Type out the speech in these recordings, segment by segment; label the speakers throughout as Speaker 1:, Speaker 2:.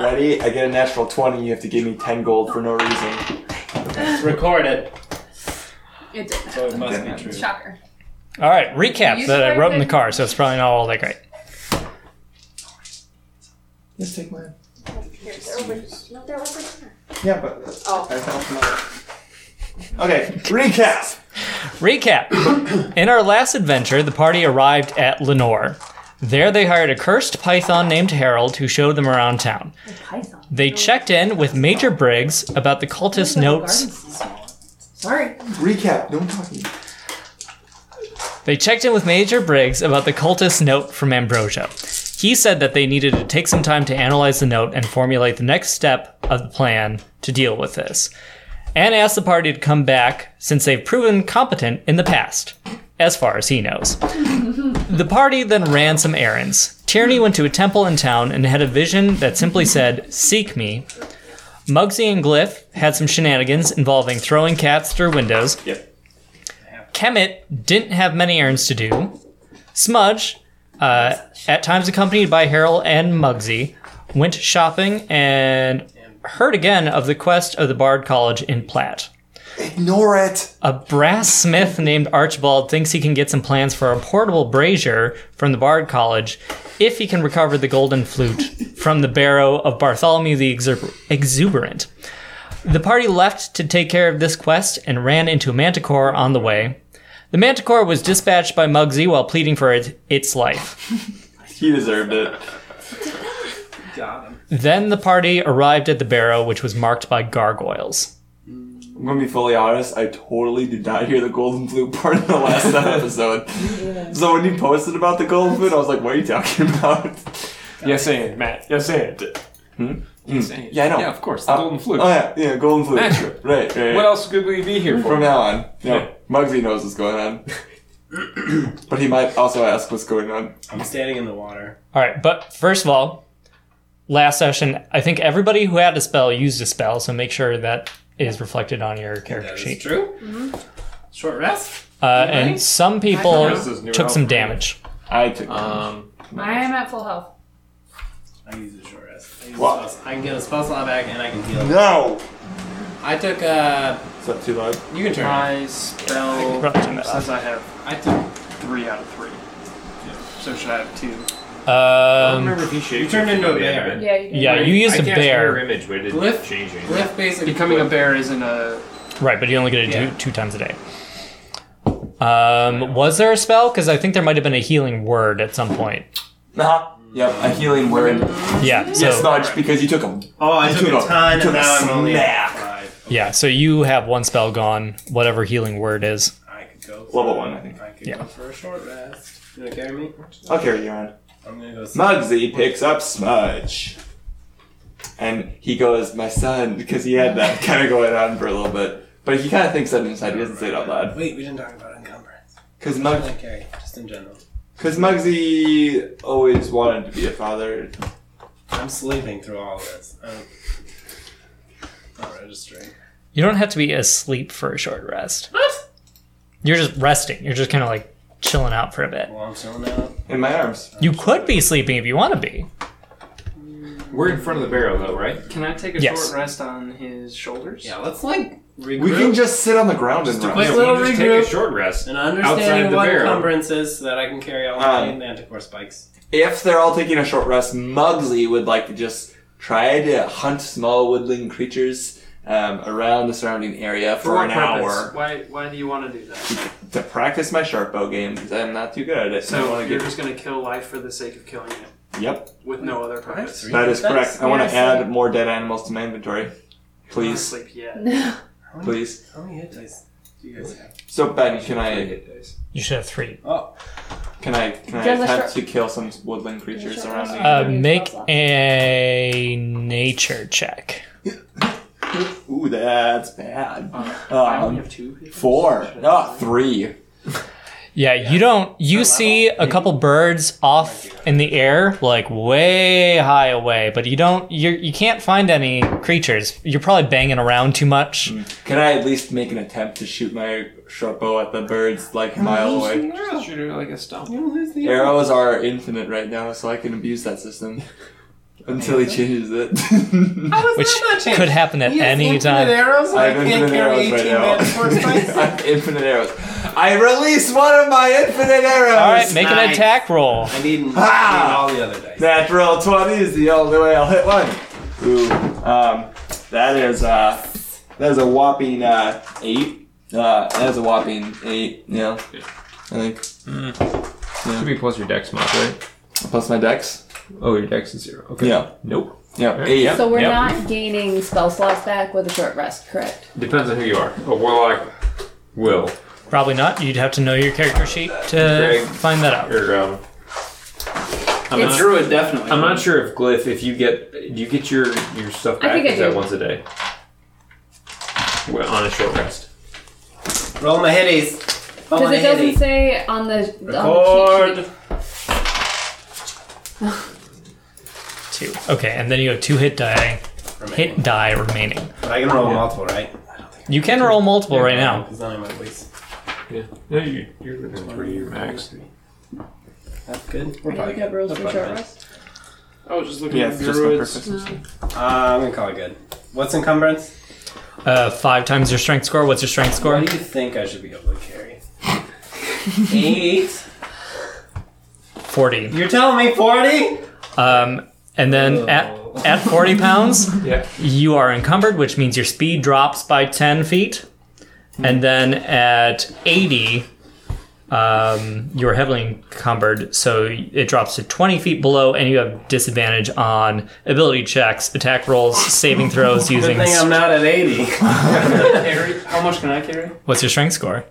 Speaker 1: Ready? I get a natural 20. You have to give me 10 gold for no reason.
Speaker 2: It's recorded,
Speaker 3: It didn't.
Speaker 2: so Oh, it must
Speaker 1: Didn't
Speaker 2: be true.
Speaker 3: Shocker.
Speaker 4: All right, recap
Speaker 3: You
Speaker 4: that I
Speaker 3: swipe
Speaker 4: wrote in the
Speaker 3: it.
Speaker 4: car, so it's probably not all that great.
Speaker 1: Just take mine.
Speaker 5: Here, they're over No, they're over here.
Speaker 1: Yeah, but
Speaker 5: Oh.
Speaker 1: I found some other. Okay, recap.
Speaker 4: Recap. In our last adventure, the party arrived at Lenore. There, they hired a cursed python named Harold who showed them around town.
Speaker 3: Python.
Speaker 4: They checked in with Major Briggs about the cultist notes.
Speaker 3: Sorry.
Speaker 1: Recap. No talking.
Speaker 4: They checked in with Major Briggs about the cultist note from Ambrosia. He said that they needed to take some time to analyze the note and formulate the next step of the plan to deal with this, and asked the party to come back since they've proven competent in the past, as far as he knows. the party then ran some errands. Tierney went to a temple in town and had a vision that simply said, Seek me. Muggsy and Glyph had some shenanigans involving throwing cats through windows.
Speaker 1: Yep.
Speaker 4: Kemet didn't have many errands to do. Smudge, uh, at times accompanied by Harold and Muggsy, went shopping and heard again of the quest of the Bard College in Platt.
Speaker 1: Ignore it.
Speaker 4: A brass smith named Archibald thinks he can get some plans for a portable brazier from the Bard College if he can recover the golden flute from the barrow of Bartholomew the Exuber- Exuberant. The party left to take care of this quest and ran into a manticore on the way. The manticore was dispatched by Muggsy while pleading for it, its life.
Speaker 1: He deserved it.
Speaker 2: Got him.
Speaker 4: Then the party arrived at the barrow, which was marked by gargoyles.
Speaker 1: I'm gonna be fully honest. I totally did not hear the golden flute part in the last episode. So when you posted about the golden flute, I was like, "What are you talking about?"
Speaker 6: Yes, and Matt. Yes, and.
Speaker 2: Insane.
Speaker 1: Yeah, I know.
Speaker 6: Yeah, of course. The
Speaker 1: Uh,
Speaker 6: golden flute.
Speaker 1: Oh yeah, yeah, golden flute.
Speaker 6: Natural.
Speaker 1: Right, right.
Speaker 6: What else could we be here for?
Speaker 1: From now on,
Speaker 6: Yeah.
Speaker 1: no, Muggsy knows what's going on. but he might also ask what's going on.
Speaker 2: I'm standing in the water.
Speaker 4: All right, but first of all, last session, I think everybody who had a spell used a spell, so make sure that is reflected on your character
Speaker 2: That is
Speaker 4: sheet.
Speaker 2: true.
Speaker 6: Mm-hmm.
Speaker 2: Short rest.
Speaker 4: Uh,
Speaker 2: Right?
Speaker 4: and some
Speaker 3: I
Speaker 4: people
Speaker 6: This is new
Speaker 4: took some
Speaker 6: outfit.
Speaker 4: damage.
Speaker 1: I took.
Speaker 6: Um,
Speaker 3: I am at full health.
Speaker 2: I use a short rest. I, use a
Speaker 1: What?
Speaker 2: spell- I can get a spell slot back and I can heal.
Speaker 1: no.
Speaker 2: I took uh
Speaker 1: Is that too loud?
Speaker 2: you can turn.
Speaker 6: my spell
Speaker 4: probably turn
Speaker 7: Um,
Speaker 4: that off.
Speaker 6: says I have. I took three out of three.
Speaker 4: Um,
Speaker 6: So should I have two?
Speaker 7: I don't
Speaker 4: Um,
Speaker 7: remember if he shaved.
Speaker 2: you turned into a bear.
Speaker 7: Yeah.
Speaker 3: Yeah, you did.
Speaker 4: yeah, you used
Speaker 7: I
Speaker 4: a
Speaker 7: cast mirror
Speaker 4: bear,
Speaker 7: image, but it didn't
Speaker 2: Glyph-
Speaker 7: change anything.
Speaker 2: Glyph basically
Speaker 6: Becoming a bear isn't a.
Speaker 4: right? But you only get it
Speaker 2: Yeah.
Speaker 4: do two times a day. Um, was there a spell? Because I think there might have been a healing word at some point.
Speaker 1: Nah. Uh-huh. Yep, a healing word.
Speaker 4: Yeah. So
Speaker 1: yes, Nudge, because you took him.
Speaker 2: Oh, I
Speaker 1: You
Speaker 2: took,
Speaker 1: took
Speaker 2: a
Speaker 1: a-
Speaker 2: ton
Speaker 1: you took
Speaker 2: and
Speaker 1: a
Speaker 2: now I'm only at
Speaker 1: smack.
Speaker 2: five.
Speaker 4: yeah. So you have one spell gone. Whatever healing word is.
Speaker 2: I could go
Speaker 1: Level
Speaker 2: for-
Speaker 1: one, I think.
Speaker 2: I could
Speaker 4: Yeah.
Speaker 2: go for a short rest. You gonna carry me?
Speaker 1: I'll carry you on.
Speaker 2: I'm gonna go sleep.
Speaker 1: Muggsy picks up Smudge. And he goes, my son, because he had that kind of going on for a little bit. But he kind of thinks that inside. He doesn't say it out loud.
Speaker 2: Wait, we didn't talk about encumbrance.
Speaker 1: Because
Speaker 2: I
Speaker 1: Mug-
Speaker 2: don't carry, just in general.
Speaker 1: cause Muggsy always wanted to be a father.
Speaker 2: I'm sleeping through all this. I'm not registering.
Speaker 4: You don't have to be asleep for a short rest.
Speaker 2: What?
Speaker 4: You're just resting. You're just kind of like chilling out for a bit.
Speaker 2: Well, I'm chilling out.
Speaker 1: In my arms.
Speaker 4: You could be sleeping if you want to be.
Speaker 7: We're in front of the barrel, though, right?
Speaker 6: Can I take a
Speaker 4: Yes.
Speaker 6: short rest on his shoulders?
Speaker 2: Yeah, let's like regroup.
Speaker 1: We can just sit on the ground and
Speaker 2: a
Speaker 1: rest.
Speaker 2: quick-
Speaker 7: Yeah, we
Speaker 2: little
Speaker 7: can just
Speaker 2: regroup.
Speaker 7: take a short rest.
Speaker 2: And
Speaker 7: Outside
Speaker 2: understanding
Speaker 7: the
Speaker 2: what
Speaker 7: barrel.
Speaker 2: encumbrance is so that I can carry all my
Speaker 1: Um,
Speaker 2: manticore spikes.
Speaker 1: If they're all taking a short rest, Muggsy would like to just try to hunt small woodland creatures um, around the surrounding area for,
Speaker 6: For
Speaker 1: an
Speaker 6: what purpose?
Speaker 1: hour
Speaker 6: Why? Why do you want to do that?
Speaker 1: to practice my sharp bow game because I'm not too good at it. I
Speaker 6: So
Speaker 1: wanna
Speaker 6: you're just gonna kill life for the sake of killing it,
Speaker 1: Yep.
Speaker 6: with no other purpose.
Speaker 2: Three
Speaker 1: That is
Speaker 2: effects?
Speaker 1: correct. I want
Speaker 2: Yeah,
Speaker 1: to
Speaker 2: so-
Speaker 1: add more dead animals to my inventory. Please.
Speaker 6: Sleep yet.
Speaker 2: Oh,
Speaker 1: Please.
Speaker 2: How many hit dice do you guys have?
Speaker 1: So Ben, can I
Speaker 4: You should have three.
Speaker 1: can I can I
Speaker 3: Just a
Speaker 1: attempt
Speaker 3: short-
Speaker 1: to kill some woodland creatures
Speaker 5: short
Speaker 1: around
Speaker 5: rest.
Speaker 1: me?
Speaker 4: Uh,
Speaker 3: Yeah.
Speaker 4: make a nature check.
Speaker 1: Ooh, that's bad.
Speaker 6: Uh, I
Speaker 1: Um,
Speaker 6: only have two. hit
Speaker 1: four.
Speaker 6: points.
Speaker 1: Ah, three.
Speaker 4: Yeah, you don't. You see a couple birds off in the air, like way high away, but you don't. You you can't find any creatures. You're probably banging around too much.
Speaker 6: Mm-hmm.
Speaker 1: Can I at least make an attempt to shoot my short bow at the birds like a mile away?
Speaker 6: Just Shoot her like a stump.
Speaker 2: You lose the
Speaker 1: Arrows are infinite right now, so I can abuse that system. until he changes it.
Speaker 2: How is
Speaker 4: Which
Speaker 2: that not changed?
Speaker 4: could happen at
Speaker 2: He has
Speaker 4: any
Speaker 2: infinite
Speaker 4: time.
Speaker 2: arrows and
Speaker 1: I
Speaker 2: I,
Speaker 1: have
Speaker 2: can't
Speaker 1: infinite
Speaker 2: carry
Speaker 1: arrows right
Speaker 2: 18 man's force
Speaker 1: now. I
Speaker 2: dice?
Speaker 1: have infinite arrows. I release one of my infinite arrows.
Speaker 4: All right, make an
Speaker 2: nice.
Speaker 4: attack roll.
Speaker 2: I need,
Speaker 1: Ah!
Speaker 2: I need all the other dice.
Speaker 1: Natural twenty is the only way I'll hit one. Ooh, um, that is uh, that is a whopping uh eight. Uh, that is a whopping eight. Yeah, I think
Speaker 7: Should be plus your dex mod, right?
Speaker 1: plus my dex.
Speaker 7: Oh, your dex is zero. Okay.
Speaker 1: Yeah,
Speaker 7: Nope.
Speaker 1: yeah, eight.
Speaker 7: Yep.
Speaker 3: So we're
Speaker 7: Yep.
Speaker 3: not gaining spell slots back with a short rest, correct?
Speaker 7: Depends on who you are. A warlock will.
Speaker 4: Probably not. You'd have to know your character sheet
Speaker 7: Greg.
Speaker 4: to find that out.
Speaker 7: Or, um, I'm
Speaker 8: It's
Speaker 7: not,
Speaker 8: druid, definitely.
Speaker 7: I'm not sure if glyph. If you get, do you get your your stuff
Speaker 3: I
Speaker 7: back?
Speaker 3: think I
Speaker 7: is that
Speaker 3: do.
Speaker 7: once a day? Well, on a short rest.
Speaker 2: Roll my hitties. Roll
Speaker 3: Because
Speaker 2: my
Speaker 3: it doesn't
Speaker 2: hitties.
Speaker 3: say on the on the cheat sheet.
Speaker 2: Record.
Speaker 4: Two. Okay, and then you have two hit die, hit die remaining.
Speaker 2: But I can roll multiple, right?
Speaker 4: You can roll multiple right now.
Speaker 2: Because then I'm at least.
Speaker 7: Yeah. No, you, you're within three your max.
Speaker 2: That's good. We're
Speaker 3: Are you
Speaker 2: probably
Speaker 3: looking up rules
Speaker 2: We're
Speaker 3: for
Speaker 2: probably
Speaker 3: short
Speaker 2: good.
Speaker 3: rest?
Speaker 8: I was just looking
Speaker 1: Yeah,
Speaker 8: at
Speaker 1: it's just my
Speaker 8: druids.
Speaker 1: purpose.
Speaker 2: Uh, I'm gonna call it good. What's encumbrance?
Speaker 4: Uh, five times your strength score. What's your strength score?
Speaker 2: What do you think I should be able to carry? Eight.
Speaker 4: Forty.
Speaker 2: You're telling me forty?
Speaker 4: Um, and then
Speaker 2: Oh.
Speaker 4: at at forty pounds,
Speaker 7: Yeah.
Speaker 4: you are encumbered, which means your speed drops by ten feet. And then at eighty, um, you are heavily encumbered, so it drops to twenty feet below, and you have disadvantage on ability checks, attack rolls, saving throws
Speaker 2: Good
Speaker 4: using.
Speaker 2: thing I'm not at eighty.
Speaker 8: Carry- How much can I carry?
Speaker 4: What's your strength score?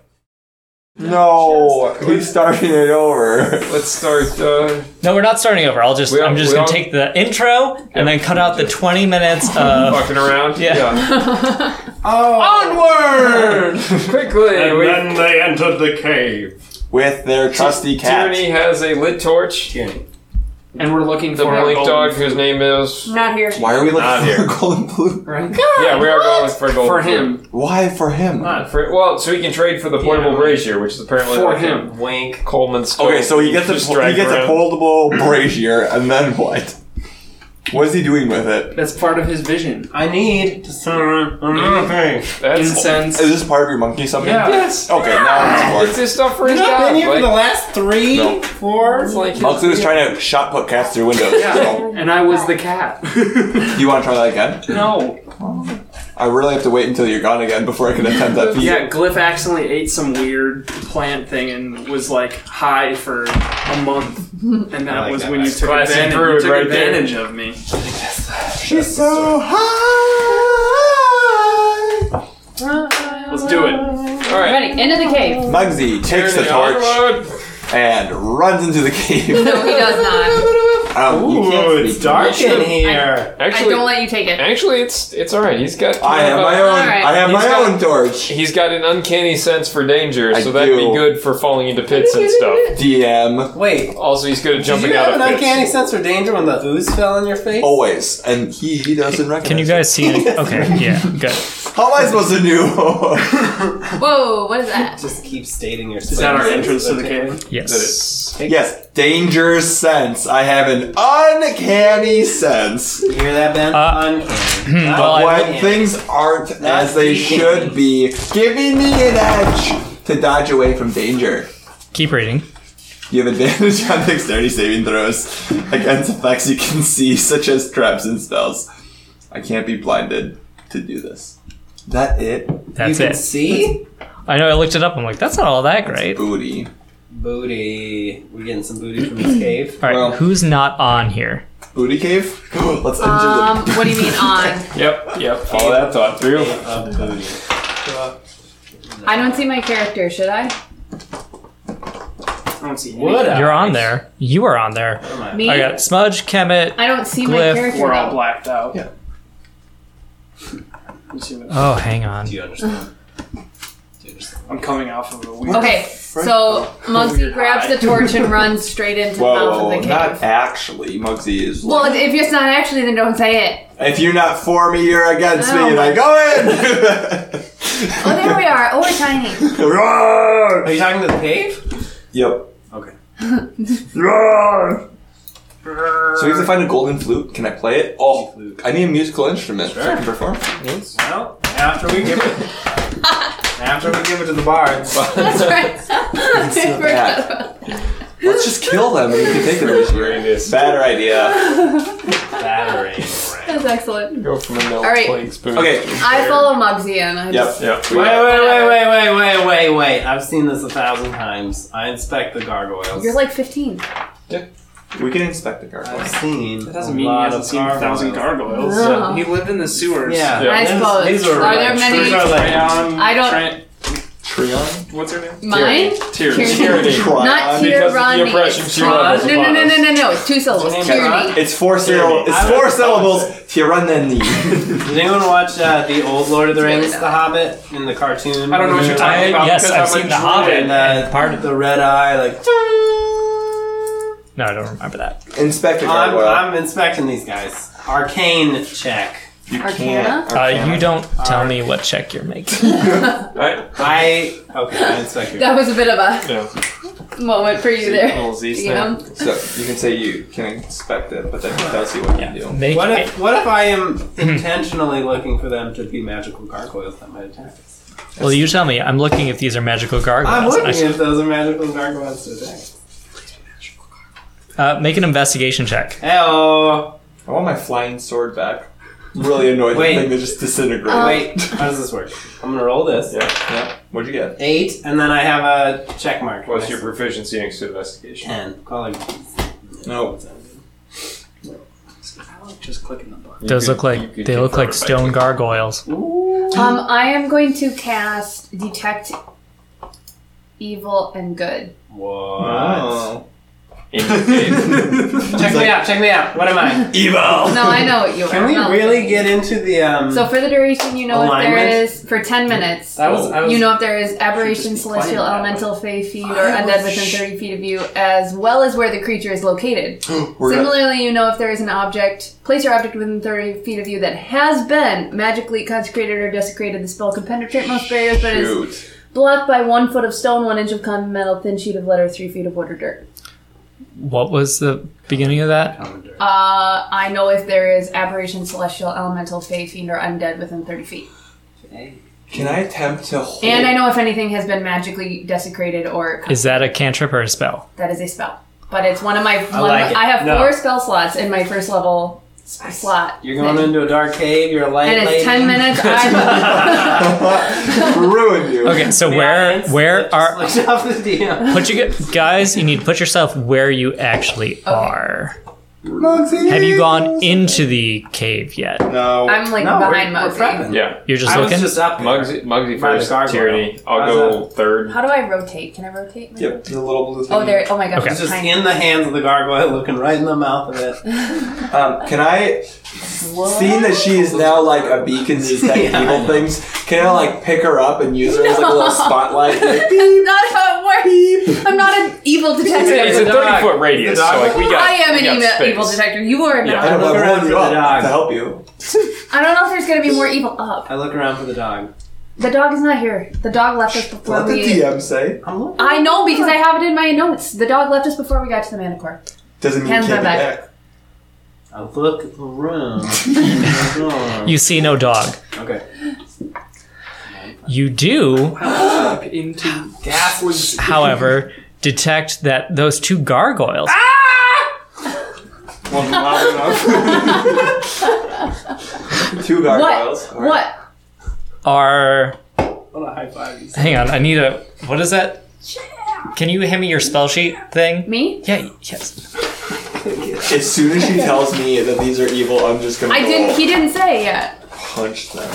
Speaker 1: No, he's starting it over.
Speaker 7: Let's start. Uh,
Speaker 4: No, we're not starting over. I'll just
Speaker 7: We all-
Speaker 4: I'm just
Speaker 7: we
Speaker 4: gonna
Speaker 7: all-
Speaker 4: take the intro and then cut out the 20 minutes of
Speaker 7: fucking around.
Speaker 4: Yeah.
Speaker 2: Oh.
Speaker 1: Onward!
Speaker 7: Quickly. we-
Speaker 2: they entered the cave.
Speaker 1: With their trusty cat.
Speaker 7: Tierney has a lit torch.
Speaker 2: Tierney.
Speaker 8: And we're looking
Speaker 7: The
Speaker 8: for our
Speaker 7: blink
Speaker 8: gold.
Speaker 7: dog, whose name is.
Speaker 3: Not here.
Speaker 1: Why are we
Speaker 7: Not
Speaker 1: looking for
Speaker 7: here.
Speaker 1: golden blue?
Speaker 8: Right?
Speaker 7: yeah, we are going for gold.
Speaker 8: For him.
Speaker 1: Why for him?
Speaker 7: For, well, so he can trade for the portable
Speaker 8: Yeah.
Speaker 7: brazier, which is apparently
Speaker 8: For
Speaker 7: like a
Speaker 8: him.
Speaker 2: Wink.
Speaker 7: Coleman's.
Speaker 1: Okay, so he gets a
Speaker 7: Just
Speaker 1: he
Speaker 7: drag
Speaker 1: gets a
Speaker 7: around.
Speaker 1: foldable brazier, and then what? What is he doing with it?
Speaker 8: That's part of his vision.
Speaker 2: I need to summon
Speaker 7: Mm-hmm.
Speaker 2: another thing.
Speaker 7: That's
Speaker 8: Incense.
Speaker 1: Is this part of your monkey something?
Speaker 8: Yeah.
Speaker 7: Yes.
Speaker 1: Okay, now I'm
Speaker 7: It's
Speaker 1: scored.
Speaker 7: his stuff for his
Speaker 2: I've
Speaker 7: dog.
Speaker 2: been here for the
Speaker 7: like-
Speaker 2: last three,
Speaker 1: No.
Speaker 2: four.
Speaker 8: It's like his-
Speaker 1: Moxley was trying to shot put cats through windows.
Speaker 8: Yeah, and I was the cat.
Speaker 1: Do you want to try that again?
Speaker 8: no.
Speaker 1: I really have to wait until you're gone again before I can attempt that feat.
Speaker 8: Yeah, Glyph accidentally ate some weird plant thing and was like high for a month, and that
Speaker 2: I like
Speaker 8: was
Speaker 2: that.
Speaker 8: when you
Speaker 2: That's
Speaker 8: took,
Speaker 7: classic
Speaker 8: advantage, you
Speaker 7: Druid
Speaker 8: took
Speaker 7: right there.
Speaker 8: advantage of me.
Speaker 1: She's so high.
Speaker 8: Let's do it.
Speaker 7: All right.
Speaker 3: Ready, into the cave.
Speaker 1: Muggsy takes the
Speaker 7: Tierney,
Speaker 1: torch
Speaker 7: onward.
Speaker 1: and runs into the cave.
Speaker 3: No, he does not.
Speaker 1: Um, you can't
Speaker 2: Ooh,
Speaker 1: sneak
Speaker 2: it's dark in here.
Speaker 3: I don't
Speaker 7: Actually,
Speaker 3: let you take it.
Speaker 7: actually, it's it's all right. He's got.
Speaker 1: I have my own. I have
Speaker 7: He's
Speaker 1: my
Speaker 7: got-
Speaker 1: own torch.
Speaker 7: He's got an uncanny sense for danger,
Speaker 1: I
Speaker 7: so that'd
Speaker 1: do.
Speaker 7: be good for falling into pits and stuff.
Speaker 1: DM
Speaker 2: Wait,
Speaker 7: Also, he's good at
Speaker 2: did
Speaker 7: jumping
Speaker 2: you
Speaker 7: out
Speaker 2: have
Speaker 7: of
Speaker 2: an
Speaker 7: pits.
Speaker 2: uncanny sense for danger when the ooze fell on your
Speaker 1: Oh.
Speaker 2: face?
Speaker 1: always, and he, he doesn't recognize.
Speaker 4: Can you
Speaker 1: it.
Speaker 4: guys see? Any? Okay, yeah, good.
Speaker 1: How am I supposed to know?
Speaker 3: Whoa, what is that?
Speaker 2: Just keep stating your.
Speaker 8: Is that our entrance to the cave?
Speaker 4: Yes.
Speaker 1: yes, danger sense. I have an uncanny sense.
Speaker 2: You hear that, Ben?
Speaker 4: Uh,
Speaker 2: uncanny.
Speaker 4: well, I-
Speaker 1: when things aren't as they should be, giving me an edge to dodge away from danger.
Speaker 4: Keep reading.
Speaker 1: You have advantage on dexterity saving throws against effects you can see, such as traps and spells. I can't be blinded to do this. That it?
Speaker 4: That's
Speaker 2: you can
Speaker 4: it.
Speaker 2: see
Speaker 4: I know. I looked it up. I'm like, that's not all that great. All
Speaker 1: Booty.
Speaker 2: booty. We're getting some booty from this cave.
Speaker 4: right,
Speaker 1: Well-
Speaker 4: who's not on here?
Speaker 1: Booty cave? Let's enter
Speaker 3: Um,
Speaker 1: the.
Speaker 3: what do you mean on?
Speaker 7: Yep, yep.
Speaker 1: Follow that thought through.
Speaker 2: A booty.
Speaker 3: I don't see my character, should I?
Speaker 8: I don't see any.
Speaker 2: Would I?
Speaker 4: You're on there. You are on there.
Speaker 3: Me?
Speaker 4: I got Smudge, Kemet.
Speaker 3: I don't see my
Speaker 4: Glyph.
Speaker 3: character.
Speaker 8: We're all
Speaker 3: though.
Speaker 8: blacked out.
Speaker 1: Yeah.
Speaker 8: I'm assuming-
Speaker 4: Oh, hang on.
Speaker 2: Do you understand? Do you understand?
Speaker 8: I'm coming off of a weird.
Speaker 3: Okay, so Muggsy grabs the torch and runs straight into the mouth of
Speaker 1: Whoa,
Speaker 3: the cave.
Speaker 1: not actually. Mugsy is.
Speaker 3: well,
Speaker 1: like-
Speaker 3: if it's not actually, then don't say it.
Speaker 1: If you're not for me, you're against
Speaker 3: Oh
Speaker 1: me.
Speaker 3: my-
Speaker 1: Like, go
Speaker 3: Oh, there we are. Oh, we're tiny.
Speaker 1: in! Roar!
Speaker 2: Are you talking to the cave?
Speaker 1: Yep.
Speaker 2: Okay.
Speaker 1: Roar! So we have to find a golden flute. Can I play it? Oh, I need a musical instrument. So I can perform.
Speaker 2: Well, after we give it, after we give it to the bard,
Speaker 3: That's right. I forgot
Speaker 1: bad.
Speaker 3: about that.
Speaker 1: Let's just kill them and we can take them this year.
Speaker 7: this.
Speaker 1: Better idea.
Speaker 2: battery.
Speaker 3: That's excellent.
Speaker 1: Go from a no
Speaker 3: All right.
Speaker 1: playing spoon. Okay.
Speaker 3: I follow Muggsy and I
Speaker 1: Yep.
Speaker 3: just.
Speaker 1: Yep. We
Speaker 2: Wait,
Speaker 1: got-
Speaker 2: wait, wait, wait, wait, wait, wait, wait! I've seen this a thousand times. I inspect the gargoyles.
Speaker 3: You're like 15.
Speaker 1: We can inspect the
Speaker 2: I've
Speaker 1: gargoyles.
Speaker 2: seen.
Speaker 8: That doesn't mean he hasn't seen a thousand
Speaker 7: Oh,
Speaker 8: gargoyles.
Speaker 3: No.
Speaker 8: He lived in the sewers.
Speaker 2: Yeah,
Speaker 7: Yeah.
Speaker 3: I
Speaker 2: these-
Speaker 3: suppose.
Speaker 2: These are,
Speaker 3: Are
Speaker 2: real.
Speaker 3: there many-
Speaker 2: These are like-
Speaker 8: Trion,
Speaker 3: I don't-
Speaker 8: Tran-
Speaker 1: Trion.
Speaker 8: what's her name?
Speaker 3: Mine?
Speaker 8: Tyrion.
Speaker 3: Tyrion. Not
Speaker 7: because of the
Speaker 3: tyranny.
Speaker 7: oppression
Speaker 3: It's
Speaker 7: she
Speaker 3: tyranny.
Speaker 7: runs
Speaker 3: No, no, no,
Speaker 7: upon
Speaker 3: no,
Speaker 7: us.
Speaker 3: no, no. It's two syllables.
Speaker 2: Her name's
Speaker 3: Tyranny.
Speaker 2: Ron?
Speaker 1: It's four syllables. It's
Speaker 2: I
Speaker 1: four
Speaker 2: would-
Speaker 1: syllables. Tyranny.
Speaker 2: Did anyone watch uh, the old Lord of the
Speaker 3: It's really
Speaker 2: Rings, The
Speaker 3: bad.
Speaker 2: Hobbit, in the cartoon?
Speaker 8: I don't know what you're talking about.
Speaker 4: yes,
Speaker 8: because
Speaker 4: I've
Speaker 8: I'm
Speaker 4: seen
Speaker 8: a
Speaker 4: The
Speaker 8: druid.
Speaker 4: Hobbit.
Speaker 2: And uh, part of the red eye, like
Speaker 4: No, I don't remember that.
Speaker 1: Inspect the
Speaker 2: I'm,
Speaker 1: gargoyle.
Speaker 2: I'm inspecting these guys. Arcane check.
Speaker 1: you
Speaker 3: Arcana?
Speaker 4: Uh, you don't tell me what check you're making.
Speaker 7: Right?
Speaker 2: I okay. I inspect your.
Speaker 3: That was a bit of a moment for you there. Yeah.
Speaker 1: So you can say you can inspect it, but then it tells you what you do.
Speaker 4: Make
Speaker 2: What
Speaker 4: a,
Speaker 2: if what if I am intentionally looking for them to be magical gargoyles that might attack us?
Speaker 4: well, you tell me. I'm looking if these are magical
Speaker 2: I'm
Speaker 4: gargoyles.
Speaker 2: looking if those are magical gargoyles to attack. us.
Speaker 4: Uh, make an investigation check.
Speaker 2: Heyo.
Speaker 1: I want my flying sword back. I'm really annoyed
Speaker 2: Wait.
Speaker 1: that thing that just disintegrated.
Speaker 3: Um,
Speaker 2: Wait, how does this work? I'm gonna roll this.
Speaker 1: yeah, yeah. What'd you get?
Speaker 2: Eight, and then I have a check mark.
Speaker 7: What's your proficiency next to investigation?
Speaker 2: ten? Call it
Speaker 1: No.
Speaker 8: I like just clicking the button.
Speaker 7: You
Speaker 4: Those
Speaker 7: could-
Speaker 4: look
Speaker 7: you
Speaker 4: like
Speaker 7: could
Speaker 4: they look
Speaker 7: confirm
Speaker 4: like
Speaker 7: it by
Speaker 4: stone gargoyles.
Speaker 3: Um,
Speaker 2: Mm.
Speaker 3: I am going to cast Detect Evil and Good.
Speaker 2: what?
Speaker 1: Oh.
Speaker 2: Check me out. Check me out. What am I?
Speaker 1: Evil.
Speaker 3: No, I know what you are.
Speaker 2: Can
Speaker 3: No.
Speaker 2: we really get into the um?
Speaker 3: So for the duration, you know if there
Speaker 2: Alignment?
Speaker 3: is for ten minutes.
Speaker 2: I was, I was
Speaker 3: You know if there is aberration,
Speaker 8: just be playing
Speaker 3: celestial,
Speaker 8: that
Speaker 3: elemental, fey, feed, or
Speaker 2: I
Speaker 3: undead
Speaker 2: was-
Speaker 3: within thirty feet of you, as well as where the creature is located.
Speaker 1: We're gonna-
Speaker 3: Similarly, you know if there is an object, place your object within 30 feet of you that has been magically consecrated or desecrated. The spell can penetrate most barriers, but is
Speaker 1: Shoot.
Speaker 3: blocked by one foot of stone, one inch of common metal, thin sheet of lead, or three feet of water dirt.
Speaker 4: What was the beginning of that?
Speaker 3: Uh, I know if there is aberration, celestial, elemental, fey, fiend, or undead within 30 feet.
Speaker 1: Can I attempt to hold?
Speaker 3: And I know if anything has been magically desecrated or
Speaker 4: Is that a cantrip or a spell?
Speaker 3: that is a spell. But it's one of my. one of
Speaker 2: like
Speaker 3: my-
Speaker 2: it.
Speaker 3: I have
Speaker 2: No.
Speaker 3: four spell slots in my first level s- slot.
Speaker 2: You're going into a dark cave. You're a light
Speaker 3: and
Speaker 2: lady.
Speaker 3: it's 10 minutes. I'm,
Speaker 1: Ruined you.
Speaker 4: Okay, so
Speaker 2: The
Speaker 4: where
Speaker 2: audience
Speaker 4: where
Speaker 2: just
Speaker 4: are
Speaker 2: looked off the DM.
Speaker 4: put you gu- guys? You need to put yourself where you actually are.
Speaker 1: Mugsy.
Speaker 4: Have you gone into the cave yet?
Speaker 1: No.
Speaker 3: I'm like
Speaker 2: No,
Speaker 3: behind
Speaker 2: we're, we're
Speaker 3: Muggsy.
Speaker 2: prepping.
Speaker 7: Yeah.
Speaker 4: You're just
Speaker 2: I was
Speaker 4: looking.
Speaker 2: just up. there.
Speaker 7: Mugsy, Mugsy
Speaker 2: By the
Speaker 7: first,
Speaker 2: gargoyle.
Speaker 7: Tyranny. I'll
Speaker 2: How's
Speaker 7: go third.
Speaker 3: How do I rotate? Can I rotate? my-
Speaker 1: Yep. The little blue thing.
Speaker 3: Oh, there. Oh my gosh.
Speaker 4: Okay.
Speaker 2: It's
Speaker 3: it's
Speaker 2: just
Speaker 3: tiny.
Speaker 2: in the hands of the gargoyle, looking right in the mouth of it.
Speaker 1: Um, can I, seeing that she is now like a beacon to detect
Speaker 2: Yeah, I
Speaker 1: evil
Speaker 2: know.
Speaker 1: things, can I like pick her up and use her as like a little spotlight? Like, beep,
Speaker 3: That's not how it works. I'm not an evil
Speaker 7: It's
Speaker 3: detective.
Speaker 7: a
Speaker 2: The dog.
Speaker 7: thirty foot radius,
Speaker 2: The
Speaker 7: so
Speaker 2: dog.
Speaker 7: like we got.
Speaker 3: I am
Speaker 7: we
Speaker 3: an
Speaker 7: got
Speaker 3: evil,
Speaker 7: space.
Speaker 3: evil detective. You are not.
Speaker 1: I don't know,
Speaker 2: Look
Speaker 1: I'm
Speaker 2: around
Speaker 1: holding you
Speaker 2: for the
Speaker 1: up
Speaker 2: dog.
Speaker 1: to help you.
Speaker 3: I don't know if there's going to be more evil up.
Speaker 2: I look around for the dog.
Speaker 3: The dog is not here. The dog left us before
Speaker 1: What did
Speaker 3: we.
Speaker 1: the uh, DM say?
Speaker 2: I'm looking.
Speaker 3: I know because I have it in my notes. The dog left us before we got to the manticore.
Speaker 1: Doesn't mean
Speaker 3: Hands
Speaker 1: you can't
Speaker 3: on
Speaker 1: be
Speaker 3: back.
Speaker 1: back.
Speaker 2: I look at the room. Oh,
Speaker 4: You see no dog.
Speaker 2: okay.
Speaker 4: You do,
Speaker 8: Up into
Speaker 2: Gas was.
Speaker 4: however, detect that those two gargoyles
Speaker 1: One loud enough. Two gargoyles.
Speaker 3: What?
Speaker 1: All right.
Speaker 3: What?
Speaker 4: are.
Speaker 2: What a high five! you said.
Speaker 4: Hang on, I need a. What is that? Can you hand me your spell sheet thing?
Speaker 3: Me?
Speaker 4: Yeah. Yes.
Speaker 1: As soon as she tells me that these are evil, I'm just gonna
Speaker 3: I
Speaker 1: go
Speaker 3: didn't. He didn't say yet.
Speaker 1: punch them.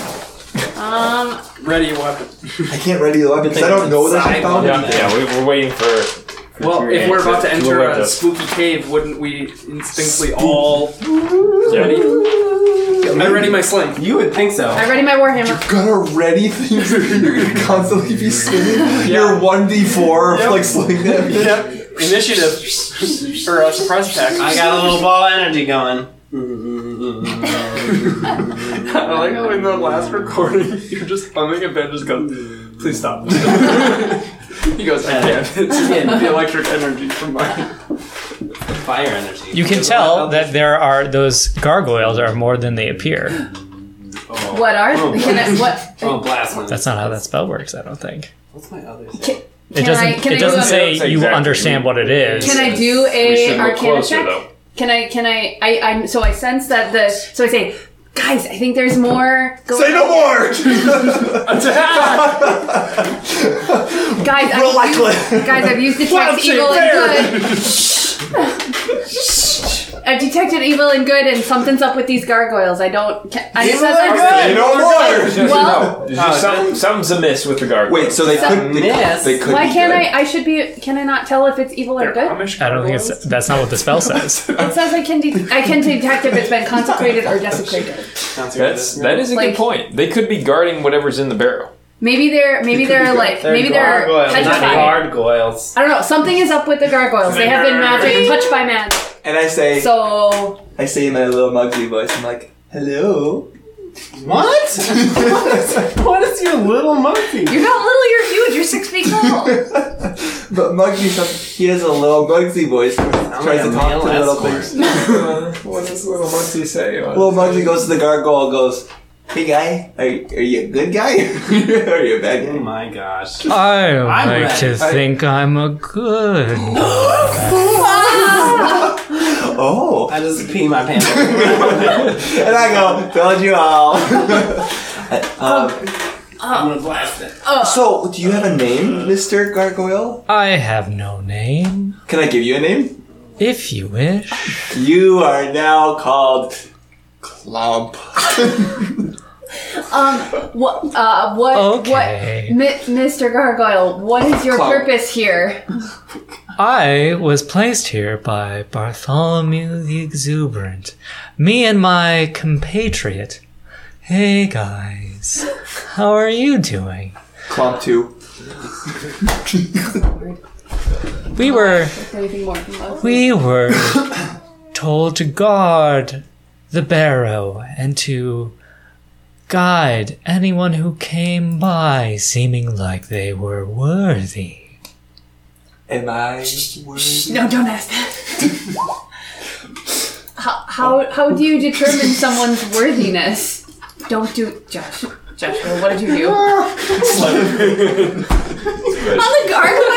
Speaker 3: Um.
Speaker 8: ready a weapon.
Speaker 1: I can't ready the weapon because I don't know that I
Speaker 2: Side
Speaker 1: found
Speaker 7: Yeah,
Speaker 1: them.
Speaker 7: yeah, we, we're waiting for. for
Speaker 8: Well,
Speaker 7: Tyrion
Speaker 8: if we're about to enter
Speaker 7: alert
Speaker 8: a
Speaker 7: us.
Speaker 8: spooky cave, wouldn't we instinctively all ready? I ready my sling.
Speaker 2: You would think so.
Speaker 3: I ready my warhammer.
Speaker 1: gonna ready things you're gonna constantly be swinging your 1d4 of like slinging them.
Speaker 8: Yep. Initiative or a surprise attack.
Speaker 2: I got a little ball of energy going.
Speaker 8: I like how in the last recording you're just humming and Ben just goes, "Please stop." he goes, "I can't." It's the electric energy from my.
Speaker 2: fire energy. Oh,
Speaker 4: You can
Speaker 2: There's a lot
Speaker 4: tell
Speaker 2: of-
Speaker 4: that there are those gargoyles are more than they appear.
Speaker 3: What are? Can I, what?
Speaker 2: Oh, blast! one.
Speaker 4: That's not how that spell works, I don't think.
Speaker 2: What's my other?
Speaker 3: Can-
Speaker 2: Thing?
Speaker 4: It
Speaker 3: Can
Speaker 4: doesn't.
Speaker 3: I- can
Speaker 4: it
Speaker 3: I
Speaker 4: doesn't
Speaker 3: do a-
Speaker 4: say
Speaker 9: That's
Speaker 4: you
Speaker 9: exactly-
Speaker 4: understand what it is.
Speaker 3: Can I do
Speaker 9: We
Speaker 3: a
Speaker 9: should look
Speaker 3: Arcana
Speaker 9: closer,
Speaker 3: check?
Speaker 9: though.
Speaker 3: Can I? Can I? I? I'm. So I sense that the. So I say, guys, I think there's more. Go
Speaker 1: Say no more!
Speaker 3: guys. I've
Speaker 1: Reluctant.
Speaker 3: used- Guys, I've used detect
Speaker 1: Crouching
Speaker 3: evil and good. I've detected evil and good, and something's up with these gargoyles. I don't. Can, I
Speaker 1: Evil
Speaker 3: sense
Speaker 1: and
Speaker 3: that-
Speaker 1: Say no more!
Speaker 3: Well,
Speaker 9: There's just Uh, some, something's amiss with the gargoyle.
Speaker 1: Wait, so they could. They,
Speaker 2: Miss.
Speaker 1: they could
Speaker 3: why
Speaker 1: be
Speaker 3: can't
Speaker 1: good.
Speaker 3: I? I should be. Can I not tell if it's evil or good?
Speaker 4: I don't think it's. That's not what the spell says.
Speaker 3: It says I can. De- I can detect if it's been consecrated or desecrated.
Speaker 9: That's that is a
Speaker 3: Like-
Speaker 9: good point. They could be guarding whatever's in the barrel.
Speaker 3: Maybe they're. Maybe they're like. Maybe they're
Speaker 10: gargoyles, not
Speaker 3: petrified.
Speaker 2: Gargoyles.
Speaker 3: I don't know. Something is up with the gargoyles. They have been magic, touched by magic.
Speaker 1: And I say,
Speaker 3: So
Speaker 1: I say in my little Mugsy voice, I'm like, hello.
Speaker 2: What? what is your little monkey?
Speaker 3: you're not little. You're huge. You're six feet tall.
Speaker 1: But Mugsy's up, he has a little Mugsy voice. Tries
Speaker 2: like
Speaker 1: to
Speaker 2: a
Speaker 1: talk to
Speaker 2: male
Speaker 1: little
Speaker 2: escort.
Speaker 1: things. what does little Mugsy say?
Speaker 2: Oh
Speaker 1: Little Mugsy goes to the gargoyle and goes, Hey guy, are, are you a good guy? or are you a bad
Speaker 2: Oh
Speaker 1: guy?
Speaker 2: my gosh.
Speaker 4: I
Speaker 2: I'm
Speaker 4: like to
Speaker 2: ready. I-
Speaker 4: think I'm a good.
Speaker 3: Ah!
Speaker 1: Oh.
Speaker 2: I just pee my pants.
Speaker 1: And I go, told you all. um,
Speaker 2: I'm gonna blast it.
Speaker 1: so, do you have a name, Mr. Gargoyle?
Speaker 4: I have no name,
Speaker 1: Can I give you a name?
Speaker 4: if you wish.
Speaker 1: You are now called Clump.
Speaker 3: Um. What? Uh. What?
Speaker 4: Okay.
Speaker 3: What? Mi- Mr. Gargoyle, what is your
Speaker 1: Clown.
Speaker 3: purpose here?
Speaker 4: I was placed here by Bartholomew the Exuberant. Me and my compatriot. Hey guys, how are you doing?
Speaker 1: Clump 2.
Speaker 4: We were
Speaker 3: Anything more from us?
Speaker 4: we were told to guard the barrow and to guide anyone who came by seeming like they were worthy.
Speaker 1: Am I worthy?
Speaker 3: No, don't ask that. how, how how do you determine someone's worthiness? Don't do, Josh. Joshua, what did you do? On the gargoyle?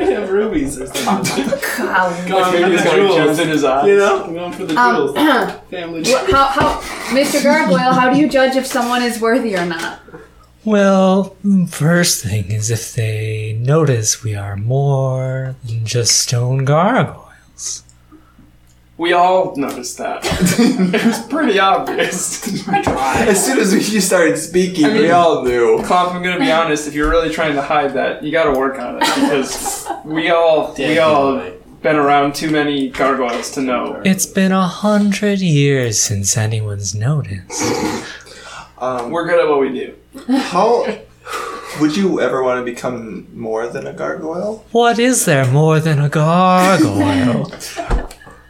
Speaker 2: I have rubies or something.
Speaker 3: Golly.
Speaker 2: He's got gems
Speaker 6: in his eye.
Speaker 2: You know? I'm going for the jewels.
Speaker 3: Um,
Speaker 2: Family
Speaker 3: Well, how, how, Mr. Gargoyle, how do you judge if someone is worthy or not?
Speaker 4: Well, first thing is if they notice we are more than just stone gargoyle.
Speaker 6: We all noticed that. it was pretty obvious.
Speaker 1: As soon as we, you started speaking, we all knew.
Speaker 6: Clomp, I'm gonna be honest. If you're really trying to hide that, you got to work on it because we all we all been around too many gargoyles to know.
Speaker 4: It's been a hundred years since anyone's noticed.
Speaker 1: Um,
Speaker 6: We're good at what we do.
Speaker 1: how would you ever want to become more than a gargoyle?
Speaker 4: What is there more than a gargoyle?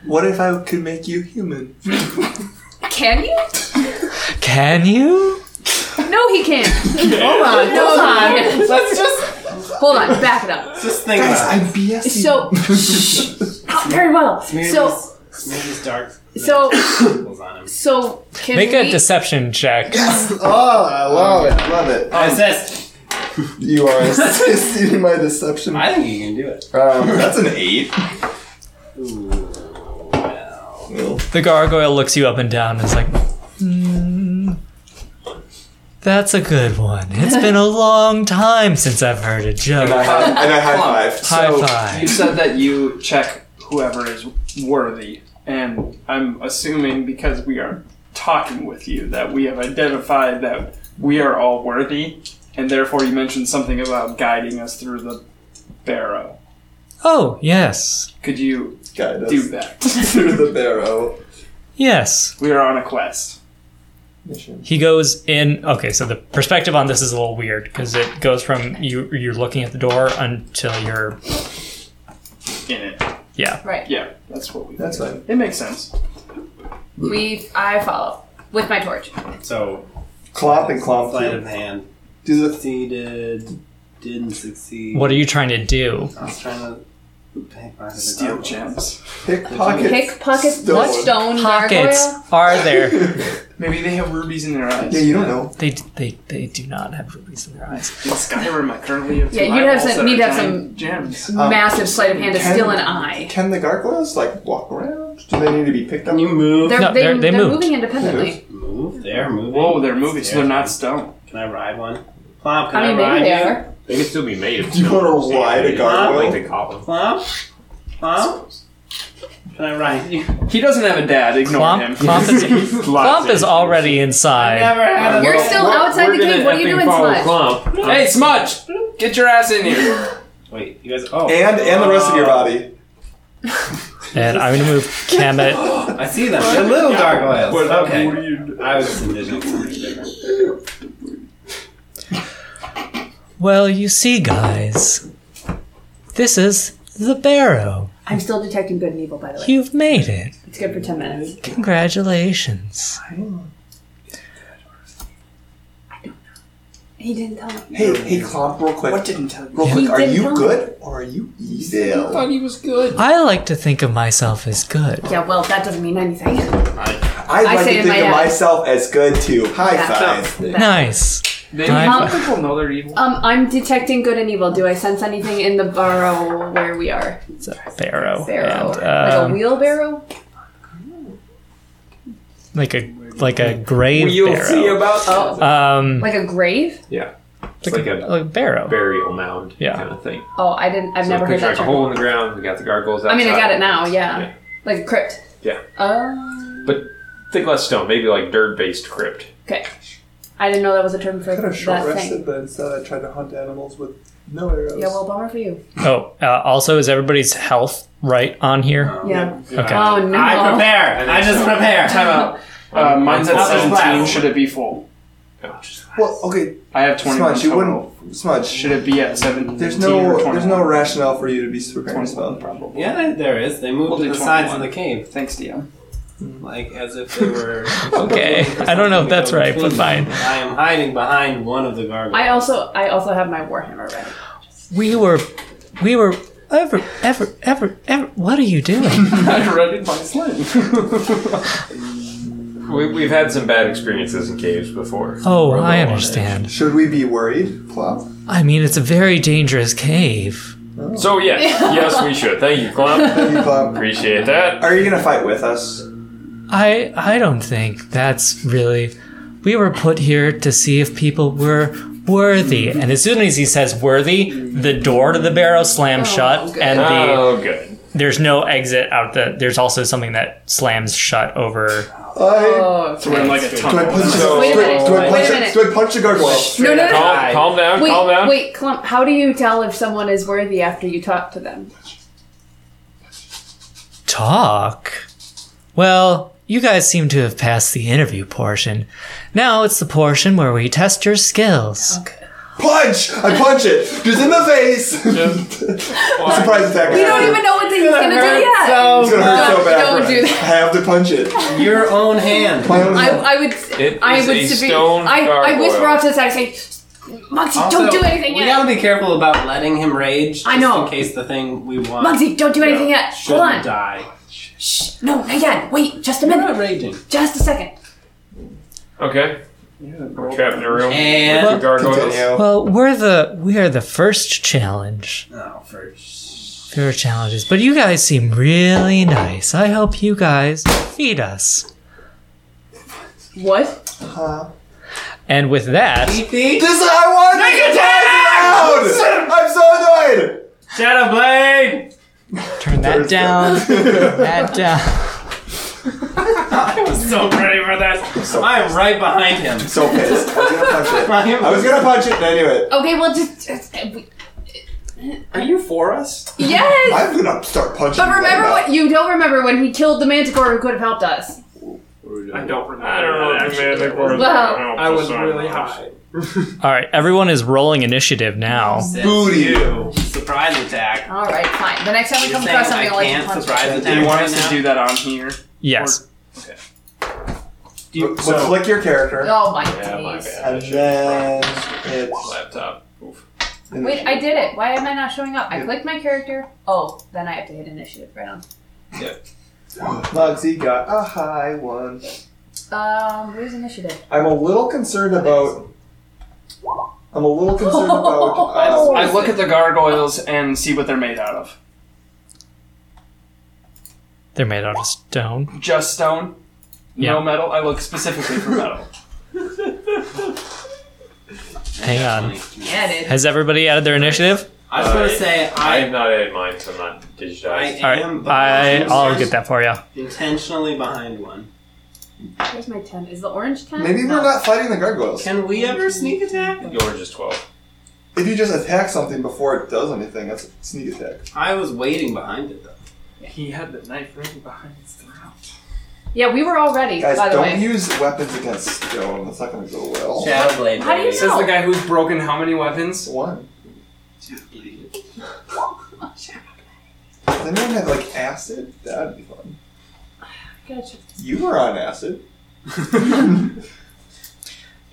Speaker 1: What if I could make you human?
Speaker 3: Can you?
Speaker 4: Can you?
Speaker 3: No, he can't. Hold on, hold on. Let's just hold on. Back it up.
Speaker 2: Just think
Speaker 1: Guys,
Speaker 2: about it.
Speaker 1: I'm BSing.
Speaker 3: So, Oh, very well.
Speaker 2: Maybe
Speaker 3: So,
Speaker 2: this- maybe this dark
Speaker 3: so,
Speaker 2: circles on him.
Speaker 3: so, can
Speaker 4: Make
Speaker 3: we?
Speaker 4: a deception check.
Speaker 1: oh, I love it, love it.
Speaker 3: Um,
Speaker 2: I assist.
Speaker 1: You are assisting my deception. Um,
Speaker 2: I think you can do it.
Speaker 1: that's an eight.
Speaker 2: Ooh. Well.
Speaker 4: The gargoyle looks you up and down and is like, "Hmm, That's a good one. It's been a long time since I've heard a
Speaker 1: And I,
Speaker 4: joke.
Speaker 1: high, and I high five.
Speaker 4: High
Speaker 6: So,
Speaker 4: five.
Speaker 6: You said that you check whoever is worthy, and I'm assuming because we are talking with you that we have identified that we are all worthy, and therefore you mentioned something about guiding us through the barrow.
Speaker 4: Oh, yes.
Speaker 6: Could you
Speaker 1: Guide us
Speaker 6: do that?
Speaker 1: through the barrow.
Speaker 4: Yes.
Speaker 6: We are on a quest.
Speaker 4: he goes in okay so the perspective on this is a little weird because it goes from you you're looking at the door until you're
Speaker 6: In it.
Speaker 4: yeah
Speaker 3: Right.
Speaker 6: Yeah, that's what we.
Speaker 1: That's fine.
Speaker 6: It makes sense.
Speaker 3: We. I follow with my torch.
Speaker 2: So,
Speaker 1: Clomp and clomp.
Speaker 2: sleight of
Speaker 1: too.
Speaker 2: hand.
Speaker 1: Do the
Speaker 2: Succeeded. Didn't succeed.
Speaker 4: what are you trying to do
Speaker 2: I was trying to
Speaker 6: Steel gems.
Speaker 1: Pickpocket.
Speaker 3: Pickpocket
Speaker 1: Stone.
Speaker 3: stone, stone
Speaker 4: Pockets
Speaker 3: gargoyle.
Speaker 4: are there.
Speaker 6: Maybe they have rubies in their eyes.
Speaker 1: Yeah, you don't know.
Speaker 4: they, they they do not have rubies in their eyes.
Speaker 6: In Skyrim, I currently have two
Speaker 3: Yeah, you'd have
Speaker 6: eyeballs
Speaker 3: some-
Speaker 6: that
Speaker 3: you'd
Speaker 6: are
Speaker 3: have
Speaker 6: giant
Speaker 3: some-
Speaker 6: gems.
Speaker 3: Massive sleight of hand to
Speaker 1: Um, Ten-
Speaker 3: steal an eye.
Speaker 1: Can the gargoyles like walk around? Do they need to be picked up?
Speaker 2: Can you move?
Speaker 3: They're,
Speaker 4: No,
Speaker 3: they,
Speaker 4: they're- they
Speaker 3: are
Speaker 4: moved.
Speaker 3: moving independently.
Speaker 2: move? They're moving.
Speaker 6: Whoa, they're moving, so they're not stone.
Speaker 2: Can I ride one? Plop, can
Speaker 3: I
Speaker 2: I,
Speaker 3: mean,
Speaker 2: ride
Speaker 3: maybe they
Speaker 2: you?
Speaker 3: are.
Speaker 9: They can still be made of
Speaker 1: Do you wanna
Speaker 9: stone.
Speaker 1: ride a
Speaker 9: Not
Speaker 1: gargoyle?
Speaker 9: Like the goblin.
Speaker 2: Plop? Plop? Can I ride you?
Speaker 6: He doesn't have a dad. Ignore
Speaker 4: Clomp,
Speaker 6: him.
Speaker 4: Clomp is, Clomp is already inside.
Speaker 2: Never had
Speaker 3: You're still outside the cave. What are you doing, Smudge?
Speaker 6: Hey, Smudge, get your ass in here.
Speaker 2: Wait, you guys. Oh.
Speaker 1: And and the rest of your
Speaker 6: Uh,
Speaker 1: body.
Speaker 4: And I'm gonna move Kemet.
Speaker 2: I see them. They're little gargoyles.
Speaker 6: What a
Speaker 2: okay.
Speaker 6: weird-
Speaker 2: I was just envisioning something different.
Speaker 4: Well, you see, guys, this is the barrow.
Speaker 3: I'm still detecting good and evil, by the way.
Speaker 4: You've made it.
Speaker 3: It's good for 10 minutes.
Speaker 4: Congratulations.
Speaker 3: He didn't tell me.
Speaker 1: Hey, hey, Clomp, real quick.
Speaker 6: What didn't tell you?
Speaker 1: real quick,
Speaker 3: He
Speaker 1: are
Speaker 3: did
Speaker 1: you
Speaker 3: not.
Speaker 1: good or are you evil?
Speaker 6: he was good.
Speaker 4: I like to think of myself as good.
Speaker 3: Yeah, well, that doesn't mean anything.
Speaker 1: I
Speaker 3: I
Speaker 1: like
Speaker 3: say
Speaker 1: to
Speaker 3: in
Speaker 1: think
Speaker 3: my uh,
Speaker 1: of
Speaker 3: head.
Speaker 1: myself as good too. High
Speaker 3: Yeah.
Speaker 1: five.
Speaker 4: Nice.
Speaker 6: They
Speaker 4: I'm-
Speaker 6: people know they're evil.
Speaker 3: Um, I'm detecting good and evil. Do I sense anything in the burrow where we are?
Speaker 4: It's a barrow.
Speaker 3: Barrow. like
Speaker 4: Oh, And,
Speaker 3: a
Speaker 4: um,
Speaker 3: wheelbarrow?
Speaker 4: like a um, like a grave
Speaker 9: You'll see
Speaker 4: barrow.
Speaker 9: about
Speaker 3: Oh.
Speaker 4: Um,
Speaker 3: Like a grave?
Speaker 9: It's like a
Speaker 4: like a barrow.
Speaker 9: burial mound
Speaker 4: Yeah.
Speaker 9: kind of thing.
Speaker 3: Oh, I didn't. I've
Speaker 9: So
Speaker 3: never heard
Speaker 9: picture
Speaker 3: that
Speaker 9: like a
Speaker 3: term.
Speaker 9: hole in the ground. We got the gargoyles outside.
Speaker 3: I mean, I got it now, yeah.
Speaker 9: Yeah.
Speaker 3: Like a crypt.
Speaker 9: Yeah.
Speaker 3: Oh.
Speaker 9: But think less stone, maybe like dirt-based crypt.
Speaker 3: Okay. I didn't know that was a term for
Speaker 1: Kind
Speaker 3: that
Speaker 1: of short
Speaker 3: thing.
Speaker 1: rested, but instead I tried to hunt animals with no arrows.
Speaker 3: Yeah, well, bummer for you.
Speaker 4: Oh, uh, also, is everybody's health right on here?
Speaker 3: Yeah.
Speaker 4: Okay.
Speaker 3: Oh, no.
Speaker 2: I prepare. I just prepare.
Speaker 6: Time out. Uh, mine's at
Speaker 2: Not the
Speaker 6: seventeen.
Speaker 2: flat.
Speaker 6: Should it be full?
Speaker 1: Well, okay,
Speaker 6: I have twenty-one
Speaker 1: Smudge, you
Speaker 6: total.
Speaker 1: wouldn't. Smudge.
Speaker 6: Should it be at seventeen?
Speaker 1: There's
Speaker 6: or
Speaker 1: no.
Speaker 6: 21?
Speaker 1: There's no rationale for you to be preparing a
Speaker 6: Twenty-one,
Speaker 1: spell.
Speaker 6: probably.
Speaker 2: Yeah, there is. They moved
Speaker 6: We'll
Speaker 2: to
Speaker 6: do
Speaker 2: the sides of
Speaker 6: 21.
Speaker 2: the cave,
Speaker 6: Thanks, DM.
Speaker 2: like as if they were.
Speaker 4: Okay. I don't know if that's right, but fine.
Speaker 2: I am hiding behind one of the gargoyles.
Speaker 3: I also I also have my warhammer ready.
Speaker 4: We were, we were ever, ever, ever, ever. What are you doing?
Speaker 6: I read my sling.
Speaker 9: We, we've had some bad experiences in caves before.
Speaker 4: Oh,
Speaker 9: We're a
Speaker 4: I
Speaker 9: little on
Speaker 4: understand.
Speaker 1: Should we be worried, Plop?
Speaker 4: I mean, it's a very dangerous cave.
Speaker 9: edge. So yes, yes, we should. Thank you, Clump.
Speaker 1: You, Plop.
Speaker 9: Appreciate that.
Speaker 1: Are you gonna fight with us?
Speaker 4: I I don't think that's really. We were put here to see if people were worthy. And as soon as he says worthy, the door to the barrow slams shut,
Speaker 3: good.
Speaker 4: and the
Speaker 9: Oh, good.
Speaker 4: there's no exit out the. There's also something that slams shut over.
Speaker 1: I.
Speaker 3: Oh, okay.
Speaker 6: We're in like a
Speaker 1: Do I punch?
Speaker 6: tunnel.
Speaker 1: do I-
Speaker 3: Wait a
Speaker 1: do I-
Speaker 3: minute,
Speaker 1: Do I
Speaker 3: wait a
Speaker 1: punch?
Speaker 3: minute.
Speaker 1: Do I punch the gargoyle?
Speaker 3: no, no, no, no.
Speaker 9: Calm, calm down.
Speaker 3: Wait,
Speaker 9: calm down.
Speaker 3: wait, clump. How do you tell if someone is worthy after you talk to them?
Speaker 4: Talk. Well, you guys seem to have passed the interview portion. Now it's the portion where we test your skills.
Speaker 1: Punch! I punch it! Just in the face! Surprise attack.
Speaker 3: You don't even know what he's gonna do yet.
Speaker 1: It's gonna hurt so
Speaker 3: Don't-
Speaker 1: bad.
Speaker 3: don't
Speaker 1: for
Speaker 3: do
Speaker 1: it.
Speaker 3: that.
Speaker 1: I have to punch it.
Speaker 2: your own hand.
Speaker 1: My own
Speaker 3: I,
Speaker 1: hand.
Speaker 3: I would.
Speaker 9: It
Speaker 3: I
Speaker 9: is
Speaker 3: would.
Speaker 9: a
Speaker 3: severe-
Speaker 9: stone
Speaker 3: I, I
Speaker 9: gargoyle.
Speaker 3: whisper out to the side. I say, Mugsy, don't
Speaker 2: Also,
Speaker 3: do anything
Speaker 2: We
Speaker 3: yet.
Speaker 2: gotta be careful about letting him rage.
Speaker 3: I
Speaker 2: just
Speaker 3: know.
Speaker 2: In case the thing we want.
Speaker 3: Mugsy, don't do anything yet. Hold
Speaker 2: Shouldn't
Speaker 3: on.
Speaker 2: die.
Speaker 3: Shh. No, not yet. Wait, just a
Speaker 2: You're
Speaker 3: minute.
Speaker 2: not raging.
Speaker 3: Just a second.
Speaker 9: Okay. We're trapped in a room.
Speaker 2: And
Speaker 9: with the gargoyles.
Speaker 1: Continue.
Speaker 4: Well, we're the we are the first challenge.
Speaker 2: oh, for sh-
Speaker 4: There are challenges, but you guys seem really nice. I hope you guys feed us.
Speaker 3: What?
Speaker 4: And with that,
Speaker 1: This is how I want Make it down! I'm so annoyed!
Speaker 2: Shadow Blade.
Speaker 4: turn that down, that down.
Speaker 2: So ready for this. I am right behind him.
Speaker 1: So pissed. I was gonna punch it. I was gonna punch it, but anyway.
Speaker 3: Okay, well, just. just uh, we-
Speaker 6: Are you for us?
Speaker 3: yes.
Speaker 1: I'm gonna start punching.
Speaker 3: but remember what you don't remember when he killed the manticore who could have helped us.
Speaker 6: I don't remember.
Speaker 9: I don't know if you made the
Speaker 6: Well,
Speaker 3: Well,
Speaker 6: I was really high.
Speaker 4: All right, everyone is rolling initiative now.
Speaker 1: Booty.
Speaker 2: You. Surprise attack.
Speaker 3: all right, fine. The next time we
Speaker 2: You're
Speaker 3: come
Speaker 2: saying
Speaker 3: across something,
Speaker 2: I
Speaker 3: I'll let you
Speaker 2: can't
Speaker 3: punch. it.
Speaker 2: surprise attack
Speaker 6: Do you want
Speaker 2: right
Speaker 6: us
Speaker 2: now?
Speaker 6: to do that on here?
Speaker 4: Yes.
Speaker 2: Do you-
Speaker 1: But
Speaker 2: so-
Speaker 1: flick your character.
Speaker 3: Oh my
Speaker 9: Yeah, my
Speaker 3: days.
Speaker 9: bad.
Speaker 1: And then it's
Speaker 9: Laptop. Oof.
Speaker 1: And
Speaker 3: Wait, I did it. Why am I not showing up? I clicked my character. Oh, then I have to hit initiative. Right on.
Speaker 1: Mugsy got a high one.
Speaker 3: Um, where's initiative?
Speaker 1: I'm a little concerned about. I'm a little concerned about. Uh,
Speaker 6: I look at the gargoyles and see what they're made out of.
Speaker 4: They're made out of stone.
Speaker 6: Just stone, no
Speaker 4: Yeah.
Speaker 6: metal. I look specifically for metal.
Speaker 4: Hang on.
Speaker 3: Yeah, it is.
Speaker 4: Has everybody added their initiative?
Speaker 2: I was gonna say
Speaker 7: I have
Speaker 2: I
Speaker 7: not added mine, so I'm not digitized.
Speaker 2: I
Speaker 4: All right.
Speaker 2: am
Speaker 4: I
Speaker 2: behind
Speaker 4: I'll
Speaker 2: one.
Speaker 4: get that for you.
Speaker 2: intentionally behind one.
Speaker 3: Where's my ten? Is the orange ten?
Speaker 1: maybe we're not fighting the gargoyles.
Speaker 2: Can we ever sneak attack?
Speaker 7: The orange is 12.
Speaker 1: If you just attack something before it does anything, that's a sneak attack.
Speaker 2: I was waiting behind it though.
Speaker 6: He had the knife right behind his throat.
Speaker 3: Yeah, we were all ready.
Speaker 1: Guys,
Speaker 3: by the
Speaker 1: don't
Speaker 3: way,
Speaker 1: use weapons against stone. That's not going to go well.
Speaker 2: Shadowblade.
Speaker 3: How do you
Speaker 2: baby.
Speaker 6: Says the guy who's broken how many weapons?
Speaker 1: One. Does anyone have like acid? That'd be fun.
Speaker 3: Gotta check this.
Speaker 1: You were on acid.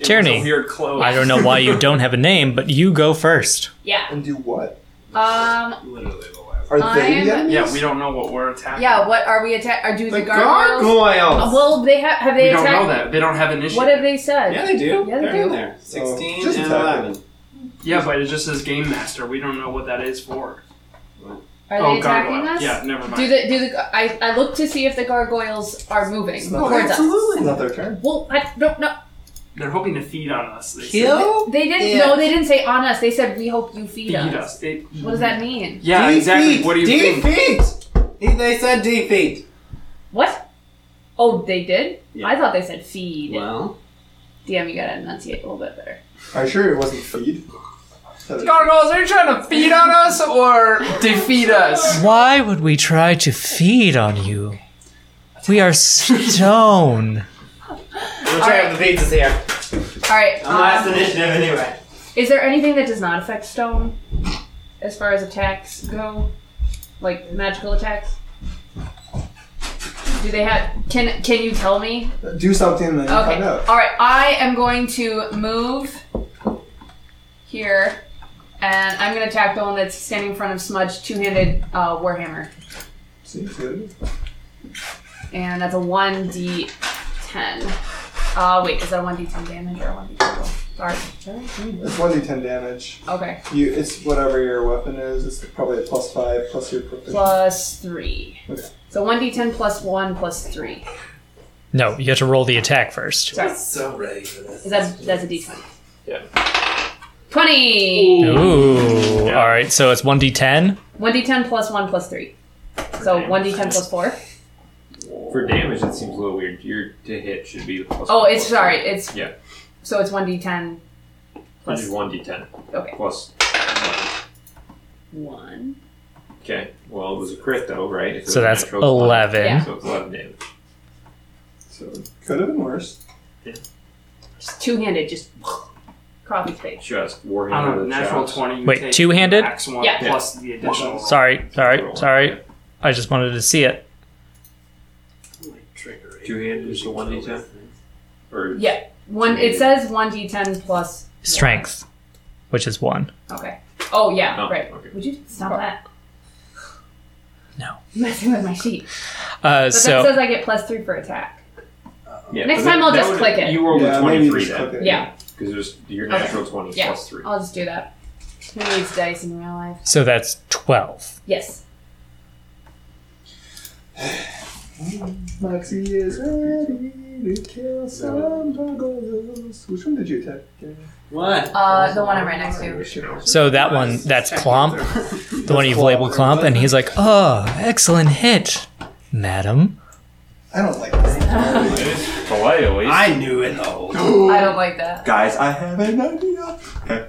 Speaker 4: Tierney.
Speaker 6: It's a weird clothes.
Speaker 4: I don't know why you don't have a name, but you go first.
Speaker 3: yeah.
Speaker 1: And do what?
Speaker 3: Um.
Speaker 2: Literally the last.
Speaker 1: Are they
Speaker 3: I'm-
Speaker 1: the enemies?
Speaker 6: Yeah, we don't know what we're attacking.
Speaker 3: Yeah. What are we attack? Are do the,
Speaker 2: The
Speaker 3: gargoyles? Uh,
Speaker 2: gargoyles.
Speaker 3: well, they have. Have
Speaker 6: We
Speaker 3: they
Speaker 6: don't
Speaker 3: attacked?
Speaker 6: know that. They don't have an issue.
Speaker 3: What have they said?
Speaker 2: Yeah, they do.
Speaker 3: Yeah, they
Speaker 2: They're
Speaker 3: do.
Speaker 2: in there.
Speaker 1: So,
Speaker 2: Sixteen
Speaker 1: just
Speaker 2: and
Speaker 1: attack
Speaker 2: eleven.
Speaker 6: yeah, but it just says Game Master. We don't know what that is for.
Speaker 3: Are
Speaker 6: oh,
Speaker 3: they attacking
Speaker 6: gargoyle.
Speaker 3: us?
Speaker 6: Yeah, never mind.
Speaker 3: Do the do the I, I look to see if the gargoyles are moving
Speaker 1: not
Speaker 3: towards us.
Speaker 1: It's not their turn.
Speaker 3: Well, I don't know.
Speaker 6: They're hoping to feed on us. They say,
Speaker 2: Kill.
Speaker 3: They didn't.
Speaker 2: Yeah.
Speaker 3: No, they didn't say on us. They said we hope you feed,
Speaker 6: Feed
Speaker 3: us.
Speaker 6: us. They-
Speaker 3: What does that mean?
Speaker 6: Yeah, exactly. What do you
Speaker 2: defeat.
Speaker 6: think?
Speaker 2: Defeat. They said defeat.
Speaker 3: What? Oh, they did.
Speaker 2: Yeah.
Speaker 3: I thought they said feed.
Speaker 2: Well,
Speaker 3: Damn, you gotta enunciate a little bit better.
Speaker 1: Are you sure it wasn't feed?
Speaker 6: Gargoyles, are you trying to feed on us or defeat us?
Speaker 4: Why would we try to feed on you? We are stone.
Speaker 2: we'll check out the pizzas here.
Speaker 3: All right.
Speaker 2: I'm last
Speaker 3: um,
Speaker 2: initiative anyway.
Speaker 3: Is there anything that does not affect stone, as far as attacks go, like magical attacks? Do they have? Can Can you tell me?
Speaker 1: Do something and then you
Speaker 3: Okay.
Speaker 1: find out.
Speaker 3: All right. I am going to move here, and I'm going to attack the one that's standing in front of Smudge, two-handed uh, warhammer,
Speaker 1: See, see what it is?
Speaker 3: and that's a one d ten. Uh, wait, is that a one d ten damage or a one d ten? Sorry.
Speaker 1: It's one d ten damage.
Speaker 3: Okay.
Speaker 1: You, it's whatever your weapon is. It's probably a plus five plus your proficiency.
Speaker 3: Plus three.
Speaker 1: Okay.
Speaker 3: So one d ten plus one plus three.
Speaker 4: No, you have to roll the attack first.
Speaker 3: Sorry.
Speaker 2: So ready for this.
Speaker 3: Is that that's a d20?
Speaker 7: Yeah.
Speaker 3: Twenty.
Speaker 4: Ooh. All right. So it's one d10.
Speaker 3: One d10 plus one plus three. So one d10 plus four.
Speaker 7: For damage, that seems a little weird. Your to hit should be the plus
Speaker 3: Oh,
Speaker 7: one,
Speaker 3: it's
Speaker 7: plus
Speaker 3: sorry. It's
Speaker 7: Yeah.
Speaker 3: So it's one d10
Speaker 7: one. Which is 1d10.
Speaker 3: Okay.
Speaker 7: Plus.
Speaker 3: one.
Speaker 7: Okay. Well, it was a crit, though, right? If it was
Speaker 4: So
Speaker 7: a
Speaker 4: that's
Speaker 7: natural one.
Speaker 4: eleven.
Speaker 3: Yeah.
Speaker 7: So it's 11 damage.
Speaker 1: So could have been worse.
Speaker 3: Just two handed, just crappie space.
Speaker 7: Just warhammer.
Speaker 6: On a
Speaker 7: the
Speaker 6: natural
Speaker 7: chops.
Speaker 6: 20. you
Speaker 4: Wait,
Speaker 6: take
Speaker 4: two-handed?
Speaker 6: Axe one
Speaker 3: Yeah.
Speaker 6: plus the additional.
Speaker 4: Sorry. Sorry. Sorry. I just wanted to see it.
Speaker 7: Two handed is a 1d10? Or
Speaker 3: Yeah. One. It says one d10 plus
Speaker 4: Strength, which is one.
Speaker 3: Okay. Oh yeah.
Speaker 7: Oh,
Speaker 3: right.
Speaker 7: okay.
Speaker 3: Would you stop that?
Speaker 4: No.
Speaker 3: Messing with my sheet.
Speaker 4: Uh,
Speaker 3: But that
Speaker 4: so
Speaker 3: says I get plus three for attack.
Speaker 7: Yeah,
Speaker 3: Next
Speaker 7: but
Speaker 3: time I'll
Speaker 7: that
Speaker 3: just
Speaker 7: would-
Speaker 3: click it.
Speaker 7: You rolled a
Speaker 1: Yeah, maybe
Speaker 7: 23
Speaker 1: just
Speaker 7: then.
Speaker 1: click it.
Speaker 3: Yeah.
Speaker 7: Because it was your
Speaker 3: Okay.
Speaker 7: natural 20
Speaker 3: Yeah.
Speaker 7: plus 3.
Speaker 3: I'll just do that. Who needs dice in real life?
Speaker 4: so that's twelve.
Speaker 3: Yes.
Speaker 1: Moxie is ready to kill some gargoyles. Which one did you attack?
Speaker 2: What?
Speaker 3: Uh, the one I'm right next to.
Speaker 4: So that one, that's Plump, the one you've labeled Clump, and he's like, "Oh, excellent hit, madam."
Speaker 1: I don't like this.
Speaker 7: Polite, at least.
Speaker 2: I knew it though.
Speaker 3: I don't like that.
Speaker 1: Guys, I have an idea. Okay.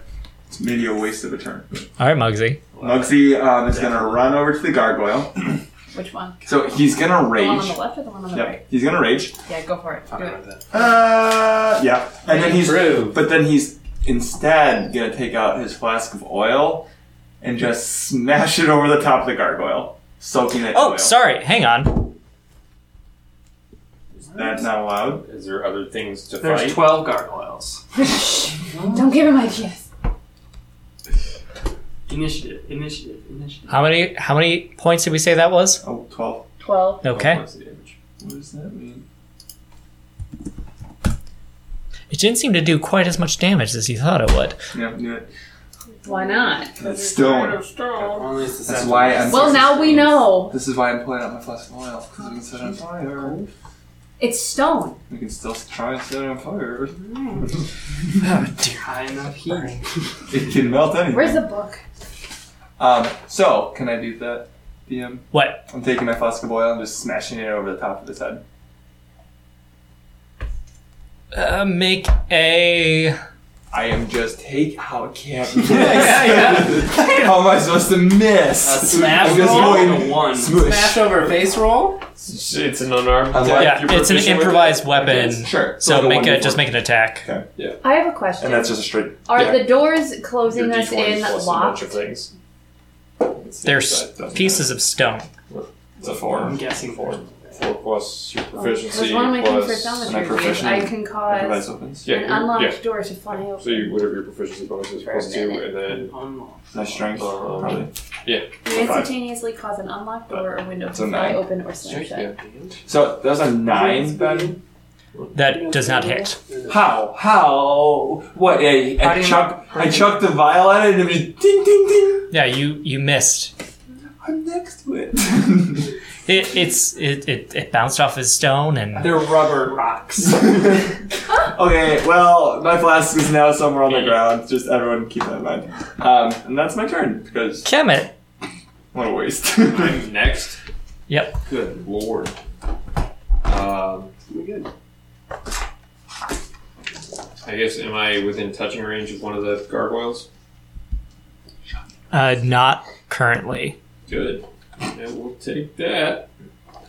Speaker 1: It's maybe a waste of a turn.
Speaker 4: All right, Mugsy.
Speaker 1: Mugsy um, is going to run over to the gargoyle.
Speaker 3: Which one?
Speaker 1: So he's going to
Speaker 3: The one on
Speaker 1: rage.
Speaker 3: the left or the one on the right?
Speaker 1: Yep, he's going to rage.
Speaker 3: Yeah, go for it. Do it.
Speaker 1: Uh, yeah. And then he's
Speaker 2: Improve.
Speaker 1: but then he's instead gonna take out his flask of oil and just smash it over the top of the gargoyle, soaking it.
Speaker 4: Oh,
Speaker 1: oil.
Speaker 4: sorry. Hang on.
Speaker 1: That's not allowed.
Speaker 7: Is there other things to
Speaker 6: There's
Speaker 7: fight?
Speaker 6: 12 gargoyles.
Speaker 3: Don't give him ideas.
Speaker 6: Initiative, initiative, initiative.
Speaker 4: How many how many points did we say that was?
Speaker 1: Oh, 12.
Speaker 3: 12.
Speaker 4: Okay.
Speaker 7: What's the damage?
Speaker 1: What does that mean?
Speaker 4: It didn't seem to do quite as much damage as you thought it would.
Speaker 1: Yeah, yeah.
Speaker 3: Why not?
Speaker 1: That's stone.
Speaker 2: Only is
Speaker 1: That's why I'm.
Speaker 3: Well, now we know.
Speaker 1: This is why I'm pulling out my flask of oil because we can set it on fire.
Speaker 3: It's stone.
Speaker 1: We can still try and set it on fire.
Speaker 6: High enough heat.
Speaker 1: It can melt anything.
Speaker 3: Ah, Where's the book?
Speaker 1: Um, so can I do that, DM?
Speaker 4: What?
Speaker 1: I'm taking my flask of oil and just smashing it over the top of his head.
Speaker 4: Uh, make a
Speaker 1: I am just take how it can't be. How am I supposed to miss?
Speaker 2: A smash
Speaker 1: I'm just
Speaker 2: roll?
Speaker 1: going
Speaker 7: One.
Speaker 1: smoosh.
Speaker 2: Smash over a face roll.
Speaker 7: It's it's an unarmed.
Speaker 1: I'm like-
Speaker 4: yeah. It's an
Speaker 7: proficient with
Speaker 4: improvised weapon.
Speaker 1: Sure.
Speaker 4: So
Speaker 1: like
Speaker 4: make a
Speaker 1: one
Speaker 4: just make an attack.
Speaker 3: I have a question.
Speaker 1: And that's just a straight.
Speaker 3: Are
Speaker 1: yeah.
Speaker 3: the doors closing us
Speaker 7: D20
Speaker 3: in
Speaker 7: plus a
Speaker 3: locked?
Speaker 7: bunch of things.
Speaker 4: There's pieces of stone.
Speaker 1: It's a four.
Speaker 6: I'm guessing four.
Speaker 7: Four plus your
Speaker 3: Because
Speaker 7: proficiency
Speaker 3: Oh, one of my things for
Speaker 7: plus.
Speaker 1: my
Speaker 3: thaumaturgy is
Speaker 1: proficiency.
Speaker 3: I can
Speaker 1: Improvise
Speaker 3: cause
Speaker 1: opens.
Speaker 7: yeah,
Speaker 3: an
Speaker 7: you-
Speaker 3: unlocked
Speaker 7: yeah.
Speaker 3: door to fly open.
Speaker 7: So you, whatever your proficiency bonus is,
Speaker 3: For a
Speaker 7: plus two,
Speaker 3: minute.
Speaker 7: and then
Speaker 1: My strength,
Speaker 7: Um,
Speaker 1: probably.
Speaker 3: You instantaneously cause an unlocked door or window
Speaker 1: So
Speaker 3: to fly
Speaker 1: nine.
Speaker 3: open or slam shut.
Speaker 7: yeah.
Speaker 1: So that was a nine, Ben.
Speaker 4: That does not hit.
Speaker 1: How? How? What? A,
Speaker 6: How
Speaker 1: a
Speaker 6: do you
Speaker 1: chuck? I chucked the vial at it and it was ding, ding, ding.
Speaker 4: Yeah, you you missed.
Speaker 1: I'm next to it.
Speaker 4: It it's it, it, it bounced off his stone and
Speaker 6: They're rubber rocks.
Speaker 1: okay, well, my flask is now somewhere on the ground. Just everyone keep that in mind. Um, and that's my turn because
Speaker 4: Kemet.
Speaker 1: what a waste.
Speaker 7: I'm next.
Speaker 4: Yep.
Speaker 7: Good lord. Um, I guess am I within touching range of one of the gargoyles?
Speaker 4: Uh, not currently.
Speaker 7: Good. I will take that.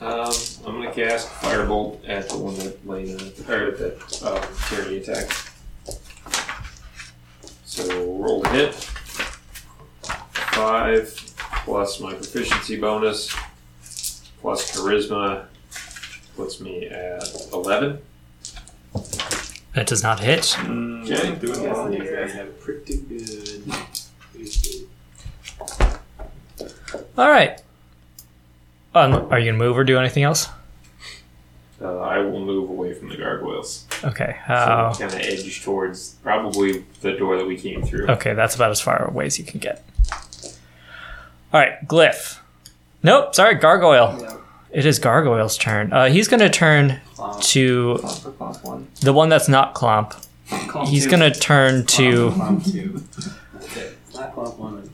Speaker 7: Um, I'm gonna cast firebolt at the one that Lena or at that uh, tyranny attack. So roll to hit. Five plus my proficiency bonus plus charisma puts me at eleven.
Speaker 4: That does not hit.
Speaker 7: Okay.
Speaker 6: Mm,
Speaker 1: doing well.
Speaker 2: Pretty good.
Speaker 4: All right. Um, are you gonna move or do anything else?
Speaker 7: Uh, I will move away from the gargoyles.
Speaker 4: Okay.
Speaker 7: So
Speaker 4: Uh,
Speaker 7: kind of edge towards probably the door that we came through.
Speaker 4: okay, that's about as far away as you can get. All right, Glyph. Nope, sorry, Gargoyle. It is Gargoyle's turn. Uh, he's gonna turn to the one that's not Clomp. He's gonna turn to.
Speaker 2: Clomp two. Okay. Not clomp one. and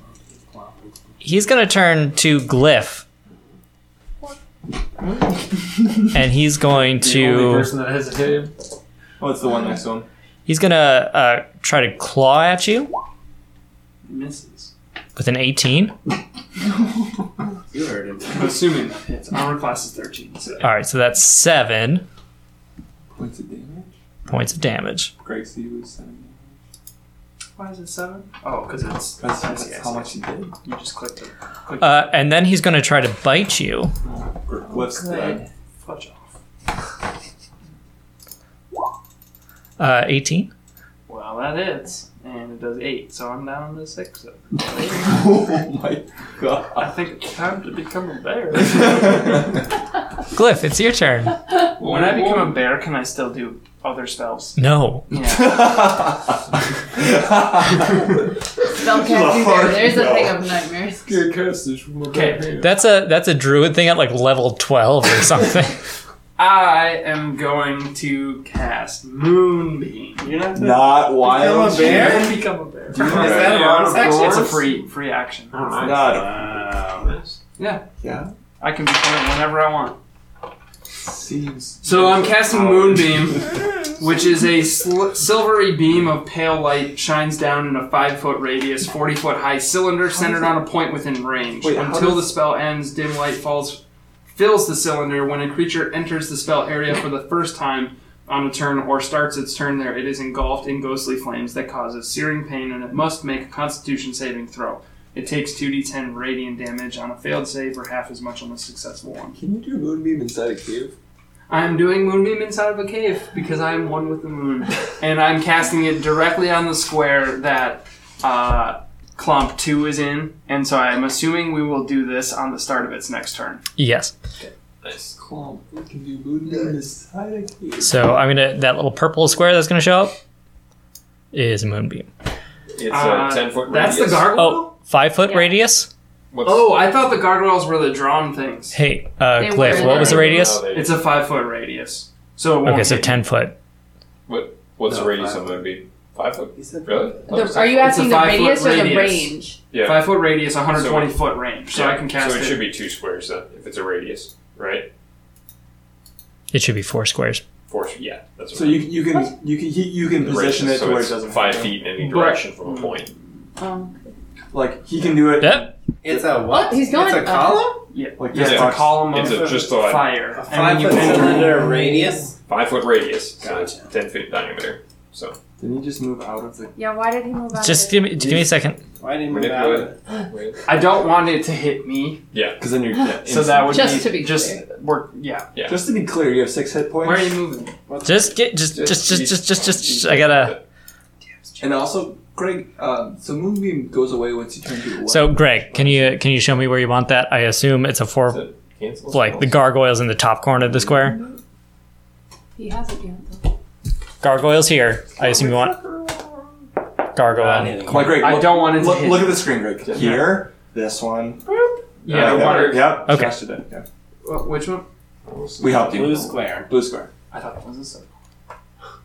Speaker 2: Clomp two.
Speaker 4: he's gonna turn to Glyph. and he's going to
Speaker 7: that hesitated.
Speaker 1: What's Oh, the one next to him?
Speaker 4: he's gonna uh, try to claw at you
Speaker 6: Misses.
Speaker 4: with an 18
Speaker 2: You heard him.
Speaker 6: I'm assuming that hits. Armor class is 13. So.
Speaker 4: all right so that's seven
Speaker 1: Points of damage.
Speaker 4: points of damage
Speaker 1: Greg C was saying.
Speaker 6: Why is it 7? Oh, because it's.
Speaker 1: That's,
Speaker 6: I
Speaker 1: that's
Speaker 6: see, I
Speaker 1: how
Speaker 6: see.
Speaker 1: much he did.
Speaker 6: You just clicked it.
Speaker 4: uh, and then he's gonna try to bite you
Speaker 1: Glyph's dead.
Speaker 6: Fudge off.
Speaker 4: uh, 18
Speaker 6: Well, that hits. And it does 8, so I'm down to 6. So.
Speaker 1: oh my
Speaker 6: I
Speaker 1: god.
Speaker 6: think it's time to become a bear.
Speaker 4: glyph it's your turn
Speaker 6: when I become a bear, can I still do other spells?
Speaker 4: no
Speaker 6: Yeah.
Speaker 3: Spellcasting there. There's a thing of nightmares.
Speaker 6: Okay.
Speaker 4: that's a that's a druid thing at like level 12 or something
Speaker 6: I am going to cast Moonbeam.
Speaker 2: You're not.
Speaker 1: Not wild.
Speaker 2: Become a bear?
Speaker 1: shit.
Speaker 6: And become a bear.
Speaker 1: you want
Speaker 2: Is that a bonus action?
Speaker 6: It's a free free action.
Speaker 1: Not.
Speaker 6: I can become it whenever I want.
Speaker 1: Seems.
Speaker 6: So I'm casting Moonbeam, which is a sl- silvery beam of pale light shines down in a five foot radius, forty foot high cylinder centered on a point within range.
Speaker 1: Wait, how
Speaker 6: Until the
Speaker 1: does-
Speaker 6: spell ends, dim light falls, fills the cylinder. When a creature enters the spell area for the first time on a turn or starts its turn there, it is engulfed in ghostly flames that causes searing pain, and it must make a Constitution saving throw. It takes two d10 radiant damage on a failed save, or half as much on a successful one.
Speaker 1: Can you do moonbeam inside a cave?
Speaker 6: I'm doing Moonbeam inside of a cave because I am one with the moon. And I'm casting it directly on the square that uh, Clomp 2 is in, and so I'm assuming we will do this on the start of its next turn.
Speaker 4: Yes.
Speaker 7: Nice. Cool. We can do moon
Speaker 4: So I'm gonna that little purple square that's gonna show up is a moonbeam.
Speaker 7: It's a
Speaker 6: Uh,
Speaker 7: ten foot.
Speaker 6: That's the
Speaker 7: radius.
Speaker 6: gargoyle?
Speaker 4: Oh, five foot
Speaker 3: Yeah.
Speaker 4: radius.
Speaker 7: What's-
Speaker 6: Oh, I thought the gargoyles were the drawn things.
Speaker 4: Hey, uh,
Speaker 3: They
Speaker 4: Cliff,
Speaker 3: were-
Speaker 4: what was the
Speaker 3: No,
Speaker 4: radius?
Speaker 7: they-
Speaker 6: It's a five foot radius. So it won't
Speaker 4: Okay, so
Speaker 6: hit.
Speaker 4: ten foot.
Speaker 7: What, what's
Speaker 10: No,
Speaker 7: the radius
Speaker 10: five
Speaker 7: of it? Be five foot?
Speaker 10: He said-
Speaker 7: Really?
Speaker 3: The, are you asking the
Speaker 6: five-foot
Speaker 3: radius or the
Speaker 6: radius.
Speaker 3: range?
Speaker 7: Yeah.
Speaker 6: Five foot radius, 120
Speaker 7: So-
Speaker 6: foot range. So
Speaker 7: Yeah,
Speaker 6: I can cast
Speaker 7: So it
Speaker 6: it.
Speaker 7: should be two squares then, if it's a radius, right?
Speaker 4: It should be four squares.
Speaker 7: Four. Yeah, that's what
Speaker 1: So you you can you can he, you can
Speaker 7: The
Speaker 1: position it
Speaker 7: radius, so
Speaker 1: to where it
Speaker 7: it's
Speaker 1: doesn't Mm.
Speaker 7: five
Speaker 1: hurt him.
Speaker 7: feet in any
Speaker 6: Right.
Speaker 7: direction from a point.
Speaker 3: Um,
Speaker 1: Like he can do it.
Speaker 4: Yep.
Speaker 2: It's a what?
Speaker 3: What? He's going-
Speaker 2: It's a column?
Speaker 6: yeah,
Speaker 1: Like
Speaker 6: yeah,
Speaker 1: this
Speaker 6: it's a
Speaker 7: box.
Speaker 6: column
Speaker 7: It's
Speaker 6: of
Speaker 7: a, just a
Speaker 6: fire.
Speaker 2: A
Speaker 6: and
Speaker 2: five
Speaker 6: when you
Speaker 2: foot cylinder radius?
Speaker 7: five foot radius, so it's ten feet diameter. So
Speaker 1: Didn't he just move out of the?
Speaker 3: yeah, why did he move out?
Speaker 4: Just
Speaker 3: of it?
Speaker 4: give me give me a second.
Speaker 2: Why didn't we
Speaker 7: Manipulate.
Speaker 2: have it?
Speaker 6: I don't want it to hit me,
Speaker 1: Because then you're. Yeah,
Speaker 6: so that would
Speaker 3: Just
Speaker 6: be,
Speaker 3: to be
Speaker 6: just work. Yeah.
Speaker 7: yeah.
Speaker 1: Just to be clear, you have six hit
Speaker 6: Where are
Speaker 1: points,
Speaker 6: you moving?
Speaker 4: Just get just just just just just just. just- I gotta.
Speaker 1: and also Greg. Um, so moonbeam goes away once you turn to one.
Speaker 4: So Greg, can you can you show me where you want that? I assume it's a
Speaker 7: Is
Speaker 4: four.
Speaker 7: it cancel?
Speaker 4: Like the gargoyles in the top corner of the square.
Speaker 3: He hasn't yet. though.
Speaker 4: Gargoyles here. I assume you want
Speaker 2: I
Speaker 4: gargoyle.
Speaker 2: need
Speaker 1: Come on, Greg.
Speaker 6: I
Speaker 1: look-
Speaker 6: don't want it to
Speaker 1: Look,
Speaker 6: hit.
Speaker 1: look at the screen, Greg. Here, this one.
Speaker 6: yeah,
Speaker 1: Yep,
Speaker 6: the water.
Speaker 1: Yep.
Speaker 4: Okay.
Speaker 1: Just did it, yeah.
Speaker 6: Wh- Which one?
Speaker 1: We helped
Speaker 2: a
Speaker 1: you.
Speaker 2: blue square.
Speaker 1: Blue square.
Speaker 6: I thought it was this one.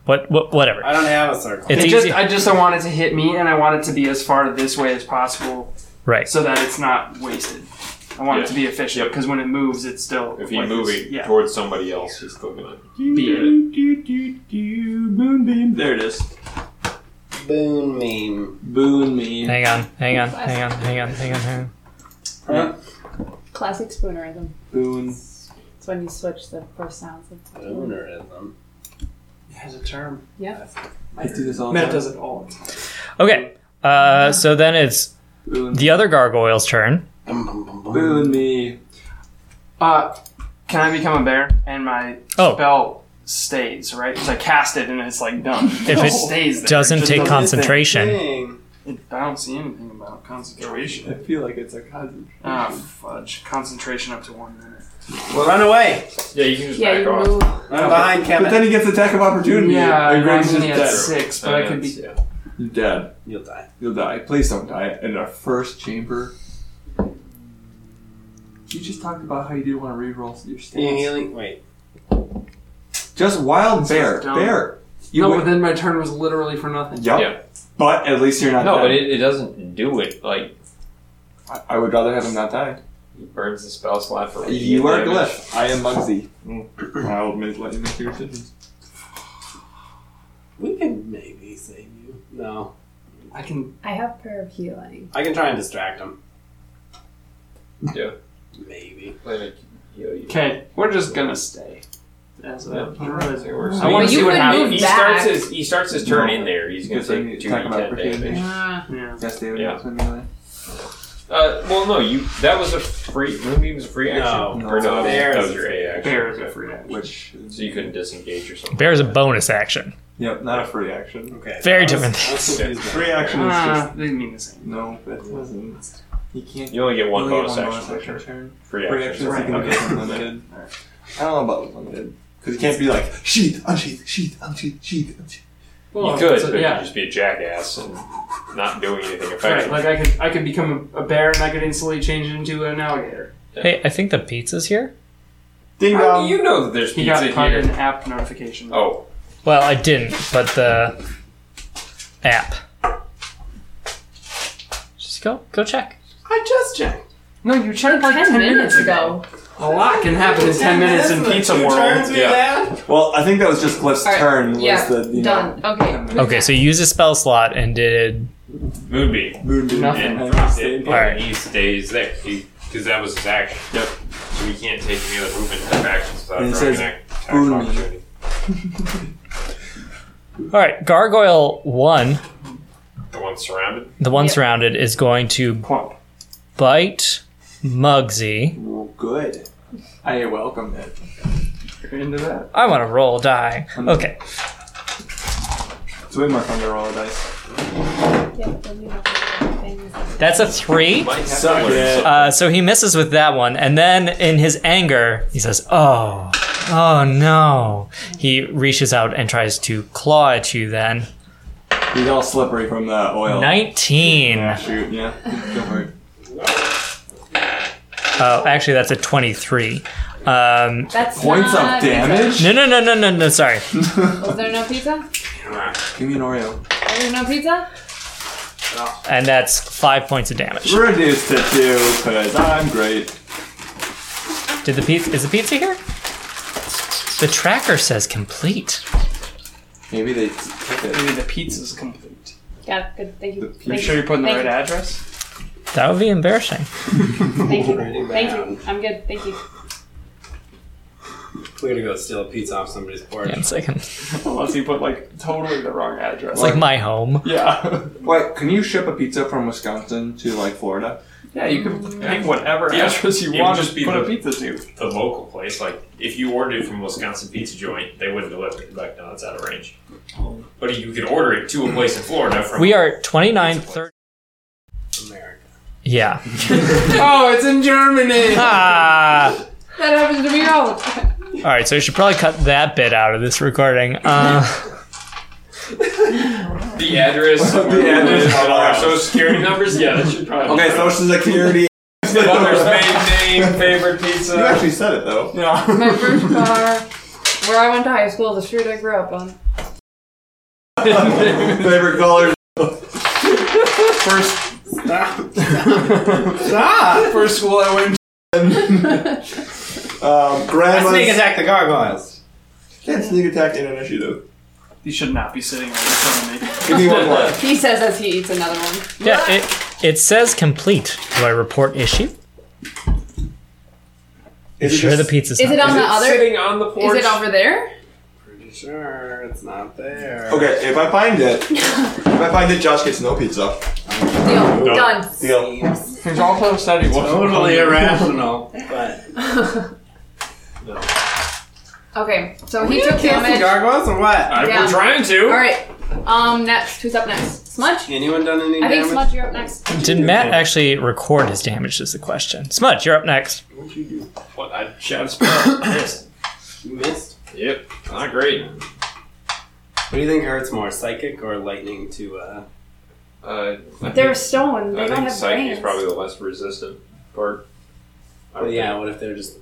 Speaker 4: What, what whatever.
Speaker 2: I don't have a circle.
Speaker 4: It's
Speaker 6: It
Speaker 4: easy.
Speaker 6: just, I just don't want it to hit me, and I want it to be as far this way as possible,
Speaker 4: right.
Speaker 6: so that it's not wasted. I want it to be efficient
Speaker 7: Yep.
Speaker 6: because when it moves, it's still
Speaker 7: If he's
Speaker 6: like this.
Speaker 7: moving
Speaker 6: yeah,
Speaker 7: towards somebody else, he's still gonna
Speaker 6: be it.
Speaker 1: Moonbeam. There it is.
Speaker 2: Boom meme.
Speaker 1: Boon me.
Speaker 4: Hang on. Hang on. Hang on. Hang on. Hang on. Hang on.
Speaker 3: Classic spoonerism.
Speaker 1: Boon.
Speaker 3: It's when you switch the first sounds. Of
Speaker 2: Boonerism.
Speaker 6: It has a term.
Speaker 3: Yeah.
Speaker 1: I do this all the
Speaker 6: Matt
Speaker 1: time.
Speaker 6: does it all the time.
Speaker 4: Okay. Uh, so then it's
Speaker 1: Boon.
Speaker 4: the other gargoyle's turn.
Speaker 2: Bum, bum, bum, bum.
Speaker 1: Boon me.
Speaker 6: Uh, can I become a bear? And my
Speaker 4: Oh.
Speaker 6: spell stays right because I cast it and it's like done. If
Speaker 4: it
Speaker 6: stays there,
Speaker 4: Doesn't
Speaker 6: just
Speaker 4: take
Speaker 6: doesn't-
Speaker 4: concentration.
Speaker 2: Dang.
Speaker 6: I don't see anything about
Speaker 1: I
Speaker 6: concentration.
Speaker 1: feel like it's a concentration.
Speaker 6: Ah, fudge! Concentration up to one minute.
Speaker 2: Well, run away.
Speaker 7: Yeah, you can just
Speaker 3: Yeah,
Speaker 7: back
Speaker 3: you
Speaker 7: off.
Speaker 3: move.
Speaker 2: Run behind
Speaker 1: But
Speaker 2: Kevin.
Speaker 1: then he gets attack of opportunity.
Speaker 6: Yeah,
Speaker 1: and Greg's
Speaker 6: I'm
Speaker 1: just
Speaker 6: only at
Speaker 1: dead.
Speaker 6: six, but I could be.
Speaker 7: Yeah.
Speaker 1: You're dead.
Speaker 2: You'll die.
Speaker 1: You'll die. Please don't die. In our first chamber. You just talked about how you didn't want to reroll your
Speaker 2: You
Speaker 1: stats.
Speaker 2: healing? Wait.
Speaker 1: Just wild bear.
Speaker 6: Just don't.
Speaker 1: Bear. You
Speaker 6: No,
Speaker 1: win.
Speaker 6: but then my turn was literally for nothing.
Speaker 1: Yup.
Speaker 7: Yeah.
Speaker 1: But at least you're not
Speaker 9: No,
Speaker 1: dead.
Speaker 9: but it, it doesn't do it. Like
Speaker 1: I, I would rather have him not die.
Speaker 9: he burns the spell slot for
Speaker 1: You are
Speaker 9: damage.
Speaker 1: Glyph. I am Mugsy.
Speaker 7: Mm.
Speaker 1: I will make, let you make your decisions.
Speaker 2: We can maybe save you. No.
Speaker 6: I can.
Speaker 3: I have prayer of healing.
Speaker 2: I can try and distract him.
Speaker 7: Yeah.
Speaker 2: Maybe.
Speaker 7: Like, heal you.
Speaker 6: Okay, we're just gonna stay. As a,
Speaker 7: Yeah.
Speaker 6: I realize it works.
Speaker 7: I
Speaker 6: I
Speaker 7: mean,
Speaker 6: want to
Speaker 3: you
Speaker 6: see what
Speaker 3: could
Speaker 6: happens.
Speaker 3: move
Speaker 7: He
Speaker 3: back.
Speaker 7: starts his he starts his turn in there. He's gonna
Speaker 1: Good thing you
Speaker 7: take two
Speaker 1: talk
Speaker 7: d10
Speaker 1: about opportunity.
Speaker 7: damage.
Speaker 3: Ah,
Speaker 6: Yeah.
Speaker 1: Yes, David.
Speaker 7: Yeah.
Speaker 1: that's what I'm gonna-
Speaker 7: Uh, well, no, you that was a free moonbeam was a free action.
Speaker 2: No.
Speaker 7: or no,
Speaker 2: Bear
Speaker 7: that
Speaker 2: is
Speaker 7: was your A action.
Speaker 6: Bear is a free action.
Speaker 1: Which,
Speaker 7: So you couldn't disengage or something.
Speaker 4: Bear's a bonus action.
Speaker 1: yep, not a free action.
Speaker 2: Okay.
Speaker 4: Very
Speaker 2: I was-
Speaker 4: different
Speaker 2: I was
Speaker 4: things.
Speaker 2: confused now.
Speaker 1: Free action is
Speaker 6: Ah,
Speaker 1: just
Speaker 6: they mean the same.
Speaker 1: no. That doesn't. You can't.
Speaker 7: You only get one
Speaker 1: only get
Speaker 7: bonus action. per
Speaker 1: action
Speaker 7: turn.
Speaker 1: per turn.
Speaker 7: Free
Speaker 1: Free
Speaker 7: action.
Speaker 1: action is
Speaker 6: Right,
Speaker 1: you can
Speaker 6: okay.
Speaker 1: get unlimited. I don't know about unlimited because you can't be like sheath, unsheath, sheath, unsheath, sheath, unsheath.
Speaker 7: You
Speaker 6: Well,
Speaker 7: could,
Speaker 6: so-
Speaker 7: but
Speaker 6: yeah.
Speaker 7: you'd just be a jackass and not doing anything
Speaker 6: Right,
Speaker 7: effective.
Speaker 6: like I could, I could become a, a bear and I could instantly change into an alligator.
Speaker 4: Hey, I think the pizza's here.
Speaker 1: Ding
Speaker 7: How do
Speaker 1: dong.
Speaker 7: you know that there's
Speaker 6: um, He
Speaker 7: pizza
Speaker 6: got caught
Speaker 7: here?
Speaker 6: in app notification.
Speaker 7: Oh,
Speaker 4: Well, I didn't, but the app. Just go go check.
Speaker 6: I just checked. No, you checked like
Speaker 3: ten minutes ago.
Speaker 6: A lot can happen in ten minutes in
Speaker 2: That's the
Speaker 6: pizza
Speaker 2: two turns
Speaker 6: world.
Speaker 2: we
Speaker 7: Yeah.
Speaker 2: had?
Speaker 1: Well, I think that was just Cliff's
Speaker 3: All right,
Speaker 1: turn. Was
Speaker 3: yeah,
Speaker 1: the you
Speaker 3: Done. Okay.
Speaker 4: Okay, so you used a spell slot and did
Speaker 7: Moonbeam.
Speaker 1: know moon
Speaker 6: Nothing.
Speaker 1: and-
Speaker 7: And
Speaker 4: Alright.
Speaker 7: he stays there because that was his action. Yep. So he can't take any other movement or actions without
Speaker 1: And it
Speaker 7: throwing
Speaker 1: says,
Speaker 7: an act- attack
Speaker 1: "Boom."
Speaker 7: opportunity.
Speaker 4: All right, gargoyle 1,
Speaker 7: The one surrounded.
Speaker 4: the one
Speaker 3: Yeah.
Speaker 4: surrounded is going to
Speaker 6: Plump.
Speaker 4: bite Mugsy.
Speaker 1: Well, good. I welcome it.
Speaker 6: You're into that.
Speaker 4: I want to roll a die. Okay.
Speaker 1: It's way more fun to roll a dice.
Speaker 4: That's a three.
Speaker 1: Suck it.
Speaker 4: Uh, so he misses with that one, and then in his anger, he says, "Oh, oh no!" He reaches out and tries to claw at you. Then
Speaker 1: He's all slippery from the oil.
Speaker 4: nineteen.
Speaker 1: Yeah, shoot, yeah. Don't worry.
Speaker 4: Oh, actually, that's a twenty-three. Um,
Speaker 3: That's
Speaker 1: Points
Speaker 3: not
Speaker 1: of damage?
Speaker 4: no, no, no, no, no, no. Sorry.
Speaker 3: Pizza. Was there no pizza?
Speaker 1: Give me an Oreo.
Speaker 3: Was there no pizza?
Speaker 4: And that's five points of damage.
Speaker 1: Reduced to two, because I'm great.
Speaker 4: Did the pizza? Is the pizza here? The tracker says complete.
Speaker 1: Maybe they took it.
Speaker 6: Maybe the pizza's complete.
Speaker 3: Yeah, good. Thank you.
Speaker 6: Make sure you're putting the
Speaker 3: Thank
Speaker 6: right
Speaker 3: you.
Speaker 6: address.
Speaker 4: That would be embarrassing.
Speaker 3: Thank you. Thank you. I'm good. Thank you.
Speaker 2: We're gonna go steal a pizza off somebody's porch.
Speaker 4: Yeah, it's like it's
Speaker 6: Unless you put like totally the wrong address.
Speaker 4: like my home.
Speaker 6: yeah.
Speaker 1: What? Can you ship a pizza from Wisconsin to like Florida?
Speaker 6: Yeah, you can pick whatever
Speaker 7: Yeah.
Speaker 6: address you
Speaker 7: It would
Speaker 6: want
Speaker 7: just
Speaker 6: to
Speaker 7: be
Speaker 6: put a
Speaker 7: the-
Speaker 6: pizza to.
Speaker 7: The local place, like if you ordered it from a Wisconsin pizza joint, they wouldn't deliver it. Like, no, it's out of range. But you could order it to a place in Florida from.
Speaker 4: We are 29, 30.
Speaker 2: America.
Speaker 4: Yeah.
Speaker 2: Oh, it's in Germany.
Speaker 4: Ah!
Speaker 3: That happens to me all the time.
Speaker 4: All right, so we should probably cut that bit out of this recording. Uh,
Speaker 7: the address,
Speaker 1: The
Speaker 7: where we
Speaker 1: address.
Speaker 7: live, all our social security numbers. Yeah, that should probably.
Speaker 1: Okay, Social Security.
Speaker 7: mother's maiden name, favorite
Speaker 1: You
Speaker 7: pizza.
Speaker 1: actually said it though.
Speaker 3: My first car, where I went to high school, the street I grew up on.
Speaker 1: Favorite color. um,
Speaker 6: First, ah,
Speaker 1: First school I went to. um, grandma's.
Speaker 2: Sneak attack the gargoyles.
Speaker 1: Can't sneak attack in an initiative.
Speaker 6: you should not be sitting right in front of me.
Speaker 1: Give me one more.
Speaker 3: He says as he eats another one.
Speaker 4: yeah, it, it says complete. Do I report issue?
Speaker 1: Is it
Speaker 4: Sure, the
Speaker 1: just-
Speaker 4: pizza's
Speaker 3: Is
Speaker 4: not
Speaker 3: it on the other?
Speaker 7: Sitting on the
Speaker 3: Is
Speaker 7: porch.
Speaker 3: it over there?
Speaker 2: Pretty sure it's not there.
Speaker 7: Oh,
Speaker 1: Okay, if I find it, if I find it, Josh gets no pizza.
Speaker 3: Deal. Done.
Speaker 1: Deal.
Speaker 6: There's also a study.
Speaker 2: Totally
Speaker 7: oh,
Speaker 2: irrational. But
Speaker 3: Okay, so he took damage.
Speaker 2: gargoyles or what?
Speaker 7: I-
Speaker 3: Yeah.
Speaker 7: We're trying to.
Speaker 3: All right. Um, next, who's up next? Smudge.
Speaker 2: Anyone done any
Speaker 3: I think
Speaker 2: damage?
Speaker 3: Smudge, you're up next.
Speaker 4: Did
Speaker 2: Oh.
Speaker 4: Matt actually record his damage? Is the question. Smudge, you're up next.
Speaker 7: What? I shot a spell. Yes.
Speaker 2: You missed.
Speaker 7: Yep. Not great.
Speaker 2: What do you think hurts more, psychic or lightning to? uh...
Speaker 7: Uh, I
Speaker 3: They're
Speaker 7: think,
Speaker 3: stone. They
Speaker 7: I
Speaker 3: don't
Speaker 7: think
Speaker 3: have
Speaker 7: psychic
Speaker 3: brains.
Speaker 7: is probably the less resistant part. I would
Speaker 2: oh, Yeah. What if they're just uh,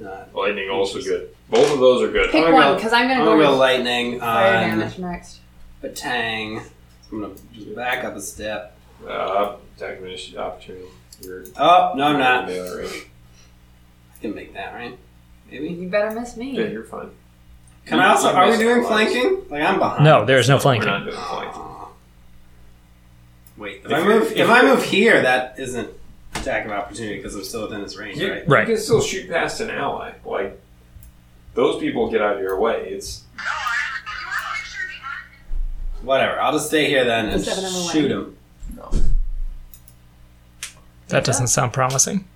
Speaker 2: not?
Speaker 7: think Lightning also good. Both of those are good.
Speaker 3: Pick
Speaker 2: I'm gonna
Speaker 3: one,
Speaker 2: go-
Speaker 3: because I'm
Speaker 2: I'm
Speaker 3: gonna
Speaker 2: gonna
Speaker 3: go
Speaker 2: go
Speaker 3: with
Speaker 2: oh, lightning
Speaker 3: fire
Speaker 2: on
Speaker 3: damage next.
Speaker 2: Batang. I'm gonna just back up a step.
Speaker 7: Uh, attack of initiative opportunity. You're
Speaker 2: Oh no, I'm not.
Speaker 7: Yeah, right.
Speaker 2: I can make that right. Maybe.
Speaker 3: You better miss me.
Speaker 7: Yeah, you're fine.
Speaker 2: Can I also?
Speaker 7: You
Speaker 2: Are we
Speaker 7: missed
Speaker 2: doing
Speaker 7: once.
Speaker 2: flanking? Like I'm behind.
Speaker 4: No, there is no
Speaker 7: We're
Speaker 4: flanking.
Speaker 7: not doing flanking.
Speaker 2: Wait. If,
Speaker 7: If
Speaker 2: I
Speaker 7: you're-
Speaker 2: move, if,
Speaker 7: if
Speaker 2: I move here, that isn't attack of opportunity because I'm still within his range,
Speaker 7: You,
Speaker 2: right?
Speaker 4: Right.
Speaker 7: you can still shoot past an ally. Like those people get out of your way. It's
Speaker 2: Whatever. I'll just stay here then and
Speaker 3: Just have another
Speaker 2: shoot him.
Speaker 4: That doesn't sound promising.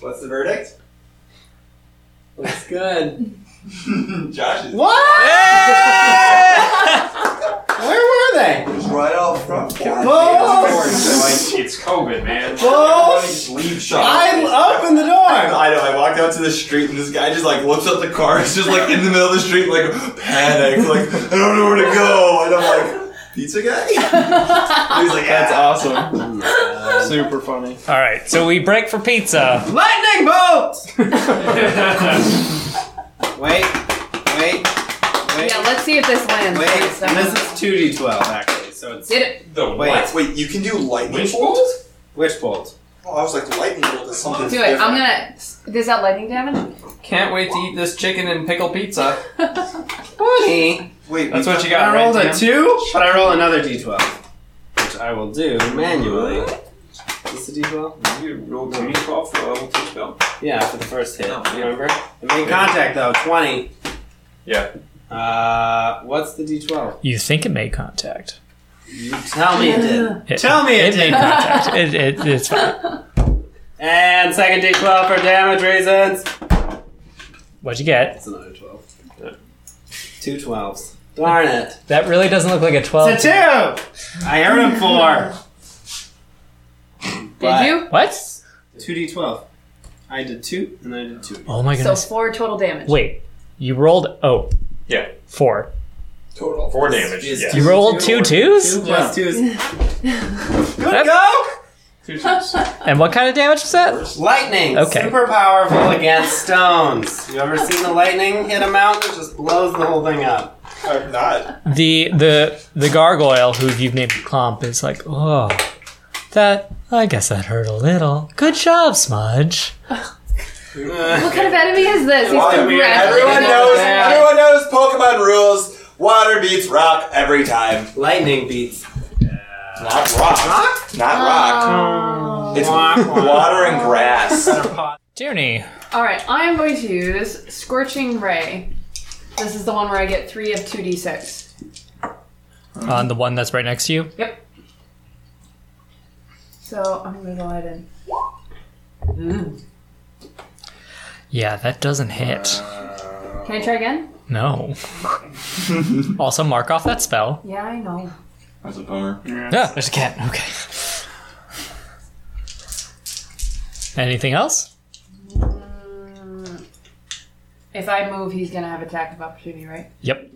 Speaker 1: What's the verdict?
Speaker 2: Looks good.
Speaker 1: Josh is
Speaker 2: Where were they?
Speaker 1: just right off front.
Speaker 7: it's, it's COVID, man.
Speaker 2: Both.
Speaker 1: Leave
Speaker 2: I opened the door.
Speaker 1: I know. I walked out to the street, and this guy just like looks up the car. He's just like in the middle of the street, like panicked, like I don't know where to go. And I'm like, pizza guy. he's like, that's awesome.
Speaker 6: Super funny.
Speaker 4: All right, so we break for pizza.
Speaker 2: Lightning bolt. Wait. Wait. Wait.
Speaker 3: Yeah, let's see if this lands.
Speaker 2: Wait,
Speaker 3: It's
Speaker 2: and
Speaker 3: definitely-
Speaker 2: this is 2d12 actually, so it's
Speaker 3: Did it?
Speaker 7: the
Speaker 2: Wait.
Speaker 7: what?
Speaker 1: Wait, you can do lightning
Speaker 7: Which
Speaker 1: bolt?
Speaker 7: bolt?
Speaker 2: Witch Bolt.
Speaker 1: Oh, I was like, lightning bolt is something.
Speaker 3: Do it.
Speaker 1: different.
Speaker 3: I'm gonna. Is that lightning damage?
Speaker 6: Can't wait to eat this chicken and pickle pizza.
Speaker 2: Funny.
Speaker 1: Wait,
Speaker 6: That's
Speaker 1: we-
Speaker 6: what you
Speaker 2: I
Speaker 6: got.
Speaker 2: rolled
Speaker 6: right,
Speaker 2: a
Speaker 6: Tim?
Speaker 2: 2, but I roll another d12, which I will do manually. Is this a d12?
Speaker 7: You rolled a d12 for a level two spell. Oh,
Speaker 2: Yeah, for the first hit.
Speaker 7: No.
Speaker 2: You remember? I made contact though, 20.
Speaker 7: Yeah.
Speaker 2: Uh, what's the d12?
Speaker 4: You think it made contact?
Speaker 2: You tell me it did.
Speaker 4: It-
Speaker 2: Tell me it
Speaker 4: it made
Speaker 2: did.
Speaker 4: contact. It, it, it's fine.
Speaker 2: And second d12 for damage reasons.
Speaker 4: What'd you get?
Speaker 2: That's another 12. Two twelves. Darn it.
Speaker 4: That really doesn't look like a 12.
Speaker 2: It's a two! I earned him four.
Speaker 3: Did you?
Speaker 4: What?
Speaker 2: 2d12. I did two, and I did two.
Speaker 4: Oh my
Speaker 3: So
Speaker 4: goodness.
Speaker 3: four total damage.
Speaker 4: Wait, you rolled, oh,
Speaker 7: Yeah.
Speaker 4: four.
Speaker 7: Total. Four damage.
Speaker 2: It's
Speaker 7: Yeah.
Speaker 2: two-
Speaker 4: You rolled two twos?
Speaker 2: Two plus two is.
Speaker 4: That-
Speaker 7: Two times.
Speaker 4: And what kind of damage was that?
Speaker 2: Lightning!
Speaker 4: Okay.
Speaker 2: Super powerful against stones. You ever seen the lightning hit a mountain? It just blows the whole thing up.
Speaker 1: I'm not.
Speaker 4: The the the gargoyle who you've named Clomp is like, oh, that I guess that hurt a little. Good job, Smudge.
Speaker 3: What kind of enemy is this? He's
Speaker 1: Water. Everyone knows. Everyone knows Pokemon rules. Water beats rock every time.
Speaker 2: Lightning beats.
Speaker 1: Not rock.
Speaker 3: Uh,
Speaker 1: Not rock.
Speaker 3: Oh.
Speaker 1: It's water and grass.
Speaker 4: Tierney.
Speaker 3: All right, I am going to use Scorching Ray. This is the one where I get three of two d6.
Speaker 4: On the one that's right next to you?
Speaker 3: Yep. So I'm gonna go ahead and
Speaker 4: Yeah, that doesn't hit.
Speaker 3: can I try again?
Speaker 4: No. also, mark off that spell.
Speaker 3: Yeah, I know.
Speaker 1: That's a bummer.
Speaker 4: Yeah, there's a cat. Okay. Anything else?
Speaker 3: Mm, If I move, he's gonna have attack of opportunity, right?
Speaker 4: Yep.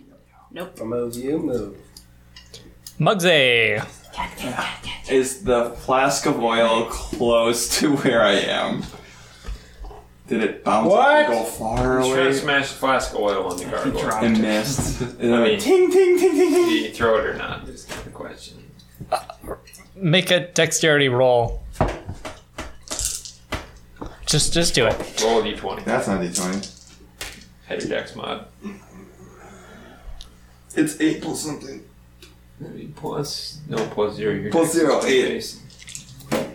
Speaker 2: Move you, move.
Speaker 4: Mugsy.
Speaker 1: Is the flask of oil close to where I am? Did it bounce
Speaker 2: What?
Speaker 1: up and go far
Speaker 7: He's trying to
Speaker 1: away?
Speaker 7: smash the flask of oil on the gargoyle.
Speaker 1: And missed. And I
Speaker 7: mean-
Speaker 1: ting ting ting ting
Speaker 7: Do
Speaker 1: ting.
Speaker 7: you throw it or not? Is the question.
Speaker 4: Make a dexterity roll. Just just do it.
Speaker 7: Roll a d20.
Speaker 1: That's not d20.
Speaker 7: Had your dex mod.
Speaker 1: It's eight plus something.
Speaker 7: Maybe plus no plus zero. Your
Speaker 1: Plus
Speaker 7: dex
Speaker 1: zero,
Speaker 7: is
Speaker 1: eight.
Speaker 7: base.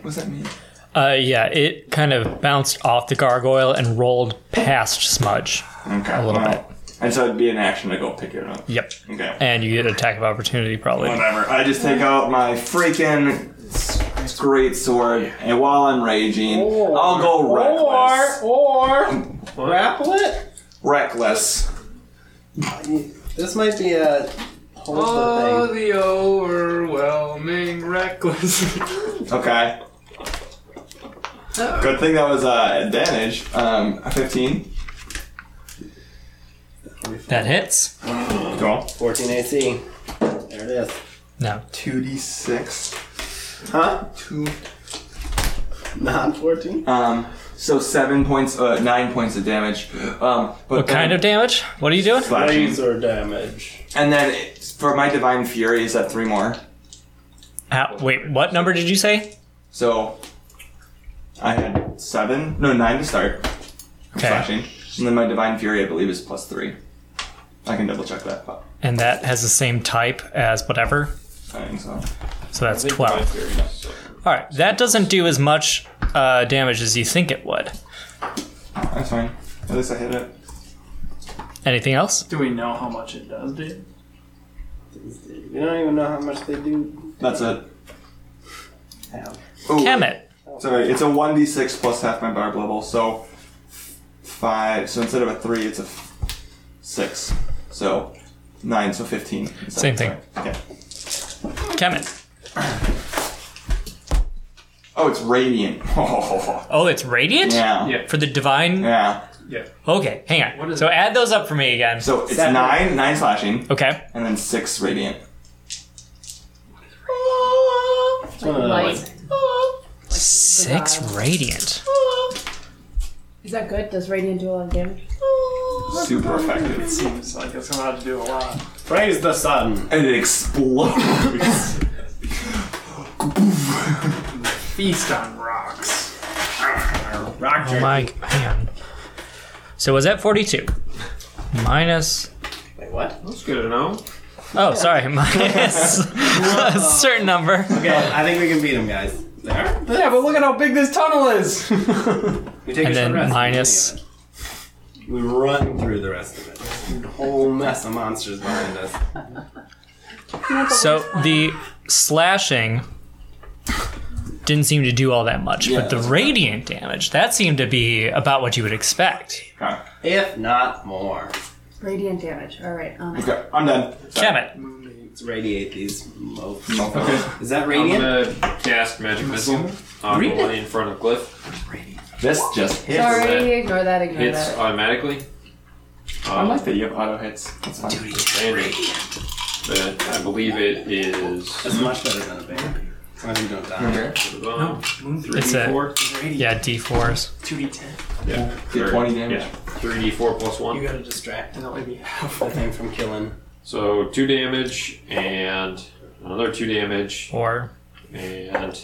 Speaker 1: What's that mean?
Speaker 4: Uh, yeah, it kind of bounced off the gargoyle and rolled past Smudge.
Speaker 1: Okay.
Speaker 4: A little
Speaker 1: well, And so it'd be an action to go pick it up.
Speaker 4: Yep.
Speaker 1: Okay.
Speaker 4: And you get an attack of opportunity, probably.
Speaker 1: Whatever. I just take out my freaking s- great sword, and while I'm raging, I'll go reckless.
Speaker 2: Or, or, grapple it?
Speaker 1: Reckless.
Speaker 2: This might be a whole other thing.
Speaker 6: the overwhelming reckless.
Speaker 1: Okay. Good thing that was uh, advantage. Um, a 15.
Speaker 4: That hits.
Speaker 1: Cool.
Speaker 2: 14 AC. There it is.
Speaker 4: No.
Speaker 1: 2d6.
Speaker 2: Huh?
Speaker 1: Two.
Speaker 2: Not 14?
Speaker 1: Um, so seven points, uh, nine points of damage. Um, but
Speaker 4: What kind of damage? What are you doing?
Speaker 1: slashing.
Speaker 2: damage.
Speaker 1: And then it- for my divine fury is that three more.
Speaker 4: Ow, wait, what number did you say?
Speaker 1: So I had seven, no nine to start.
Speaker 4: Okay.
Speaker 1: Slashing. And then my divine fury, I believe, is plus three. I can double check that, but
Speaker 4: And that has the same type as whatever.
Speaker 1: I think so.
Speaker 4: So that's 12.
Speaker 7: Very nice.
Speaker 4: All right, that doesn't do as much uh, damage as you think it would.
Speaker 1: That's fine. At least I hit it.
Speaker 4: Anything else?
Speaker 6: Do we know how much it does, dude?
Speaker 2: We don't even know how much they do.
Speaker 1: That's it.
Speaker 2: have.
Speaker 1: Ooh,
Speaker 4: Kemet.
Speaker 1: Sorry, it's a one d six plus half my barb level, so five. So instead of a three, it's a f- six. So nine. So fifteen.
Speaker 4: Same thing.
Speaker 1: Sorry. Okay.
Speaker 4: Kemet.
Speaker 1: Oh, it's radiant.
Speaker 4: Oh, it's radiant?
Speaker 1: yeah.
Speaker 7: Yeah.
Speaker 4: For the divine?
Speaker 1: Yeah.
Speaker 4: Okay, hang on. So add those up for me again.
Speaker 1: So it's
Speaker 2: Seven.
Speaker 1: nine, nine slashing,
Speaker 4: Okay.
Speaker 1: and then six radiant.
Speaker 2: It's one of the, like,
Speaker 3: Light.
Speaker 4: Six radiant.
Speaker 3: Is that good? Does radiant do a lot of damage?
Speaker 1: Super effective.
Speaker 6: Seems like it's gonna have to do a lot.
Speaker 2: praise the sun.
Speaker 1: And it explodes.
Speaker 6: Feast on rocks.
Speaker 2: Rock
Speaker 4: Oh my man. So was that 42? Minus.
Speaker 2: Wait, what?
Speaker 7: That's good to know.
Speaker 4: Oh, sorry. Minus a certain number.
Speaker 2: Okay, I think we can beat him, guys. There.
Speaker 6: Yeah, but look at how big this tunnel is.
Speaker 2: We take a short
Speaker 4: And then
Speaker 2: rest.
Speaker 4: minus-
Speaker 2: We run through the rest of it. Whole mess of monsters behind us.
Speaker 4: So the slashing didn't seem to do all that much, but the radiant damage, that seemed to be about what you would expect.
Speaker 1: Okay.
Speaker 2: If not more.
Speaker 3: Radiant damage. All right. Um,
Speaker 1: Okay, I'm done.
Speaker 4: Damn it.
Speaker 2: Let's radiate these mofos.
Speaker 1: Okay.
Speaker 2: Is that radiant?
Speaker 7: I'm gonna cast magic missile on the
Speaker 2: Read
Speaker 7: one in front of Glyph.
Speaker 1: This just hit.
Speaker 3: Sorry. Ignore that. Ignore
Speaker 7: Hits
Speaker 3: that.
Speaker 7: automatically.
Speaker 1: I
Speaker 7: Um,
Speaker 1: like that you have auto hits. That's fine.
Speaker 7: and- but I believe it is.
Speaker 2: That's much better than a vampire. I think don't die.
Speaker 1: Remember?
Speaker 7: Um,
Speaker 4: It's a
Speaker 7: 4
Speaker 4: yeah d4s.
Speaker 6: 2d10.
Speaker 7: Yeah.
Speaker 1: Did
Speaker 7: Or-
Speaker 1: 20 damage.
Speaker 7: Yeah. 3d4 plus 1.
Speaker 6: You gotta distract and that might be
Speaker 2: The thing from killing.
Speaker 7: So 2 damage and another 2 damage
Speaker 4: or
Speaker 7: and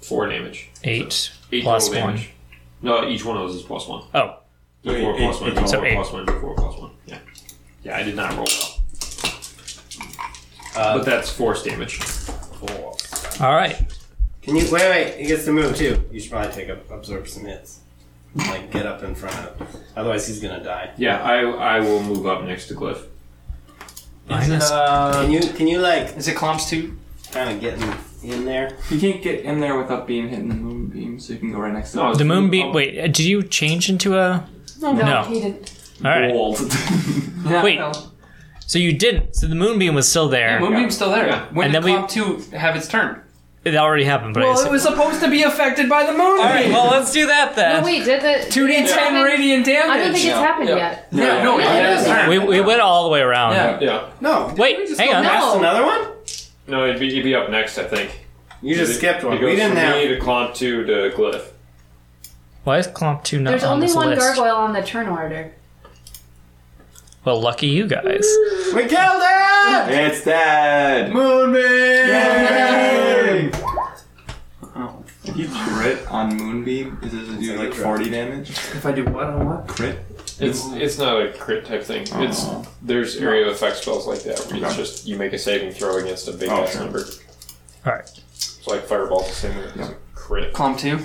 Speaker 7: 4 damage.
Speaker 4: eight.
Speaker 7: Eight
Speaker 4: Plus
Speaker 7: total damage. No, each one of those is plus 1.
Speaker 4: Oh,
Speaker 7: So
Speaker 1: Wait,
Speaker 7: 4
Speaker 1: eight-
Speaker 7: plus 1.
Speaker 1: eight
Speaker 7: four
Speaker 4: total.
Speaker 7: plus 1. 4 plus 1. Yeah. Yeah, I did not roll well.
Speaker 2: Uh,
Speaker 7: but that's force damage.
Speaker 4: all right.
Speaker 2: Can you wait? Wait, he gets to move too. You should probably take up, absorb some hits. Like get up in front of. Otherwise, he's gonna die.
Speaker 7: Yeah, I, I will move up next to Glyph.
Speaker 4: Minus.
Speaker 8: uh,
Speaker 4: Um,
Speaker 2: Can you? Can you like
Speaker 8: Is it clumps too?
Speaker 2: kind of get in, in there?
Speaker 1: You can't get in there without being hit in the moon beam, so you can go right next to
Speaker 7: No,
Speaker 1: it.
Speaker 7: it's-
Speaker 4: The moon beam.
Speaker 7: oh,
Speaker 4: Wait, uh, did you change into a?
Speaker 3: No,
Speaker 4: No.
Speaker 3: he didn't.
Speaker 4: All right.
Speaker 1: Bold.
Speaker 4: Wait. So you didn't. So the moonbeam was still there.
Speaker 8: Moonbeam's still there.
Speaker 7: Yeah.
Speaker 8: When
Speaker 4: And
Speaker 8: did
Speaker 4: then we-
Speaker 8: clump two have its turn?
Speaker 4: It already happened, but I
Speaker 8: Well,
Speaker 4: assume-
Speaker 8: it was supposed to be affected by the moon.
Speaker 4: All right. Well, let's do that
Speaker 3: No,
Speaker 4: then.
Speaker 3: wait. Did the
Speaker 8: Two D ten radiant damage.
Speaker 3: I don't think it's
Speaker 1: Yeah.
Speaker 3: happened
Speaker 1: Yeah.
Speaker 3: yet.
Speaker 8: yeah, no, it has turn.
Speaker 4: we, we went all the way around.
Speaker 8: Yeah.
Speaker 7: Yeah.
Speaker 2: No.
Speaker 4: Wait, hang on.
Speaker 3: No.
Speaker 2: That's another one.
Speaker 7: No, it'd be, it'd be up next, I think.
Speaker 2: You just
Speaker 7: It-
Speaker 2: skipped one.
Speaker 7: It goes
Speaker 2: We didn't
Speaker 7: from me
Speaker 2: have.
Speaker 7: to Clomp 2 to Glyph.
Speaker 4: Why is Clomp 2 not
Speaker 3: There's
Speaker 4: on
Speaker 3: only
Speaker 4: this
Speaker 3: one
Speaker 4: list?
Speaker 3: gargoyle on the turn order.
Speaker 4: Well, lucky you guys.
Speaker 2: We killed it.
Speaker 1: it's dead.
Speaker 2: Moonbeam.
Speaker 1: If you crit on moonbeam, is this to do like 40 damage?
Speaker 8: If I do what on what?
Speaker 1: Crit?
Speaker 7: It's it's not a crit type thing. It's There's area effect spells like that where it's
Speaker 1: Okay.
Speaker 7: just you make a saving throw against a big
Speaker 1: Oh,
Speaker 7: ass
Speaker 1: sure.
Speaker 7: number.
Speaker 4: Alright.
Speaker 7: It's like Fireball's the same as a crit.
Speaker 8: Clump two.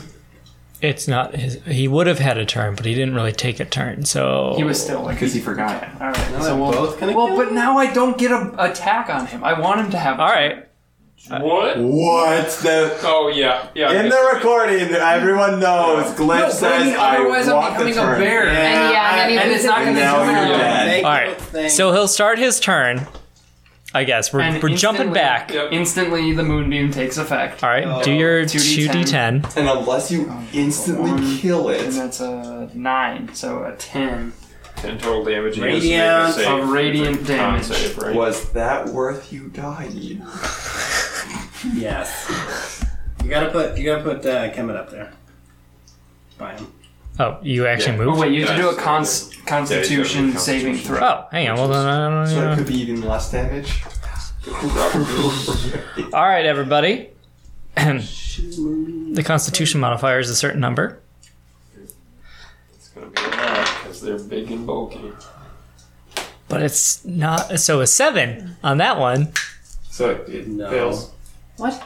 Speaker 4: It's not his. He would have had a turn, but he didn't really take a turn, so.
Speaker 8: He was still like.
Speaker 1: Because he forgot.
Speaker 8: All right.
Speaker 2: So
Speaker 8: So we'll.
Speaker 2: both gonna
Speaker 8: Well,
Speaker 2: kill
Speaker 8: but
Speaker 2: him?
Speaker 8: now I don't get a attack on him. I want him to have.
Speaker 4: Alright.
Speaker 7: What?
Speaker 1: What the?
Speaker 7: Oh, yeah. yeah. I
Speaker 1: In
Speaker 7: guess
Speaker 1: the
Speaker 7: it-
Speaker 1: recording, everyone knows. Glyph
Speaker 8: No, but I mean,
Speaker 1: says I
Speaker 8: otherwise I'm
Speaker 1: want the
Speaker 8: becoming a
Speaker 1: turn.
Speaker 8: bear.
Speaker 3: And yeah, and then he
Speaker 8: And
Speaker 3: loses
Speaker 8: it's not
Speaker 3: it.
Speaker 8: going to do
Speaker 1: Now you're
Speaker 8: anything.
Speaker 1: dead.
Speaker 2: They
Speaker 4: Alright.
Speaker 2: both think-
Speaker 4: So he'll start his turn. I guess. We're,
Speaker 8: And
Speaker 4: we're jumping
Speaker 8: instantly-
Speaker 4: back.
Speaker 7: Yep.
Speaker 8: Instantly, the moonbeam takes effect. Uh,
Speaker 4: Alright, do your
Speaker 8: 2d10.
Speaker 4: 2d10.
Speaker 1: And unless you instantly
Speaker 8: One.
Speaker 1: kill
Speaker 8: Oh, And
Speaker 1: it,
Speaker 8: that's a nine, so a ten.
Speaker 7: 10 total damage. and he has to
Speaker 2: Radiant
Speaker 7: make save.
Speaker 8: of radiant
Speaker 7: It's a con
Speaker 8: damage.
Speaker 7: Save, right?
Speaker 1: was that worth you dying?
Speaker 2: Yes. You gotta put. You gotta put uh, Kemet up there. By him.
Speaker 4: Oh, you actually
Speaker 7: Yeah.
Speaker 4: moved?
Speaker 8: Oh wait, you have to do a
Speaker 7: Yes.
Speaker 8: cons- Constitution
Speaker 7: Yeah, he's got a
Speaker 8: saving
Speaker 7: constitution.
Speaker 8: throw.
Speaker 4: Oh, hang on. Well, then I don't
Speaker 1: So it
Speaker 4: know.
Speaker 1: could be even less damage.
Speaker 4: All right, everybody. the Constitution modifier is a certain number.
Speaker 7: It's going to be a lot because they're big and bulky.
Speaker 4: But it's not so a seven on that one.
Speaker 1: so it, it
Speaker 2: No.
Speaker 1: fails.
Speaker 3: What?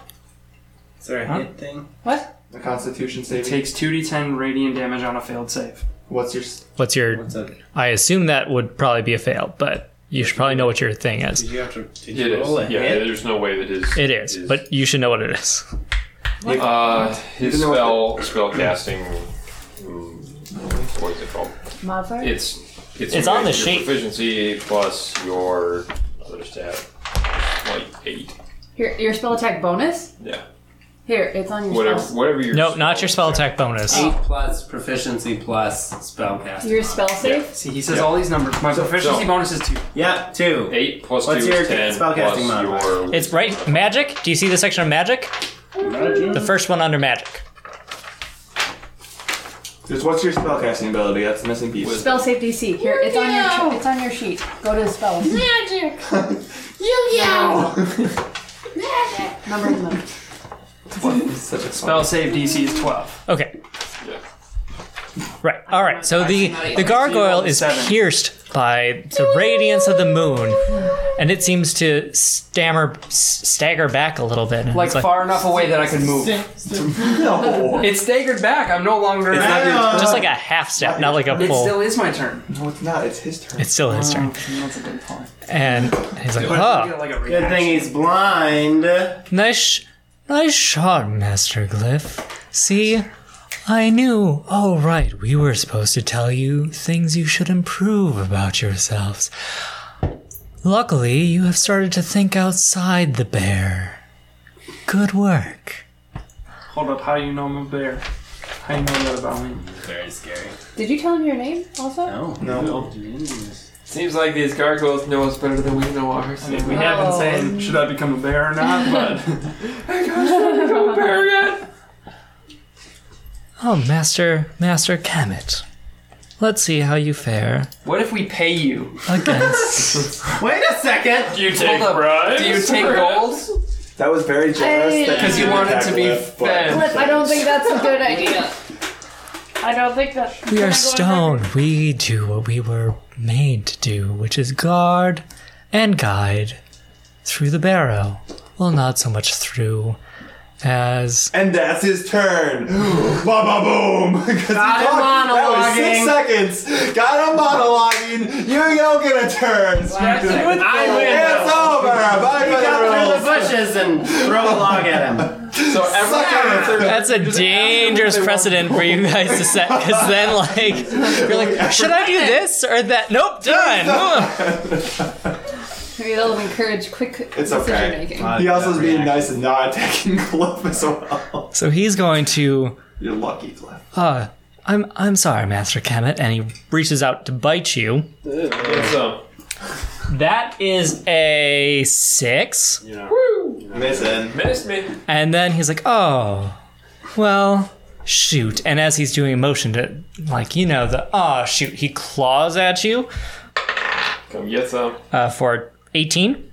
Speaker 2: Is there a
Speaker 8: Huh?
Speaker 2: hit thing?
Speaker 3: What?
Speaker 1: The Constitution
Speaker 8: It
Speaker 1: saving.
Speaker 8: takes two d10 radiant damage on a failed save.
Speaker 1: What's your? s-
Speaker 4: What's your?
Speaker 2: What's up?
Speaker 4: I assume that would probably be a fail, but you should probably know what your thing
Speaker 2: Did
Speaker 4: is.
Speaker 2: you have to? Did
Speaker 7: It
Speaker 2: you
Speaker 7: is.
Speaker 2: roll a
Speaker 7: Yeah,
Speaker 2: hit?
Speaker 7: there's no way that his.
Speaker 4: It is, but you should know what it is.
Speaker 7: Uh, his
Speaker 1: Even though
Speaker 7: spell spell casting. mm, What is it called?
Speaker 3: Modifier?
Speaker 7: It's it's,
Speaker 4: It's on the
Speaker 7: your
Speaker 4: sheet.
Speaker 7: Proficiency plus your other stat, like eight.
Speaker 3: Your, your spell attack bonus?
Speaker 7: Yeah,
Speaker 3: Here, it's on your
Speaker 7: whatever
Speaker 3: spell.
Speaker 7: whatever your
Speaker 4: No, not your spell attack bonus.
Speaker 2: Eight plus proficiency plus spellcasting.
Speaker 3: Your spell save?
Speaker 8: See, he says
Speaker 7: Yeah.
Speaker 8: all these numbers. My proficiency
Speaker 7: so-
Speaker 8: bonus is two.
Speaker 2: Yeah, two.
Speaker 7: Eight plus
Speaker 2: What's
Speaker 7: two
Speaker 2: your
Speaker 7: is ten.
Speaker 2: spellcasting
Speaker 7: plus
Speaker 2: modifier?
Speaker 7: your
Speaker 4: It's right magic. Do you see the section of magic? The first one under magic.
Speaker 1: Just what's your spellcasting ability? That's the missing piece.
Speaker 3: Spell save DC. Here, it's on your it's on your sheet. Go to the spells.
Speaker 5: Magic! Yu-Gi-Oh! Magic!
Speaker 3: Number them.
Speaker 1: Such a spell.
Speaker 8: Spell save DC is twelve.
Speaker 4: Okay.
Speaker 7: Yeah.
Speaker 4: Right. All right. So the the gargoyle is
Speaker 8: Seven.
Speaker 4: pierced by the radiance of the moon, and it seems to stammer, s- stagger back a little bit. and
Speaker 8: Like,
Speaker 4: it's like-
Speaker 8: far enough away that I can move.
Speaker 1: No.
Speaker 8: It's staggered back. I'm no longer.
Speaker 1: It's not your turn.
Speaker 4: just like a half step, not like a
Speaker 8: It
Speaker 4: full.
Speaker 8: still is my turn.
Speaker 1: No, it's not. It's his turn.
Speaker 4: It's still his turn,
Speaker 8: Oh, that's a good point.
Speaker 4: and he's like,
Speaker 8: I
Speaker 4: "Oh,
Speaker 8: get, like, a
Speaker 2: Good
Speaker 8: reaction.
Speaker 2: thing he's blind.
Speaker 4: nice, sh- nice shot, Master Glyph. See, I knew. Oh, right. We were supposed to tell you things you should improve about yourselves. Luckily, you have started to think outside the bear. Good work.
Speaker 6: Hold up, how do you know I'm a bear? How do you know that about me?
Speaker 2: Very scary.
Speaker 3: Did you tell him your name also?
Speaker 2: Oh, No.
Speaker 9: No.
Speaker 8: Seems like these gargoyles know us better than we know ours.
Speaker 6: I mean, we haven't
Speaker 3: Oh.
Speaker 6: said should I become a bear or not, but
Speaker 4: Oh, Master, Master Kamet. Let's see how you fare
Speaker 8: What if we pay you?
Speaker 4: against.
Speaker 2: Wait a second.
Speaker 8: Do you take bribes? Do you take gold?
Speaker 1: That was very generous.
Speaker 3: I-
Speaker 1: that
Speaker 8: Because
Speaker 1: you
Speaker 8: you
Speaker 1: didn't
Speaker 8: wanted to
Speaker 1: tackle
Speaker 8: be
Speaker 1: it, but-
Speaker 8: fed.
Speaker 3: Cliff, I don't think that's a good idea. I don't think that.
Speaker 4: we
Speaker 3: Can I go
Speaker 4: are
Speaker 3: in
Speaker 4: stone. We do what we were made to do, which is guard and guide through the barrow. Well, not so much through as
Speaker 1: And that's his turn. ba ba boom. Got him
Speaker 2: monologuing.
Speaker 1: That was six seconds. Got him monologuing. You don't get a turn.
Speaker 2: I win.
Speaker 1: It's over. Bye
Speaker 2: He got through the
Speaker 1: bye.
Speaker 2: bushes and throw a log at him.
Speaker 8: So every
Speaker 4: That's a dangerous precedent for you guys to set, because then, like, you're like, should I do this or that? Nope, done. Ugh.
Speaker 3: Maybe that'll encourage quick
Speaker 1: It's
Speaker 3: decision
Speaker 1: okay.
Speaker 3: making.
Speaker 1: He also is being nice and not attacking Cliff as well.
Speaker 4: So he's going to,
Speaker 1: You're lucky, Cliff.
Speaker 4: uh, I'm, I'm sorry, Master Kemet, and he reaches out to bite you.
Speaker 7: It's, um,
Speaker 4: That is a six,
Speaker 7: you know,
Speaker 1: Listen.
Speaker 7: menace me.
Speaker 4: and then he's like, oh, well, shoot. And as he's doing a motion to, like, you know, the ah shoot, he claws at you
Speaker 7: Come get some.
Speaker 4: uh, for 18.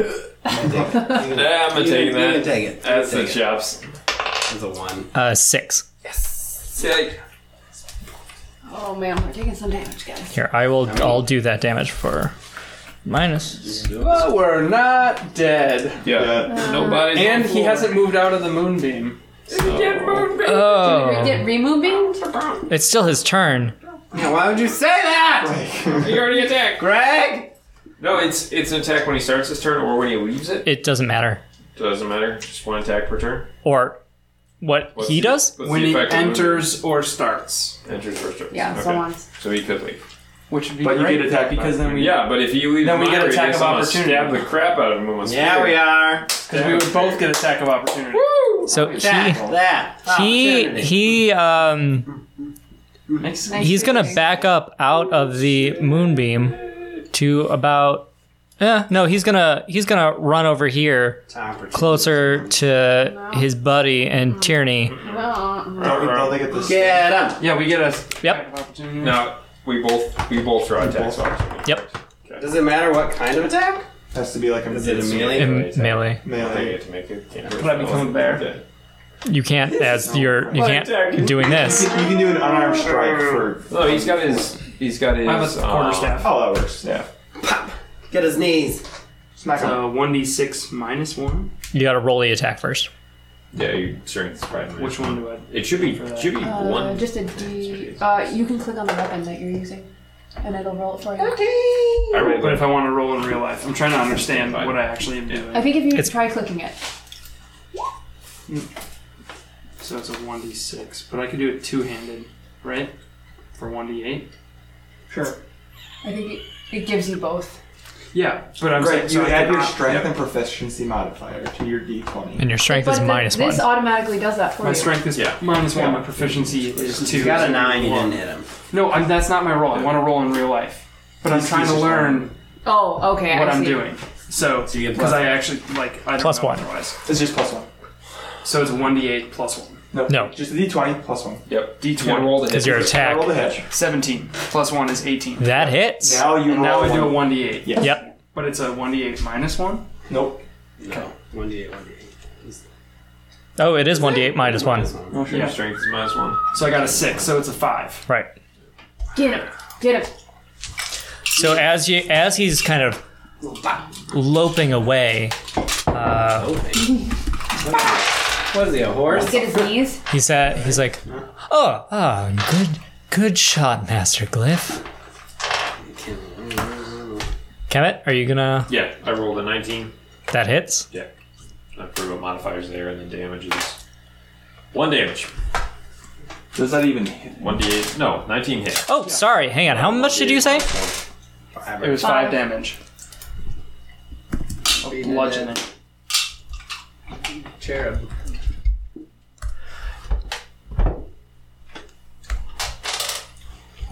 Speaker 7: Yeah, I'm gonna take
Speaker 2: You can
Speaker 7: that.
Speaker 2: take it.
Speaker 7: That's the
Speaker 2: Take it.
Speaker 7: chops.
Speaker 2: It's a one.
Speaker 4: Uh, six.
Speaker 8: time.
Speaker 3: Oh man, we're taking some damage, guys.
Speaker 4: Here, I will. I'll do that damage for minus.
Speaker 6: but we're not dead.
Speaker 7: Yeah.
Speaker 1: Yeah.
Speaker 7: Nobody's
Speaker 6: And
Speaker 7: on
Speaker 6: he
Speaker 7: floor.
Speaker 6: hasn't moved out of the moonbeam.
Speaker 3: Did we
Speaker 4: Oh,
Speaker 6: Um,
Speaker 3: get remo beamed?
Speaker 4: it's still his turn.
Speaker 2: Yeah, why would you say that,
Speaker 7: You already attacked.
Speaker 2: Greg?
Speaker 7: No, it's it's an attack when he starts his turn or when he leaves it.
Speaker 4: It doesn't matter.
Speaker 7: Doesn't matter. Just one attack per turn.
Speaker 4: Or what
Speaker 7: What's
Speaker 4: he
Speaker 7: the-
Speaker 4: does?
Speaker 7: what's
Speaker 6: When
Speaker 7: the
Speaker 6: he
Speaker 7: effect of moving?
Speaker 6: enters or starts.
Speaker 7: enters first turn.
Speaker 3: Yeah,
Speaker 7: okay.
Speaker 3: so once.
Speaker 7: So he could leave.
Speaker 6: Which would be
Speaker 1: But you
Speaker 6: great
Speaker 1: get attacked by
Speaker 6: because then we
Speaker 7: Yeah, but if he leaves,
Speaker 6: Then we
Speaker 7: my
Speaker 6: get attack
Speaker 7: radius,
Speaker 6: of
Speaker 7: I'm gonna
Speaker 6: opportunity.
Speaker 7: Stab the crap out of him. with my
Speaker 2: Yeah,
Speaker 7: spear.
Speaker 2: we are.
Speaker 6: because we would both get attack of opportunity.
Speaker 4: So he
Speaker 2: That. That. Oh,
Speaker 4: he
Speaker 2: opportunity.
Speaker 4: he um
Speaker 6: Makes sense.
Speaker 4: he's gonna back up out of the moonbeam to about. Yeah, no, he's gonna he's gonna run over here
Speaker 2: Opportunity.
Speaker 4: closer to his buddy and Tierney.
Speaker 3: No.
Speaker 1: Don't, don't they get this?
Speaker 2: Get him.
Speaker 6: Yeah, we get a
Speaker 4: Yep.
Speaker 6: attack of opportunity.
Speaker 7: No, we both we both draw attacks. of opportunity.
Speaker 4: Yep.
Speaker 2: Does it matter what kind of attack?
Speaker 1: Has to be like a
Speaker 2: Is it a melee?
Speaker 4: In melee.
Speaker 7: I think I
Speaker 1: melee.
Speaker 7: get to make it.
Speaker 6: But I become a bear.
Speaker 4: You can't as your you can't doing this.
Speaker 1: You can do an unarmed strike for.
Speaker 7: No, he's got his he's got his
Speaker 6: I have a
Speaker 7: uh,
Speaker 6: quarterstaff.
Speaker 1: Oh, that works. Yeah.
Speaker 2: Get his knees.
Speaker 1: Smack him.
Speaker 6: So one d six minus one.
Speaker 4: You gotta roll the attack first.
Speaker 7: Yeah, your strength is probably.
Speaker 6: Which one do I?
Speaker 7: It should be should be
Speaker 3: Uh,
Speaker 7: one.
Speaker 3: just a D. Uh, you can click on the weapon that you're using, and it'll roll it for you.
Speaker 7: I rolled
Speaker 6: But
Speaker 7: it.
Speaker 6: if I want to roll in real life, I'm trying to understand what I actually am doing.
Speaker 3: I think if you
Speaker 4: It's-
Speaker 3: try clicking it,
Speaker 6: So it's a one d six, but I could do it two handed, right? For one d eight. Sure.
Speaker 3: I think it, it gives you both.
Speaker 6: Yeah, but I'm
Speaker 1: Great. You
Speaker 6: saying so I
Speaker 1: add
Speaker 6: can
Speaker 1: your
Speaker 6: op-
Speaker 1: strength
Speaker 6: yeah.
Speaker 1: and proficiency modifier to your d20.
Speaker 4: And your strength is
Speaker 3: But the-
Speaker 4: minus one.
Speaker 3: This automatically does that for
Speaker 6: My
Speaker 3: you.
Speaker 6: strength is
Speaker 7: Yeah.
Speaker 6: minus one. My proficiency is two.
Speaker 2: You got a
Speaker 6: so
Speaker 2: nine. You
Speaker 6: one.
Speaker 2: didn't hit him.
Speaker 6: No, I'm, that's not my role. I want to roll in real life, but I'm trying to learn
Speaker 3: Oh, okay.
Speaker 6: what
Speaker 3: I
Speaker 6: I'm
Speaker 3: see.
Speaker 6: doing. So
Speaker 2: you get
Speaker 6: because I actually like I don't
Speaker 4: Plus
Speaker 6: know
Speaker 4: one.
Speaker 6: otherwise.
Speaker 1: It's just plus one.
Speaker 6: So it's one d eight plus one.
Speaker 4: No.
Speaker 1: Just a d20 plus one.
Speaker 7: Yep.
Speaker 6: D
Speaker 7: You gotta
Speaker 6: twenty.
Speaker 7: roll the hit.
Speaker 4: Because your attack.
Speaker 1: Roll the hit.
Speaker 6: Seventeen plus one is eighteen.
Speaker 4: That hits.
Speaker 1: Now you
Speaker 6: And now
Speaker 1: roll
Speaker 6: I do a
Speaker 1: one.
Speaker 6: one d eight.
Speaker 1: Yes.
Speaker 4: Yep.
Speaker 6: But it's a one d eight minus one.
Speaker 1: Nope.
Speaker 2: No. One d eight. One d eight.
Speaker 4: Oh, it is 1d8 minus 1.
Speaker 7: Oh, sure,
Speaker 6: Yeah.
Speaker 7: Your strength is minus one.
Speaker 6: So I got a six. So it's a five.
Speaker 4: Right.
Speaker 3: Get him. Get him.
Speaker 4: So as you as he's kind of loping away, uh,
Speaker 2: Oh, What is he? A horse?
Speaker 3: Get his knees.
Speaker 4: he said he's like, "Oh, ah, good good shot, Master Glyph." Kemet, are you gonna
Speaker 7: Yeah, I rolled a nineteen.
Speaker 4: that hits?
Speaker 7: I forgot what modifiers there and the damage is one damage.
Speaker 1: Does that even hit?
Speaker 7: 1d8. No, 19 hit.
Speaker 4: Oh, sorry. Hang on. How much did you say?
Speaker 6: It was five,
Speaker 3: Five.
Speaker 6: damage. Of Bludgeoning.
Speaker 2: Cherub.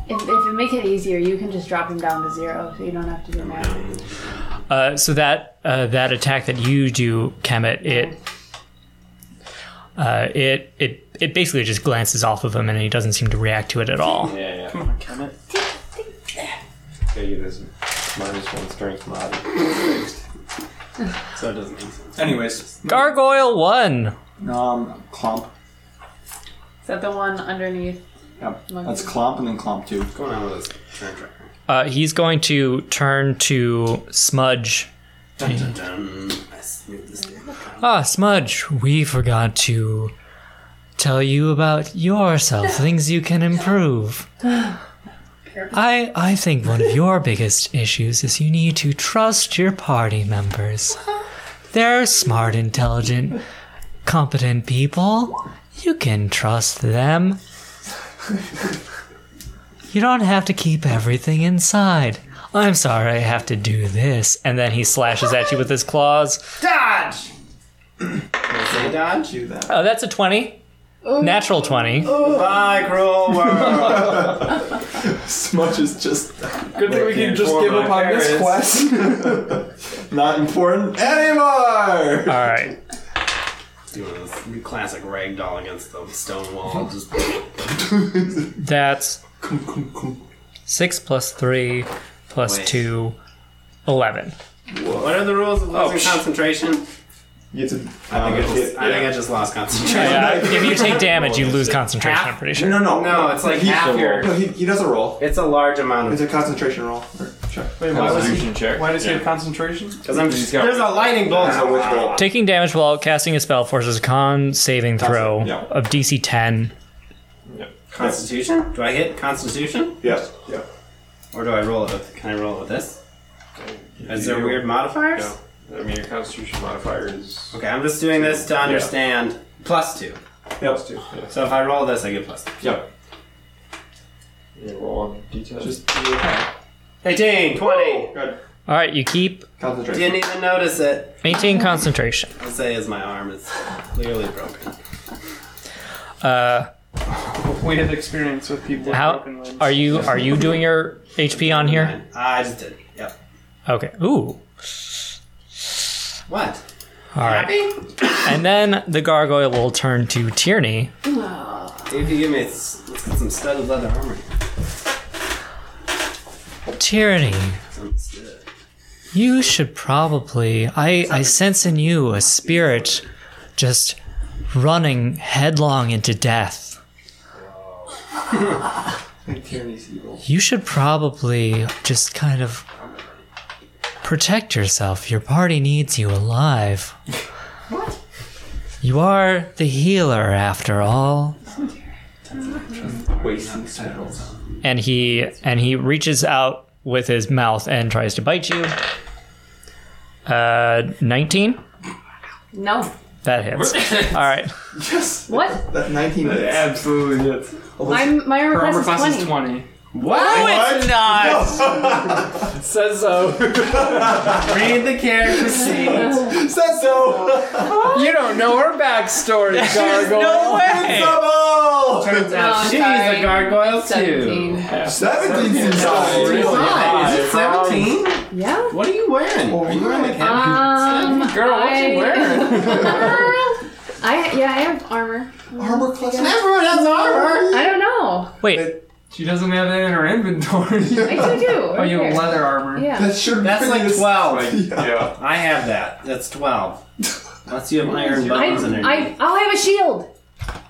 Speaker 3: If, if you make it easier, you can just drop him down to zero, so you don't have to do math.
Speaker 4: Uh, so that uh, that attack that you do, Kemet, it uh, it it it basically just glances off of him, and he doesn't seem to react to it at all.
Speaker 7: Yeah, yeah.
Speaker 6: Come on, Kemet.
Speaker 7: Okay, you this minus one strength mod.
Speaker 2: So it doesn't make sense.
Speaker 1: Anyways,
Speaker 4: Gargoyle one.
Speaker 1: um, clump.
Speaker 3: Is that the one underneath?
Speaker 1: Yep.
Speaker 3: Monkey.
Speaker 1: That's clump and then clump two.
Speaker 2: What's going on with this turn tracker?
Speaker 4: Uh, he's going to turn to Smudge.
Speaker 2: Dun, dun, dun. I smooth this down.
Speaker 4: Ah, Smudge, we forgot to tell you about yourself, things you can improve. I I think one of your biggest issues is you need to trust your party members. They're smart, intelligent, competent people. You can trust them. You don't have to keep everything inside. I'm sorry I have to do this. And then he slashes at you with his claws.
Speaker 2: Dodge! I say dodge? Do that.
Speaker 4: Oh, that's a 20. Natural 20.
Speaker 2: Bye, cruel world.
Speaker 1: Smudge is just.
Speaker 7: Good thing we can just give up on this
Speaker 1: quest. Not important anymore!
Speaker 4: All right.
Speaker 2: Doing this new classic ragdoll against the stone wall. Just
Speaker 4: That's 6 plus 3 plus
Speaker 2: Wait.
Speaker 4: 2, 11.
Speaker 2: what are the rules of losing concentration?
Speaker 1: You get to.
Speaker 2: I think, I,
Speaker 1: um,
Speaker 2: just,
Speaker 1: get-
Speaker 2: I think I just lost concentration.
Speaker 4: Yeah, Uh, if you take damage, you lose concentration, I'm pretty sure.
Speaker 1: No, no, no.
Speaker 2: No, it's like
Speaker 1: He-
Speaker 2: half your-
Speaker 1: No, he, he does a roll.
Speaker 2: It's a large amount
Speaker 1: It's
Speaker 2: of.
Speaker 1: a concentration roll. Or check.
Speaker 6: Wait, why was he?
Speaker 7: Constitution check.
Speaker 6: Why does he have concentration?
Speaker 2: Because I'm
Speaker 7: He's
Speaker 2: just.
Speaker 7: got-
Speaker 2: There's a lightning bolt.
Speaker 1: So which roll?
Speaker 4: Taking damage while casting a spell forces a con saving throw
Speaker 1: yeah.
Speaker 4: of DC 10.
Speaker 2: Constitution? Do I hit Constitution?
Speaker 1: Yes. Yeah.
Speaker 2: Or do I roll it with. Can I roll it with this? Is there weird modifiers?
Speaker 7: No. I mean, your constitution modifier is.
Speaker 2: Okay, I'm just doing this to understand. Plus two.
Speaker 1: Yep.
Speaker 2: So if I roll this, I get plus two.
Speaker 1: Yep.
Speaker 7: You roll on d10.
Speaker 1: Just do your thing.
Speaker 2: 18, 20.
Speaker 1: Good.
Speaker 4: All right, you keep
Speaker 1: Concentration.
Speaker 2: Didn't even notice it.
Speaker 4: 18 concentration.
Speaker 2: I'll say is my arm is clearly broken.
Speaker 4: Uh,
Speaker 6: We have experience with people with
Speaker 4: how
Speaker 6: broken limbs.
Speaker 4: are you are you doing your HP on here?
Speaker 2: I just did. Yep.
Speaker 4: Okay. Ooh.
Speaker 2: What?
Speaker 4: All right.
Speaker 2: Happy?
Speaker 4: And then the gargoyle will turn to Tierney.
Speaker 2: If you give me, s- let's get some studded leather armor.
Speaker 4: Tierney,
Speaker 2: Some stud.
Speaker 4: you should probably. I, I sense in you a spirit just running headlong into death. You should probably just kind of protect yourself. Your party needs you alive. You are the healer after all.
Speaker 1: Wasting spells.
Speaker 4: and he and he reaches out with his mouth and tries to bite you. Uh, nineteen.
Speaker 3: No.
Speaker 4: That hits. All right.
Speaker 1: Yes.
Speaker 3: What?
Speaker 1: That 19 hits.
Speaker 7: Absolutely, yes.
Speaker 3: My my armor class,
Speaker 6: Armor
Speaker 3: is
Speaker 6: class
Speaker 3: 20.
Speaker 6: is 20.
Speaker 2: What?
Speaker 4: it's not.
Speaker 6: Says uh, so.
Speaker 2: Read the character sheet.
Speaker 1: Said so.
Speaker 6: you don't know her backstory, Gargoyle.
Speaker 1: Double.
Speaker 2: Turns
Speaker 3: No,
Speaker 2: out
Speaker 3: Oh, I'm
Speaker 2: she's
Speaker 3: sorry.
Speaker 2: a gargoyle too.
Speaker 3: 17.
Speaker 1: 17 seems high.
Speaker 2: Why? Is it 17?
Speaker 3: Yeah.
Speaker 2: What are you wearing? Are you wearing a cap?
Speaker 3: Um,
Speaker 6: Girl, what
Speaker 3: I,
Speaker 6: you wearing?
Speaker 3: I yeah, I have armor.
Speaker 1: Armor class.
Speaker 2: Everyone has armor!
Speaker 3: I don't know.
Speaker 4: Wait.
Speaker 6: she doesn't have that in her inventory.
Speaker 3: I do do.
Speaker 6: oh, you have leather armor.
Speaker 3: Yeah.
Speaker 1: That should
Speaker 2: That's
Speaker 1: fit
Speaker 2: like
Speaker 1: this-
Speaker 2: 12.
Speaker 7: Yeah.
Speaker 2: I have that. That's 12. Unless you have iron
Speaker 3: I,
Speaker 2: buttons in there.
Speaker 3: I I'll have a shield.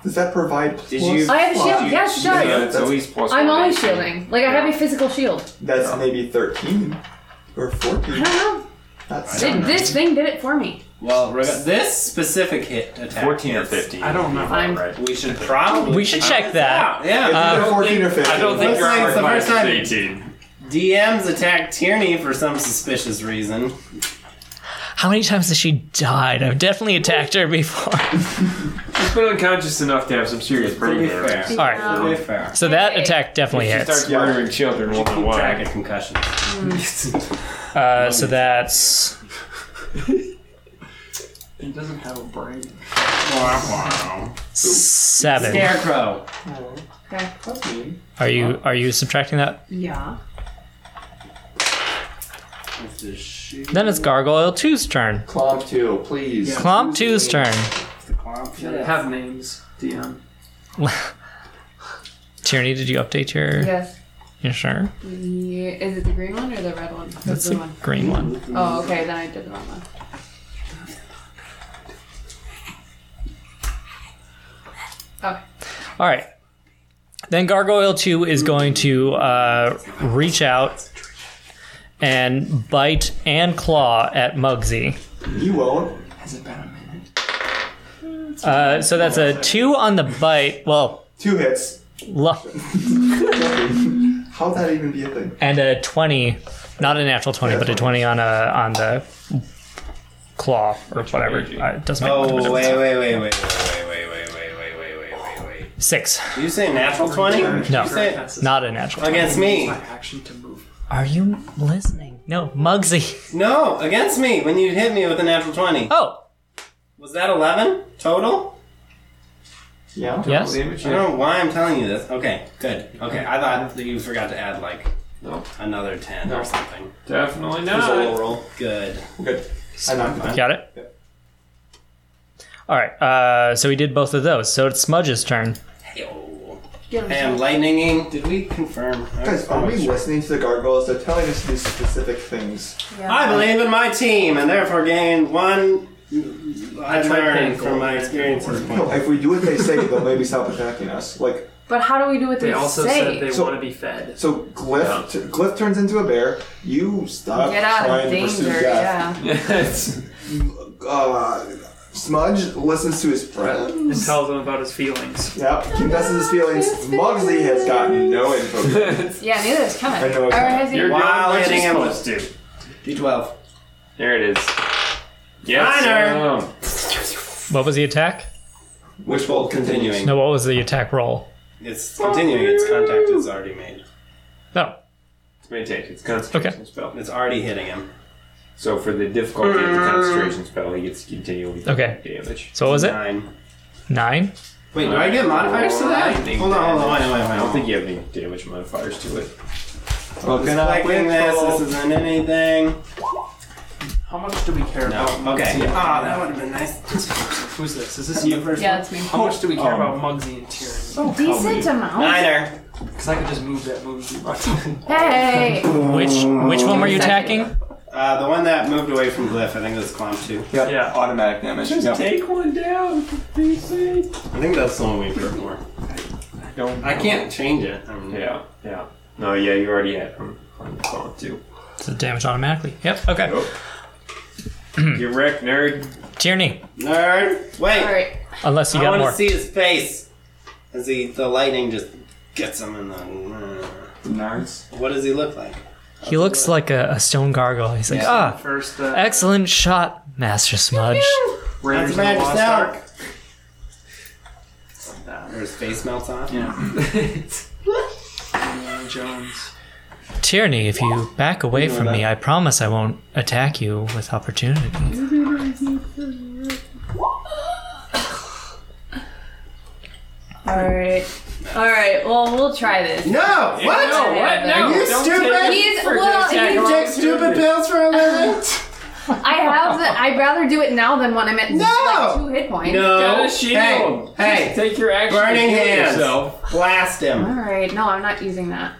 Speaker 1: Does that provide
Speaker 2: Did
Speaker 1: plus?
Speaker 2: you-
Speaker 3: I have a
Speaker 2: Well,
Speaker 3: shield.
Speaker 2: you-
Speaker 3: Yes, it
Speaker 7: Yeah,
Speaker 3: does.
Speaker 7: it's at least plus
Speaker 3: I'm
Speaker 7: one
Speaker 3: always
Speaker 7: AC.
Speaker 3: shielding. Like I have a physical shield.
Speaker 1: That's maybe 13 or 14.
Speaker 3: I don't know.
Speaker 1: That's
Speaker 3: Did- this thing did it for me.
Speaker 2: Well, reg- this specific hit attack.
Speaker 7: 14 or
Speaker 2: is-
Speaker 7: 15.
Speaker 6: I don't know.
Speaker 3: Fine.
Speaker 7: Right.
Speaker 2: We should probably.
Speaker 4: We should check that. Uh,
Speaker 2: Yeah.
Speaker 1: It's either 14 or 15.
Speaker 7: I don't think
Speaker 2: Let's
Speaker 7: your
Speaker 2: say
Speaker 7: armor
Speaker 2: it's the
Speaker 7: class
Speaker 2: first
Speaker 7: is 18.
Speaker 2: DMs attack Tierney for some suspicious reason.
Speaker 4: How many times has she died? I've definitely attacked her before.
Speaker 7: He's been unconscious enough to have some serious brain
Speaker 2: Pretty
Speaker 7: damage.
Speaker 2: fair.
Speaker 4: All right.
Speaker 2: Pretty fair.
Speaker 4: So that attack definitely
Speaker 7: If you
Speaker 4: hits.
Speaker 7: start murdering children, we'll know
Speaker 2: Track
Speaker 7: why.
Speaker 2: of concussion.
Speaker 3: Hmm.
Speaker 4: Uh, so that's
Speaker 6: He doesn't have a brain.
Speaker 4: seven.
Speaker 2: Scarecrow.
Speaker 3: Okay.
Speaker 4: Are you are you subtracting that?
Speaker 3: Yeah.
Speaker 4: Then it's Gargoyle Two's turn.
Speaker 1: Clomp two, please.
Speaker 4: Clomp Two's turn.
Speaker 6: Have names, Dion.
Speaker 4: Tierney, did you update your?
Speaker 3: Yes.
Speaker 4: You sure?
Speaker 3: Yeah, Is it the green one or the red one? The
Speaker 4: That's
Speaker 3: blue
Speaker 4: the
Speaker 3: one.
Speaker 4: green one.
Speaker 3: Oh, okay. Then I did the wrong one. Okay.
Speaker 4: All right. Then Gargoyle 2 is going to uh, reach out and bite and claw at Mugsy.
Speaker 1: You won't.
Speaker 4: Uh, so that's a 2 on the bite. Well,
Speaker 1: Two hits.
Speaker 4: lo-
Speaker 1: How'd that even be a thing?
Speaker 4: and a 20. Not a natural 20, but a 20 on a on the claw or whatever. Uh, it doesn't make much of a
Speaker 2: Oh, wait, wait, wait,
Speaker 4: difference.
Speaker 2: wait, wait, wait, wait, wait, wait, wait, wait, wait, wait, wait.
Speaker 4: 6.
Speaker 2: Did you say natural 20?
Speaker 4: No.
Speaker 2: You say
Speaker 4: Not a natural.
Speaker 2: against me.
Speaker 6: Action to move.
Speaker 4: Are you listening? No, Mugsy.
Speaker 2: No, against me when you hit me with a natural 20.
Speaker 4: Oh,
Speaker 2: Was that 11 total?
Speaker 1: Yeah.
Speaker 4: yes.
Speaker 2: I don't know why I'm telling you this. Okay, good. Okay, I thought that you forgot to add like
Speaker 7: No.
Speaker 2: another 10 or something.
Speaker 7: Definitely
Speaker 2: There's a little
Speaker 7: not.
Speaker 2: roll. Good.
Speaker 1: Good. I knocked him out.
Speaker 4: Got it? All right, uh, so we did both of those. So it's Smudge's turn.
Speaker 2: Hey-oh.
Speaker 3: Get him.
Speaker 2: And lightninging. Did we confirm? I
Speaker 1: Guys,
Speaker 2: was
Speaker 1: are we
Speaker 2: almost sure.
Speaker 1: listening to the gargoyles? They're telling us these specific things.
Speaker 2: I believe in my team and therefore gain one. I
Speaker 6: tried
Speaker 2: learned
Speaker 6: playing
Speaker 2: from my
Speaker 6: gold.
Speaker 2: experiences.
Speaker 1: No, if we do what they say, they'll maybe stop attacking us. Like,
Speaker 3: But how do we do what they,
Speaker 6: They also
Speaker 3: say?
Speaker 6: said they
Speaker 1: So-
Speaker 6: want to be fed.
Speaker 1: so Glyph, t- Glyph turns into a bear. You stop
Speaker 3: Get out
Speaker 1: trying
Speaker 3: of
Speaker 1: to pursue
Speaker 3: danger.
Speaker 1: death.
Speaker 3: Yeah.
Speaker 7: Yes.
Speaker 1: Uh, Smudge listens to his
Speaker 6: And
Speaker 1: friends.
Speaker 6: tells them about his feelings.
Speaker 1: Yep, confesses his feelings. Muggsy has gotten no info.
Speaker 3: Yeah. Neither is coming.
Speaker 1: I know
Speaker 3: Or
Speaker 1: it's not.
Speaker 3: has he?
Speaker 7: You're
Speaker 2: Wow,
Speaker 7: doing what
Speaker 2: hitting him.
Speaker 7: you're supposed to.
Speaker 2: D12.
Speaker 7: There it is. Yes.
Speaker 2: Minor.
Speaker 7: um,
Speaker 4: What was the attack?
Speaker 1: Which bolt
Speaker 2: Continuing.
Speaker 4: No, what was the attack roll?
Speaker 2: It's continuing. Its contact is already made.
Speaker 4: No.
Speaker 7: it's maintained. It's a concentration spell.
Speaker 2: It's already hitting him.
Speaker 7: So for the difficulty of the concentration spell, he gets continually
Speaker 4: Mm. Okay.
Speaker 7: damage.
Speaker 4: So what was it?
Speaker 2: Nine.
Speaker 4: Nine?
Speaker 2: Wait, do I get modifiers to that?
Speaker 7: Lightning
Speaker 2: Hold on, hold on, wait,
Speaker 7: damage.
Speaker 2: wait, wait.
Speaker 7: I don't think you have any damage modifiers to it.
Speaker 1: Looking
Speaker 2: Liking this, this isn't anything.
Speaker 6: How much do we care
Speaker 2: No.
Speaker 6: about Mugsy?
Speaker 2: Okay. Ah, that would have been nice.
Speaker 6: Who's this? Is this you first?
Speaker 3: Yeah, that's me. Oh,
Speaker 6: How much do we care
Speaker 2: Um,
Speaker 6: about Mugsy and Tyranny?
Speaker 3: Decent amount.
Speaker 2: Niner.
Speaker 6: Because I could just move that Mugsy button.
Speaker 3: Hey.
Speaker 4: Which which one were you attacking?
Speaker 2: Uh, the one that moved away from Glyph, I think that's Clomp 2.
Speaker 1: Yep.
Speaker 6: Yeah.
Speaker 1: Automatic damage. Yep.
Speaker 7: Take one down.
Speaker 2: I think that's the one we put for.
Speaker 7: Don't.
Speaker 2: I can't change it. Um,
Speaker 7: Yeah. Yeah. No. Yeah. You already had him on the phone too.
Speaker 4: It's the damage automatically. Yep, okay.
Speaker 7: Get wrecked, nerd.
Speaker 4: Tierney,
Speaker 2: Nerd. Wait.
Speaker 3: All right.
Speaker 4: unless you
Speaker 2: I
Speaker 4: got
Speaker 2: want
Speaker 4: more.
Speaker 2: to see his face. As he, the lightning just gets him in the.
Speaker 1: Nards.
Speaker 2: What does he look like?
Speaker 4: He looks like a, a stone gargoyle. He's like, ah,
Speaker 6: First, uh,
Speaker 4: excellent shot, Master Smudge.
Speaker 6: Raiders of the
Speaker 2: That's
Speaker 6: Lost
Speaker 2: magic
Speaker 6: Ark.
Speaker 2: Or his face melts off.
Speaker 6: Indiana Jones.
Speaker 4: Tierney, if you back away from me, I promise I won't attack you with opportunity.
Speaker 3: All right. All right. Well, we'll try this.
Speaker 2: No! What?
Speaker 6: No, what? No,
Speaker 2: Are you
Speaker 6: don't
Speaker 2: stupid?
Speaker 6: take-
Speaker 3: He's well.
Speaker 6: attack
Speaker 3: he's-
Speaker 6: him.
Speaker 2: Take stupid pills for a living?
Speaker 3: I have. The, I'd rather do it now than when I'm at like two hit points.
Speaker 2: No.
Speaker 7: Get a shield.
Speaker 2: Hey, hey,
Speaker 7: Take your action.
Speaker 2: Burning
Speaker 7: and kill
Speaker 2: hands.
Speaker 7: Yourself.
Speaker 2: blast
Speaker 3: All
Speaker 2: him.
Speaker 3: right. No, I'm not using that.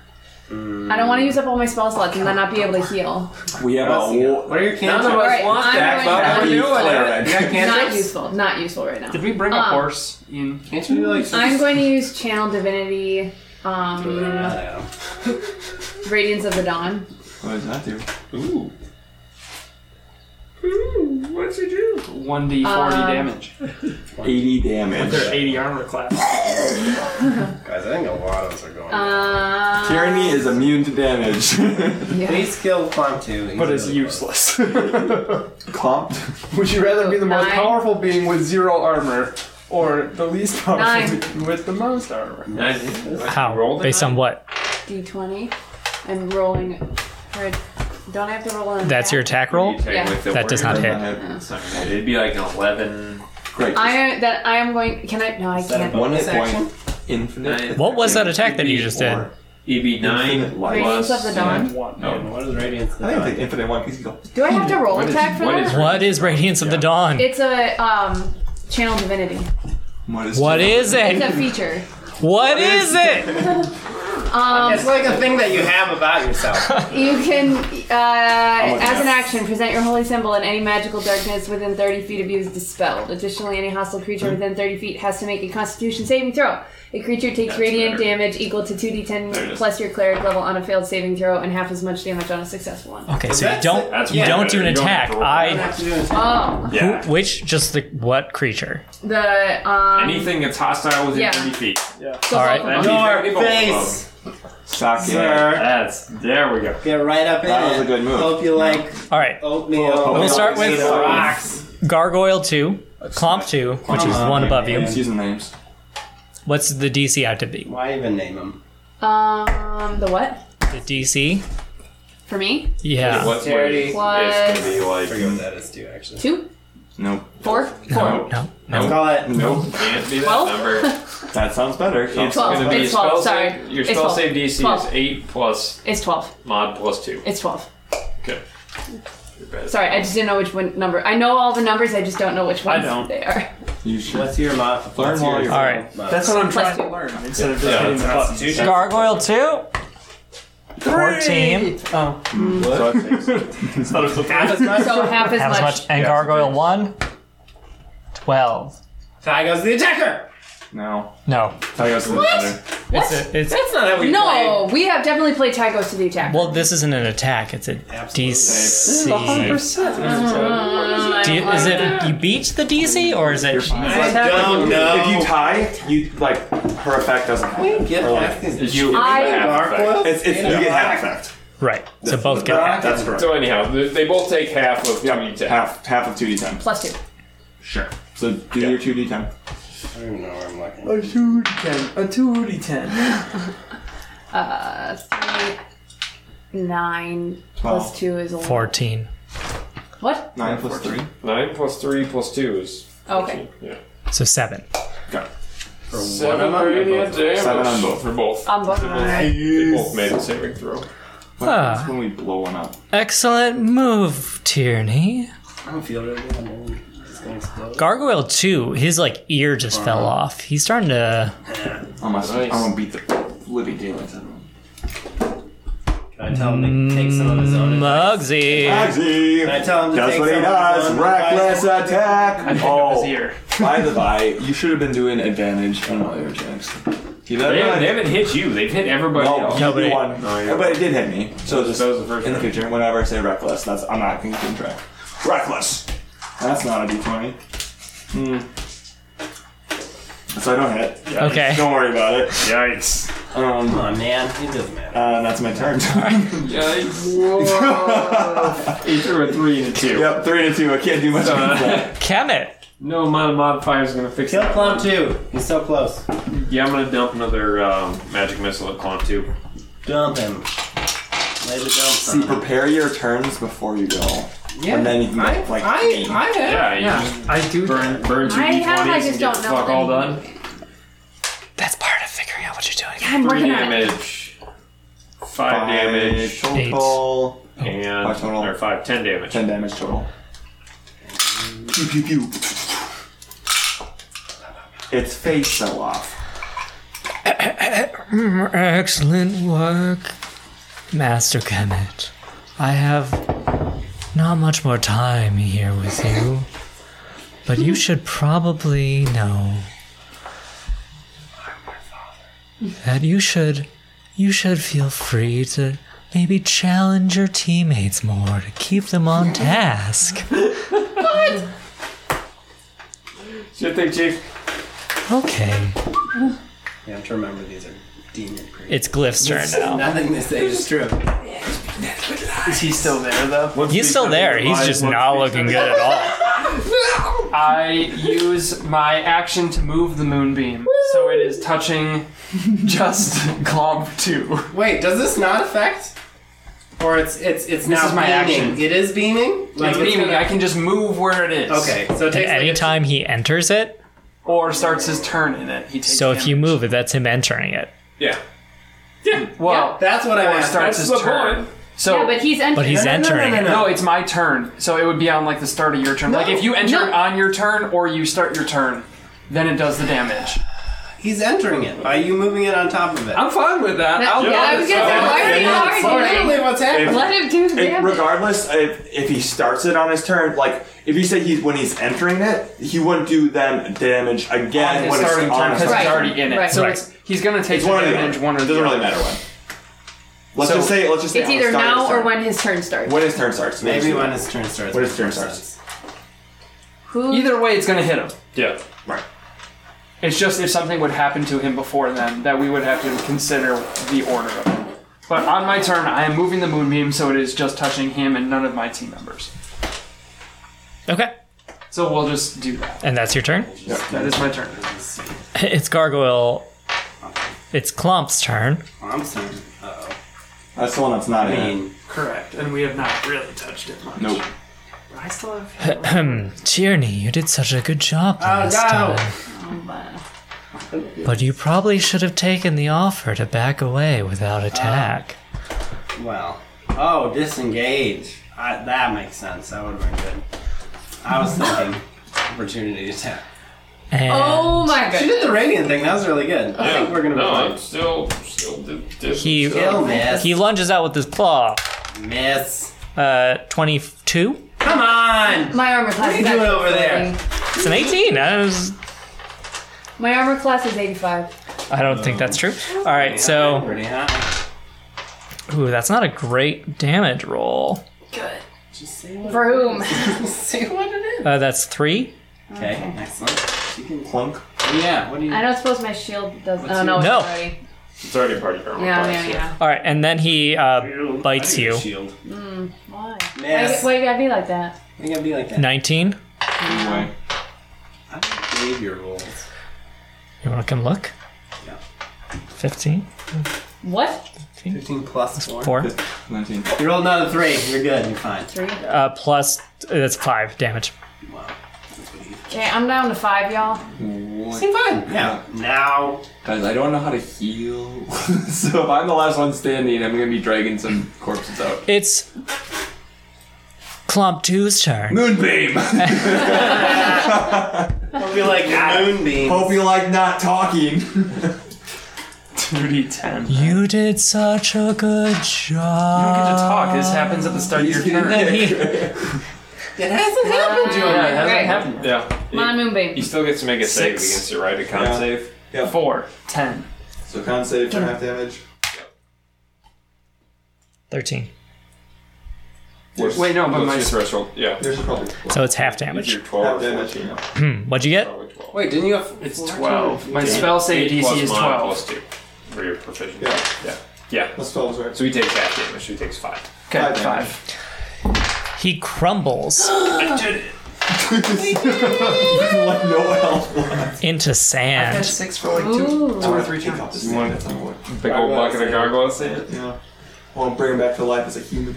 Speaker 3: I don't want to use up all my spell slots and then not be able to heal.
Speaker 1: We have a war.
Speaker 2: What are your
Speaker 7: None
Speaker 2: cantrips?
Speaker 7: of
Speaker 3: All
Speaker 7: us
Speaker 3: right,
Speaker 7: want
Speaker 3: I'm
Speaker 7: that,
Speaker 3: going
Speaker 7: but
Speaker 3: down.
Speaker 7: we're doing it.
Speaker 2: You got
Speaker 3: Not
Speaker 2: cantrips?
Speaker 3: useful. Not useful right now.
Speaker 6: Did we bring a
Speaker 3: Um,
Speaker 6: horse in?
Speaker 2: Can't you like?
Speaker 3: I'm going to use Channel Divinity, um, Radiance of the Dawn.
Speaker 1: What does that do?
Speaker 7: Ooh.
Speaker 6: What'd you do? 1d40
Speaker 3: Um,
Speaker 6: damage.
Speaker 1: 80 damage.
Speaker 6: With their 80 armor class.
Speaker 2: Guys, I think a lot of us are going.
Speaker 3: Uh,
Speaker 1: Tyranny is immune to damage.
Speaker 3: yeah.
Speaker 2: Please kill Clomp 2.
Speaker 6: But it's useless.
Speaker 1: Clumped.
Speaker 6: Would you rather be the most
Speaker 3: Nine.
Speaker 6: powerful being with zero armor Or the least powerful
Speaker 3: Nine.
Speaker 6: with the most armor.
Speaker 4: How? Based on what?
Speaker 3: D20. I'm rolling. For, don't I have to roll on
Speaker 4: That's your attack roll?
Speaker 3: Yeah.
Speaker 4: That does not hit.
Speaker 9: It'd be like an 11.
Speaker 1: Great.
Speaker 3: I that I am going. Can I? No, I can't.
Speaker 1: One hit
Speaker 3: Bonus
Speaker 1: point.
Speaker 3: action?
Speaker 1: Infinite.
Speaker 4: What was that attack that you just did?
Speaker 9: EB
Speaker 1: Infinite life.
Speaker 3: Radiance of the Dawn.
Speaker 6: One.
Speaker 7: Oh,
Speaker 1: No,
Speaker 2: what is radiance?
Speaker 1: I think the infinite one because you go.
Speaker 3: Do I have to roll attack for that?
Speaker 4: What is Radiance of the Dawn?
Speaker 3: It's a um channel divinity.
Speaker 1: What is,
Speaker 4: what is
Speaker 3: It's a
Speaker 4: it?
Speaker 3: feature.
Speaker 4: What is it?
Speaker 3: Um,
Speaker 2: It's like a thing that you have about yourself.
Speaker 3: you can,
Speaker 7: Oh,
Speaker 3: uh,
Speaker 1: gonna-
Speaker 3: as an action, present your holy symbol and any magical darkness within 30 feet of you is dispelled. Additionally, any hostile
Speaker 7: Hmm?
Speaker 3: creature within 30 feet has to make a Constitution saving throw. A creature takes radiant damage equal to 2d10 plus your cleric level on a failed saving throw and half as much damage on a successful one.
Speaker 4: Okay, so you
Speaker 2: That's-
Speaker 4: don't
Speaker 7: that's
Speaker 4: you
Speaker 7: way
Speaker 4: don't
Speaker 7: better.
Speaker 4: do an
Speaker 7: You don't have
Speaker 4: attack.
Speaker 7: to roll.
Speaker 2: You don't
Speaker 4: I
Speaker 2: have to do anything.
Speaker 3: Oh,
Speaker 7: Yeah.
Speaker 4: who, which just the what creature?
Speaker 3: the um,
Speaker 7: Anything that's hostile within
Speaker 3: Yeah.
Speaker 7: 30 feet.
Speaker 3: the
Speaker 4: All right.
Speaker 3: Hulk one.
Speaker 7: That'd be
Speaker 2: Your
Speaker 7: both of them.
Speaker 2: face.
Speaker 1: Sake.
Speaker 2: Sir.
Speaker 7: That's there we go.
Speaker 2: Get right up in
Speaker 1: That
Speaker 2: it.
Speaker 1: was a good move.
Speaker 2: Hope you like
Speaker 4: All right,
Speaker 2: oatmeal.
Speaker 1: We'll
Speaker 4: start with-
Speaker 2: rocks.
Speaker 4: Gargoyle two, Clomp two, which is
Speaker 2: Come
Speaker 4: one
Speaker 2: on,
Speaker 4: above you.
Speaker 2: man.
Speaker 1: Let's use the names.
Speaker 4: What's the DC out to be?
Speaker 2: Why even name them?
Speaker 3: Um, the what?
Speaker 4: The DC?
Speaker 3: For me?
Speaker 4: Yeah.
Speaker 7: What
Speaker 2: Charity.
Speaker 7: It's
Speaker 3: Was
Speaker 7: gonna be
Speaker 2: I
Speaker 7: like
Speaker 2: forget what that is too. Actually,
Speaker 3: two?
Speaker 1: Nope.
Speaker 3: Four? Four.
Speaker 4: No.
Speaker 2: let's call it.
Speaker 1: Nope.
Speaker 7: can't be that
Speaker 3: Twelve?
Speaker 7: number.
Speaker 1: That sounds better.
Speaker 7: It's
Speaker 3: Twelve.
Speaker 7: gonna be
Speaker 3: It's
Speaker 7: spell
Speaker 3: twelve,
Speaker 7: save-
Speaker 3: sorry.
Speaker 7: Your
Speaker 3: It's
Speaker 7: spell
Speaker 3: twelve.
Speaker 7: save DC is
Speaker 3: Twelve.
Speaker 7: eight plus
Speaker 3: It's 12.
Speaker 7: mod plus two.
Speaker 3: It's 12.
Speaker 7: Okay. You're bad.
Speaker 3: Sorry, I just didn't know which one number. I know all the numbers, I just don't know which
Speaker 7: I
Speaker 3: ones
Speaker 7: don't.
Speaker 3: they are.
Speaker 1: You should.
Speaker 2: What's your mod?
Speaker 1: Learn
Speaker 2: what's
Speaker 1: while
Speaker 2: your-
Speaker 1: you're-
Speaker 4: All right.
Speaker 2: mod?
Speaker 6: That's what I'm
Speaker 3: Plus
Speaker 6: trying to
Speaker 3: two.
Speaker 6: learn instead of just
Speaker 7: Yeah,
Speaker 6: hitting the
Speaker 7: that's-
Speaker 6: button.
Speaker 4: Gargoyle two. Fourteen.
Speaker 6: Oh,
Speaker 1: So it's-
Speaker 2: Half as much.
Speaker 3: So half as
Speaker 4: Half
Speaker 3: much.
Speaker 4: as much. And Gargoyle one. Twelve.
Speaker 2: Ty goes to the attacker.
Speaker 1: no.
Speaker 4: No.
Speaker 1: That goes to the better.
Speaker 4: It's a, it's
Speaker 2: That's not how we play.
Speaker 3: No, we have definitely played Ty Goes to the Attack.
Speaker 4: well, this isn't an attack. It's a DC. Do you, is it e- you beat the DC or is it?
Speaker 2: I don't know.
Speaker 1: If you tie, you like her effect doesn't happen.
Speaker 2: Get
Speaker 1: Or, like,
Speaker 2: half these
Speaker 7: You
Speaker 3: I-
Speaker 7: half effect.
Speaker 2: gargoyle.
Speaker 1: It's, it's, you get half effect.
Speaker 4: Right. So both get
Speaker 1: That's-
Speaker 4: that.
Speaker 1: That's correct.
Speaker 7: So anyhow, th- they both take half of
Speaker 1: Yeah,
Speaker 7: yeah, two half.
Speaker 1: half half of two d ten.
Speaker 3: Plus two.
Speaker 1: Sure. So do your two d ten.
Speaker 2: I don't even know where I'm looking.
Speaker 6: a two d ten. A two d ten.
Speaker 3: Uh, three, nine,
Speaker 1: Twelve.
Speaker 3: plus two is eleven.
Speaker 4: Fourteen.
Speaker 3: What? Oh,
Speaker 1: Nine plus three.
Speaker 7: Nine plus three plus two is
Speaker 3: Okay.
Speaker 7: yeah.
Speaker 4: So seven.
Speaker 1: Got it.
Speaker 7: Seven radiant damage
Speaker 1: Seven on both.
Speaker 7: for both.
Speaker 3: On both.
Speaker 7: They both made a saving throw.
Speaker 1: What
Speaker 4: Ah.
Speaker 1: happens when we blow one up?
Speaker 4: Excellent move, Tierney.
Speaker 2: I don't feel really good. I'm just gonna explode.
Speaker 4: Gargoyle two. His like ear just fell off. He's starting to.
Speaker 1: Unless
Speaker 7: Nice.
Speaker 1: I'm gonna beat the living daylights out of him.
Speaker 2: Can I tell him to take some of his
Speaker 4: Mm,
Speaker 2: own? advice?
Speaker 4: Mugsy.
Speaker 1: Axie!
Speaker 2: Can I tell him to
Speaker 1: That's
Speaker 2: take
Speaker 1: what he
Speaker 2: some
Speaker 1: does.
Speaker 2: of his own?
Speaker 1: Reckless
Speaker 2: advice?
Speaker 1: attack.
Speaker 6: Oh.
Speaker 1: Oh, by the by, you should have been doing advantage on all your attacks. You
Speaker 7: They,
Speaker 1: know,
Speaker 7: they haven't hit you. They've hit everybody
Speaker 1: no,
Speaker 7: else.
Speaker 1: you
Speaker 4: Nobody.
Speaker 1: do one.
Speaker 7: No, you're-
Speaker 1: but it did hit me. So just
Speaker 7: That was the first
Speaker 1: in the
Speaker 7: one.
Speaker 1: future, whenever I say reckless, that's I'm not keeping track. Reckless. That's not a d20. Hmm. So I don't hit.
Speaker 4: Okay.
Speaker 1: Don't worry about it.
Speaker 7: Yikes.
Speaker 1: Um,
Speaker 2: Come on, man. It doesn't matter.
Speaker 1: uh, that's my turn.
Speaker 7: He threw a three and a two.
Speaker 1: yep, three to two. I can't do much.
Speaker 7: Uh,
Speaker 1: against that.
Speaker 4: Kemet.
Speaker 7: No amount of modifiers is going to fix
Speaker 2: Kill
Speaker 7: that.
Speaker 2: Plum too. He's so close.
Speaker 7: Yeah, I'm going to dump another um, magic missile at Clomp 2.
Speaker 2: Dump him. Lay the dump.
Speaker 1: See, prepare your turns before you go.
Speaker 6: Yeah.
Speaker 1: And then you can
Speaker 6: I,
Speaker 1: like
Speaker 6: I,
Speaker 1: aim.
Speaker 6: I have.
Speaker 7: Yeah, you
Speaker 6: yeah. I do.
Speaker 7: Burn, burn two
Speaker 3: I
Speaker 7: d20s
Speaker 3: have, I
Speaker 7: and
Speaker 3: just
Speaker 7: get
Speaker 3: don't
Speaker 7: the
Speaker 3: know.
Speaker 7: fuck all done.
Speaker 4: That's part of figuring out what you're doing.
Speaker 3: I'm
Speaker 7: Three
Speaker 3: working on it.
Speaker 7: damage. Five damage.
Speaker 1: total.
Speaker 7: And
Speaker 1: Five total.
Speaker 7: or five, ten damage.
Speaker 1: Ten damage total. Pew pew pew. Its face fell off.
Speaker 4: Excellent work, Master Kemet. I have not much more time here with you, but you should probably know that you should you should feel free to maybe challenge your teammates more to keep them on task.
Speaker 7: Shit thing, Chief.
Speaker 4: Okay,
Speaker 2: You have to remember these are demon creatures.
Speaker 4: it's Glyph's turn now.
Speaker 2: Nothing they say is true.
Speaker 6: Is he still there though?
Speaker 7: What's
Speaker 4: He's still there. He's just not looking good at all.
Speaker 6: I use my action to move the moonbeam, so it is touching just Glomp 2.
Speaker 2: Wait, does this not affect? Or it's it's it's
Speaker 6: This
Speaker 2: not
Speaker 6: is my
Speaker 2: beaming.
Speaker 6: action.
Speaker 2: It is beaming.
Speaker 6: Like
Speaker 2: it's
Speaker 6: beaming,
Speaker 2: gonna-
Speaker 6: I can just move where it is.
Speaker 2: Okay, so it
Speaker 4: And
Speaker 2: takes like a-
Speaker 4: anytime he enters it,
Speaker 6: Or starts his turn in it. He takes
Speaker 4: so if you move it, that's him entering it.
Speaker 7: Yeah.
Speaker 6: Well,
Speaker 2: That's what I
Speaker 6: or
Speaker 2: meant.
Speaker 6: starts
Speaker 2: That's
Speaker 6: his
Speaker 2: the
Speaker 6: turn.
Speaker 2: point.
Speaker 6: So
Speaker 3: yeah, but he's entering.
Speaker 4: But
Speaker 2: No,
Speaker 4: he's
Speaker 2: no, no,
Speaker 4: entering
Speaker 2: no,
Speaker 4: it.
Speaker 2: no,
Speaker 6: No, it's my turn. So it would be on like the start of your turn. Like if you enter
Speaker 3: No.
Speaker 6: it on your turn or you start your turn, then it does the damage.
Speaker 2: He's entering it by you moving it on top of it.
Speaker 6: I'm fine with that.
Speaker 3: That- yeah, I was gonna say, why are you arguing?
Speaker 2: Literally what's happening.
Speaker 3: Let him do the
Speaker 1: It-
Speaker 3: damage.
Speaker 1: regardless, if, if he starts it on his turn, like if you say he's when he's entering it, he wouldn't do them damage
Speaker 6: on
Speaker 1: again
Speaker 6: his
Speaker 1: when it's
Speaker 6: starting
Speaker 1: on
Speaker 6: turn
Speaker 1: his
Speaker 6: because
Speaker 3: Right.
Speaker 6: he's already in it.
Speaker 3: Right.
Speaker 6: So
Speaker 3: Right.
Speaker 6: it's, he's gonna take
Speaker 1: It's one or the
Speaker 6: advantage
Speaker 1: other.
Speaker 6: one or the
Speaker 1: doesn't really
Speaker 6: other.
Speaker 1: matter when. Let's
Speaker 6: So-
Speaker 1: just say let's just say
Speaker 3: It's
Speaker 1: on the
Speaker 3: either
Speaker 1: start of his
Speaker 3: now or
Speaker 1: turn.
Speaker 3: when his turn starts.
Speaker 1: when his turn starts.
Speaker 2: Maybe when his turn starts.
Speaker 1: When his turn
Speaker 2: makes more
Speaker 1: starts.
Speaker 2: sense.
Speaker 3: Who?
Speaker 6: Either way, it's gonna hit him.
Speaker 7: Yeah.
Speaker 1: right.
Speaker 6: It's just if something would happen to him before then that we would have to consider the order of it. But on my turn, I am moving the moonbeam, so it is just touching him and none of my team members.
Speaker 4: Okay.
Speaker 6: So we'll just do that.
Speaker 4: And that's your turn.
Speaker 6: That is my turn.
Speaker 4: It's Gargoyle. It's Clump's turn.
Speaker 2: Thompson. Uh-oh.
Speaker 1: That's the one that's not
Speaker 2: I
Speaker 1: in. It.
Speaker 2: mean,
Speaker 6: Correct, and we have not really touched it much.
Speaker 1: Nope.
Speaker 6: But I still have.
Speaker 4: Tierney, you did such a good job
Speaker 3: Oh,
Speaker 4: last
Speaker 2: no.
Speaker 4: time. But you probably should have taken the offer to back away without attack.
Speaker 3: Oh.
Speaker 2: well. Oh, disengage. I, that makes sense. That would have been good. I was thinking opportunity attack.
Speaker 4: and
Speaker 3: Oh my
Speaker 2: She
Speaker 3: god.
Speaker 2: did the radiant thing. That was really good. I think we're gonna
Speaker 7: No,
Speaker 2: be
Speaker 7: I'm still still di- di-
Speaker 4: he
Speaker 2: Kill miss.
Speaker 4: he lunges out with his claw.
Speaker 2: miss.
Speaker 4: Uh, twenty-two.
Speaker 2: Come on.
Speaker 3: My armor class
Speaker 2: What are
Speaker 3: is
Speaker 2: you doing
Speaker 3: actually
Speaker 2: over there?
Speaker 3: 40.
Speaker 4: It's an eighteen. I, was-
Speaker 3: My armor class is 85.
Speaker 4: I don't think that's true. All right, so
Speaker 2: Pretty hot.
Speaker 4: ooh, that's not a great damage roll.
Speaker 3: Good.
Speaker 2: Just say what.
Speaker 3: For whom?
Speaker 2: say what it is.
Speaker 4: Uh, that's three.
Speaker 2: Okay. Excellent. You can.
Speaker 1: Clunk.
Speaker 2: Yeah. What do you?
Speaker 3: I don't suppose my shield doesn't. Oh no, it's
Speaker 4: No.
Speaker 3: already.
Speaker 7: It's already part of your armor
Speaker 3: Yeah,
Speaker 7: class,
Speaker 3: yeah, yeah.
Speaker 4: All right, and then he uh, bites you.
Speaker 2: Shield.
Speaker 3: Why?
Speaker 2: Miss.
Speaker 3: Why, why you gotta be like that?
Speaker 2: I think I'd be like that.
Speaker 4: Nineteen.
Speaker 1: Anyway.
Speaker 2: I don't believe your rules.
Speaker 4: You want to come look?
Speaker 2: Yeah.
Speaker 4: Fifteen.
Speaker 3: What?
Speaker 2: 15 plus 4.
Speaker 4: Four.
Speaker 1: 19.
Speaker 2: You rolled another 3. You're good. You're fine.
Speaker 3: Three?
Speaker 4: Uh, plus that's five damage.
Speaker 2: Wow.
Speaker 3: Okay, I'm down to five, y'all.
Speaker 2: Seem fine. Yeah. Now.
Speaker 1: Guys, I don't know how to heal. so if I'm the last one standing, I'm gonna be dragging some corpses out.
Speaker 4: It's Clump Two's turn.
Speaker 1: Moonbeam!
Speaker 2: I'll be like moonbeam.
Speaker 1: Hope you like not talking.
Speaker 6: 2d10. You
Speaker 4: You did such a good
Speaker 6: don't get to
Speaker 4: job.
Speaker 6: talk. This happens at the start of your turn. Yeah, it
Speaker 2: It hasn't happened to him.
Speaker 3: Uh,
Speaker 6: hasn't
Speaker 3: Great.
Speaker 6: happened. yet.
Speaker 7: Yeah.
Speaker 3: Come on,
Speaker 7: He-
Speaker 3: Moonbeam.
Speaker 7: He still gets to make a save
Speaker 6: Six.
Speaker 7: against it, right? A con
Speaker 1: Yeah.
Speaker 7: save.
Speaker 1: yeah.
Speaker 6: Four, ten.
Speaker 1: So con save for half damage.
Speaker 4: Thirteen.
Speaker 1: There's-
Speaker 6: Wait, no, but
Speaker 7: What's
Speaker 6: my
Speaker 7: your threshold? Yeah.
Speaker 1: There's probably
Speaker 4: So it's half
Speaker 7: If
Speaker 4: damage.
Speaker 7: you're 12
Speaker 1: half
Speaker 7: or
Speaker 1: damage.
Speaker 7: 14,
Speaker 1: You know.
Speaker 4: What'd you get?
Speaker 7: probably 12.
Speaker 2: Wait, didn't you have.
Speaker 6: it's twelve. My spell save
Speaker 7: Eight
Speaker 6: DC
Speaker 7: plus
Speaker 6: is
Speaker 7: mod
Speaker 6: twelve.
Speaker 7: Plus two for your proficiency.
Speaker 1: Yeah.
Speaker 7: Yeah. Yeah.
Speaker 1: That's 12, right?
Speaker 7: So he takes half damage. So he takes five.
Speaker 6: Okay,
Speaker 1: Five damage.
Speaker 6: five.
Speaker 4: He crumbles
Speaker 1: like no health left.
Speaker 4: into
Speaker 6: I had
Speaker 4: sand.
Speaker 6: six for like two,
Speaker 3: Ooh.
Speaker 6: two or three times.
Speaker 1: You want to one.
Speaker 7: Big old bucket of gargoyle sand.
Speaker 1: Yeah. I want to bring him back to life as a human.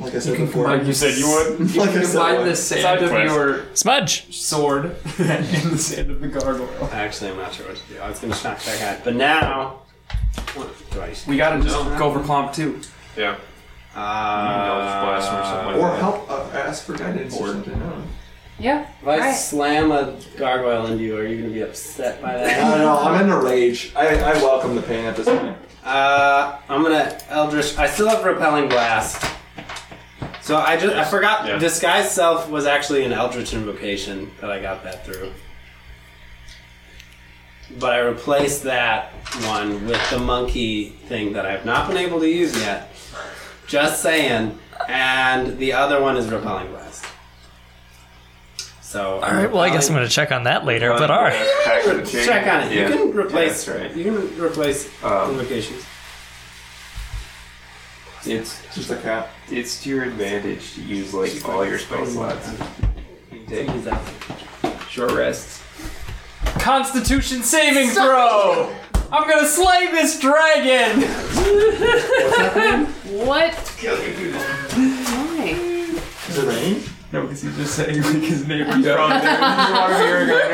Speaker 1: Like I said before.
Speaker 6: combine-
Speaker 7: Like you said you would.
Speaker 1: like I said.
Speaker 6: Combine the
Speaker 1: once.
Speaker 6: sand of
Speaker 7: quest.
Speaker 6: your
Speaker 4: Smudge.
Speaker 6: sword and the sand of the gargoyle.
Speaker 2: Actually, I'm not sure what to do. I was going to knock that guy. But now. What do I.
Speaker 6: We gotta just go over Clomp too.
Speaker 7: Yeah. blast him or something
Speaker 2: Uh,
Speaker 7: like
Speaker 1: Or help uh, ask for guidance or something. I don't know.
Speaker 3: Yeah.
Speaker 2: if I
Speaker 3: Alright.
Speaker 2: slam a gargoyle into you, are you going to be upset by
Speaker 1: I
Speaker 2: that?
Speaker 1: don't know. I'm in a rage. I, I welcome the pain at this point.
Speaker 2: Uh, I'm gonna Eldritch. I still have Repelling Blast. So I just I forgot
Speaker 7: Yeah.
Speaker 2: disguise self was actually an Eldritch invocation that I got that through. But I replaced that one with the monkey thing that I've not been able to use yet. Just saying. And the other one is Repelling Blast. So
Speaker 4: All right. Well, I guess I'm gonna check on that later. But all right.
Speaker 7: Pack the chain.
Speaker 2: check on it.
Speaker 7: Yeah.
Speaker 2: You can replace.
Speaker 7: Yeah, that's right.
Speaker 2: You can replace
Speaker 7: Um,
Speaker 2: invocations.
Speaker 7: It's
Speaker 1: Just a cat.
Speaker 7: it's to your advantage to use like all your spell slots.
Speaker 9: Take Short rests.
Speaker 4: Constitution saving throw. I'm gonna slay this dragon.
Speaker 3: What? Why?
Speaker 1: Is it rain?
Speaker 7: No, because he's just saying like his neighbor's
Speaker 1: Yeah.
Speaker 7: from there. You want to hear it, got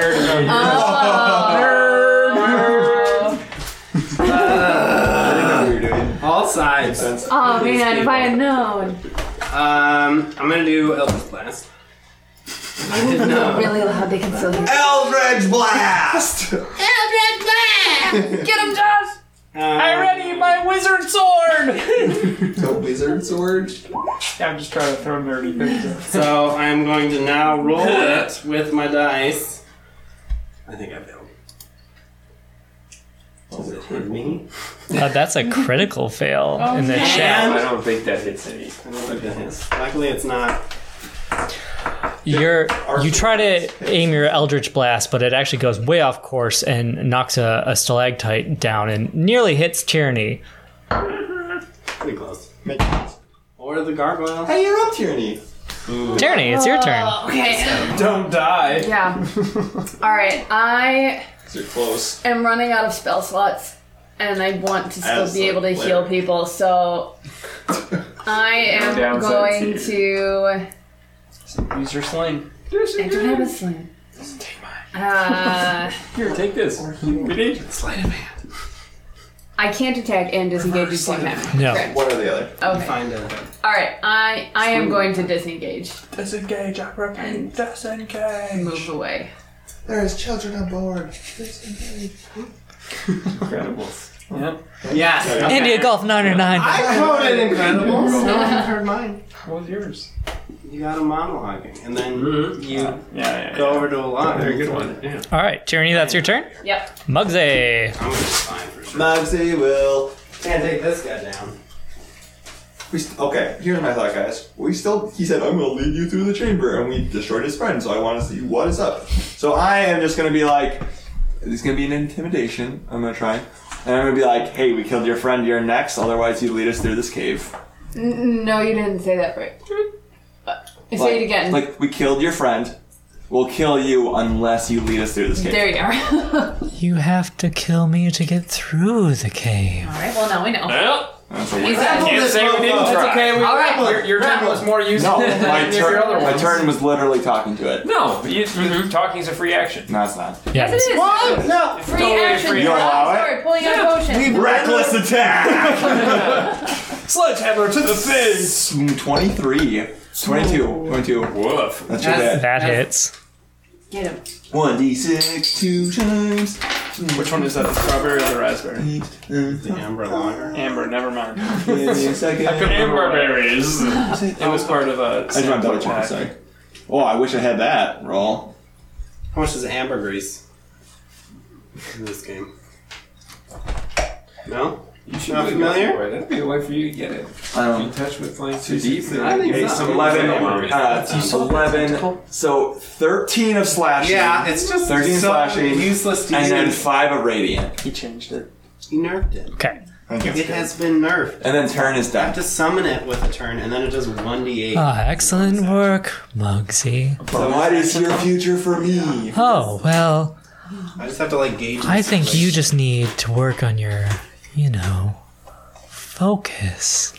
Speaker 7: nerd zone.
Speaker 2: All sides.
Speaker 3: Oh man, if I had known.
Speaker 2: Um, I'm gonna do Eldritch Blast. I didn't know.
Speaker 3: Really loud, they can still hear.
Speaker 1: Eldredge Blast!
Speaker 3: Get him, Josh!
Speaker 2: I
Speaker 4: ready my wizard sword.
Speaker 1: The wizard sword?
Speaker 6: Yeah, I'm just trying to throw nerdy things. out.
Speaker 2: So I am going to now roll it with my dice. I think I failed.
Speaker 7: Oh,
Speaker 2: Does it hit me?
Speaker 4: Uh, that's a critical fail in
Speaker 6: Oh,
Speaker 4: the
Speaker 2: man.
Speaker 4: chat.
Speaker 7: I don't think that hits any.
Speaker 2: I don't think that hits. Luckily, it's not.
Speaker 4: You're you try to aim your eldritch blast, but it actually goes way off course and knocks a, a stalactite down and nearly hits Tyranny.
Speaker 2: Pretty close.
Speaker 1: Make it.
Speaker 2: Or the gargoyle.
Speaker 1: Hey, you're up, Tyranny.
Speaker 4: Tyranny, it's your turn.
Speaker 3: Oh, okay.
Speaker 7: Don't die.
Speaker 3: Yeah. All right. I
Speaker 1: You're close.
Speaker 3: am running out of spell slots, and I want to still
Speaker 1: As
Speaker 3: be
Speaker 1: a
Speaker 3: able to
Speaker 1: player.
Speaker 3: heal people. So I am
Speaker 7: downsides
Speaker 3: going
Speaker 7: here.
Speaker 3: to.
Speaker 7: Use your sling.
Speaker 3: I don't have a sling. Uh,
Speaker 7: Here, take this. Ready?
Speaker 2: Sleight of hand.
Speaker 3: I can't attack and disengage at the same time.
Speaker 4: No.
Speaker 3: Correct.
Speaker 1: One or the other.
Speaker 3: Okay.
Speaker 2: Find a.
Speaker 3: All right. I I am going to disengage.
Speaker 7: Disengage, I repeat,
Speaker 3: and
Speaker 7: disengage.
Speaker 3: Move away.
Speaker 1: There's children on board.
Speaker 7: Incredibles. Yep.
Speaker 2: Yes.
Speaker 4: India Golf 909.
Speaker 2: I quoted Incredibles. No one heard mine.
Speaker 7: What was yours?
Speaker 2: You got a monologuing, and then you
Speaker 7: Yeah, yeah,
Speaker 2: go over to a line.
Speaker 7: Mm-hmm. Very good one. Yeah.
Speaker 4: All right, Tyranny, that's your turn.
Speaker 3: Yep.
Speaker 4: Mugsy.
Speaker 2: I'm gonna find for sure.
Speaker 1: Mugsy will.
Speaker 2: Can't take this guy down.
Speaker 1: We st- okay, here's my thought, guys. We still, he said, I'm gonna lead you through the chamber, and we destroyed his friend, so I wanna see what is up. So I am just gonna be like, it's gonna be an intimidation, I'm gonna try. And I'm gonna be like, hey, we killed your friend, you're next, otherwise you lead us through this cave.
Speaker 3: N- no, you didn't say that right. Uh,
Speaker 1: Like-
Speaker 3: Say it again.
Speaker 1: Like, we killed your friend, we'll kill you unless you lead us through this cave.
Speaker 3: there you are.
Speaker 4: You have to kill me to get through the cave.
Speaker 3: All right. Well, now we know.
Speaker 7: Well,
Speaker 1: That's a
Speaker 3: He's
Speaker 1: weird-
Speaker 3: out.
Speaker 7: can't say we didn't
Speaker 6: That's
Speaker 7: try.
Speaker 6: okay. We,
Speaker 3: All right.
Speaker 6: Your, your turn was more useful
Speaker 1: No,
Speaker 6: than
Speaker 1: my
Speaker 6: any of your other
Speaker 1: turn, my
Speaker 6: ones.
Speaker 1: turn was literally talking to it.
Speaker 7: No, you, talking is a free action.
Speaker 1: No, it's not.
Speaker 4: Yeah.
Speaker 3: Yes, it is.
Speaker 1: Oh, No!
Speaker 3: Free
Speaker 7: Totally
Speaker 3: action.
Speaker 7: free.
Speaker 1: You allow
Speaker 3: Sorry, pulling out a potion.
Speaker 1: Reckless attack!
Speaker 7: Sledgehammer to the face.
Speaker 1: 23. 22. 22.
Speaker 7: Woof.
Speaker 1: That's your bad.
Speaker 4: That hits.
Speaker 3: Get him.
Speaker 1: One d six two times.
Speaker 6: Which one is that? The strawberry or the raspberry?
Speaker 2: The amber longer.
Speaker 1: Oh.
Speaker 6: Amber. Never mind.
Speaker 1: Give me a second.
Speaker 7: Amber berries.
Speaker 6: It was part of uh, a.
Speaker 1: I just want to double check. Sorry. Oh, I wish I had that roll.
Speaker 2: How much is ambergris in this game? No?
Speaker 7: You should
Speaker 2: Not
Speaker 7: be
Speaker 2: familiar?
Speaker 7: familiar. That'd be a way for you to get it.
Speaker 1: I
Speaker 7: If
Speaker 1: don't.
Speaker 7: you touch with flying too
Speaker 2: Too
Speaker 7: deep.
Speaker 2: deep.
Speaker 7: then-
Speaker 2: I think
Speaker 7: Hey,
Speaker 2: so.
Speaker 7: some
Speaker 1: Eleven.
Speaker 7: amber.
Speaker 1: Uh, eleven. So thirteen of slashing.
Speaker 2: Yeah, it's just
Speaker 1: 13
Speaker 2: so
Speaker 1: slashing,
Speaker 2: useless to
Speaker 1: And then
Speaker 2: use.
Speaker 1: five of radiant.
Speaker 6: He changed it.
Speaker 2: You nerfed it.
Speaker 4: Okay.
Speaker 2: It has been nerfed.
Speaker 1: And then turn is
Speaker 2: I have
Speaker 1: done.
Speaker 2: to summon it with a turn, and then it does 1d8.
Speaker 4: Ah, excellent work, Mugsy.
Speaker 1: But what is your future for me?
Speaker 4: Oh, well,
Speaker 2: I just have to, like, gauge the
Speaker 4: I think you
Speaker 2: situation.
Speaker 4: just need to work on your, you know, focus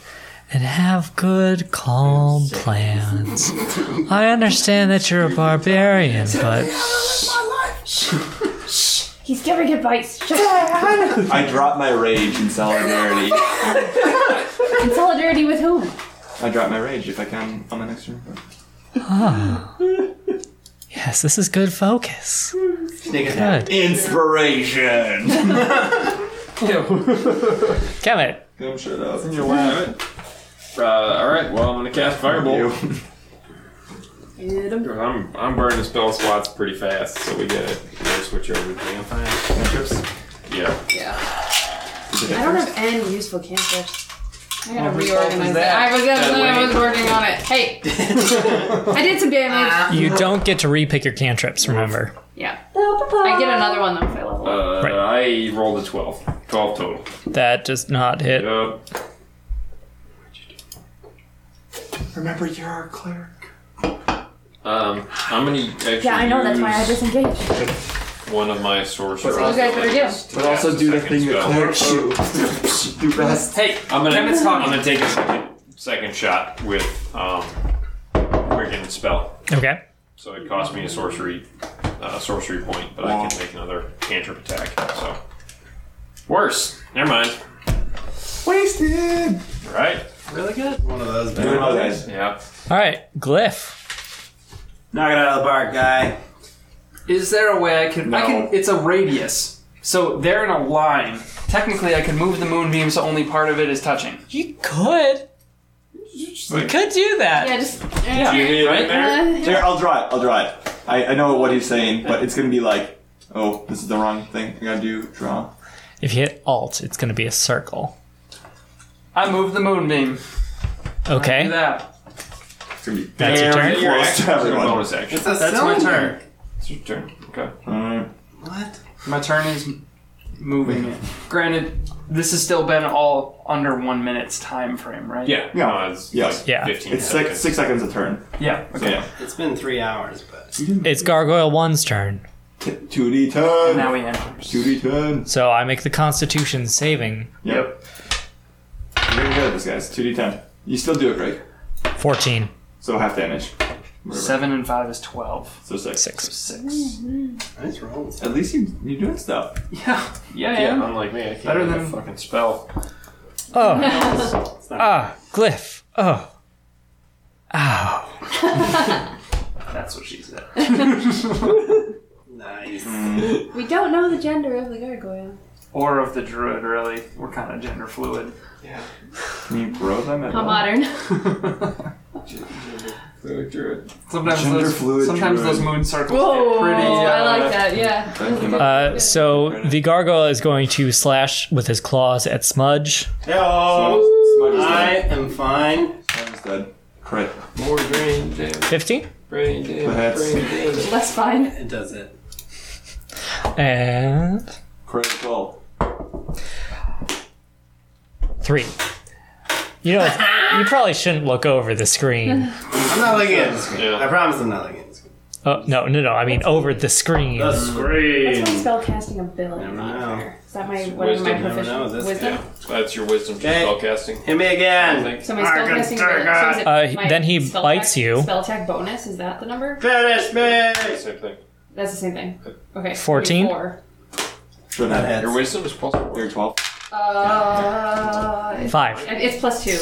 Speaker 4: and have good, calm plans. I understand that you're a barbarian, but
Speaker 3: He's giving advice. Shut up.
Speaker 1: I drop my rage in solidarity.
Speaker 3: In solidarity with whom?
Speaker 1: I drop my rage if I can on the next turn.
Speaker 4: yes, this is good focus.
Speaker 2: Take it down.
Speaker 4: Good.
Speaker 1: Inspiration.
Speaker 4: Kemet,
Speaker 1: Come shut up.
Speaker 7: Uh, all right. Well, I'm gonna cast
Speaker 1: You.
Speaker 7: fireball.
Speaker 3: Get him.
Speaker 7: I'm I'm burning spell slots pretty fast, so we get it. We'll switch over to campfire. Yeah.
Speaker 3: Yeah. I don't have any useful cantrips. I gotta
Speaker 6: What was
Speaker 3: reorganize that.
Speaker 6: that?
Speaker 3: I was,
Speaker 6: That
Speaker 3: gonna, I
Speaker 6: way.
Speaker 3: was working on it. Hey, I did some damage.
Speaker 4: you don't get to repick your cantrips, remember?
Speaker 3: yeah. I get another one though if I level up.
Speaker 7: Uh, I rolled a 12. 12 total.
Speaker 4: That does not hit.
Speaker 7: Yup.
Speaker 1: Remember, you're our cleric.
Speaker 7: Uh, Um, I'm gonna actually
Speaker 3: Yeah, I know. That's why I
Speaker 7: use
Speaker 3: disengaged.
Speaker 7: one of my sorcerers.
Speaker 3: That's what you guys better do.
Speaker 1: But also do the thing that clerks you. do best.
Speaker 2: Hey,
Speaker 7: I'm gonna.
Speaker 2: Kevin's talking.
Speaker 7: I'm gonna take a second, second shot with um, wicked spell.
Speaker 4: Okay.
Speaker 7: So it cost me a sorcery, uh, sorcery point, but I can make another cantrip attack. So worse. Never mind.
Speaker 1: Wasted.
Speaker 7: Right?
Speaker 2: Really good. One of those.
Speaker 1: Doing well, guys.
Speaker 7: Yeah.
Speaker 4: All right, Glyph.
Speaker 2: Knock it out of the park, guy.
Speaker 6: Is there a way I can? I
Speaker 1: No.
Speaker 6: can. It's a radius, so they're in a line. Technically, I can move the moonbeam, so only part of it is touching.
Speaker 4: You could. You could do that.
Speaker 3: Yeah, just.
Speaker 6: Yeah.
Speaker 7: You need it right there?
Speaker 3: Uh,
Speaker 1: Here, I'll draw it. I'll draw it. I, I know what he's saying, but it's gonna be like, oh, this is the wrong thing. I gotta do draw.
Speaker 4: If you hit Alt, it's going to be a circle.
Speaker 6: I move the moonbeam. Do
Speaker 4: Okay.
Speaker 6: that.
Speaker 1: It's gonna be
Speaker 4: That's your turn.
Speaker 7: Your
Speaker 1: close
Speaker 7: action
Speaker 1: to
Speaker 7: is a
Speaker 1: everyone.
Speaker 7: bonus action.
Speaker 2: It's a That's cylinder. My turn.
Speaker 7: It's your turn. Okay.
Speaker 1: Alright.
Speaker 2: What?
Speaker 6: My turn is m- moving it. Granted, this has still been all under one minute's time frame, right?
Speaker 7: Yeah.
Speaker 1: Yeah.
Speaker 7: No, it's
Speaker 1: Yes.
Speaker 7: like
Speaker 4: Yeah.
Speaker 7: 15
Speaker 1: It's
Speaker 7: seconds.
Speaker 1: six, six seconds a turn.
Speaker 6: Yeah.
Speaker 1: So
Speaker 6: Okay.
Speaker 1: yeah.
Speaker 2: It's been three hours, but
Speaker 1: Mm-hmm.
Speaker 4: It's Gargoyle 1's turn.
Speaker 1: T- 2D
Speaker 6: Now
Speaker 1: turn.
Speaker 6: we enters.
Speaker 1: 2D turn.
Speaker 4: So I make the Constitution saving
Speaker 1: Yep. You're gonna get this, guys. 2D 10. You still do it, Greg.
Speaker 4: 14.
Speaker 1: So half damage. Whatever.
Speaker 6: Seven and five is twelve.
Speaker 1: So six.
Speaker 4: Six.
Speaker 6: Six.
Speaker 2: nice rolls.
Speaker 1: At least you you're doing stuff.
Speaker 6: Yeah. Yeah. I
Speaker 7: Yeah,
Speaker 6: am.
Speaker 7: unlike me, I can't
Speaker 6: Better
Speaker 7: do a
Speaker 6: than-
Speaker 7: fucking spell.
Speaker 4: Oh. ah, Glyph. Oh.
Speaker 6: That's what she said.
Speaker 2: Nice.
Speaker 3: we don't know the gender of the gargoyle.
Speaker 6: Or of the druid, really. We're kind of gender fluid.
Speaker 1: Can you grow them at
Speaker 3: How
Speaker 1: all?
Speaker 3: modern.
Speaker 6: Sometimes
Speaker 1: Gender
Speaker 6: those
Speaker 1: fluid
Speaker 6: sometimes
Speaker 1: druid.
Speaker 6: those moon circles
Speaker 3: Whoa,
Speaker 6: get pretty. Uh,
Speaker 3: I like that. Yeah.
Speaker 1: That came out.
Speaker 4: Uh, so the gargoyle is going to slash with his claws at Smudge.
Speaker 1: Oh,
Speaker 2: Hello.
Speaker 1: Smudge is
Speaker 2: I
Speaker 1: dead.
Speaker 2: am fine.
Speaker 1: Smudge is dead. Crit.
Speaker 7: More brain damage.
Speaker 4: 15.
Speaker 7: Brain damage.
Speaker 1: That's-
Speaker 7: Brain damage.
Speaker 3: Less fine.
Speaker 2: It does it.
Speaker 4: And
Speaker 1: Critical.
Speaker 4: 3. You know, you probably shouldn't look over the screen.
Speaker 2: I'm not looking at the screen.
Speaker 7: Yeah.
Speaker 2: I promise I'm not looking at the screen.
Speaker 4: Oh, no, no, no. I mean, over the screen.
Speaker 2: The
Speaker 3: That's
Speaker 2: screen.
Speaker 3: my spell casting ability.
Speaker 2: Never know.
Speaker 3: Is that my what is
Speaker 7: Wisdom,
Speaker 3: my
Speaker 7: never
Speaker 2: know,
Speaker 3: proficiency?
Speaker 2: this
Speaker 3: Wisdom.
Speaker 7: Yeah. That's your wisdom for
Speaker 2: Okay.
Speaker 7: spell casting.
Speaker 2: Hit me again.
Speaker 7: Like,
Speaker 3: So my spell casting ability. So is it
Speaker 4: Uh,
Speaker 3: my
Speaker 4: then he
Speaker 3: spell
Speaker 4: bites
Speaker 3: attack-
Speaker 4: you.
Speaker 3: Spell attack bonus is that the number?
Speaker 2: Finish me.
Speaker 7: same thing.
Speaker 3: That's the same thing. Okay.
Speaker 4: 14?
Speaker 3: Four.
Speaker 1: Sure
Speaker 2: That
Speaker 1: not.
Speaker 2: hits.
Speaker 7: Your wisdom is plus four.
Speaker 1: You're 12.
Speaker 3: Uh, it's-
Speaker 4: 5.
Speaker 3: it's plus two,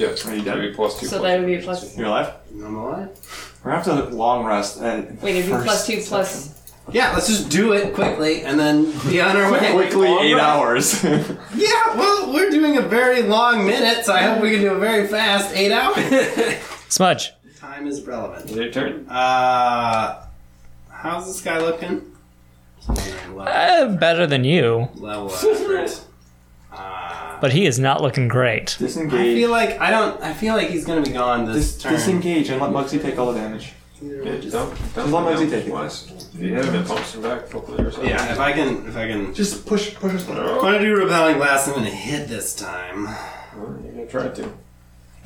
Speaker 7: Yeah,
Speaker 1: Are you
Speaker 7: that'd
Speaker 1: dead?
Speaker 7: be plus two.
Speaker 3: so
Speaker 7: plus
Speaker 3: that would be a plus.
Speaker 1: You're alive?
Speaker 2: Normal life.
Speaker 1: We're gonna have to long rest. And
Speaker 3: Wait, it'd be
Speaker 1: first-
Speaker 3: plus two plus.
Speaker 2: Yeah, let's just do it quickly and then be on our way.
Speaker 1: Quickly,
Speaker 2: All
Speaker 1: eight
Speaker 2: right.
Speaker 1: hours.
Speaker 2: Yeah, well, we're doing a very long minute, so I hope we can do a very fast eight hour.
Speaker 4: Smudge.
Speaker 2: Time is relevant.
Speaker 7: Is it your turn?
Speaker 2: Uh, how's this guy looking? Level
Speaker 4: Uh, better than you,
Speaker 2: level effort. Uh,
Speaker 4: but he is not looking great.
Speaker 1: disengage.
Speaker 2: I feel like I don't. I feel like he's gonna be gone this
Speaker 1: Dis-
Speaker 2: turn.
Speaker 1: disengage and let Mugsy take all the damage.
Speaker 7: Yeah, don't, don't,
Speaker 1: As long as you
Speaker 7: don't-
Speaker 1: take it.
Speaker 7: Wise. If you haven't, it pumps him back. Hopefully, or something.
Speaker 2: yeah, if I can, if I can.
Speaker 1: Just push, push us.
Speaker 2: I'm gonna do repelling blast. I'm gonna hit this time.
Speaker 7: Well, you're gonna try to.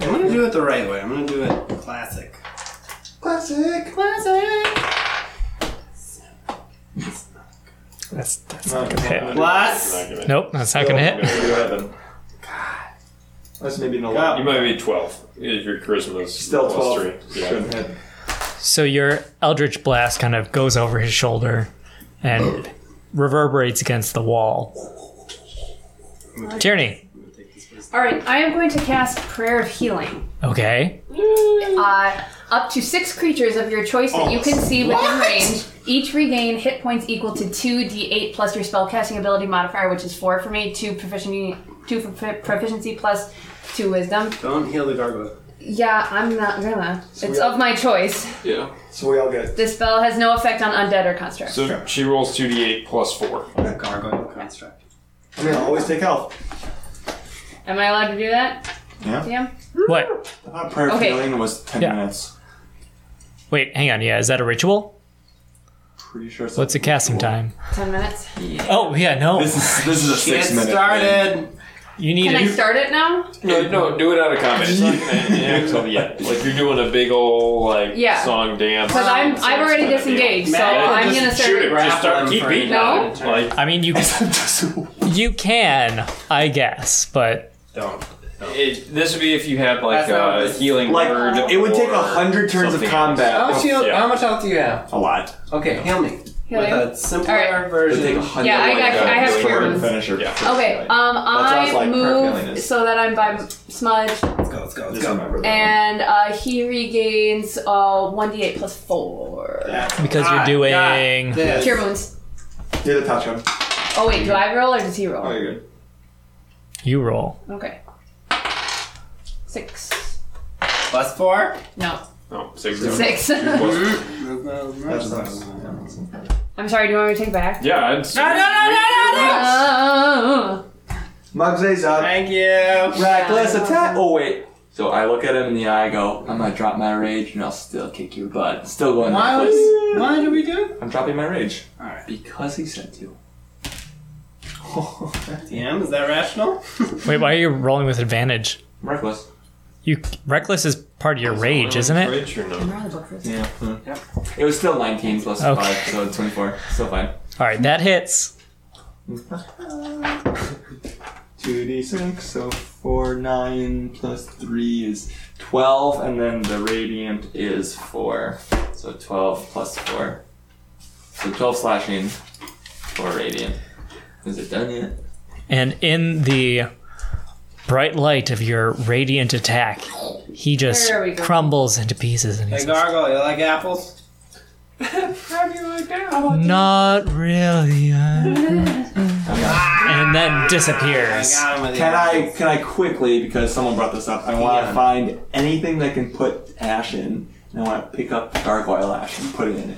Speaker 2: I'm gonna do it the right way. I'm gonna do it classic.
Speaker 1: Classic.
Speaker 2: Classic.
Speaker 4: That's that's
Speaker 1: No,
Speaker 4: not gonna
Speaker 1: no,
Speaker 4: hit.
Speaker 1: no.
Speaker 2: Plus.
Speaker 4: Nope, that's not gonna hit.
Speaker 1: God. That's maybe an
Speaker 7: You
Speaker 1: 11.
Speaker 7: might be twelve if your charisma is
Speaker 1: Still
Speaker 7: plus
Speaker 1: 12.
Speaker 7: Three. Yeah.
Speaker 1: Shouldn't hit.
Speaker 4: So your Eldritch Blast kind of goes over his shoulder and reverberates against the wall. Tierney.
Speaker 3: All right, I am going to cast Prayer of Healing.
Speaker 4: Okay.
Speaker 3: Uh, up to six creatures of your choice that you can see within range each regain hit points equal to 2d8 plus your spell casting ability modifier, which is 4 for me, 2 proficiency, two profi- proficiency plus 2 wisdom.
Speaker 2: Don't heal the gargoyle.
Speaker 3: Yeah, I'm not gonna. It's of my choice.
Speaker 7: Yeah.
Speaker 1: So we all get it.
Speaker 3: This spell has no effect on undead or construct.
Speaker 7: So she rolls two d eight plus four.
Speaker 2: Gargoyle construct.
Speaker 1: I mean, I'll always take health.
Speaker 3: Am I allowed to do that?
Speaker 1: Yeah.
Speaker 3: Damn.
Speaker 4: What?
Speaker 1: I thought prayer
Speaker 3: Okay.
Speaker 1: healing was 10
Speaker 4: Yeah.
Speaker 1: minutes.
Speaker 4: Wait, hang on. Yeah, is that a ritual?
Speaker 1: Pretty sure it's
Speaker 4: What's the casting time?
Speaker 3: 10 minutes.
Speaker 4: Oh yeah, no.
Speaker 1: This is, this is a
Speaker 2: Get
Speaker 1: six minute.
Speaker 2: started.
Speaker 4: You need
Speaker 3: Can
Speaker 4: it.
Speaker 3: I start it now?
Speaker 7: No, no, do it out of comedy. It's not gonna act up yet. Like you're doing a big old like
Speaker 3: Yeah.
Speaker 7: song dance.
Speaker 3: Because I'm I've already disengaged, so
Speaker 7: Matt,
Speaker 3: I'm
Speaker 7: just
Speaker 3: gonna start.
Speaker 7: shoot it. Just start keep beating.
Speaker 3: No?
Speaker 7: it. Like
Speaker 4: I mean, you you can, I guess, but
Speaker 7: don't. It, this would be if you had like a healing
Speaker 1: Like,
Speaker 7: word.
Speaker 1: it would take a
Speaker 7: or
Speaker 1: hundred turns of
Speaker 7: something
Speaker 1: combat.
Speaker 7: else.
Speaker 2: How much, heal,
Speaker 7: Yeah.
Speaker 2: how much health do you have?
Speaker 1: A lot.
Speaker 2: Okay, heal me.
Speaker 3: Heal
Speaker 2: With
Speaker 3: you?
Speaker 2: a simpler version.
Speaker 1: It'd take a hundred.
Speaker 3: Yeah, I
Speaker 1: like,
Speaker 3: got-
Speaker 1: uh,
Speaker 3: I have
Speaker 1: healing
Speaker 3: cure
Speaker 1: word
Speaker 3: wounds.
Speaker 1: finisher.
Speaker 3: Okay, um,
Speaker 1: That's why I was
Speaker 3: I
Speaker 1: like, perfect
Speaker 3: move
Speaker 1: illness.
Speaker 3: so that I'm by Smudge,
Speaker 2: Let's go, let's go, let's
Speaker 1: Just
Speaker 2: go.
Speaker 1: remember that.
Speaker 3: and uh, he regains uh, 1d8 plus 4.
Speaker 4: because you're doing
Speaker 2: This.
Speaker 3: Cure wounds.
Speaker 1: You're the touch one.
Speaker 3: Oh, wait, do I roll or does he
Speaker 1: Oh,
Speaker 3: roll?
Speaker 1: you're good.
Speaker 4: you roll.
Speaker 3: Okay. Six.
Speaker 2: Plus four.
Speaker 3: No,
Speaker 7: No, Oh, six.
Speaker 3: six.
Speaker 1: That's nice. Yeah.
Speaker 3: I'm sorry, do you want me to take back?
Speaker 7: Yeah, it's no,
Speaker 3: Oh,
Speaker 1: Mugsy's up.
Speaker 2: Thank you.
Speaker 1: Reckless attack. Oh wait.
Speaker 9: So I look at him in the eye, I go, I'm gonna drop my rage and I'll still kick your butt. Still going
Speaker 2: Why
Speaker 9: reckless.
Speaker 2: was, why did we do it?
Speaker 1: I'm dropping my rage.
Speaker 2: Alright.
Speaker 9: Because he sent you.
Speaker 2: DM, is that rational?
Speaker 4: Wait, why are you rolling with advantage?
Speaker 9: Reckless.
Speaker 4: You reckless is part of your rage, isn't it?
Speaker 7: Rage or no?
Speaker 9: Yeah. It was still 19 plus
Speaker 4: Okay.
Speaker 9: 5, so 24. Still fine.
Speaker 4: All right, that hits.
Speaker 1: Two d six. So four nine plus three is twelve, and then the radiant
Speaker 9: Is 4. So 12 plus 4. So 12 slashing, 4 radiant. Is it done yet?
Speaker 4: And in the bright light of your radiant attack, he just
Speaker 3: There we go.
Speaker 4: crumbles into pieces and he
Speaker 2: Hey,
Speaker 4: says,
Speaker 2: Gargoyle, you like apples?
Speaker 4: Not really. uh, and then disappears.
Speaker 2: I got 'em with the
Speaker 1: Can I
Speaker 2: apples.
Speaker 1: can I quickly because someone brought this up? I want
Speaker 2: Yeah.
Speaker 1: to find anything that can put ash in, and I want to pick up gargoyle ash and put it in it.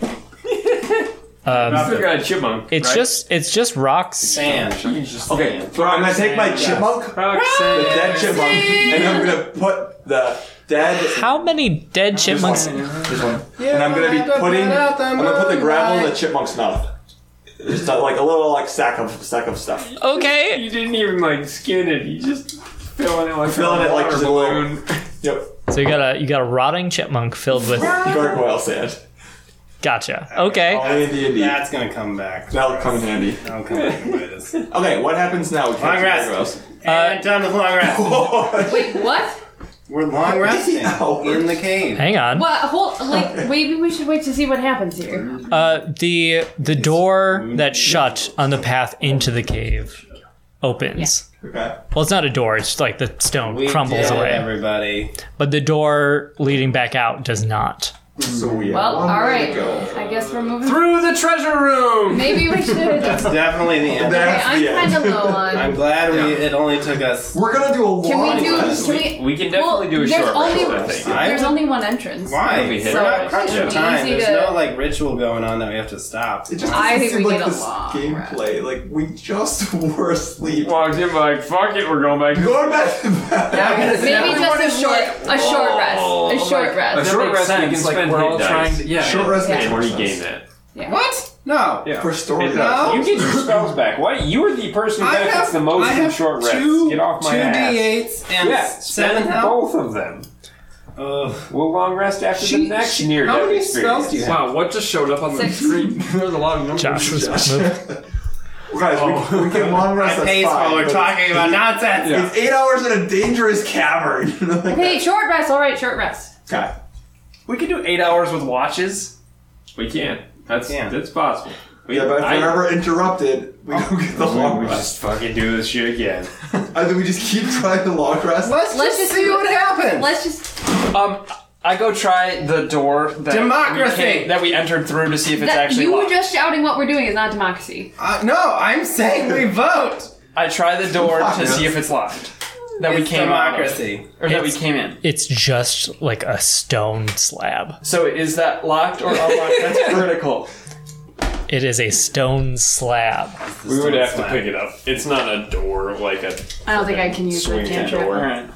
Speaker 4: Um,
Speaker 7: I figured I'd chipmunk.
Speaker 4: it's
Speaker 7: right?
Speaker 4: just it's just rocks.
Speaker 2: Sand. You just
Speaker 1: Okay,
Speaker 2: sand.
Speaker 1: so I'm gonna take my chipmunk, the dead chipmunk, and I'm gonna put the dead.
Speaker 4: How many dead
Speaker 1: this
Speaker 4: chipmunks?
Speaker 1: one, this one, and I'm gonna be putting. I'm gonna put the gravel in the chipmunk's mouth. It's not like a little like sack of sack of stuff.
Speaker 4: Okay.
Speaker 7: You didn't even like skin it. You just filling it like
Speaker 1: Filling
Speaker 7: a
Speaker 1: it like
Speaker 7: water
Speaker 1: just a little-
Speaker 7: balloon.
Speaker 1: Yep,
Speaker 4: So you got a you got a rotting chipmunk filled with.
Speaker 1: gargoyle sand.
Speaker 4: Gotcha. Okay. uh,
Speaker 1: Only in D and D.
Speaker 2: That's gonna come back.
Speaker 1: That'll come in handy.
Speaker 2: That'll come back and bite us.
Speaker 1: Okay, what happens now? We
Speaker 2: Long rest.
Speaker 1: gargoyles.
Speaker 2: and done with long rest.
Speaker 3: wait, what?
Speaker 2: We're long resting
Speaker 1: Hours.
Speaker 2: in the cave.
Speaker 4: Hang on.
Speaker 3: What? Hold, like, maybe we should wait to see what happens here.
Speaker 4: Uh, the the door that shut on the path into the cave opens.
Speaker 1: Okay.
Speaker 4: Well, it's not a door. It's like the stone
Speaker 2: We
Speaker 4: crumbles
Speaker 2: did it,
Speaker 4: away,
Speaker 2: everybody.
Speaker 4: but the door leading back out does not.
Speaker 1: So we have
Speaker 3: Well,
Speaker 1: one way
Speaker 3: alright.
Speaker 1: to go.
Speaker 3: I guess we're moving.
Speaker 2: Through the treasure room.
Speaker 3: Maybe we should. Okay,
Speaker 2: Definitely the end.
Speaker 1: That's
Speaker 3: I'm
Speaker 1: the end.
Speaker 3: kind of low on.
Speaker 2: I'm glad we. It only took us.
Speaker 1: We're gonna do a long
Speaker 3: Can we do?
Speaker 1: rest.
Speaker 3: Can we,
Speaker 7: We can definitely
Speaker 3: well,
Speaker 7: do a
Speaker 3: there's
Speaker 7: short
Speaker 3: only,
Speaker 7: rest, I think.
Speaker 3: There's only one entrance.
Speaker 2: Why?
Speaker 7: We
Speaker 2: We're
Speaker 7: hit
Speaker 2: not
Speaker 7: it.
Speaker 2: crunching
Speaker 3: It's
Speaker 2: time.
Speaker 3: easy
Speaker 2: There's
Speaker 3: to-
Speaker 2: no like ritual going on that we have to stop.
Speaker 1: It just
Speaker 3: I
Speaker 1: doesn't
Speaker 3: think
Speaker 1: seem
Speaker 3: we
Speaker 1: like
Speaker 3: need a
Speaker 1: this
Speaker 3: long
Speaker 1: gameplay. Like we just were asleep.
Speaker 7: Walked in like fuck it. We're going back. to-
Speaker 1: Going back to bed.
Speaker 3: Maybe just a short, a short rest. A short
Speaker 7: A
Speaker 3: rest.
Speaker 7: short rest.
Speaker 8: makes
Speaker 7: We
Speaker 8: sense,
Speaker 7: can
Speaker 8: like,
Speaker 7: spend
Speaker 8: we're
Speaker 7: hit
Speaker 8: all
Speaker 7: dice
Speaker 8: trying to- yeah.
Speaker 1: Short rest makes
Speaker 7: and
Speaker 1: more
Speaker 7: regain
Speaker 1: sense.
Speaker 7: that.
Speaker 3: Yeah.
Speaker 2: What? No.
Speaker 7: Yeah.
Speaker 1: For story
Speaker 7: It
Speaker 1: value.
Speaker 7: does. You get your spells back. Why? You are the person who benefits the most
Speaker 2: I
Speaker 7: from
Speaker 2: have
Speaker 7: short rests.
Speaker 2: two,
Speaker 7: get off my
Speaker 2: two
Speaker 7: ass.
Speaker 2: d8s and
Speaker 7: Yeah,
Speaker 2: seven
Speaker 7: spend
Speaker 2: health.
Speaker 7: both of them.
Speaker 2: Ugh.
Speaker 7: We'll long rest after
Speaker 2: She-
Speaker 7: the next
Speaker 2: she-
Speaker 7: near
Speaker 2: how
Speaker 7: death
Speaker 2: many
Speaker 7: experience.
Speaker 2: spells do you have?
Speaker 8: Wow, what just showed up on the
Speaker 3: Six.
Speaker 8: screen? There's a lot of numbers.
Speaker 4: Josh was moved.
Speaker 1: Guys, we, we can long rest.
Speaker 2: I
Speaker 1: that's
Speaker 2: pace while
Speaker 1: fine,
Speaker 2: we're
Speaker 1: but
Speaker 2: talking about nonsense.
Speaker 1: It's eight hours in a dangerous cavern. like,
Speaker 3: Hey, short rest. All right, short rest.
Speaker 1: okay.
Speaker 8: We could do eight hours with watches.
Speaker 7: We can. That's
Speaker 2: Yeah.
Speaker 7: that's possible. We,
Speaker 1: Yeah, but if
Speaker 7: I,
Speaker 1: we're ever interrupted, we don't get the long
Speaker 7: we
Speaker 1: rest.
Speaker 7: just fucking do this shit again.
Speaker 1: I think we just keep trying the long rest.
Speaker 2: Let's,
Speaker 3: Let's
Speaker 2: just
Speaker 3: just
Speaker 2: see
Speaker 3: do-
Speaker 2: what happens.
Speaker 3: Let's just.
Speaker 8: Um, I go try the door that
Speaker 2: Democracy.
Speaker 8: we came- that we entered through to see if it's
Speaker 3: That,
Speaker 8: actually
Speaker 3: you
Speaker 8: locked.
Speaker 3: just shouting what we're doing is not democracy.
Speaker 2: Uh, no, I'm saying we vote.
Speaker 8: I try the door to see if it's locked. That we
Speaker 2: It's
Speaker 8: came out of.
Speaker 2: democracy.
Speaker 8: or that we
Speaker 4: It's-
Speaker 8: came in.
Speaker 4: It's just like a stone slab.
Speaker 8: So is that locked or unlocked? That's critical.
Speaker 4: It is a stone slab.
Speaker 7: we would have to pick it up. It's not a door like a
Speaker 3: I don't think I can use my
Speaker 7: swinging
Speaker 3: cantrip.
Speaker 7: door.
Speaker 8: All right,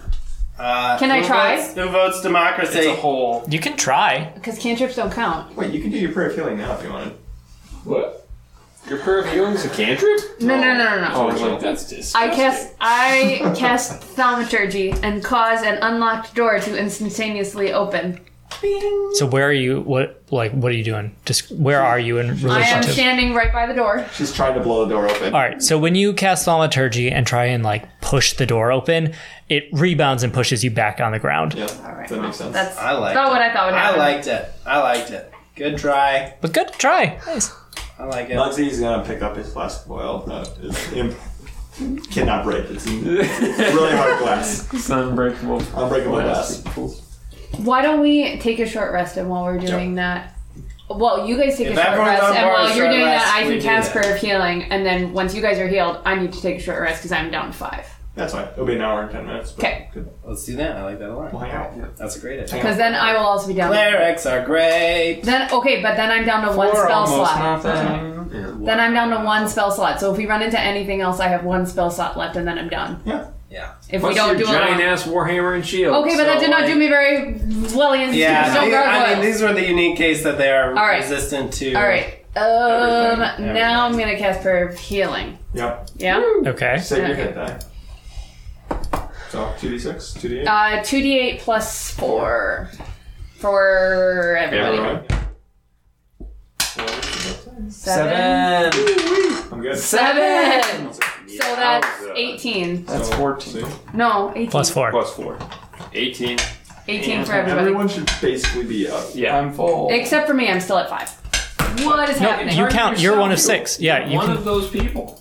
Speaker 2: Uh,
Speaker 3: Can I
Speaker 2: who
Speaker 3: try?
Speaker 2: Votes, who votes democracy?
Speaker 8: it's a hole.
Speaker 4: You can try.
Speaker 3: Because cantrips don't count.
Speaker 1: Wait, you can do your prayer of healing now if you wanted.
Speaker 7: What? Your perfume is a cantrip?
Speaker 3: No, no, no, no, no.
Speaker 7: Oh, I was like, that's
Speaker 3: I
Speaker 7: disgusting.
Speaker 3: cast I cast thaumaturgy and cause an unlocked door to instantaneously open.
Speaker 4: So where are you? What like what are you doing? Just where are you in relation
Speaker 3: I am
Speaker 4: to?
Speaker 3: standing right by the door.
Speaker 1: She's trying to blow the door open.
Speaker 4: All right. So when you cast thaumaturgy and try and like push the door open, it rebounds and pushes you back on the ground.
Speaker 1: Yeah, that makes sense.
Speaker 3: That's
Speaker 2: I liked
Speaker 3: about
Speaker 2: it.
Speaker 3: what I thought would happen.
Speaker 2: I liked it. I liked it. Good try.
Speaker 4: But good try. Nice.
Speaker 2: I like it.
Speaker 1: Muggsy's gonna pick up his flask of oil. Uh, it's imp- cannot break. It's really hard glass.
Speaker 7: It's unbreakable.
Speaker 1: Unbreakable glass.
Speaker 3: Why don't we take a short rest and while we're doing that? Well, you guys take
Speaker 2: If
Speaker 3: a short
Speaker 2: everyone's
Speaker 3: rest,
Speaker 2: on
Speaker 3: and
Speaker 2: board,
Speaker 3: while you're
Speaker 2: short
Speaker 3: doing
Speaker 2: rest,
Speaker 3: that, I
Speaker 2: we
Speaker 3: can
Speaker 2: do
Speaker 3: cast
Speaker 2: that.
Speaker 3: prayer of healing, and then once you guys are healed, I need to take a short rest because I'm down five.
Speaker 1: That's fine. It'll be an hour and ten minutes. but
Speaker 3: Okay.
Speaker 1: Good.
Speaker 2: Let's do that. I like that a lot.
Speaker 1: We'll hang out.
Speaker 2: That's a great idea.
Speaker 3: Because then I will also be down.
Speaker 2: Clerics are great.
Speaker 3: Then okay, but then I'm down to one
Speaker 7: Or
Speaker 3: spell
Speaker 7: almost
Speaker 3: slot.
Speaker 7: nothing.
Speaker 3: Then I'm down to one spell slot. So if we run into anything else, I have one spell slot left, and then I'm done.
Speaker 1: Yeah.
Speaker 2: Yeah.
Speaker 3: If
Speaker 7: Plus
Speaker 3: we don't
Speaker 7: your
Speaker 3: do it,
Speaker 7: giant
Speaker 3: on-
Speaker 7: ass warhammer and shield.
Speaker 3: okay, but that
Speaker 7: so,
Speaker 3: did not
Speaker 7: like,
Speaker 3: do me very well against
Speaker 2: Yeah.
Speaker 3: stone
Speaker 2: these- I mean,
Speaker 3: gargoyles.
Speaker 2: these were the unique case that they are
Speaker 3: All right.
Speaker 2: resistant to.
Speaker 3: All right. Um.
Speaker 2: Everything.
Speaker 3: Now I'm gonna cast prayer of healing.
Speaker 1: Yep.
Speaker 3: Yeah.
Speaker 4: Okay.
Speaker 1: Save your
Speaker 3: Okay.
Speaker 1: hit die. So two d six, two d eight.
Speaker 3: Uh, two d eight plus four for everybody.
Speaker 1: Everyone.
Speaker 2: Seven.
Speaker 1: I'm good.
Speaker 3: Seven. So that's
Speaker 7: Yowza.
Speaker 3: eighteen.
Speaker 6: That's
Speaker 1: So,
Speaker 6: 14.
Speaker 1: see?
Speaker 3: No, eighteen.
Speaker 4: Plus four.
Speaker 7: Plus four. 18.
Speaker 3: Eighteen for everybody.
Speaker 1: Everyone should basically be up.
Speaker 7: Yeah.
Speaker 6: I'm Um, full.
Speaker 3: Except for me, I'm still at five. What is
Speaker 4: No,
Speaker 3: happening?
Speaker 4: you count. You're one of six. Yeah.
Speaker 7: You're
Speaker 4: You
Speaker 7: one
Speaker 4: can.
Speaker 7: of those people.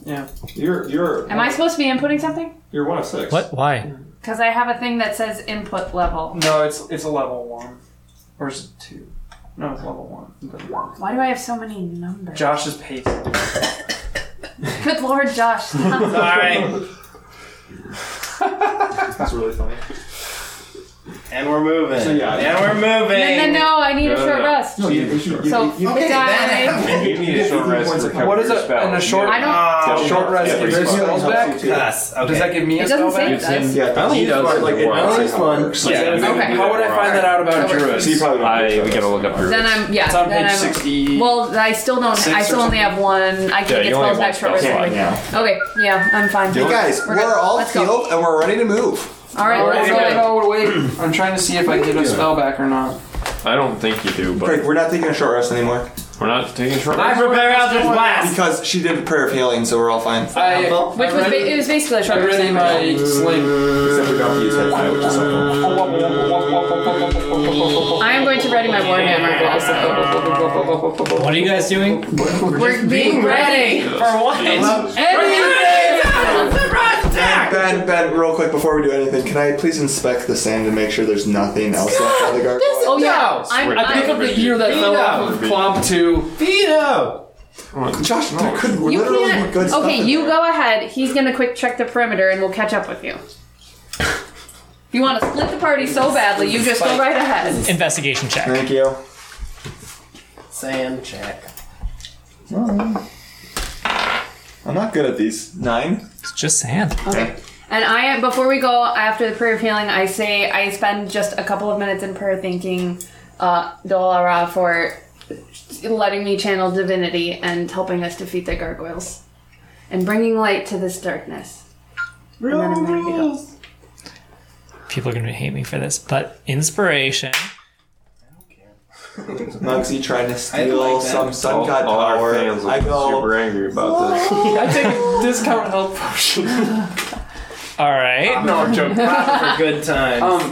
Speaker 1: You're you're
Speaker 3: Am I supposed to be inputting something?
Speaker 1: you're one of six.
Speaker 4: What? Why?
Speaker 3: Because I have a thing that says input level.
Speaker 6: No, it's it's a level one. Or is it two? No, it's level one. But
Speaker 3: Why do I have so many numbers?
Speaker 6: Josh is pacing.
Speaker 3: Good lord, Josh. stop.
Speaker 2: Sorry.
Speaker 1: That's really funny.
Speaker 2: And we're moving.
Speaker 1: So, yeah.
Speaker 2: And we're moving.
Speaker 3: no, no, no, I need a
Speaker 7: No, no,
Speaker 3: short
Speaker 7: no.
Speaker 3: rest.
Speaker 1: No, you, you should. You,
Speaker 3: So,
Speaker 1: you,
Speaker 2: Okay, that
Speaker 3: die.
Speaker 2: happened.
Speaker 7: You need a
Speaker 1: Fifteen
Speaker 7: short rest
Speaker 1: points
Speaker 7: to
Speaker 1: of
Speaker 7: recover
Speaker 6: What is
Speaker 7: your
Speaker 6: it?
Speaker 7: spell.
Speaker 6: And a short,
Speaker 3: I don't-
Speaker 2: Oh,
Speaker 6: a short rest.
Speaker 1: Yeah, but
Speaker 6: Gives your
Speaker 1: it's not
Speaker 6: spells
Speaker 1: helpful
Speaker 6: back.
Speaker 1: too.
Speaker 2: Yes. Okay.
Speaker 6: Does that give me a
Speaker 3: It
Speaker 6: spell
Speaker 3: doesn't say
Speaker 6: back?
Speaker 3: it does.
Speaker 1: yeah,
Speaker 7: I only
Speaker 1: he
Speaker 7: does
Speaker 1: does. Like,
Speaker 7: it
Speaker 1: it
Speaker 7: once.
Speaker 1: does how it
Speaker 2: Only
Speaker 1: works.
Speaker 2: one.
Speaker 1: Yeah,
Speaker 2: Yeah.
Speaker 1: you
Speaker 7: Okay.
Speaker 1: can do
Speaker 6: How would I find that out about
Speaker 3: Okay.
Speaker 6: druids?
Speaker 1: So you probably don't
Speaker 7: I,
Speaker 1: need
Speaker 7: we
Speaker 1: to-
Speaker 7: gotta look up druids.
Speaker 3: Then I'm yeah.
Speaker 6: It's on
Speaker 3: then
Speaker 6: page
Speaker 3: I'm,
Speaker 6: sixty.
Speaker 3: Well, I still don't. I
Speaker 6: Six
Speaker 3: still
Speaker 6: or
Speaker 3: only have one. I can't
Speaker 7: Yeah,
Speaker 3: get
Speaker 7: you only
Speaker 3: spells back
Speaker 7: have one
Speaker 3: short rest.
Speaker 7: spell slot
Speaker 3: every- Okay, yeah, I'm fine.
Speaker 1: Hey guys,
Speaker 3: We're
Speaker 1: we're,
Speaker 3: good.
Speaker 1: all
Speaker 3: Let's go.
Speaker 1: healed and we're ready to move.
Speaker 3: All right,
Speaker 6: Oh,
Speaker 3: let's
Speaker 6: wait,
Speaker 3: go.
Speaker 6: no, wait. I'm trying to see if I get a spell back or not.
Speaker 7: I don't think you do, but
Speaker 1: Great, we're not taking a short rest anymore
Speaker 7: we're not taking a short
Speaker 2: I
Speaker 7: rest.
Speaker 2: prepare Eldritch Blast.
Speaker 1: because she did a prayer of healing, so we're all fine.
Speaker 6: I,
Speaker 3: Which was ba- it was basically a short
Speaker 6: I
Speaker 3: rest.
Speaker 6: ready
Speaker 3: anyway.
Speaker 6: my sleep.
Speaker 1: Except we don't use head die, which is helpful.
Speaker 3: I am going to ready my warhammer also.
Speaker 4: What are you guys doing?
Speaker 3: We're being ready.
Speaker 2: For what?
Speaker 1: Ben, Ben, Ben, real quick before we do anything, can I please inspect the sand and make sure there's nothing else left on the gargoyle?
Speaker 3: Oh yeah, I'm,
Speaker 6: I pick up the ear that fell off of Clomp 2.
Speaker 2: Veto.
Speaker 1: Oh, Josh, there could
Speaker 3: You
Speaker 1: literally be
Speaker 3: can't.
Speaker 1: good stuff.
Speaker 3: Okay,
Speaker 1: in
Speaker 3: you
Speaker 1: there.
Speaker 3: go ahead. He's gonna quick check the perimeter, and we'll catch up with you. You want to split the party so badly, you just go right ahead.
Speaker 4: Investigation check.
Speaker 1: Thank you.
Speaker 2: Sand check.
Speaker 1: Well, I'm not good at these. Nine.
Speaker 4: It's just sand.
Speaker 3: Okay. And I, before we go after the prayer of healing, I say I spend just a couple of minutes in prayer thanking uh, Dolara for letting me channel divinity and helping us defeat the gargoyles and bringing light to this darkness. And then I'm ready to go.
Speaker 4: People are gonna hate me for this, but inspiration.
Speaker 1: Muggsy trying to steal
Speaker 2: like that.
Speaker 1: some sun
Speaker 7: All,
Speaker 1: god
Speaker 7: all our
Speaker 1: power.
Speaker 7: fans
Speaker 1: I
Speaker 7: are super
Speaker 1: go.
Speaker 7: angry about this.
Speaker 6: I take a discount health potion.
Speaker 4: All right.
Speaker 6: No, I'm joking.
Speaker 2: For good times.
Speaker 6: Um,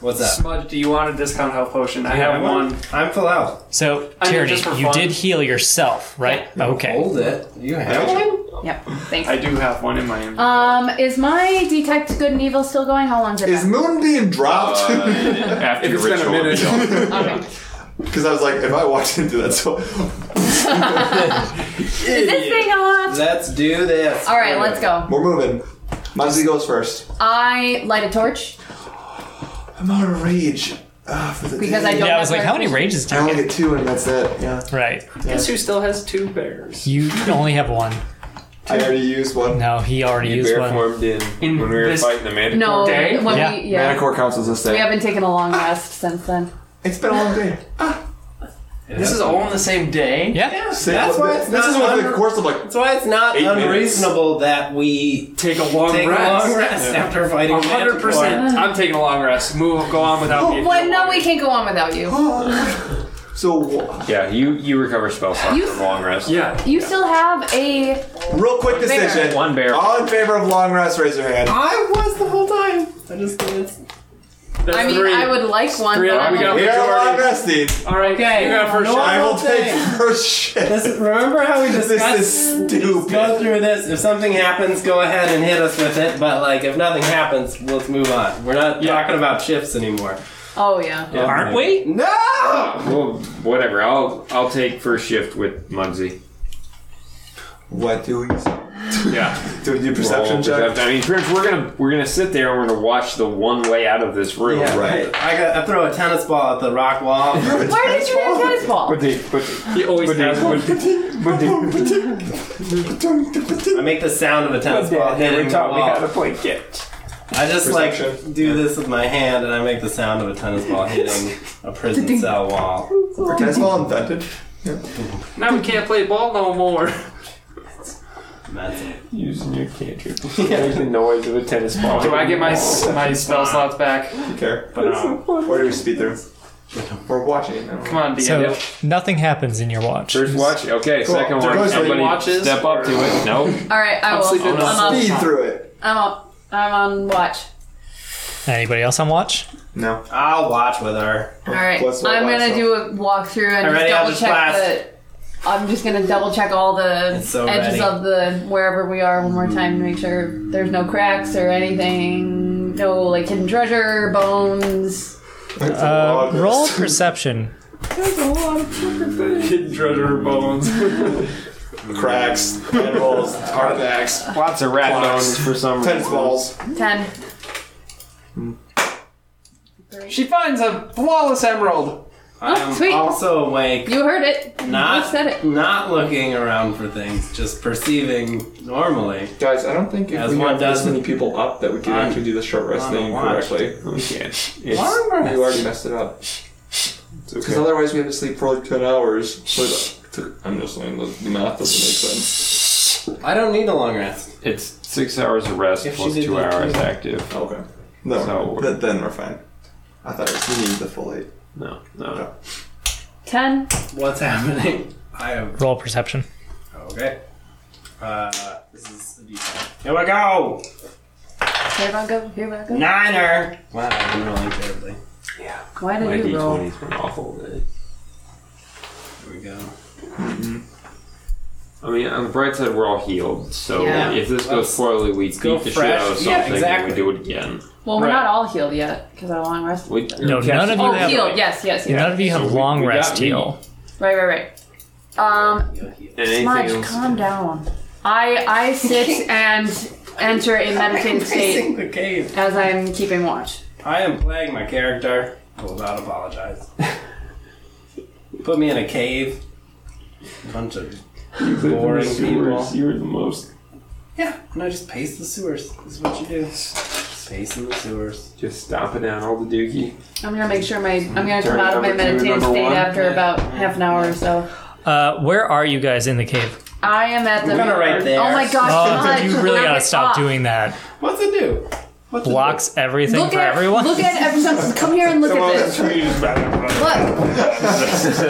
Speaker 2: What's up?
Speaker 6: Smudge, do you want a discount health potion? I have one.
Speaker 2: I'm full out.
Speaker 4: So
Speaker 6: I mean,
Speaker 4: Tyranny,
Speaker 6: just for
Speaker 4: you
Speaker 6: fun.
Speaker 4: did heal yourself, right? Okay.
Speaker 2: Hold it. You have one?
Speaker 3: Yep. Thanks.
Speaker 6: I do have one in my inventory.
Speaker 3: Um, is my detect good and evil still going? How long's it
Speaker 1: Is
Speaker 3: been?
Speaker 1: Moon being dropped?
Speaker 7: After
Speaker 1: If
Speaker 7: your
Speaker 1: it's been a
Speaker 7: Uh, ritual,
Speaker 1: minute.
Speaker 7: you don't.
Speaker 3: Okay.
Speaker 1: Because I was like, if I walked into that, so
Speaker 3: Is this thing on?
Speaker 2: Let's do this.
Speaker 3: All right, let's go.
Speaker 1: we're moving. Muggsy goes first.
Speaker 3: I light a torch
Speaker 1: I'm out of rage uh, for the
Speaker 3: because I
Speaker 1: day.
Speaker 3: don't.
Speaker 4: Yeah, I was
Speaker 3: have
Speaker 4: like, how
Speaker 3: my-
Speaker 4: many rages do
Speaker 1: I
Speaker 4: you
Speaker 1: only
Speaker 4: get?
Speaker 1: get two, and that's it. Yeah,
Speaker 4: Right.
Speaker 1: Guess
Speaker 7: who still has two bears?
Speaker 4: You only have one.
Speaker 1: I already used one.
Speaker 4: No, he already
Speaker 7: You
Speaker 4: used
Speaker 7: bear
Speaker 4: one.
Speaker 7: formed in,
Speaker 6: In
Speaker 7: when we were
Speaker 6: this-
Speaker 7: fighting the manticore.
Speaker 3: No,
Speaker 6: Day?
Speaker 3: when
Speaker 4: Yeah.
Speaker 3: we yeah.
Speaker 1: Manicore counts as a
Speaker 3: We
Speaker 1: day.
Speaker 3: haven't taken a long rest since then.
Speaker 1: It's been a long day.
Speaker 6: This is all in the same day.
Speaker 4: Yeah,
Speaker 1: Same-
Speaker 2: that's why it's
Speaker 1: this
Speaker 2: not
Speaker 1: is over the
Speaker 2: unre-
Speaker 1: course of like.
Speaker 2: That's why it's not
Speaker 1: eight minutes.
Speaker 2: unreasonable that we
Speaker 6: take a long
Speaker 2: take
Speaker 6: rest.
Speaker 2: A long rest
Speaker 6: Yeah.
Speaker 2: after fighting.
Speaker 6: hundred percent. I'm taking a long rest. Move, go on without me.
Speaker 3: Well, no, we can't go on without you.
Speaker 1: So
Speaker 7: yeah, you you recover spell slots
Speaker 3: You-
Speaker 7: from long rest. Yeah.
Speaker 3: You still have a.
Speaker 1: Real quick
Speaker 3: Bear.
Speaker 1: decision.
Speaker 7: One bear.
Speaker 1: All in favor of long rest, raise your hand.
Speaker 2: I was the whole time. I just it's,
Speaker 3: I mean, I would like one.
Speaker 2: Three
Speaker 3: but
Speaker 2: out of-
Speaker 3: I'm
Speaker 2: we got
Speaker 3: like-
Speaker 1: We are long resting.
Speaker 6: All right.
Speaker 2: Okay,
Speaker 6: You got first
Speaker 2: no
Speaker 6: shot.
Speaker 1: I will
Speaker 2: whole thing.
Speaker 1: take first shit.
Speaker 2: This is- remember how we
Speaker 1: This
Speaker 2: discussed?
Speaker 1: is stupid.
Speaker 2: Go through this. If something happens, go ahead and hit us with it. But like, if nothing happens, let's move on. We're not talking about shifts anymore.
Speaker 3: Oh yeah.
Speaker 6: Aren't we?
Speaker 2: No.
Speaker 7: Well, whatever. I'll I'll take first shift with Munsey.
Speaker 1: What do we?
Speaker 7: Yeah.
Speaker 1: Do we do perception
Speaker 7: Roll
Speaker 1: check?
Speaker 7: perception. I mean, pretty much we're gonna we're gonna sit there and we're gonna watch the one way out of this room.
Speaker 2: Yeah,
Speaker 1: Right.
Speaker 2: I, got, I throw a tennis ball at the rock wall.
Speaker 3: Where did you get a tennis ball?
Speaker 7: But they, but he always
Speaker 2: has one. I make the sound of a tennis ball hitting the wall.
Speaker 7: play get.
Speaker 2: I just
Speaker 1: Perception.
Speaker 2: like do this with my hand, and I make the sound of a tennis ball hitting a prison cell wall.
Speaker 1: Or tennis ball invented?
Speaker 6: Now we can't play ball no more.
Speaker 2: That's it.
Speaker 7: Using your cantrip. Make the noise of a tennis ball.
Speaker 6: Do I get my s- my spell slots back?
Speaker 1: Okay.
Speaker 6: But no.
Speaker 1: Or do we speed through? We're watching. now.
Speaker 6: Come on, DM.
Speaker 4: So nothing happens in your watch.
Speaker 7: First watch. Okay,
Speaker 1: Cool.
Speaker 7: second
Speaker 1: There
Speaker 7: one.
Speaker 1: goes
Speaker 7: Somebody
Speaker 6: watches
Speaker 7: step up to it. No.
Speaker 3: All right, I
Speaker 6: I'm
Speaker 3: will.
Speaker 6: sleeping
Speaker 3: I'm
Speaker 6: now.
Speaker 3: up.
Speaker 1: Speed through it.
Speaker 3: I'm up. I'm on watch.
Speaker 4: Anybody else on watch?
Speaker 1: No.
Speaker 2: I'll watch with her.
Speaker 3: All right,
Speaker 1: What's the
Speaker 3: I'm
Speaker 1: last
Speaker 3: gonna
Speaker 1: one?
Speaker 3: do a walkthrough and
Speaker 2: I'm
Speaker 3: just
Speaker 2: ready, I'll
Speaker 3: double
Speaker 2: just
Speaker 3: check
Speaker 2: blast.
Speaker 3: the. I'm just gonna double check all the
Speaker 2: It's so
Speaker 3: edges
Speaker 2: ready.
Speaker 3: of the wherever we are one more time to make sure there's no cracks or anything, no like hidden treasure, bones.
Speaker 1: It's a
Speaker 4: Uh,
Speaker 1: lot of-
Speaker 4: roll perception.
Speaker 11: Hidden treasure bones.
Speaker 1: cracks, pinholes, artifacts,
Speaker 7: Lots of rat
Speaker 1: Clocks.
Speaker 7: bones for some
Speaker 1: tennis
Speaker 7: reason.
Speaker 1: balls.
Speaker 3: Ten.
Speaker 6: She finds a flawless emerald.
Speaker 2: I'm
Speaker 3: Oh, sweet.
Speaker 2: also awake,
Speaker 3: You heard it.
Speaker 2: not
Speaker 3: You said it.
Speaker 2: not looking around for things, just perceiving normally.
Speaker 1: Guys, I don't think if
Speaker 2: As
Speaker 1: we
Speaker 2: one
Speaker 1: have this
Speaker 2: doesn't-
Speaker 1: many people up that we can
Speaker 2: on-
Speaker 1: actually do the short rest
Speaker 2: on a
Speaker 1: thing
Speaker 2: watch.
Speaker 1: correctly.
Speaker 7: Oh,
Speaker 1: We can't.
Speaker 7: It's,
Speaker 1: You already messed it up. Because otherwise we have to sleep for like 10 hours. But I'm just saying, the the math doesn't make sense.
Speaker 2: I don't need a long rest.
Speaker 7: it's six hours of rest
Speaker 2: If she
Speaker 7: plus
Speaker 2: did
Speaker 7: two
Speaker 2: that
Speaker 7: hours
Speaker 2: too.
Speaker 7: active.
Speaker 1: Okay. No,
Speaker 7: So-
Speaker 1: th- then we're fine. I thought it was, you need the full eight.
Speaker 7: No, no, no.
Speaker 3: Ten.
Speaker 2: What's happening? I am
Speaker 4: Roll perception.
Speaker 2: okay. Uh, this is a D5. Here we go.
Speaker 3: Here I go. Here I go.
Speaker 2: Niner. Wow, I'm rolling terribly.
Speaker 3: Why
Speaker 7: My
Speaker 3: did you roll?
Speaker 7: D20's been awful. today.
Speaker 2: Here we go.
Speaker 7: I mean, on the bright side, we're all healed. So
Speaker 3: Yeah.
Speaker 7: if this goes
Speaker 2: Let's-
Speaker 7: poorly, we
Speaker 2: go
Speaker 7: beat the shit out of
Speaker 2: fresh.
Speaker 7: something
Speaker 2: Yeah,
Speaker 7: and
Speaker 2: exactly.
Speaker 7: we do it again.
Speaker 3: Well, we're
Speaker 6: Right.
Speaker 3: not all healed yet because I long rest.
Speaker 7: We,
Speaker 4: No, none of you
Speaker 3: Oh,
Speaker 4: have-
Speaker 3: healed. Yes, yes, yes.
Speaker 4: None of you have
Speaker 7: So we-
Speaker 4: long
Speaker 7: we got
Speaker 4: rest
Speaker 7: me.
Speaker 4: heal.
Speaker 3: Right, right, right. Um,
Speaker 7: And anything
Speaker 3: Smudge,
Speaker 7: else?
Speaker 3: calm down. I I sit and enter a meditative state
Speaker 2: Facing the cave.
Speaker 3: as I'm keeping watch.
Speaker 2: I am playing my character. I will not apologize. Put me in a cave. Bunch of boring people.
Speaker 7: You were the most.
Speaker 2: Yeah, and I just pace the sewers. Is what you do. Pace in the sewers.
Speaker 7: Just stomping down all the dookie.
Speaker 3: I'm gonna make sure my I'm gonna come
Speaker 7: Turn
Speaker 3: out of my
Speaker 7: number two,
Speaker 3: meditative
Speaker 7: number
Speaker 3: state
Speaker 7: one.
Speaker 3: after about half an hour or so.
Speaker 4: Uh, where are you guys in the cave?
Speaker 3: I am at the.
Speaker 2: We're gonna right there.
Speaker 3: Oh my gosh,
Speaker 4: Oh,
Speaker 3: Smudge,
Speaker 4: you really
Speaker 3: knock
Speaker 4: gotta
Speaker 3: it
Speaker 4: stop
Speaker 3: off.
Speaker 4: doing that.
Speaker 2: What's it do? What's
Speaker 4: Blocks everything
Speaker 3: Look
Speaker 4: for
Speaker 3: at
Speaker 4: everyone.
Speaker 3: Look at everyone. Come here and look at this. Look,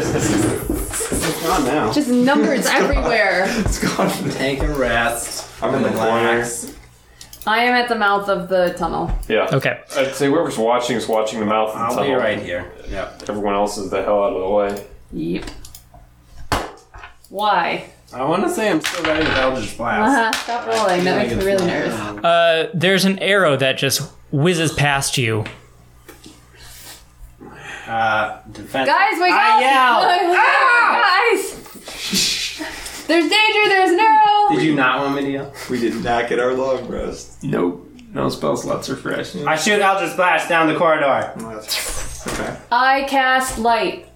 Speaker 2: It do? Not now.
Speaker 3: just numbers everywhere.
Speaker 1: It's gone.
Speaker 2: Take a rest.
Speaker 1: I'm in the corner.
Speaker 3: I am at the mouth of the tunnel.
Speaker 7: Yeah.
Speaker 4: Okay.
Speaker 7: I'd say whoever's watching is watching the mouth. of the
Speaker 2: I'll be
Speaker 7: tunnel.
Speaker 2: right here. Yep.
Speaker 7: Everyone else is the hell out of the way.
Speaker 3: Yep. Why?
Speaker 2: I want to say I'm still ready to Eldritch Blast.
Speaker 3: Uh-huh. Stop rolling. That makes me really nervous.
Speaker 4: Uh, there's an arrow that just whizzes past you.
Speaker 2: Uh, defense.
Speaker 3: Guys, wake
Speaker 2: I
Speaker 3: up!
Speaker 2: yell. Ah!
Speaker 3: Look, Guys! There's danger, there's no!
Speaker 2: Did you not want me to yell?
Speaker 1: We did not get our long rest.
Speaker 7: Nope. No spell slots are fresh.
Speaker 2: I shoot Eldritch Blast down the corridor.
Speaker 1: Oh, Okay.
Speaker 3: I cast light.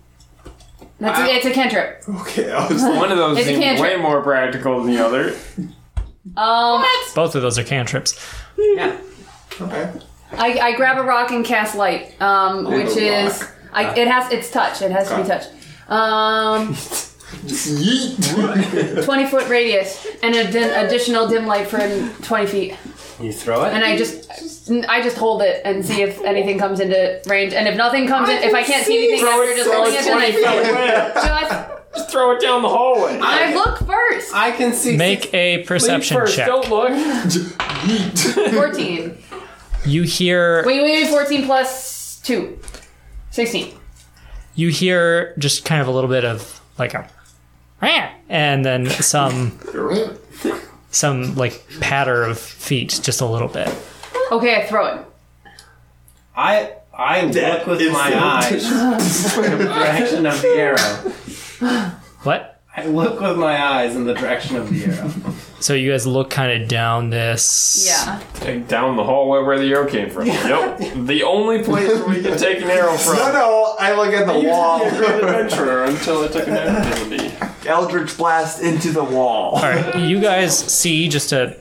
Speaker 3: That's a, it's a cantrip.
Speaker 1: Okay, I was
Speaker 7: One of those
Speaker 3: It's a
Speaker 7: seems
Speaker 3: cantrip.
Speaker 7: way more practical than the other.
Speaker 3: Um,
Speaker 4: Both of those are cantrips.
Speaker 1: okay.
Speaker 3: I, I grab a rock and cast light, um, which
Speaker 1: a
Speaker 3: is I, it has it's touch. It has to be touch. Um, twenty foot radius and an addi- additional dim light for twenty feet.
Speaker 2: You throw it,
Speaker 3: And I just, I just hold it and see if anything comes into range. And if nothing comes in, if I can't see anything,
Speaker 12: Throw
Speaker 3: after
Speaker 12: it,
Speaker 3: just
Speaker 12: throw
Speaker 3: holding
Speaker 12: it
Speaker 3: it. then
Speaker 12: 20 feet
Speaker 3: I-
Speaker 12: away.
Speaker 3: Just,
Speaker 12: Just throw it down the hallway.
Speaker 3: I look first.
Speaker 2: I can see.
Speaker 4: Make a perception
Speaker 12: first,
Speaker 4: check.
Speaker 12: Don't look.
Speaker 3: Fourteen.
Speaker 4: You hear
Speaker 3: Wait, wait, wait. Fourteen plus two. Sixteen.
Speaker 4: you hear just kind of a little bit of like a "Rah!" and then some some like patter of feet just a little bit.
Speaker 3: Okay, I throw it.
Speaker 2: I I look with my eyes in the direction of the arrow.
Speaker 4: What?
Speaker 2: I look with my eyes in the direction of the arrow.
Speaker 4: So you guys look kind of down this
Speaker 3: Yeah.
Speaker 13: Take down the hallway where the arrow came from. Yep. The only place where we can take an arrow from.
Speaker 1: No, no, I look at the wall. adventurer
Speaker 13: until it took an
Speaker 1: Eldritch blast into the wall.
Speaker 4: All right, you guys see just a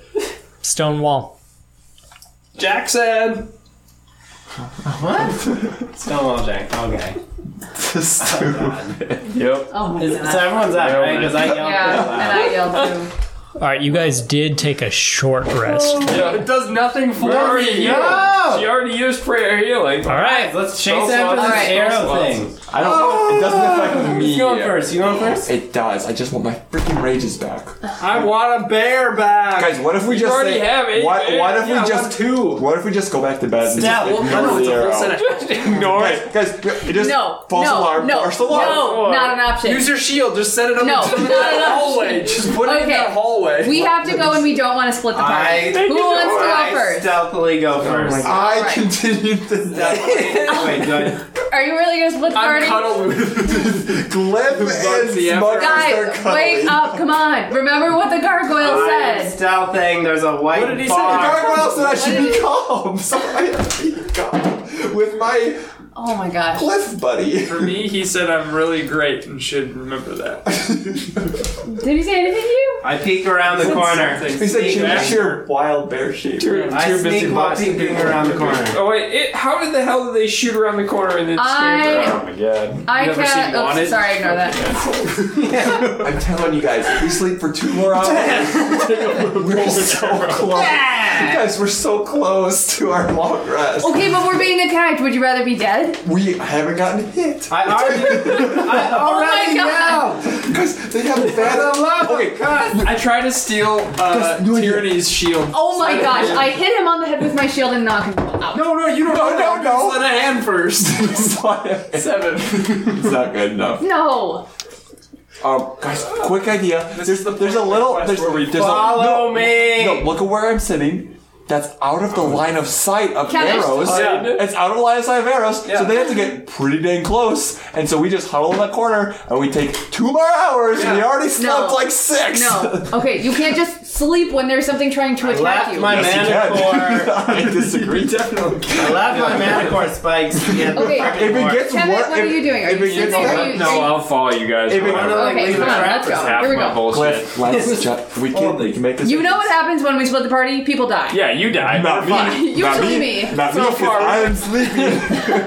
Speaker 4: stone wall.
Speaker 2: Jackson. What? Stonewall Jack. Okay.
Speaker 13: yep.
Speaker 3: Oh my
Speaker 2: Is-
Speaker 3: god.
Speaker 2: so everyone's out, right? Because I yelled
Speaker 3: Yeah,
Speaker 2: out loud.
Speaker 3: and I yelled too.
Speaker 4: All right, you guys did take a short rest.
Speaker 13: Yeah, it does nothing for
Speaker 12: Where
Speaker 13: you.
Speaker 12: are you?
Speaker 2: Oh!
Speaker 13: She already used prayer healing.
Speaker 4: All right,
Speaker 2: let's chase after this arrow thing.
Speaker 1: I don't. It doesn't affect me.
Speaker 2: Who's Oh! going first? You going first?
Speaker 1: It does. I just want my freaking rages back.
Speaker 2: I want a bear back.
Speaker 1: Guys, what if we
Speaker 2: You
Speaker 1: just
Speaker 2: already
Speaker 1: say,
Speaker 2: have eight
Speaker 1: What, what
Speaker 2: bears.
Speaker 1: if
Speaker 2: Yeah,
Speaker 1: we just two? What if we just go back to bed and
Speaker 2: Stop.
Speaker 1: just
Speaker 2: Well,
Speaker 1: ignore
Speaker 2: no, it's
Speaker 1: the
Speaker 2: a whole
Speaker 1: arrow?
Speaker 2: sentence.
Speaker 1: Just ignore it, guys. It just
Speaker 3: No,
Speaker 1: false
Speaker 3: no,
Speaker 1: alarm,
Speaker 3: no,
Speaker 1: false alarm.
Speaker 3: no, not an option.
Speaker 12: Use your shield. Just set it up
Speaker 3: No,
Speaker 12: the
Speaker 3: not an
Speaker 12: hallway.
Speaker 3: option.
Speaker 12: Just put it in
Speaker 3: Okay.
Speaker 12: that hallway.
Speaker 3: We have to go and we don't want to split the party. Who wants to go first?
Speaker 2: Stealthily go first.
Speaker 1: I continue to
Speaker 2: Wait, do I-
Speaker 3: Are you really gonna split the party?
Speaker 1: Glyph and Smuggler are
Speaker 3: Guys,
Speaker 1: cuddling.
Speaker 3: wake up, come on. Remember what the gargoyle
Speaker 2: I'm
Speaker 3: said.
Speaker 2: stealthing. There's a white
Speaker 1: What did he say?
Speaker 2: bar.
Speaker 1: Gargoyle said I should be calm, so I have to be calm with my
Speaker 3: Oh my gosh.
Speaker 1: Glyph buddy.
Speaker 12: For me, he said I'm really great and should remember that.
Speaker 3: Did he say anything to you?
Speaker 2: I peek around the corner.
Speaker 1: He said,
Speaker 2: Sneak
Speaker 1: "Change
Speaker 2: back.
Speaker 1: your wild bear shape."
Speaker 2: I sneak while peeking around the corner.
Speaker 12: Oh wait, it, how did the hell did they shoot around the corner and then
Speaker 3: I-
Speaker 12: stand
Speaker 3: Oh
Speaker 1: my god!
Speaker 3: I can't. Oops, sorry, ignore that.
Speaker 1: I'm telling you guys, if we sleep for two more hours, we're so close. Guys, we're so close to our long rest.
Speaker 3: Okay, but we're being attacked. Would you rather be dead?
Speaker 1: We haven't gotten hit.
Speaker 2: I already. I
Speaker 3: already Oh God.
Speaker 1: Because they have bad luck. Okay,
Speaker 12: I try to steal uh, Tyranny's shield.
Speaker 3: Oh my gosh, I hit him on the head with my shield and knocked him out.
Speaker 12: No, no, you don't.
Speaker 1: No, no, no.
Speaker 12: Slit a hand first. Seven.
Speaker 1: It's not good enough.
Speaker 3: No.
Speaker 1: Um, guys, quick idea. There's there's a little there's, there's a,
Speaker 2: Follow
Speaker 1: no,
Speaker 2: me. Oh.
Speaker 1: No, look at where I'm sitting. That's out of the line of sight of
Speaker 3: Can I just
Speaker 1: arrows.
Speaker 12: hide?
Speaker 1: It's out of the line of sight of arrows, so they have to get pretty dang close. And so we just huddle in that corner and we take two more hours. And we already slept
Speaker 3: No.
Speaker 1: like six.
Speaker 3: No. Okay, you can't just sleep when there's something trying to attack
Speaker 2: left
Speaker 3: you.
Speaker 2: my
Speaker 1: Yes,
Speaker 2: manicore.
Speaker 1: I disagree. Definitely.
Speaker 2: I left my manicore spikes to get the
Speaker 3: Okay.
Speaker 2: fucking
Speaker 1: If it
Speaker 2: board.
Speaker 1: gets
Speaker 3: Kevin,
Speaker 1: wor-
Speaker 3: what are
Speaker 1: if-
Speaker 3: you doing? Are
Speaker 1: if
Speaker 3: you
Speaker 1: it gets
Speaker 3: shooting? Are
Speaker 1: wor-
Speaker 3: you-
Speaker 13: No, I'll follow you guys.
Speaker 1: If it-
Speaker 13: whatever.
Speaker 2: like,
Speaker 3: Okay,
Speaker 2: leave
Speaker 3: come
Speaker 2: a
Speaker 3: on,
Speaker 2: trap
Speaker 3: let's
Speaker 2: for
Speaker 3: go.
Speaker 13: half
Speaker 3: Here we
Speaker 13: my
Speaker 3: go.
Speaker 13: bullshit.
Speaker 1: Cliff, let's ju- we can we can make this.
Speaker 3: You know what happens when we split the party? People die.
Speaker 13: Yeah, you die.
Speaker 1: Not me.
Speaker 13: Fine.
Speaker 1: Not
Speaker 3: Usually me.
Speaker 1: Not me,
Speaker 12: So
Speaker 1: 'cause
Speaker 12: far.
Speaker 1: I'm sleeping.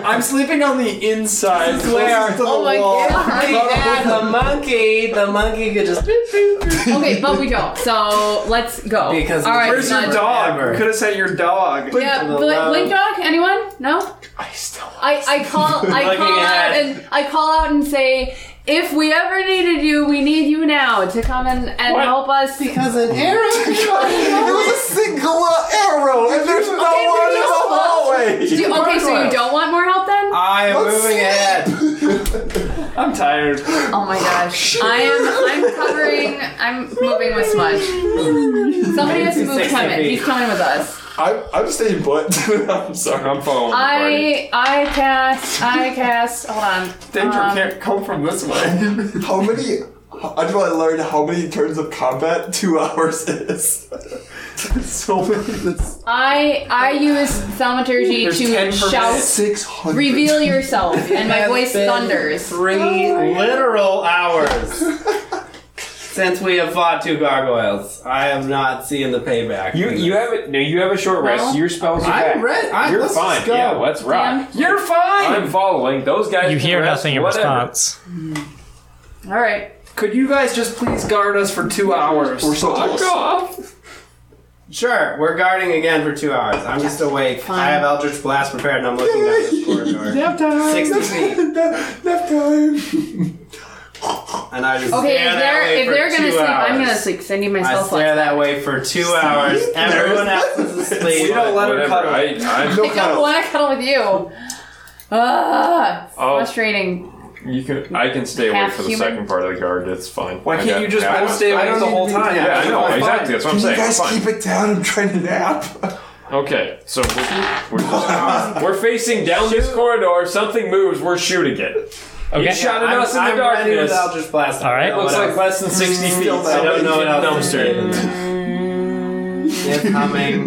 Speaker 12: I'm sleeping on the inside.
Speaker 1: Closest to the
Speaker 3: Oh my
Speaker 1: wall.
Speaker 2: We
Speaker 3: god.
Speaker 2: had the monkey. The monkey could just.
Speaker 3: okay, but we don't. So let's go.
Speaker 2: Because
Speaker 3: All right,
Speaker 12: Where's your
Speaker 3: done.
Speaker 12: dog? Could have said your dog.
Speaker 3: Yeah,
Speaker 2: Blink
Speaker 3: bl-
Speaker 2: to the
Speaker 3: blink dog. Anyone? No.
Speaker 1: I still.
Speaker 3: I, I call I
Speaker 2: Looking
Speaker 3: call out
Speaker 2: ahead.
Speaker 3: and I call out and say, if we ever needed you, we need you now to come and, and
Speaker 13: What?
Speaker 3: help us.
Speaker 2: Because an arrow.
Speaker 1: There was a single uh, arrow, and there's no
Speaker 3: Okay,
Speaker 1: one in
Speaker 3: we
Speaker 1: the
Speaker 3: don't-
Speaker 1: hallway.
Speaker 3: Do you- okay, so you don't want more help then?
Speaker 1: Uh,
Speaker 2: I am moving ahead.
Speaker 13: I'm tired.
Speaker 3: Oh my gosh. I am I'm covering I'm moving with smudge. Somebody has to move
Speaker 2: Six
Speaker 3: Kemet.
Speaker 2: feet.
Speaker 3: He's coming with us.
Speaker 1: I'm, I'm staying put. I'm sorry.
Speaker 13: I'm following.
Speaker 3: I I cast I cast hold on.
Speaker 12: Danger
Speaker 3: Um,
Speaker 12: can't come from this way.
Speaker 1: How many? I just want to learn how many turns of combat two hours is. so many. That's
Speaker 3: I I use thaumaturgy
Speaker 12: There's 10
Speaker 3: to
Speaker 12: per
Speaker 3: shout
Speaker 1: six hundred.
Speaker 3: reveal yourself and my
Speaker 2: Has
Speaker 3: voice
Speaker 2: been
Speaker 3: thunders.
Speaker 1: Oh
Speaker 2: Three literal hours since we have fought two gargoyles. I am not seeing the payback.
Speaker 13: You you have it. No, you have a short rest.
Speaker 3: Well,
Speaker 13: Your spells are
Speaker 2: I'm
Speaker 13: back.
Speaker 2: re- I-
Speaker 13: You're
Speaker 2: let's
Speaker 13: fine.
Speaker 2: just go.
Speaker 13: Yeah, let's rock.
Speaker 3: Damn.
Speaker 12: You're fine.
Speaker 13: I'm following those guys.
Speaker 4: You
Speaker 13: can
Speaker 4: hear
Speaker 13: rest,
Speaker 4: nothing in
Speaker 13: whatever.
Speaker 4: response.
Speaker 3: All right.
Speaker 6: Could you guys just please guard us for two hours?
Speaker 1: We're so
Speaker 6: Fuck
Speaker 1: close.
Speaker 6: off.
Speaker 2: Sure, we're guarding again for two hours. I'm just awake. I have Eldritch Blast prepared and I'm looking down this corridor.
Speaker 1: Nap time.
Speaker 2: 60 feet.
Speaker 1: Nap, nap time.
Speaker 2: And I just
Speaker 3: Okay,
Speaker 2: stare
Speaker 3: if
Speaker 2: that
Speaker 3: they're
Speaker 2: way
Speaker 3: if
Speaker 2: for
Speaker 3: they're gonna
Speaker 2: two
Speaker 3: sleep, I'm
Speaker 2: hours.
Speaker 3: gonna sleep because I need my
Speaker 2: I
Speaker 3: spell
Speaker 2: stare
Speaker 3: slot.
Speaker 2: that way for two hours. Everyone else is asleep.
Speaker 7: We don't let her Whatever, cuddle. I- I'm- No
Speaker 3: I don't want to cuddle with you. Ah, it's
Speaker 7: Oh.
Speaker 3: frustrating.
Speaker 7: You can. I can stay away
Speaker 3: Half
Speaker 7: for the
Speaker 3: human.
Speaker 7: second part of the guard. It's fine.
Speaker 6: Why
Speaker 7: I
Speaker 6: can't
Speaker 7: got-
Speaker 6: you just
Speaker 7: I
Speaker 6: both
Speaker 7: don't-
Speaker 6: stay
Speaker 7: I
Speaker 6: awake
Speaker 7: don't
Speaker 6: the whole
Speaker 7: need to do
Speaker 6: time?
Speaker 7: that. Yeah, I know
Speaker 6: Fine.
Speaker 7: exactly. That's what I'm
Speaker 1: Can
Speaker 7: saying.
Speaker 1: you guys
Speaker 7: It's fine.
Speaker 1: keep it down? I'm trying to nap.
Speaker 7: Okay, so we're, we're, just- we're facing down this corridor. If something moves, we're shooting it.
Speaker 4: Okay.
Speaker 7: It shot at
Speaker 2: I'm-
Speaker 7: us in the
Speaker 2: I'm ready
Speaker 7: darkness.
Speaker 2: with Eldritch Blast.
Speaker 4: All right.
Speaker 2: I don't know
Speaker 7: Looks
Speaker 2: what
Speaker 7: like
Speaker 2: else.
Speaker 7: less than 60 feet.
Speaker 2: I don't know what else. to
Speaker 7: Dumpster.
Speaker 2: do. It's coming.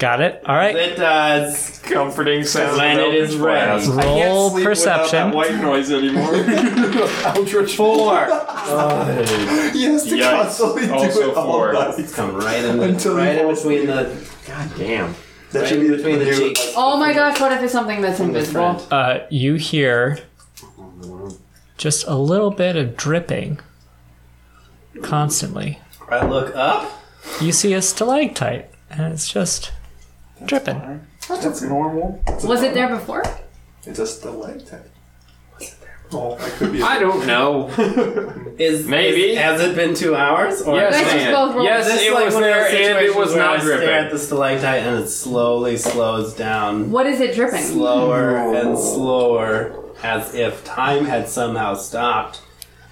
Speaker 4: Got it. All right.
Speaker 2: It does.
Speaker 7: Comforting sound.
Speaker 2: When it is ready.
Speaker 7: I
Speaker 4: Roll perception.
Speaker 7: white noise anymore.
Speaker 2: Eldritch Four.
Speaker 1: He has to
Speaker 2: Yikes.
Speaker 1: constantly do
Speaker 2: Also
Speaker 1: it all
Speaker 2: four.
Speaker 1: night.
Speaker 2: Come right in, the,
Speaker 1: Until
Speaker 2: right
Speaker 1: he
Speaker 2: in
Speaker 1: falls
Speaker 2: between the. God damn.
Speaker 1: That
Speaker 2: right
Speaker 1: should
Speaker 2: in
Speaker 1: be
Speaker 2: between the
Speaker 1: when you're-
Speaker 2: cheeks.
Speaker 3: Oh my gosh, what if it's something that's invisible?
Speaker 4: Uh, you hear just a little bit of dripping constantly.
Speaker 2: I look up.
Speaker 4: You see a stalactite, and it's just dripping.
Speaker 1: That's normal.
Speaker 3: Was it there before?
Speaker 1: It's a stalactite. Oh, I could be.
Speaker 6: I don't know.
Speaker 2: Is
Speaker 7: Maybe.
Speaker 2: is- has it been two hours? Or
Speaker 7: Yes,
Speaker 3: Let's just
Speaker 7: man.
Speaker 3: both roll.
Speaker 7: Yes,
Speaker 2: This
Speaker 7: it
Speaker 2: like
Speaker 7: was
Speaker 2: one of
Speaker 7: there
Speaker 2: those
Speaker 7: and it
Speaker 2: situations
Speaker 7: was
Speaker 2: where I
Speaker 7: not
Speaker 2: Stare at
Speaker 7: dripping.
Speaker 2: the stalactite and it slowly slows down,
Speaker 3: What is it dripping?
Speaker 2: slower and slower, as if time had somehow stopped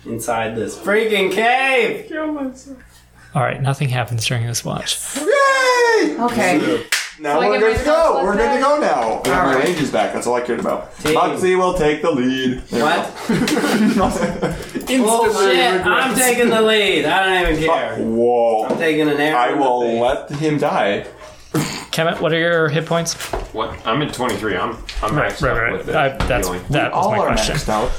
Speaker 2: inside this freaking cave.
Speaker 4: All right, nothing happens during this watch.
Speaker 1: Yay!
Speaker 3: Okay.
Speaker 1: Now
Speaker 3: So I
Speaker 1: we're
Speaker 3: get
Speaker 1: good
Speaker 3: my
Speaker 1: to go.
Speaker 3: spell
Speaker 1: We're good to
Speaker 3: slot
Speaker 1: go now. I got my
Speaker 2: Alright.
Speaker 1: range is back. That's all I cared about.
Speaker 2: Team.
Speaker 1: Moxie will take the lead. There we
Speaker 2: What?
Speaker 1: go.
Speaker 2: Bullshit! I'm taking the lead. I don't even care. I'm
Speaker 1: Whoa.
Speaker 2: taking an arrow.
Speaker 1: I
Speaker 2: in the
Speaker 1: will let
Speaker 2: face.
Speaker 1: him die.
Speaker 4: Kemet, what are your hit points?
Speaker 7: What? I'm at 23. I'm I'm maxed out with it.
Speaker 4: I, that's
Speaker 7: Healing.
Speaker 4: that was
Speaker 1: all
Speaker 4: my
Speaker 1: are
Speaker 4: question.
Speaker 1: maxed out.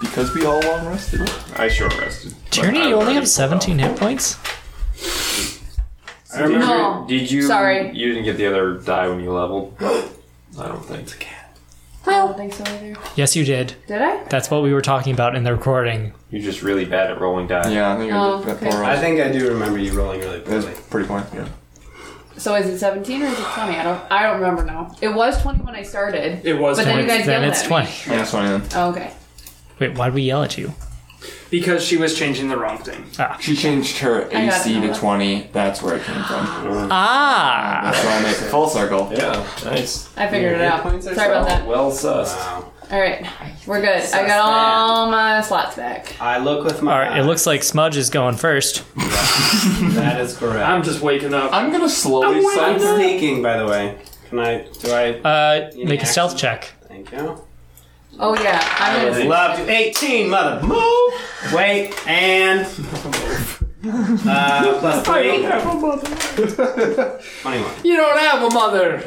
Speaker 1: Because we all long rested.
Speaker 7: I sure rested. but
Speaker 4: Tierney,
Speaker 7: I'm
Speaker 4: you only
Speaker 7: ready
Speaker 4: have
Speaker 7: for
Speaker 4: 17 hit points.
Speaker 7: that. I remember.
Speaker 3: No.
Speaker 7: Did you?
Speaker 3: Sorry.
Speaker 7: You didn't get the other die when you leveled. I don't think.
Speaker 3: I don't think so either.
Speaker 4: Yes, you did.
Speaker 3: Did I?
Speaker 4: That's what we were talking about in the recording.
Speaker 7: You're just really bad at rolling die.
Speaker 1: Yeah, I think it was
Speaker 3: Oh,
Speaker 1: that
Speaker 3: okay.
Speaker 1: four
Speaker 2: I
Speaker 1: rolls.
Speaker 2: think I do remember you rolling really
Speaker 1: It was
Speaker 2: poorly.
Speaker 1: pretty fun. Yeah.
Speaker 3: So is it 17 or is it 20? I don't. I don't remember now. It was 20 when I started.
Speaker 6: It was
Speaker 3: But then you
Speaker 6: 20.
Speaker 3: guys
Speaker 4: then
Speaker 3: yelled
Speaker 4: it's
Speaker 3: at
Speaker 4: 20.
Speaker 3: me.
Speaker 1: Yeah, that's fine. then.
Speaker 3: Oh, okay.
Speaker 4: Wait, why'd we yell at you?
Speaker 6: because she was changing the wrong thing.
Speaker 1: She changed her
Speaker 3: I got
Speaker 1: AC
Speaker 3: it.
Speaker 1: to 20. That's where it came from.
Speaker 4: Ah!
Speaker 1: That's why I make it full circle.
Speaker 7: Yeah. Nice.
Speaker 3: I figured it out. Sorry about that.
Speaker 7: Well sussed.
Speaker 2: Wow.
Speaker 3: All right, we're good. I got all my slots back.
Speaker 2: I look with my.
Speaker 4: All right, it
Speaker 2: eyes.
Speaker 4: looks like Smudge is going first.
Speaker 2: That is correct.
Speaker 6: I'm just waking up.
Speaker 7: I'm gonna slowly
Speaker 2: I'm
Speaker 7: cycle.
Speaker 2: sneaking, by the way. Can I? Do I?
Speaker 4: Uh,
Speaker 2: Any
Speaker 4: make a stealth
Speaker 2: action?
Speaker 4: check.
Speaker 2: Thank you.
Speaker 3: Oh yeah,
Speaker 2: I
Speaker 3: I'm
Speaker 2: would
Speaker 3: gonna.
Speaker 2: love to. 18, mother. Move. Wait and. Uh, plus three. Twenty-one.
Speaker 6: You don't have a mother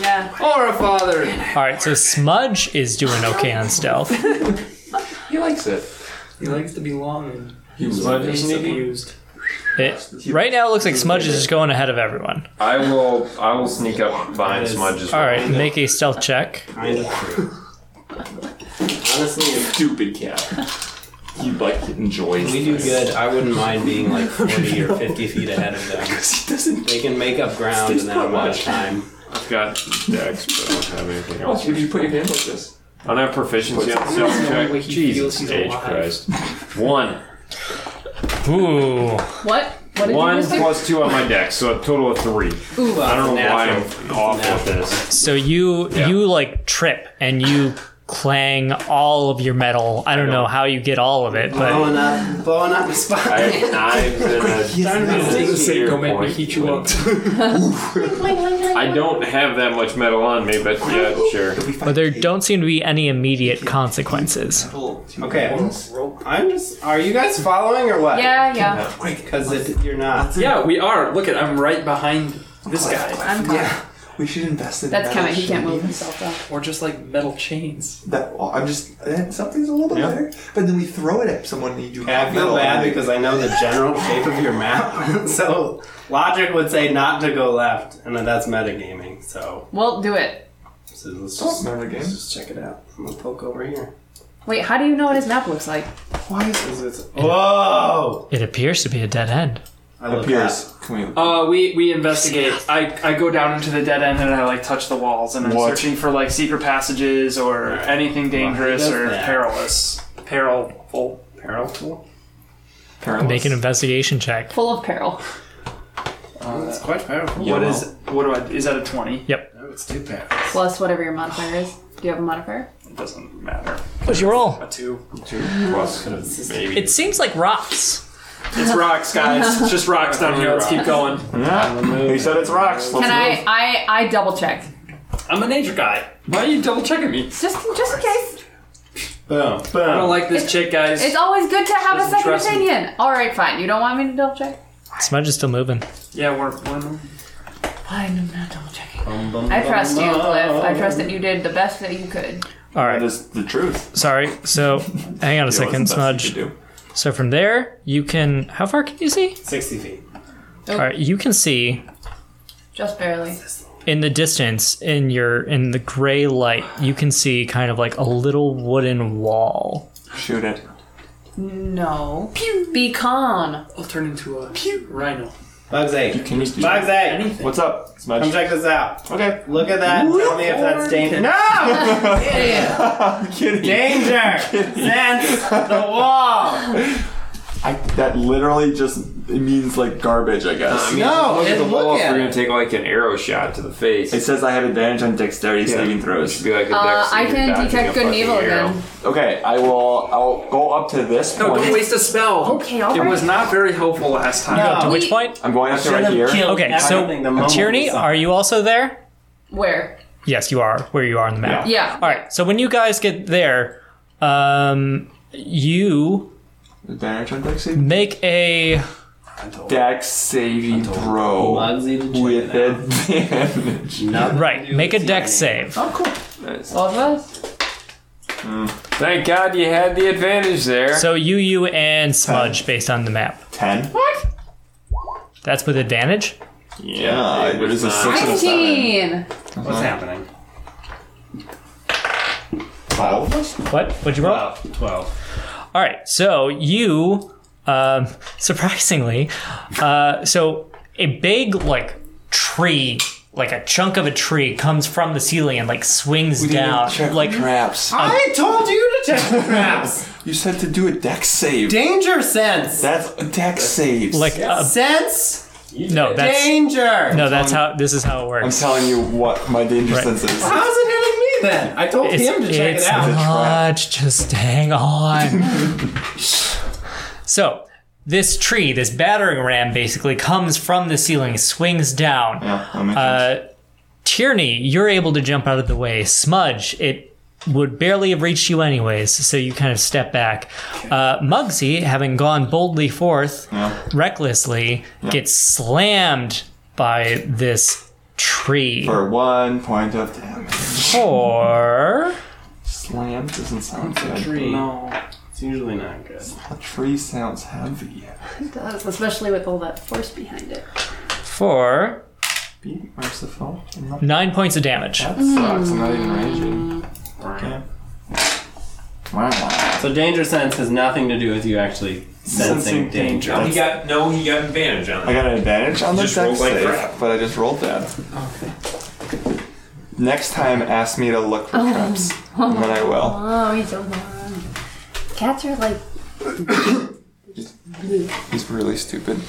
Speaker 3: Yeah.
Speaker 6: or a father.
Speaker 4: All right, so Smudge is doing okay on stealth.
Speaker 6: He likes it. He likes to belong and
Speaker 7: He was much
Speaker 6: he's abused.
Speaker 4: It, right now, it looks like Smudge is just going ahead of everyone.
Speaker 7: I will. I will sneak up behind
Speaker 2: That is-
Speaker 7: Smudge as well.
Speaker 4: All right, make a stealth check.
Speaker 2: Kind of true. Honestly, if
Speaker 1: Stupid cat. He like enjoys.
Speaker 2: we do good, I wouldn't mind being like 40 or 50 feet ahead of them.
Speaker 1: He doesn't.
Speaker 2: They can make up ground in that amount of time.
Speaker 7: I've got dex, but I don't have anything
Speaker 1: Why
Speaker 7: else.
Speaker 1: would you put your hand like this?
Speaker 7: I don't have proficiency on stealth check. Jesus H Christ. One.
Speaker 4: Ooh.
Speaker 3: What? What did you
Speaker 7: One
Speaker 3: just do?
Speaker 7: plus two on my deck, so a total of three.
Speaker 3: Ooh,
Speaker 7: I don't know why I'm
Speaker 2: Natural.
Speaker 7: awful at this.
Speaker 4: So you
Speaker 7: Yeah.
Speaker 4: you like trip and you clang all of your metal. I don't know how you get all of it, but
Speaker 2: Blowing up, blowing up the
Speaker 7: I
Speaker 2: spot.
Speaker 7: have knives and a
Speaker 6: Say,
Speaker 7: Your
Speaker 6: go make me
Speaker 7: point.
Speaker 6: heat you up.
Speaker 7: I don't have that much metal on me, but yeah, sure.
Speaker 4: but there don't seem to be any immediate consequences.
Speaker 2: Okay. I'm just. Are you guys following or what?
Speaker 3: Yeah, yeah.
Speaker 2: Because if you're not,
Speaker 6: Yeah, we are. Look at I'm right behind this guy.
Speaker 3: I'm caught.
Speaker 1: We should invest in.
Speaker 3: That's
Speaker 1: that.
Speaker 3: coming. He can't move himself though.
Speaker 6: Or just like metal chains.
Speaker 1: That oh, I'm just eh, something's a little bit
Speaker 7: Yeah.
Speaker 1: better, but then we throw it at someone and you do.
Speaker 2: I
Speaker 1: half
Speaker 2: feel
Speaker 1: metal
Speaker 2: bad
Speaker 1: and they-
Speaker 2: because I know the general shape of your map. so logic would say not to go left, and then that's metagaming. So,
Speaker 3: Well, do it.
Speaker 2: so let's
Speaker 1: It's
Speaker 2: just
Speaker 1: not another "Oh, game.
Speaker 2: let's just check it out. I'm gonna poke over here.
Speaker 3: Wait, how do you know what his map looks like?
Speaker 2: Why is this?
Speaker 12: Whoa!
Speaker 4: It appears to be a dead end.
Speaker 12: I love Appears.
Speaker 1: Can
Speaker 12: Uh, we we investigate. I, I go down into the dead end and I like touch the walls and I'm
Speaker 13: What?
Speaker 12: searching for like secret passages or anything dangerous
Speaker 2: does
Speaker 12: or
Speaker 2: that?
Speaker 12: perilous, perilful, perilful.
Speaker 4: Make an investigation check.
Speaker 3: Full of peril.
Speaker 12: Uh, it's quite powerful.
Speaker 4: Yeah,
Speaker 12: What
Speaker 4: well.
Speaker 12: is? What do I? Is that a twenty?
Speaker 4: Yep.
Speaker 12: No, it's too bad.
Speaker 3: Plus whatever your modifier is. Do you have a modifier?
Speaker 12: It doesn't matter.
Speaker 4: What's your roll?
Speaker 12: A two. Two
Speaker 4: plus,
Speaker 12: maybe.
Speaker 4: It seems like rocks.
Speaker 12: It's rocks, guys. It's just rocks down here. Let's keep going.
Speaker 1: He said it's rocks.
Speaker 3: Can I, I I double check?
Speaker 12: I'm a nature guy. Why are you double checking me?
Speaker 3: Just just in case.
Speaker 12: Boom. I don't like this chick, guys.
Speaker 3: It's always good to have a
Speaker 12: Doesn't
Speaker 3: second
Speaker 12: trust me.
Speaker 3: opinion. Alright, fine. You don't want me to double check?
Speaker 4: Smudge is still moving.
Speaker 12: yeah, we're one.
Speaker 3: Fine, I'm not double checking. I trust you, Cliff. I trust that you did the best that you could.
Speaker 4: All right. That
Speaker 1: is the truth.
Speaker 4: Sorry. So, hang on a second,
Speaker 1: wasn't best
Speaker 4: Smudge. So from there, you can. How far can you see?
Speaker 2: Sixty feet.
Speaker 4: All right. You can see
Speaker 3: Just barely.
Speaker 4: in the distance, in your in the gray light, you can see kind of like a little wooden wall.
Speaker 1: Shoot it.
Speaker 3: No. Be calm.
Speaker 12: I'll turn into a rhino.
Speaker 2: Bugsy.
Speaker 1: You can just
Speaker 2: Bugsy.
Speaker 1: What's up? Smudge.
Speaker 2: Come check this out.
Speaker 1: Okay.
Speaker 2: Look at that. Tell me if that's dangerous.
Speaker 1: No!
Speaker 2: Danger! Sense the wall!
Speaker 1: I, that literally just it means like garbage, I guess.
Speaker 7: I mean, look at the wall. if we're gonna take like an arrow shot to the face.
Speaker 1: It says I have advantage on dexterity saving throws.
Speaker 7: Should be like a
Speaker 3: Uh,
Speaker 7: dex
Speaker 3: I
Speaker 7: saving
Speaker 3: can
Speaker 7: dodging
Speaker 3: detect
Speaker 7: a
Speaker 3: good and
Speaker 7: fucking
Speaker 3: evil
Speaker 7: arrow.
Speaker 3: again.
Speaker 1: Okay, I will. I'll go up to this point.
Speaker 12: No, don't waste a spell.
Speaker 3: Okay,
Speaker 12: It
Speaker 3: alright.
Speaker 12: was not very helpful last time.
Speaker 4: You go up to which point?
Speaker 1: I'm going up to right here.
Speaker 4: Okay. So, Tierney, are you also there?
Speaker 3: Where?
Speaker 4: Yes, you are where you are on the map.
Speaker 3: Yeah.
Speaker 4: All right. So when you guys get there, um, you make a
Speaker 1: Dex saving throw with advantage.
Speaker 4: right. Make a deck save.
Speaker 3: Oh, cool. All of us?
Speaker 13: Thank God you had the advantage there.
Speaker 4: So you, you, and Smudge based on the map.
Speaker 1: Ten.
Speaker 3: What?
Speaker 4: That's with advantage.
Speaker 1: Yeah, it is a six and a seven.
Speaker 3: 19!
Speaker 2: What's happening?
Speaker 1: Twelve.
Speaker 4: What? What'd you roll?
Speaker 2: Twelve.
Speaker 4: All right. So you, um, surprisingly, uh, so a big like tree, like a chunk of a tree, comes from the ceiling and like swings down, like
Speaker 1: traps.
Speaker 2: I told you to check the traps!
Speaker 1: You said to do a dex save.
Speaker 2: Danger sense!
Speaker 1: That's a dex save.
Speaker 4: like uh,
Speaker 2: Sense
Speaker 4: no, that's
Speaker 2: danger!
Speaker 4: no, that's how this is how it works.
Speaker 1: I'm telling you what my danger sense is.
Speaker 2: How's it hitting me then? I told him to check it
Speaker 4: it's
Speaker 2: out.
Speaker 4: not, just hang on. so, this tree, this battering ram, basically comes from the ceiling, swings down.
Speaker 1: Yeah, that makes
Speaker 4: Uh, Tierney, you're able to jump out of the way. Smudge, it would barely have reached you anyways, so you kind of step back. Uh, Muggsy, having gone boldly forth, recklessly, gets slammed by this tree.
Speaker 1: For one point of damage.
Speaker 4: Or
Speaker 1: Slam doesn't sound good.
Speaker 2: Tree. No, it's usually not good.
Speaker 1: A tree sounds heavy.
Speaker 3: It does, especially with all that force behind it.
Speaker 4: for
Speaker 1: Be merciful.
Speaker 4: nine points of damage.
Speaker 1: That sucks. I'm not even raging. Okay. Wow.
Speaker 2: So danger sense has nothing to do with you actually
Speaker 1: Sensing
Speaker 2: sensing danger.
Speaker 1: danger.
Speaker 7: He got no. He got advantage on
Speaker 1: I
Speaker 7: it.
Speaker 1: got an advantage on the dex
Speaker 7: Just rolled
Speaker 1: save,
Speaker 7: like crap.
Speaker 1: but I just rolled that. Okay. Next time, ask me to look for traps, and then I will.
Speaker 3: Oh, he's so long. Cats are like.
Speaker 1: He's really stupid.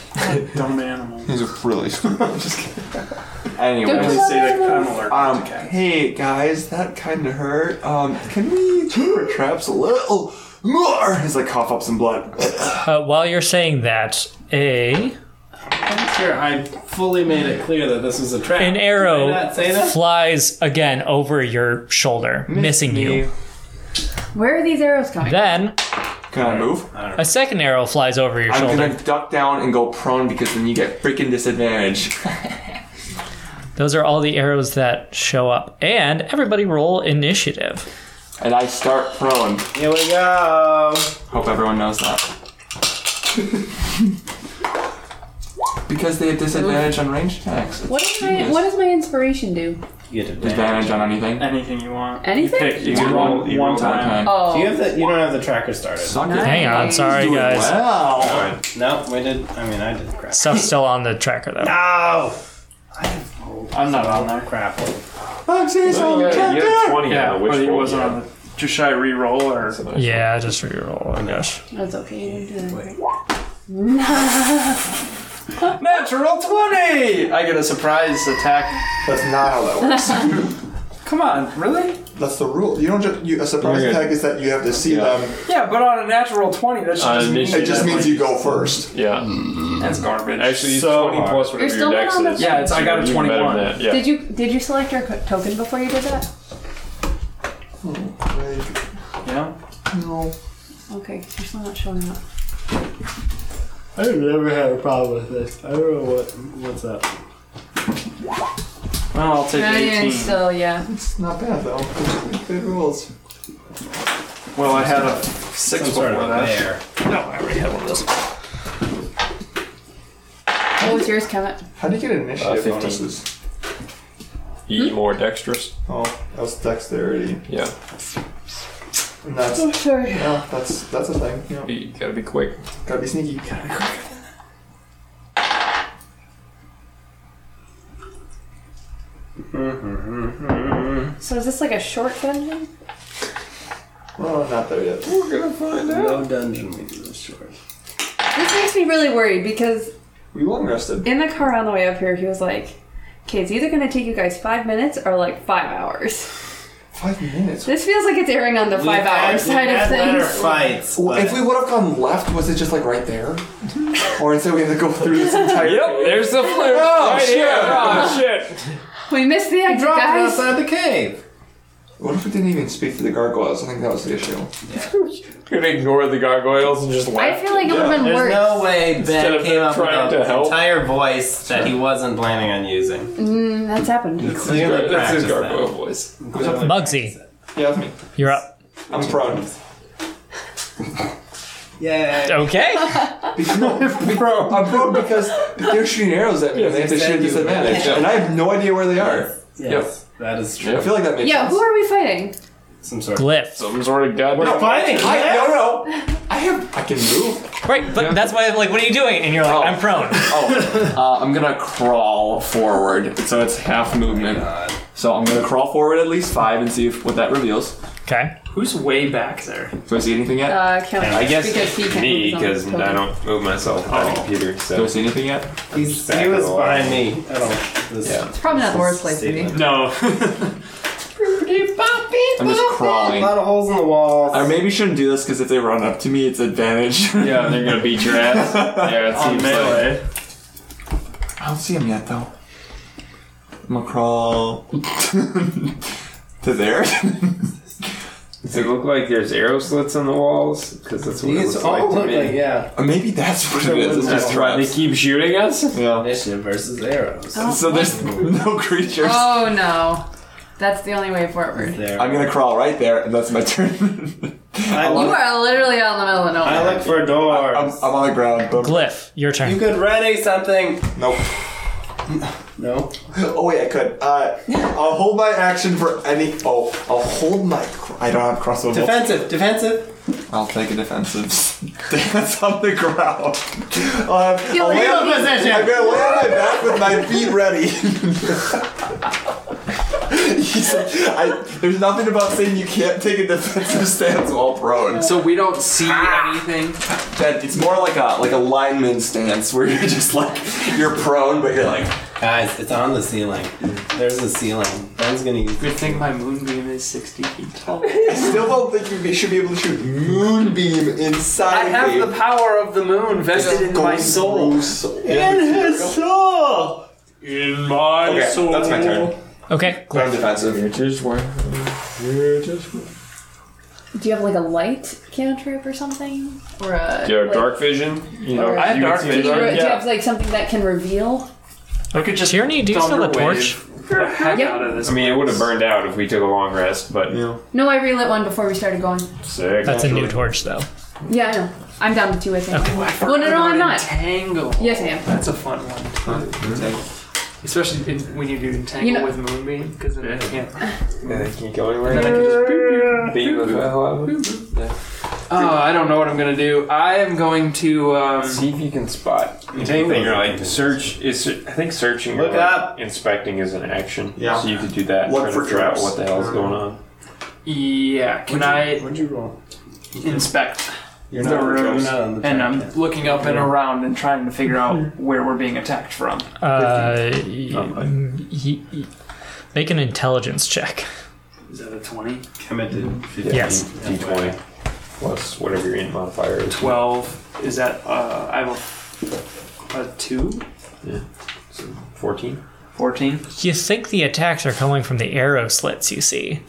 Speaker 6: Dumb animal.
Speaker 1: He's really stupid. I'm just kidding. Anyways.
Speaker 6: Please say that I'm allergic
Speaker 1: Um,
Speaker 6: to cats.
Speaker 1: hey guys, that kind of hurt. Um, can we check our traps a little more? He's like cough up some blood.
Speaker 4: Uh, while you're saying that, a
Speaker 2: Sure, I fully made it clear that this was a trap.
Speaker 4: an
Speaker 2: Did I
Speaker 4: arrow
Speaker 2: not say that?
Speaker 4: flies again over your shoulder, missing you.
Speaker 3: Where are these arrows coming
Speaker 4: Then
Speaker 1: Can I move?
Speaker 4: a second arrow flies over your
Speaker 1: I'm
Speaker 4: shoulder.
Speaker 1: gonna duck down and go prone because then you get freaking disadvantage.
Speaker 4: Those are all the arrows that show up. And everybody roll initiative.
Speaker 1: And I start prone.
Speaker 2: Here we go.
Speaker 1: Hope everyone knows that. because they have disadvantage on range attacks.
Speaker 3: What, is my, what does my inspiration do?
Speaker 2: You get
Speaker 9: Advantage on anything?
Speaker 6: Anything you want.
Speaker 3: Anything?
Speaker 6: You, pick, you
Speaker 9: You
Speaker 6: can
Speaker 9: roll-
Speaker 6: roll
Speaker 9: you roll
Speaker 6: one
Speaker 9: one time.
Speaker 6: time.
Speaker 9: Oh.
Speaker 2: Do you have the? You don't have the tracker started.
Speaker 9: Suck
Speaker 4: it. Hang on, sorry, Doing guys. well.
Speaker 2: Alright. No, we did. I mean, I did crap.
Speaker 4: Stuff's still on the tracker though.
Speaker 2: No.
Speaker 6: I'm not on
Speaker 2: that crap.
Speaker 1: Boxes
Speaker 6: on the
Speaker 13: you had 20 on
Speaker 6: Yeah,
Speaker 13: the wish
Speaker 6: but it
Speaker 13: roll,
Speaker 6: wasn't
Speaker 13: yeah.
Speaker 6: on the. Just should I re-roll or?
Speaker 4: Yeah, just reroll. I guess.
Speaker 3: That's okay. You didn't do that.
Speaker 6: Natural 20! I get a surprise attack.
Speaker 1: That's not how that works.
Speaker 6: Come on, really?
Speaker 1: That's the rule. You don't just you, a surprise
Speaker 6: You're good.
Speaker 1: attack is that you have to see them.
Speaker 6: Yeah, but on a natural 20, that should
Speaker 1: Uh,
Speaker 6: just
Speaker 1: initiative, It just means you go first.
Speaker 13: Yeah.
Speaker 7: Mm.
Speaker 6: That's garbage.
Speaker 13: Actually, it's
Speaker 6: So
Speaker 13: 20 plus
Speaker 3: You're
Speaker 13: whatever
Speaker 3: still
Speaker 13: your dex
Speaker 3: not on
Speaker 13: is.
Speaker 3: the- Yeah, it's- I
Speaker 6: got a
Speaker 13: You can better than
Speaker 6: 21.
Speaker 13: that, yeah.
Speaker 3: Did you did you select your co- token before you did that?
Speaker 6: Yeah.
Speaker 1: No.
Speaker 3: Okay, 'cause you're still not showing up.
Speaker 14: I've never had a problem with this. I don't know what what's up.
Speaker 6: Well, I'll
Speaker 3: No, you're still yeah.
Speaker 1: It's not bad though. Good rules.
Speaker 6: Well, I had a six
Speaker 2: Some sort
Speaker 6: before
Speaker 2: of a
Speaker 6: that.
Speaker 2: bear.
Speaker 6: No, I already had one of those.
Speaker 3: What was Oh, yours, Kevin?
Speaker 1: How do you get
Speaker 13: Uh,
Speaker 1: initiative
Speaker 13: 15.
Speaker 1: bonuses?
Speaker 13: Eat more dexterous.
Speaker 1: Oh, that was dexterity.
Speaker 13: Yeah.
Speaker 1: And that's,
Speaker 3: Oh, sorry.
Speaker 1: Yeah, that's that's a thing. Yeah.
Speaker 13: You gotta be quick.
Speaker 1: Gotta be sneaky. Gotta be quick.
Speaker 3: So is this like a short dungeon?
Speaker 1: Well, not there yet. We're gonna find out.
Speaker 2: No dungeon we do this short.
Speaker 3: This makes me really worried because
Speaker 1: We long rested.
Speaker 3: in the car on the way up here, he was like, "Okay, it's either gonna take you guys five minutes or like five hours."
Speaker 1: Five minutes.
Speaker 3: This feels like it's erring on the
Speaker 1: We've
Speaker 3: five-hour
Speaker 1: had-
Speaker 3: side
Speaker 1: we've
Speaker 3: of
Speaker 1: had better
Speaker 3: things.
Speaker 2: fights.
Speaker 1: Well, if we would have gone left, was it just like right there? or instead we have to go through this entire.
Speaker 13: Yep, there's the flare.
Speaker 1: Oh
Speaker 13: right
Speaker 1: shit!
Speaker 13: Here. Oh shit!
Speaker 3: We missed the exit,
Speaker 2: Dropped
Speaker 3: guys.
Speaker 2: outside the cave.
Speaker 1: What if we didn't even speak to the gargoyles? I think that was the issue.
Speaker 13: Could ignore the gargoyles and just laugh.
Speaker 3: I feel like it would have been
Speaker 2: There's
Speaker 3: worse.
Speaker 2: no way
Speaker 13: Instead
Speaker 2: Ben
Speaker 13: of
Speaker 2: came up with
Speaker 13: trying to
Speaker 2: an
Speaker 13: help.
Speaker 2: entire voice that he wasn't planning on using.
Speaker 3: Mm, that's happened.
Speaker 2: Clearly
Speaker 13: that's his
Speaker 2: practiced
Speaker 13: gargoyle
Speaker 2: that.
Speaker 13: voice.
Speaker 2: Clearly
Speaker 4: Mugsy,
Speaker 1: Yeah, that's me.
Speaker 4: you're up.
Speaker 1: I'm prone.
Speaker 2: Yeah.
Speaker 4: Okay.
Speaker 1: Bro, I'm prone because they're shooting arrows at me and they have to shoot at disadvantage, and I have no idea where they are.
Speaker 2: Yes, that is true.
Speaker 1: I feel like that makes
Speaker 3: Yeah,
Speaker 1: sense.
Speaker 3: who are we fighting?
Speaker 2: Some sort
Speaker 4: Glyph.
Speaker 13: Some sort of goddamn.
Speaker 1: No, I, no, no. I have. I can move.
Speaker 4: Right, but that's why I'm like, what are you doing? And you're like, I'm prone.
Speaker 9: Oh, uh, I'm gonna crawl forward, so it's half movement. So I'm gonna crawl forward at least five and see if what that reveals.
Speaker 4: Okay.
Speaker 12: Who's way back there?
Speaker 9: Do I see anything yet?
Speaker 3: Uh, Kelly.
Speaker 9: I guess
Speaker 3: because he can't
Speaker 7: me,
Speaker 3: move his own
Speaker 7: because
Speaker 3: token.
Speaker 7: I don't move myself on
Speaker 13: Oh.
Speaker 7: the computer. So. Do
Speaker 9: I see anything yet?
Speaker 2: He's, he was behind me. I don't. This, yeah.
Speaker 3: It's probably not the worst place to be.
Speaker 2: No.
Speaker 9: I'm just crawling.
Speaker 2: A lot of holes in the walls.
Speaker 9: I maybe shouldn't do this because if they run up to me, it's advantage.
Speaker 13: Yeah, they're gonna beat your ass. Yeah, it
Speaker 9: On
Speaker 13: seems
Speaker 9: melee.
Speaker 13: like.
Speaker 9: I don't see him yet though. I'm gonna crawl to there.
Speaker 7: Does it look like there's arrow slits on the walls? Because that's what
Speaker 2: These
Speaker 7: it looks
Speaker 2: all
Speaker 7: like to
Speaker 2: look
Speaker 7: me.
Speaker 2: like yeah.
Speaker 9: Or maybe that's what it is. It's just
Speaker 13: They
Speaker 9: traps.
Speaker 13: keep shooting us.
Speaker 9: Yeah.
Speaker 2: Initiative versus arrows.
Speaker 9: So there's no creatures.
Speaker 3: Oh no. That's the only way forward.
Speaker 2: There.
Speaker 9: I'm gonna crawl right there, and that's my turn.
Speaker 2: I
Speaker 3: You
Speaker 2: look,
Speaker 3: are literally out in the middle of nowhere.
Speaker 2: I look for doors.
Speaker 9: I'm, I'm on the ground. But
Speaker 4: Glyph, your turn.
Speaker 2: you could ready something.
Speaker 1: Nope.
Speaker 2: No.
Speaker 1: Oh wait, I could. Uh, I'll hold my action for any. Oh, I'll hold my. Cr- I don't have crossbow. bolts.
Speaker 2: Defensive. Defensive.
Speaker 9: I'll take a defensive stance on the ground. I'll have,
Speaker 1: I'll
Speaker 9: I'll
Speaker 1: lay on-
Speaker 2: position.
Speaker 1: I'm gonna lay on my back with my feet ready. He said- I, there's nothing about saying you can't take a defensive stance while prone.
Speaker 12: So we don't see anything.
Speaker 9: That it's more like a like a lineman stance where you're just like you're prone, but you're like
Speaker 2: Guys, it's on the ceiling. There's a ceiling. Ben's gonna use.
Speaker 8: Good thing my moonbeam is 60 feet tall.
Speaker 1: I still don't think you should be able to shoot moonbeam inside.
Speaker 12: I have
Speaker 1: a-
Speaker 12: the power of the moon vested in my soul.
Speaker 1: In
Speaker 12: his soul.
Speaker 13: In my
Speaker 1: Okay,
Speaker 13: soul.
Speaker 1: that's my turn.
Speaker 4: Okay.
Speaker 1: I'm defensive.
Speaker 13: It is where. It is where.
Speaker 3: Do you have like a light cantrip or something? Or a.
Speaker 13: Do you have
Speaker 3: like-
Speaker 13: dark vision? You know,
Speaker 3: or-
Speaker 13: you can see
Speaker 3: Do you,
Speaker 13: the dark-
Speaker 3: do you have like something that can reveal?
Speaker 12: I could just
Speaker 4: Tierney, do you still have a
Speaker 13: thunder
Speaker 4: torch?
Speaker 12: the heck
Speaker 3: Yep.
Speaker 12: out of this.
Speaker 13: I mean, it would have burned out if we took a long rest, but
Speaker 3: No, I relit one before we started going.
Speaker 13: sick.
Speaker 4: That's a new torch, though.
Speaker 3: Yeah, I know. I'm down with two, I think. well, no, no, I'm not.
Speaker 12: Tangle.
Speaker 3: Yes, I am.
Speaker 12: That's a fun one.
Speaker 1: Tangle.
Speaker 6: Especially in, when you do entangle
Speaker 3: You know-
Speaker 6: with Moonbeam, because then it can't.
Speaker 7: And it can't go anywhere.
Speaker 6: And then I can just boop, boop,
Speaker 7: beat
Speaker 6: boop,
Speaker 7: with
Speaker 6: boop.
Speaker 7: that however.
Speaker 6: Oh, I don't know what I'm gonna do. I am going to um,
Speaker 7: see if you can spot.
Speaker 6: Take
Speaker 7: Thing, you're like search is I think searching or
Speaker 6: Look
Speaker 7: like,
Speaker 6: up.
Speaker 7: inspecting is an action.
Speaker 6: Yeah.
Speaker 7: So you could do that.
Speaker 6: Look
Speaker 7: try
Speaker 6: for
Speaker 7: to figure out
Speaker 6: traps.
Speaker 7: what the hell is going on.
Speaker 6: Yeah, can I?
Speaker 7: What'd you roll?
Speaker 6: Inspect
Speaker 7: You're
Speaker 6: the
Speaker 7: not on the
Speaker 6: room,
Speaker 7: track. Not on the
Speaker 6: and
Speaker 7: track,
Speaker 6: I'm looking up and around and trying to figure out where we're being attacked from.
Speaker 4: Uh, y- y- y- make an intelligence check.
Speaker 6: Is that a twenty?
Speaker 2: Committed.
Speaker 4: Yes.
Speaker 7: D twenty plus whatever your int modifier is.
Speaker 6: Twelve. Is that uh, I have a, a two?
Speaker 7: Yeah. So fourteen.
Speaker 6: 14.
Speaker 4: You think the attacks are coming from the arrow slits you see.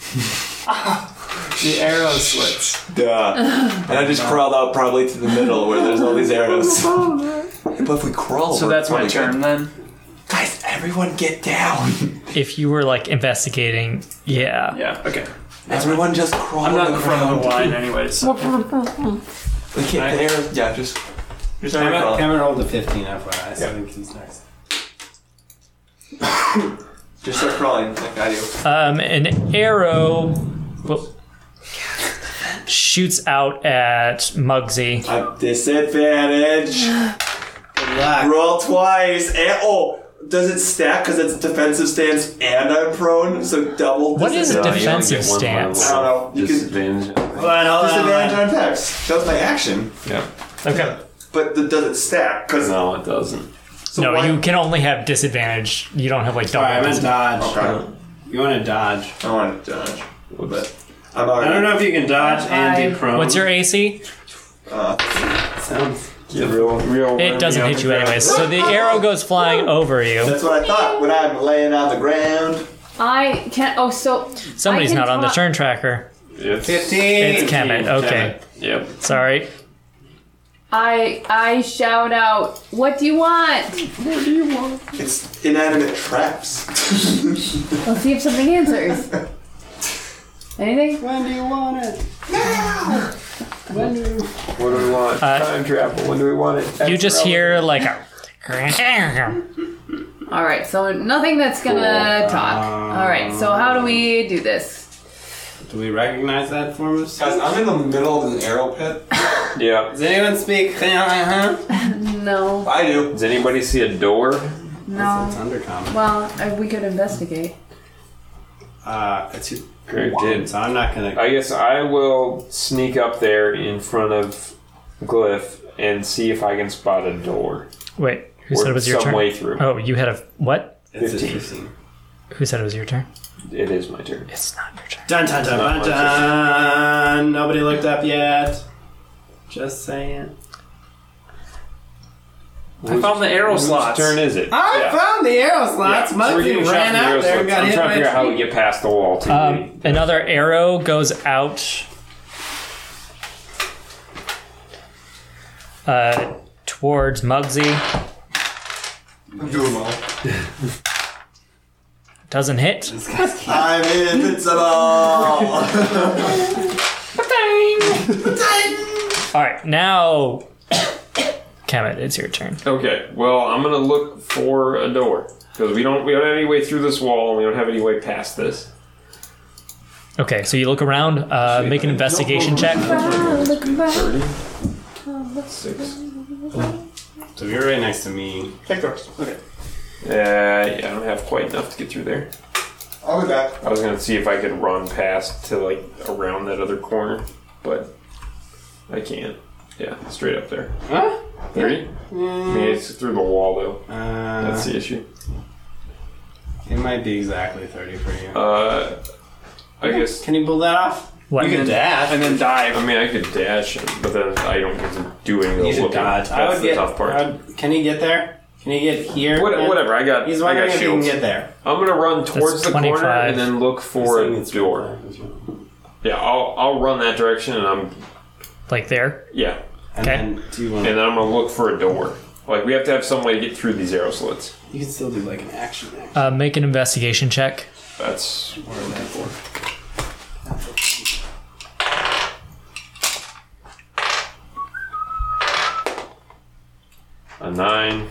Speaker 6: The arrow slits.
Speaker 1: Duh. And I just crawled out probably to the middle where there's all these arrows. But if we crawl,
Speaker 6: So
Speaker 1: we're
Speaker 6: that's my
Speaker 1: probably
Speaker 6: turn
Speaker 1: good.
Speaker 6: then.
Speaker 1: Guys, everyone get down.
Speaker 4: If you were like investigating, yeah.
Speaker 6: Yeah, okay.
Speaker 1: Everyone just crawl.
Speaker 6: I'm not in front of the
Speaker 1: around.
Speaker 6: line anyways.
Speaker 1: We can't the arrows. Yeah, just. just
Speaker 2: Cameron,
Speaker 1: arrow crawl.
Speaker 2: Cameron rolled a 15 FYI, so I think he's next.
Speaker 1: Just start crawling like I do.
Speaker 4: Um, an arrow well, shoots out at Muggsy.
Speaker 1: Disadvantage. Roll twice. And, oh, does it stack because it's defensive stance and I'm prone? So double.
Speaker 4: What is uh,
Speaker 1: disadvantage.
Speaker 4: defensive
Speaker 1: I
Speaker 4: stance?
Speaker 1: don't know. You can
Speaker 7: Disadvantage.
Speaker 1: disadvantage on attacks. That was my action.
Speaker 7: Yeah.
Speaker 4: Okay.
Speaker 1: But th- does it stack? Because
Speaker 7: no, it doesn't.
Speaker 4: no, you can only have disadvantage. You don't have like double.
Speaker 2: Alright, I'm gonna
Speaker 4: disadvantage.
Speaker 2: dodge. You wanna dodge?
Speaker 1: I wanna dodge. But I'm
Speaker 2: I don't know if you can dodge and be prone.
Speaker 4: What's your AC?
Speaker 2: Sounds.
Speaker 7: real, real
Speaker 4: It doesn't hit you anyways. So the arrow goes flying over you.
Speaker 1: That's what I thought when I'm laying on the ground.
Speaker 3: I can't. Oh, so
Speaker 4: Somebody's
Speaker 3: I can
Speaker 4: not on the
Speaker 3: talk-
Speaker 4: turn tracker.
Speaker 7: It's
Speaker 2: 15.
Speaker 4: It's Kemet. Okay.
Speaker 7: Yep.
Speaker 4: Sorry.
Speaker 3: I I shout out, "What do you want?" What do you want?
Speaker 1: It's inanimate traps.
Speaker 3: Let's see if something answers. Anything?
Speaker 2: When do you want it?
Speaker 15: Now!
Speaker 2: When do you...
Speaker 7: What do we want? Time travel. When do we want it?
Speaker 4: Uh, You just hear like a.
Speaker 3: All right, so nothing that's gonna talk. All right, so how do we do this?
Speaker 2: Do we recognize that form of
Speaker 1: Guys, I'm in the middle of an arrow pit.
Speaker 7: Yeah.
Speaker 2: Does anyone speak?
Speaker 3: No,
Speaker 1: I do.
Speaker 7: Does anybody see a door?
Speaker 3: no.
Speaker 2: Undercommon.
Speaker 3: Well, uh, we could investigate.
Speaker 2: Uh, it's your
Speaker 7: Greg did.
Speaker 2: So I'm not gonna.
Speaker 7: I guess I will sneak up there in front of Glyph and see if I can spot a door.
Speaker 4: Wait, who
Speaker 7: Or
Speaker 4: said it was your
Speaker 7: some
Speaker 4: turn?
Speaker 7: way through.
Speaker 4: Oh, you had a what?
Speaker 2: It's a
Speaker 7: 15.
Speaker 2: 15.
Speaker 4: Who said it was your turn?
Speaker 7: It is my turn.
Speaker 4: It's not your turn.
Speaker 2: Dun dun dun dun dun. Nobody looked up yet. Just saying.
Speaker 6: I found the arrow
Speaker 7: Whose
Speaker 6: slots.
Speaker 7: turn is it?
Speaker 2: I found the arrow slots.
Speaker 7: Yeah, so we're
Speaker 2: Monkey
Speaker 7: getting shot
Speaker 2: ran
Speaker 7: from the
Speaker 2: out there
Speaker 7: arrow
Speaker 2: and
Speaker 7: slots.
Speaker 2: got
Speaker 7: I'm
Speaker 2: hit
Speaker 7: trying to
Speaker 2: by
Speaker 7: figure out how
Speaker 2: a
Speaker 7: we get past the wall. To
Speaker 4: Um, another arrow goes out. Uh, towards Muggsy.
Speaker 1: I'm doing well.
Speaker 4: Doesn't hit.
Speaker 1: I'm invincible.
Speaker 4: All right, now, Kemet, it's your turn.
Speaker 7: Okay. Well, I'm gonna look for a door because we don't we don't have any way through this wall and we don't have any way past this.
Speaker 4: Okay, so you look around, uh, make an investigation check.
Speaker 15: Look back.
Speaker 7: Six.
Speaker 2: So you're right next to me.
Speaker 1: Check doors. Okay.
Speaker 7: Uh, yeah, I don't have quite enough to get through there.
Speaker 1: I'll be back.
Speaker 7: I was gonna see if I could run past to like around that other corner, but I can't. Yeah, straight up there.
Speaker 2: Huh?
Speaker 7: Thirty. I mean, it's through the wall though.
Speaker 2: Uh,
Speaker 7: That's the issue.
Speaker 2: It might be exactly 30 for you.
Speaker 7: Uh, I guess.
Speaker 2: Can you pull that off?
Speaker 4: What?
Speaker 2: You can dash.
Speaker 6: And then dive.
Speaker 7: I mean, I could dash, but then I don't get to do any of the
Speaker 2: You should
Speaker 7: looking.
Speaker 2: dodge.
Speaker 7: That's
Speaker 2: I would
Speaker 7: the
Speaker 2: get,
Speaker 7: tough part.
Speaker 2: I would- can you get there? Can you get here?
Speaker 7: What,
Speaker 2: man?
Speaker 7: whatever, I got.
Speaker 2: He's
Speaker 7: I
Speaker 2: wondering
Speaker 7: got
Speaker 2: if you can
Speaker 7: shields.
Speaker 2: get there.
Speaker 7: I'm gonna run towards the corner
Speaker 4: 25.
Speaker 7: and then look for a door. Yeah, I'll I'll run that direction and I'm
Speaker 4: Like there?
Speaker 7: yeah,
Speaker 2: And
Speaker 4: Okay.
Speaker 2: then do you
Speaker 7: and
Speaker 2: want
Speaker 7: then I'm gonna look for a door. Like we have to have some way to get through these arrow slits.
Speaker 2: You can still do like an action act.
Speaker 4: Uh, make an investigation check.
Speaker 7: That's what I'm looking for. A nine,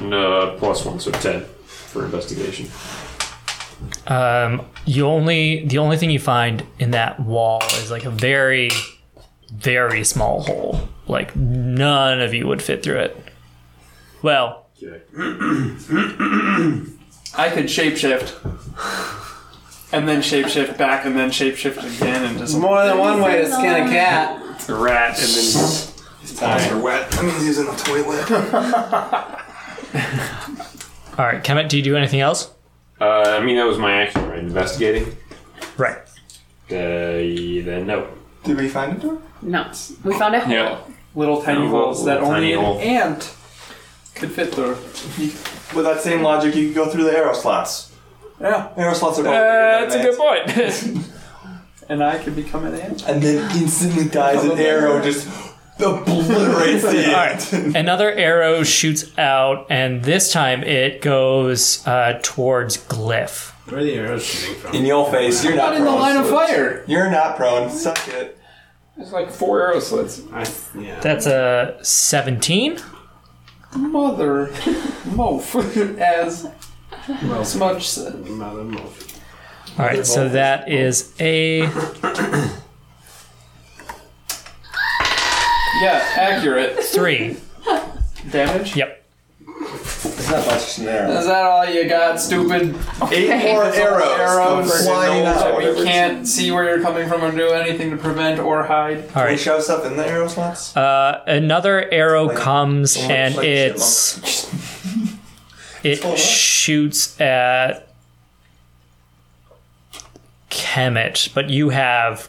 Speaker 7: no, plus uh, one, so ten. for investigation?
Speaker 4: Um, you only the only thing you find in that wall is like a very, very small hole. Like none of you would fit through it. Well,
Speaker 6: I could shapeshift. And then shapeshift back, and then shapeshift again, and just
Speaker 2: more than one way to skin a cat.
Speaker 6: A rat, and then
Speaker 1: His paws are wet. That means he's in the toilet.
Speaker 4: all right, Kemet, do you do anything else?
Speaker 7: Uh, I mean, that was my action, right? Investigating.
Speaker 4: Right.
Speaker 7: Uh, then no.
Speaker 1: Did we find a door?
Speaker 3: No. We found a hole.
Speaker 6: little tiny
Speaker 7: Little-
Speaker 6: holes that
Speaker 7: little tiny
Speaker 6: only an
Speaker 7: hole.
Speaker 6: ant could fit through.
Speaker 1: With that same logic, you could go through the arrow slots.
Speaker 6: Yeah,
Speaker 1: arrow slots are.
Speaker 6: that's a good
Speaker 4: point.
Speaker 6: and I could become an ant.
Speaker 1: And then instantly dies an arrow, just obliterates the
Speaker 4: All
Speaker 1: ant.
Speaker 4: right. Another arrow shoots out, and this time it goes uh, towards Glyph.
Speaker 2: Where are the arrows shooting from?
Speaker 1: In your face, you're not,
Speaker 2: Not in the
Speaker 1: prone.
Speaker 2: line of fire.
Speaker 1: You're not prone. Suck it.
Speaker 7: There's like four arrow slits.
Speaker 2: I, yeah.
Speaker 4: That's a 17.
Speaker 6: Mother Moaf, as Smudge said.
Speaker 2: Mother Moaf.
Speaker 4: All right, so that is a
Speaker 6: Yeah, accurate.
Speaker 4: three.
Speaker 6: Damage?
Speaker 4: Yep.
Speaker 1: It's not much an arrow.
Speaker 6: Is that all you got, stupid?
Speaker 1: Eight more
Speaker 6: There's a lot of
Speaker 1: arrows
Speaker 6: arrows
Speaker 1: flying
Speaker 6: that
Speaker 1: out.
Speaker 6: We can't see where you're coming from or do anything to prevent or hide.
Speaker 4: All right.
Speaker 1: Shove stuff in the arrow slots.
Speaker 4: Uh, another arrow comes
Speaker 1: like-
Speaker 4: and
Speaker 1: like
Speaker 4: it's it shoots at Kemet, but you have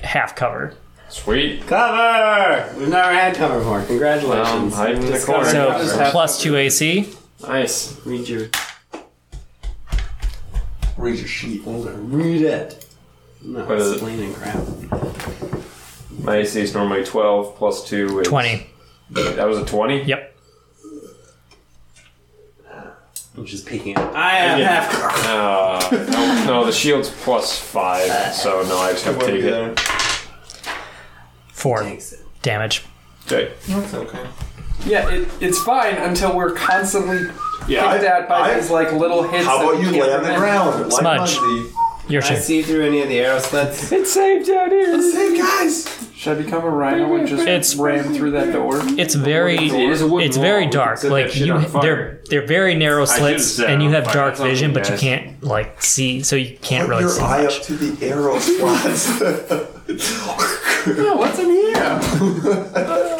Speaker 4: half cover.
Speaker 7: Sweet.
Speaker 2: Cover! We've never had cover before. Congratulations.
Speaker 7: Um, hide in the
Speaker 2: Discovered
Speaker 7: corner.
Speaker 4: So
Speaker 2: cover.
Speaker 4: plus two AC.
Speaker 7: Nice. Read your.
Speaker 1: Read your sheet.
Speaker 2: Read it. No,
Speaker 7: What is it?
Speaker 2: explaining crap.
Speaker 7: My AC is normally 12 plus 2 is.
Speaker 4: 20.
Speaker 7: That was a 20?
Speaker 4: Yep.
Speaker 2: I'm just peeking out. I am
Speaker 7: Yeah.
Speaker 2: half cover.
Speaker 7: Uh, no, no, the shield's plus 5, so no, I just have to take it.
Speaker 4: Four damage.
Speaker 7: Okay.
Speaker 1: That's okay.
Speaker 6: Yeah, it, it's fine until we're constantly
Speaker 1: Yeah,
Speaker 6: picked at by these like little hits.
Speaker 1: How
Speaker 6: that
Speaker 1: about
Speaker 6: we
Speaker 1: you
Speaker 6: can't
Speaker 1: lay on the
Speaker 6: prevent.
Speaker 1: ground? like
Speaker 4: Smudge.
Speaker 1: Muggsy?
Speaker 4: Your
Speaker 2: I
Speaker 4: turn.
Speaker 2: see through any of the arrows. That's
Speaker 7: It saved out here.
Speaker 1: Hey guys!
Speaker 6: Should I become a rhino and just
Speaker 4: It's-
Speaker 6: ram through that door?
Speaker 4: It's very
Speaker 7: is a wooden
Speaker 4: it's very
Speaker 7: wall. We
Speaker 4: dark.
Speaker 7: can set
Speaker 4: Like
Speaker 7: that shit
Speaker 4: you,
Speaker 7: on fire.
Speaker 4: they're they're very narrow
Speaker 7: should've
Speaker 4: slits,
Speaker 7: set
Speaker 4: and
Speaker 7: it
Speaker 4: you
Speaker 7: on
Speaker 4: have
Speaker 7: fire.
Speaker 4: dark
Speaker 7: That's on
Speaker 4: vision,
Speaker 7: you
Speaker 4: but you
Speaker 7: guys.
Speaker 4: can't like see, so you can't
Speaker 1: Put
Speaker 4: really
Speaker 1: your
Speaker 4: see
Speaker 1: eye
Speaker 4: much.
Speaker 1: up to the arrow slots.
Speaker 6: Yeah, what's in here?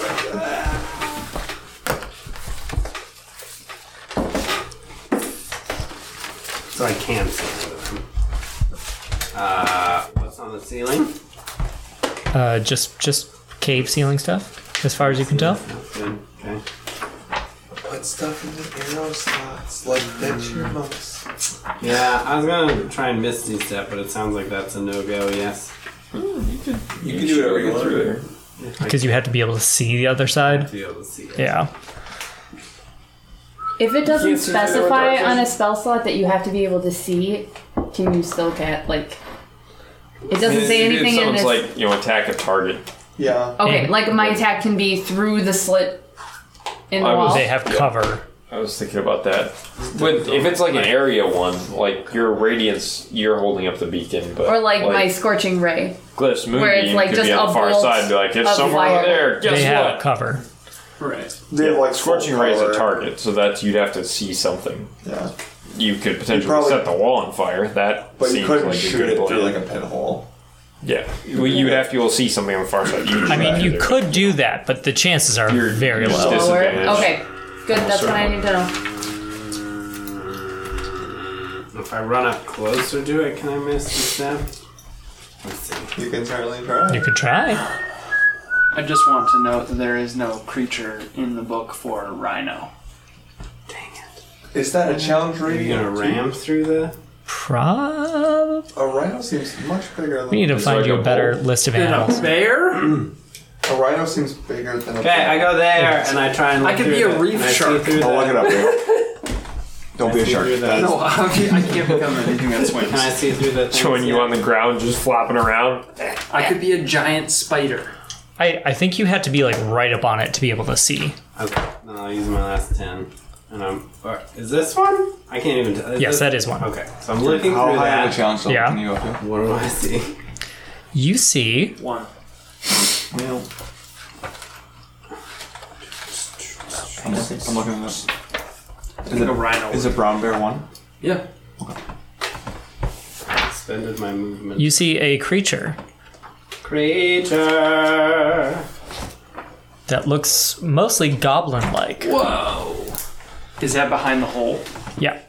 Speaker 2: so I can see through them. Uh, what's on the ceiling?
Speaker 4: Uh, just just cave ceiling stuff, as far as you can tell.
Speaker 2: Good. Okay.
Speaker 1: Put stuff in the arrow slots like that's your mouse.
Speaker 2: Yeah, I was gonna try and misty step, but it sounds like that's a no go. Yes.
Speaker 1: You can do whatever you want.
Speaker 7: Through there.
Speaker 4: Because you have to be able to see the other side.
Speaker 2: Be able to see it.
Speaker 4: Yeah.
Speaker 3: If it doesn't
Speaker 6: Can't see through the
Speaker 3: specify
Speaker 6: dark
Speaker 3: on a spell slot that you have to be able to see, can you still get like? It doesn't say anything in
Speaker 7: Sounds
Speaker 3: this.
Speaker 7: like, you know, attack a target.
Speaker 1: Yeah.
Speaker 3: okay,
Speaker 4: Yeah.
Speaker 3: like my attack can be through the slit in the
Speaker 7: I was-
Speaker 3: wall.
Speaker 4: They have cover.
Speaker 7: I was thinking about that. But if it's like an area one, like your radiance, you're holding up the beacon, but
Speaker 3: or like, my scorching ray.
Speaker 7: glyphs moonbeam
Speaker 3: where it's like
Speaker 7: could
Speaker 3: just
Speaker 7: be on
Speaker 3: a
Speaker 7: the far
Speaker 3: bolt
Speaker 7: side, and be like
Speaker 3: of
Speaker 7: it's somewhere
Speaker 3: fire.
Speaker 7: over there. Guess
Speaker 4: they
Speaker 7: what?
Speaker 4: have cover.
Speaker 2: Right.
Speaker 1: They have like
Speaker 7: Scorching ray is a
Speaker 1: color.
Speaker 7: target, so that you'd have to see something.
Speaker 1: Yeah.
Speaker 7: You could potentially
Speaker 1: probably-
Speaker 7: set the wall on fire. That
Speaker 1: But you
Speaker 7: seems
Speaker 1: couldn't
Speaker 7: like
Speaker 1: shoot
Speaker 7: a
Speaker 1: it
Speaker 7: good
Speaker 1: through
Speaker 7: plan.
Speaker 1: like a pinhole.
Speaker 7: yeah, well, you would have to be able to see something on the far side.
Speaker 4: I mean, you
Speaker 7: either.
Speaker 4: could do that, but the chances are
Speaker 7: You're-
Speaker 4: very
Speaker 7: you're
Speaker 4: low.
Speaker 7: just-
Speaker 3: Lower.
Speaker 7: Disadvantage.
Speaker 3: Okay, good. That's what I
Speaker 7: Certainly.
Speaker 3: need to know.
Speaker 2: If I run up closer to it, can I misty step? Let's see.
Speaker 1: You can certainly try.
Speaker 4: You could try.
Speaker 16: I just want to note that there is no creature in the book for rhino.
Speaker 1: Is that a challenge
Speaker 2: Are you
Speaker 1: rating?
Speaker 2: gonna ram through the?
Speaker 4: Prob.
Speaker 1: A rhino seems much bigger than
Speaker 4: We need to
Speaker 7: It's
Speaker 4: find
Speaker 7: like
Speaker 4: you
Speaker 7: a
Speaker 4: a better
Speaker 7: bolt.
Speaker 4: list of
Speaker 2: Then a
Speaker 4: animals.
Speaker 2: bear?
Speaker 1: a rhino seems bigger than a
Speaker 2: Okay, I go there and I try and. Look
Speaker 6: I could be
Speaker 2: through
Speaker 6: a
Speaker 2: the-
Speaker 6: reef
Speaker 2: and I see
Speaker 6: shark.
Speaker 2: through
Speaker 1: I'll
Speaker 2: the-
Speaker 1: look it up here. Don't be a shark.
Speaker 2: through that.
Speaker 1: That is-
Speaker 6: No, I can't I can't become anything that
Speaker 2: Can I
Speaker 6: swims.
Speaker 2: see through the?
Speaker 7: showing
Speaker 2: things?
Speaker 7: you on the ground, just flopping around.
Speaker 6: I could be a giant spider.
Speaker 4: I, I think you had to be like right up on it to be able to see.
Speaker 2: Okay, then I'll use my last ten. And I'm. Or, is this one? I can't even. T-
Speaker 4: Yes, that is one.
Speaker 2: Okay, so I'm looking
Speaker 1: How
Speaker 2: through
Speaker 1: high
Speaker 2: that.
Speaker 1: of a challenge level
Speaker 4: Yeah.
Speaker 1: can you go to?
Speaker 2: What do I see?
Speaker 4: You see
Speaker 6: One.
Speaker 1: Well, I'm looking, I'm looking at this. Is it
Speaker 2: a rhino
Speaker 1: Is it brown bear one?
Speaker 2: Yeah. Expended my movement.
Speaker 4: you see a creature
Speaker 2: creature.
Speaker 4: that looks mostly goblin-like.
Speaker 6: Whoa. Is that behind the hole?
Speaker 4: Yeah.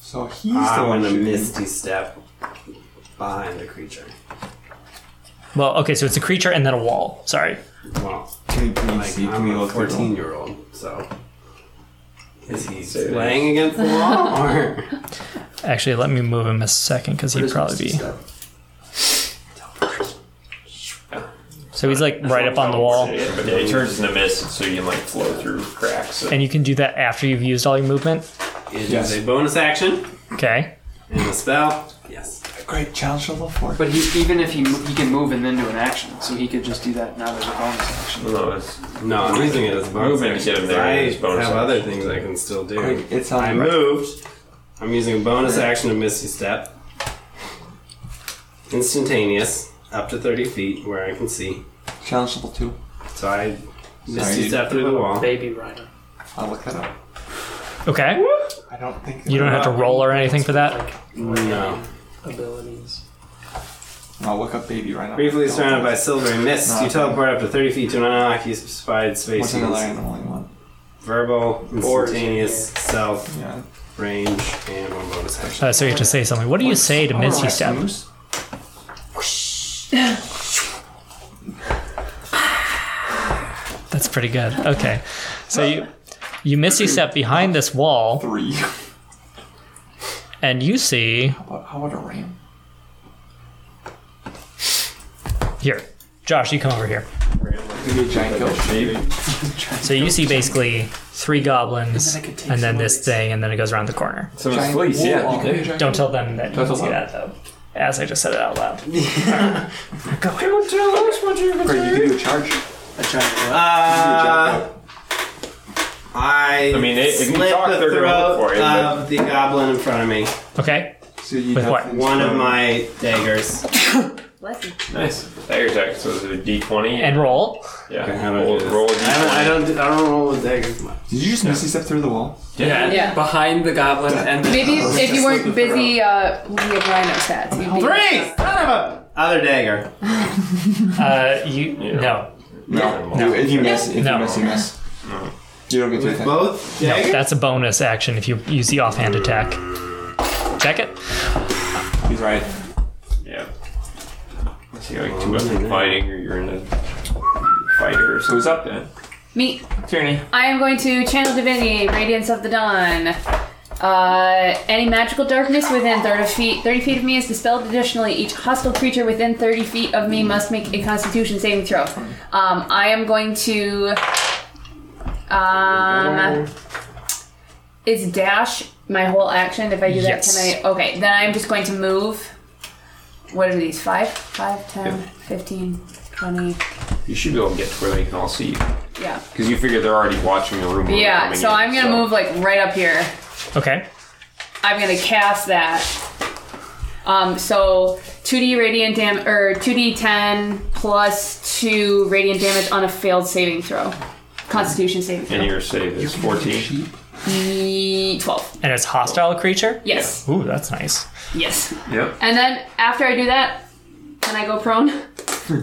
Speaker 1: So he's
Speaker 2: I want Ah, a misty step behind the creature.
Speaker 4: Well, okay, so it's a creature and then a wall. Sorry.
Speaker 2: Well,
Speaker 1: can,
Speaker 2: like, I'm a 14 year old, so is he
Speaker 4: that.
Speaker 2: laying against the wall or?
Speaker 4: Actually, let me move him a second because he'd probably be. So he's like right up on the wall,
Speaker 7: Yeah, but yeah, he turns into mist, so you can like flow through cracks.
Speaker 4: and you can do that after you've used all your movement.
Speaker 2: It is a bonus action
Speaker 4: Okay.
Speaker 2: and a spell. Yes.
Speaker 6: Great
Speaker 1: challenge level four.
Speaker 6: But he, even if he mo- he can move and then do an action, so he could just do that now as a bonus action.
Speaker 7: No, it's,
Speaker 2: No, I'm using it as a bonus
Speaker 7: movement to
Speaker 2: action.
Speaker 7: get
Speaker 2: 'cause
Speaker 7: him there.
Speaker 2: I
Speaker 7: is bonus
Speaker 2: have
Speaker 7: action.
Speaker 2: other things I can still do.
Speaker 7: Quick, it's on
Speaker 2: I
Speaker 7: the right.
Speaker 2: moved. I'm using a bonus action to Misty Step. Instantaneous, up to 30 feet where I can see.
Speaker 1: Challenge level two.
Speaker 2: So I
Speaker 1: Sorry,
Speaker 2: Misty
Speaker 1: dude.
Speaker 2: Step through the wall.
Speaker 6: Baby rhino.
Speaker 1: I'll look that up.
Speaker 4: Okay.
Speaker 1: I don't think
Speaker 4: You don't have to roll or anything for that.
Speaker 2: No.
Speaker 6: Abilities.
Speaker 1: I'll look up baby right now.
Speaker 2: Briefly surrounded by silvery mist,
Speaker 1: No,
Speaker 2: you
Speaker 1: okay.
Speaker 2: teleport up to 30 feet to an unoccupied space.
Speaker 1: What's
Speaker 2: You can
Speaker 1: another
Speaker 2: see
Speaker 1: animal you want?
Speaker 2: Verbal,
Speaker 1: Or-
Speaker 2: instantaneous, self,
Speaker 1: Yeah.
Speaker 2: range, and one bonus action.
Speaker 4: Uh, so you have to say something. What do you say to Misty Step? That's pretty good. Okay. So you you Misty Step behind this wall.
Speaker 1: Three.
Speaker 4: And you see
Speaker 1: What, how about a ram?
Speaker 4: here, Josh. You come over here.
Speaker 1: Maybe a giant goat.
Speaker 4: So you see basically three goblins, and then, this thing, and then it goes around the corner.
Speaker 7: Some of the Giant fleas, yeah, you warlock. did.
Speaker 4: Don't tell them that you
Speaker 7: Don't
Speaker 4: can
Speaker 7: tell them.
Speaker 4: see that though. As I just said it out loud.
Speaker 2: Don't tell us what you're
Speaker 1: Or you could do a charge.
Speaker 6: A giant.
Speaker 2: Uh, I,
Speaker 7: I mean, it- if you
Speaker 2: slit
Speaker 7: talk,
Speaker 2: the
Speaker 7: they're gonna
Speaker 2: throat
Speaker 7: look for it, but-
Speaker 2: of the goblin in front of me.
Speaker 4: Okay.
Speaker 1: So you
Speaker 4: With
Speaker 1: have
Speaker 4: what?
Speaker 2: One of my daggers.
Speaker 3: Bless you.
Speaker 7: Nice. Dagger attack. So is it a D20?
Speaker 4: And roll.
Speaker 7: yeah.
Speaker 2: Okay, how do I
Speaker 7: roll,
Speaker 2: do this?
Speaker 7: roll a
Speaker 2: I don't, I
Speaker 7: D20.
Speaker 2: don't, do- I don't roll with daggers much.
Speaker 1: Did you just Misty Step through the wall?
Speaker 6: Yeah.
Speaker 3: Yeah.
Speaker 6: Behind the goblin and the
Speaker 3: Maybe if, if you weren't busy uh, looking at rhino stats, you'd be
Speaker 2: Three! Son of a other dagger.
Speaker 4: Uh, you no.
Speaker 1: No. You- If you miss, if
Speaker 4: No.
Speaker 1: you miss, you miss. You don't get to attack.
Speaker 2: Both
Speaker 4: No,
Speaker 2: daggers.
Speaker 4: that's a bonus action if you use the offhand attack. Check it.
Speaker 1: He's right.
Speaker 7: Yeah. Is he like two weapon fighting, or you're in a fighter? So who's up then?
Speaker 3: Me.
Speaker 7: Tierney.
Speaker 3: I am going to channel divinity, radiance of the dawn. Uh, any magical darkness within 30 feet, 30 feet of me is dispelled. Additionally, each hostile creature within 30 feet of me must make a Constitution saving throw. Um, I am going to. Um, is dash my whole action? If I do that,
Speaker 4: Yes.
Speaker 3: can I? Okay, then I'm just going to move. What are these? 5, 5, 10, 15, 20.
Speaker 7: You should be able to get to where they can all see you,
Speaker 3: Yeah.
Speaker 7: because you figure they're already watching the room. when you're
Speaker 3: Yeah,
Speaker 7: coming
Speaker 3: so
Speaker 7: in,
Speaker 3: I'm gonna move like right up here.
Speaker 4: Okay.
Speaker 3: I'm gonna cast that. Um, so 2d radiant dam or 2d10 plus 2 radiant damage on a failed saving throw. Constitution saving
Speaker 7: And
Speaker 3: throw.
Speaker 7: your save is 14.
Speaker 3: E- 12.
Speaker 4: And it's hostile creature.
Speaker 3: Yes.
Speaker 4: Ooh, that's nice.
Speaker 3: Yes.
Speaker 7: Yep.
Speaker 3: And then after I do that, can I go prone?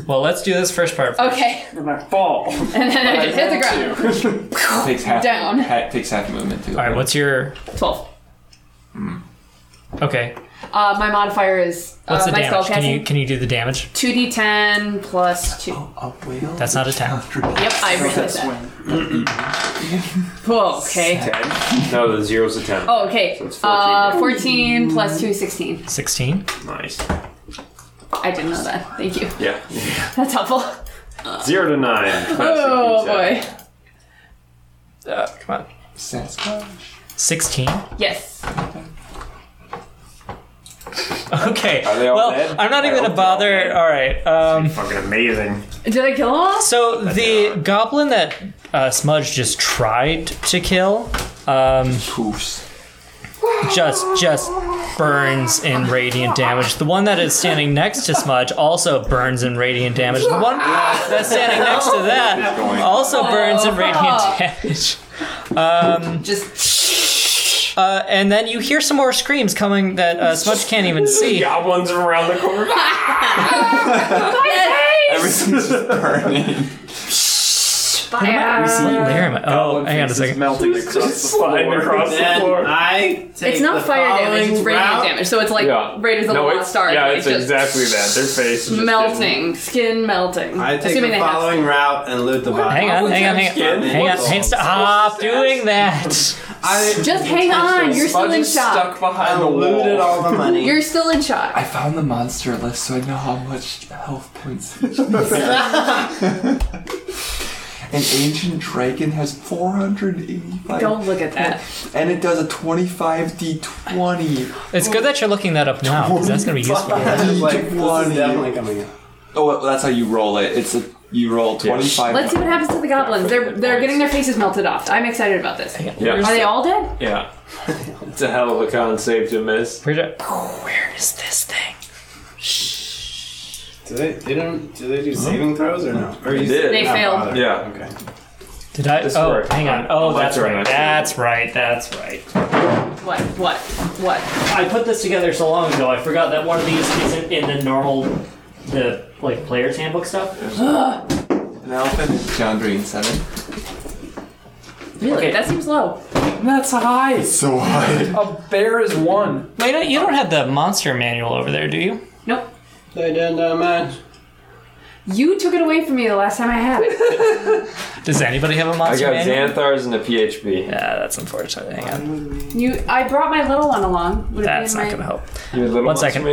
Speaker 4: Well, let's do this first part.
Speaker 3: Okay.
Speaker 6: And I fall.
Speaker 3: And then I just hit the ground.
Speaker 1: takes half.
Speaker 3: Down.
Speaker 1: Ha- takes half movement too.
Speaker 4: All right. What's your
Speaker 3: 12.
Speaker 4: okay?
Speaker 3: Uh, my modifier is uh,
Speaker 4: What's the
Speaker 3: my spell
Speaker 4: damage? Can you
Speaker 3: casting.
Speaker 4: can you do the damage?
Speaker 3: 2d10 plus 2.
Speaker 6: Oh,
Speaker 4: That's not a ten.
Speaker 3: Yep, I realized that. Cool, okay.
Speaker 7: No, the zero's a 10.
Speaker 3: Oh, okay.
Speaker 7: So it's 14.
Speaker 3: Uh, 14 plus 2 is 16.
Speaker 4: Sixteen.
Speaker 7: Nice.
Speaker 3: I didn't know that. Thank you.
Speaker 7: Yeah.
Speaker 3: That's helpful.
Speaker 7: Zero to nine. Classic
Speaker 3: Oh boy.
Speaker 7: D10.
Speaker 4: Uh, come on.
Speaker 1: Sasquatch.
Speaker 4: Sixteen.
Speaker 3: Yes.
Speaker 4: Okay.
Speaker 7: Are they all
Speaker 4: well,
Speaker 7: dead?
Speaker 4: I'm not even gonna bother. All right. Um,
Speaker 7: Fucking amazing.
Speaker 3: Did I kill them all?
Speaker 4: so the goblin that uh, Smudge just tried to kill, um,
Speaker 1: Poofs.
Speaker 4: just just burns in radiant damage. The one that is standing next to Smudge also burns in radiant damage. The one that's standing next to that also burns in radiant damage. Um, just. Uh, and then you hear some more screams coming that uh, Smudge can't even see. Goblins around the corner.
Speaker 1: Everything's just burning.
Speaker 4: Recently, Laramie- Oh, hang on a second.
Speaker 17: Melting across the floor.
Speaker 4: across the
Speaker 2: Then
Speaker 4: floor.
Speaker 2: I take
Speaker 3: it's not
Speaker 2: the
Speaker 3: fire damage, it's
Speaker 2: following
Speaker 3: radiant
Speaker 2: route.
Speaker 3: damage. So it's like Raiders of the
Speaker 7: no,
Speaker 3: Lost
Speaker 7: it's,
Speaker 3: Ark.
Speaker 7: Yeah,
Speaker 3: like,
Speaker 7: it's exactly that. Their face is just
Speaker 3: melting, skin melting.
Speaker 2: I take
Speaker 3: Assuming
Speaker 2: the
Speaker 3: they have
Speaker 2: following route and loot the box.
Speaker 4: Hang on, hang on, hang on, hang on, hang on! Stop doing that.
Speaker 2: I
Speaker 3: Just hang on. You're still in shock.
Speaker 2: behind the wall. Looted all the money.
Speaker 3: You're still in shock.
Speaker 18: I found the monster list, so I know how much health points. each An ancient dragon has 485.
Speaker 3: Don't look at that.
Speaker 18: And it does a 25d20.
Speaker 4: It's good that you're looking that up now 'cause that's gonna be useful.
Speaker 18: definitely
Speaker 2: coming up.
Speaker 1: Oh, well, that's how you roll it. It's a, you roll twenty-five.
Speaker 3: Let's see what happens to the goblins. They're they're getting their faces melted off. I'm excited about this.
Speaker 7: Yeah.
Speaker 3: Are they all dead?
Speaker 7: Yeah. it's a hell of a con save to miss.
Speaker 4: Where is this thing?
Speaker 2: Do they? They don't. Do they do saving throws or no? Or you
Speaker 7: did.
Speaker 3: They failed.
Speaker 7: Yeah.
Speaker 2: Okay.
Speaker 4: Did I?
Speaker 7: This
Speaker 4: oh,
Speaker 7: worked.
Speaker 4: hang on. Oh,
Speaker 7: Lights
Speaker 4: that's
Speaker 7: are on
Speaker 4: right.
Speaker 7: actually.
Speaker 4: That's right. That's right.
Speaker 3: What? What? What?
Speaker 4: I put this together so long ago. I forgot that one of these isn't in the normal, the like player's handbook stuff.
Speaker 1: An elephant is John Green seven.
Speaker 3: Really? That seems low.
Speaker 6: That's high.
Speaker 1: so high.
Speaker 6: A bear is one.
Speaker 4: Wait, no, you don't have the monster manual over there, do you?
Speaker 3: Nope.
Speaker 2: They didn't know much.
Speaker 3: You took it away from me the last time I had it.
Speaker 4: Does anybody have a
Speaker 7: I
Speaker 4: monster
Speaker 7: got
Speaker 4: manual?
Speaker 7: Xanthars and a PHP.
Speaker 4: Yeah, that's unfortunate. Hang on.
Speaker 3: you, I brought my little one along. Would it be
Speaker 4: That's
Speaker 3: in
Speaker 4: not
Speaker 3: my-
Speaker 4: gonna help.
Speaker 7: Your little
Speaker 4: One second.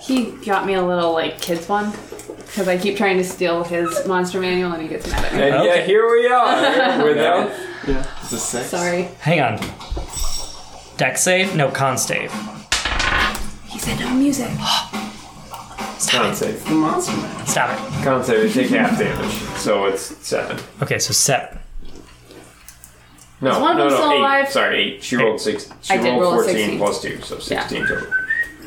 Speaker 3: He got me a little like kids one because I keep trying to steal his monster manual and he gets mad at me.
Speaker 7: And yeah, here we are without.
Speaker 1: It's a six.
Speaker 3: Sorry.
Speaker 4: Hang on. Dex save? No, con save.
Speaker 3: He said no music.
Speaker 7: Con save.
Speaker 2: The monster man.
Speaker 4: Stop it.
Speaker 7: Con save. You take half damage, so it's seven.
Speaker 4: Okay, so seven.
Speaker 7: No,
Speaker 3: Is one of
Speaker 7: no,
Speaker 3: them
Speaker 7: no,
Speaker 3: still
Speaker 7: eight.
Speaker 3: alive?
Speaker 7: Sorry, eight. She rolled six. She
Speaker 3: I did
Speaker 7: rolled
Speaker 3: roll a
Speaker 7: fourteen
Speaker 3: 16.
Speaker 7: plus two, so
Speaker 3: Yeah.
Speaker 7: sixteen total.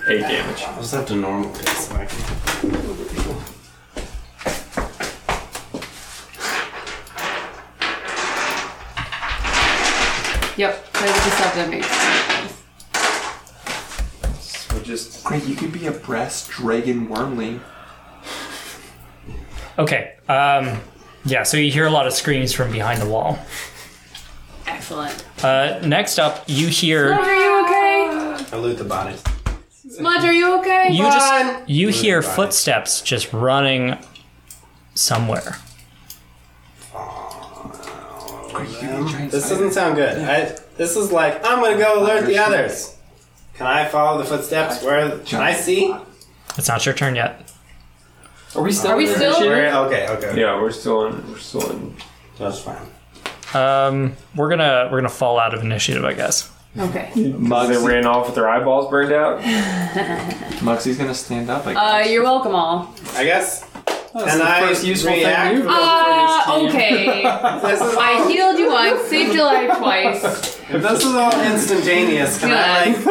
Speaker 7: Eight damage.
Speaker 2: I was up to normal. It's like-
Speaker 3: Yep. Play with the stuff that makes.
Speaker 1: So just Great, you could be a breast dragon wormling.
Speaker 4: Okay. Um, yeah, so you hear a lot of screams from behind the wall.
Speaker 3: Excellent.
Speaker 4: Uh, next up, you hear.
Speaker 3: Smudge, are you okay?
Speaker 2: I loot the bodies.
Speaker 3: Smudge, are you okay?
Speaker 4: You just you hear footsteps just running somewhere.
Speaker 2: This doesn't sound good. I, this is like I'm gonna go alert the others. Can I follow the footsteps? Where can I see?
Speaker 4: It's not your turn yet.
Speaker 7: Are we
Speaker 2: still Are we in still- the ship? Okay, okay.
Speaker 7: Yeah, we're still in. We're still in.
Speaker 2: That's fine.
Speaker 4: Um, we're gonna we're gonna fall out of initiative, I guess.
Speaker 3: Okay.
Speaker 7: Mugs that ran off with their eyeballs burned out.
Speaker 1: Muxie's gonna stand up. Like,
Speaker 3: Uh, you're welcome all.
Speaker 2: I guess.
Speaker 1: That's
Speaker 2: And
Speaker 1: the
Speaker 2: I
Speaker 1: first useful thing
Speaker 2: react.
Speaker 1: you've
Speaker 3: Uh, okay. I healed you once, saved your life twice.
Speaker 2: If this is all instantaneous, can I like?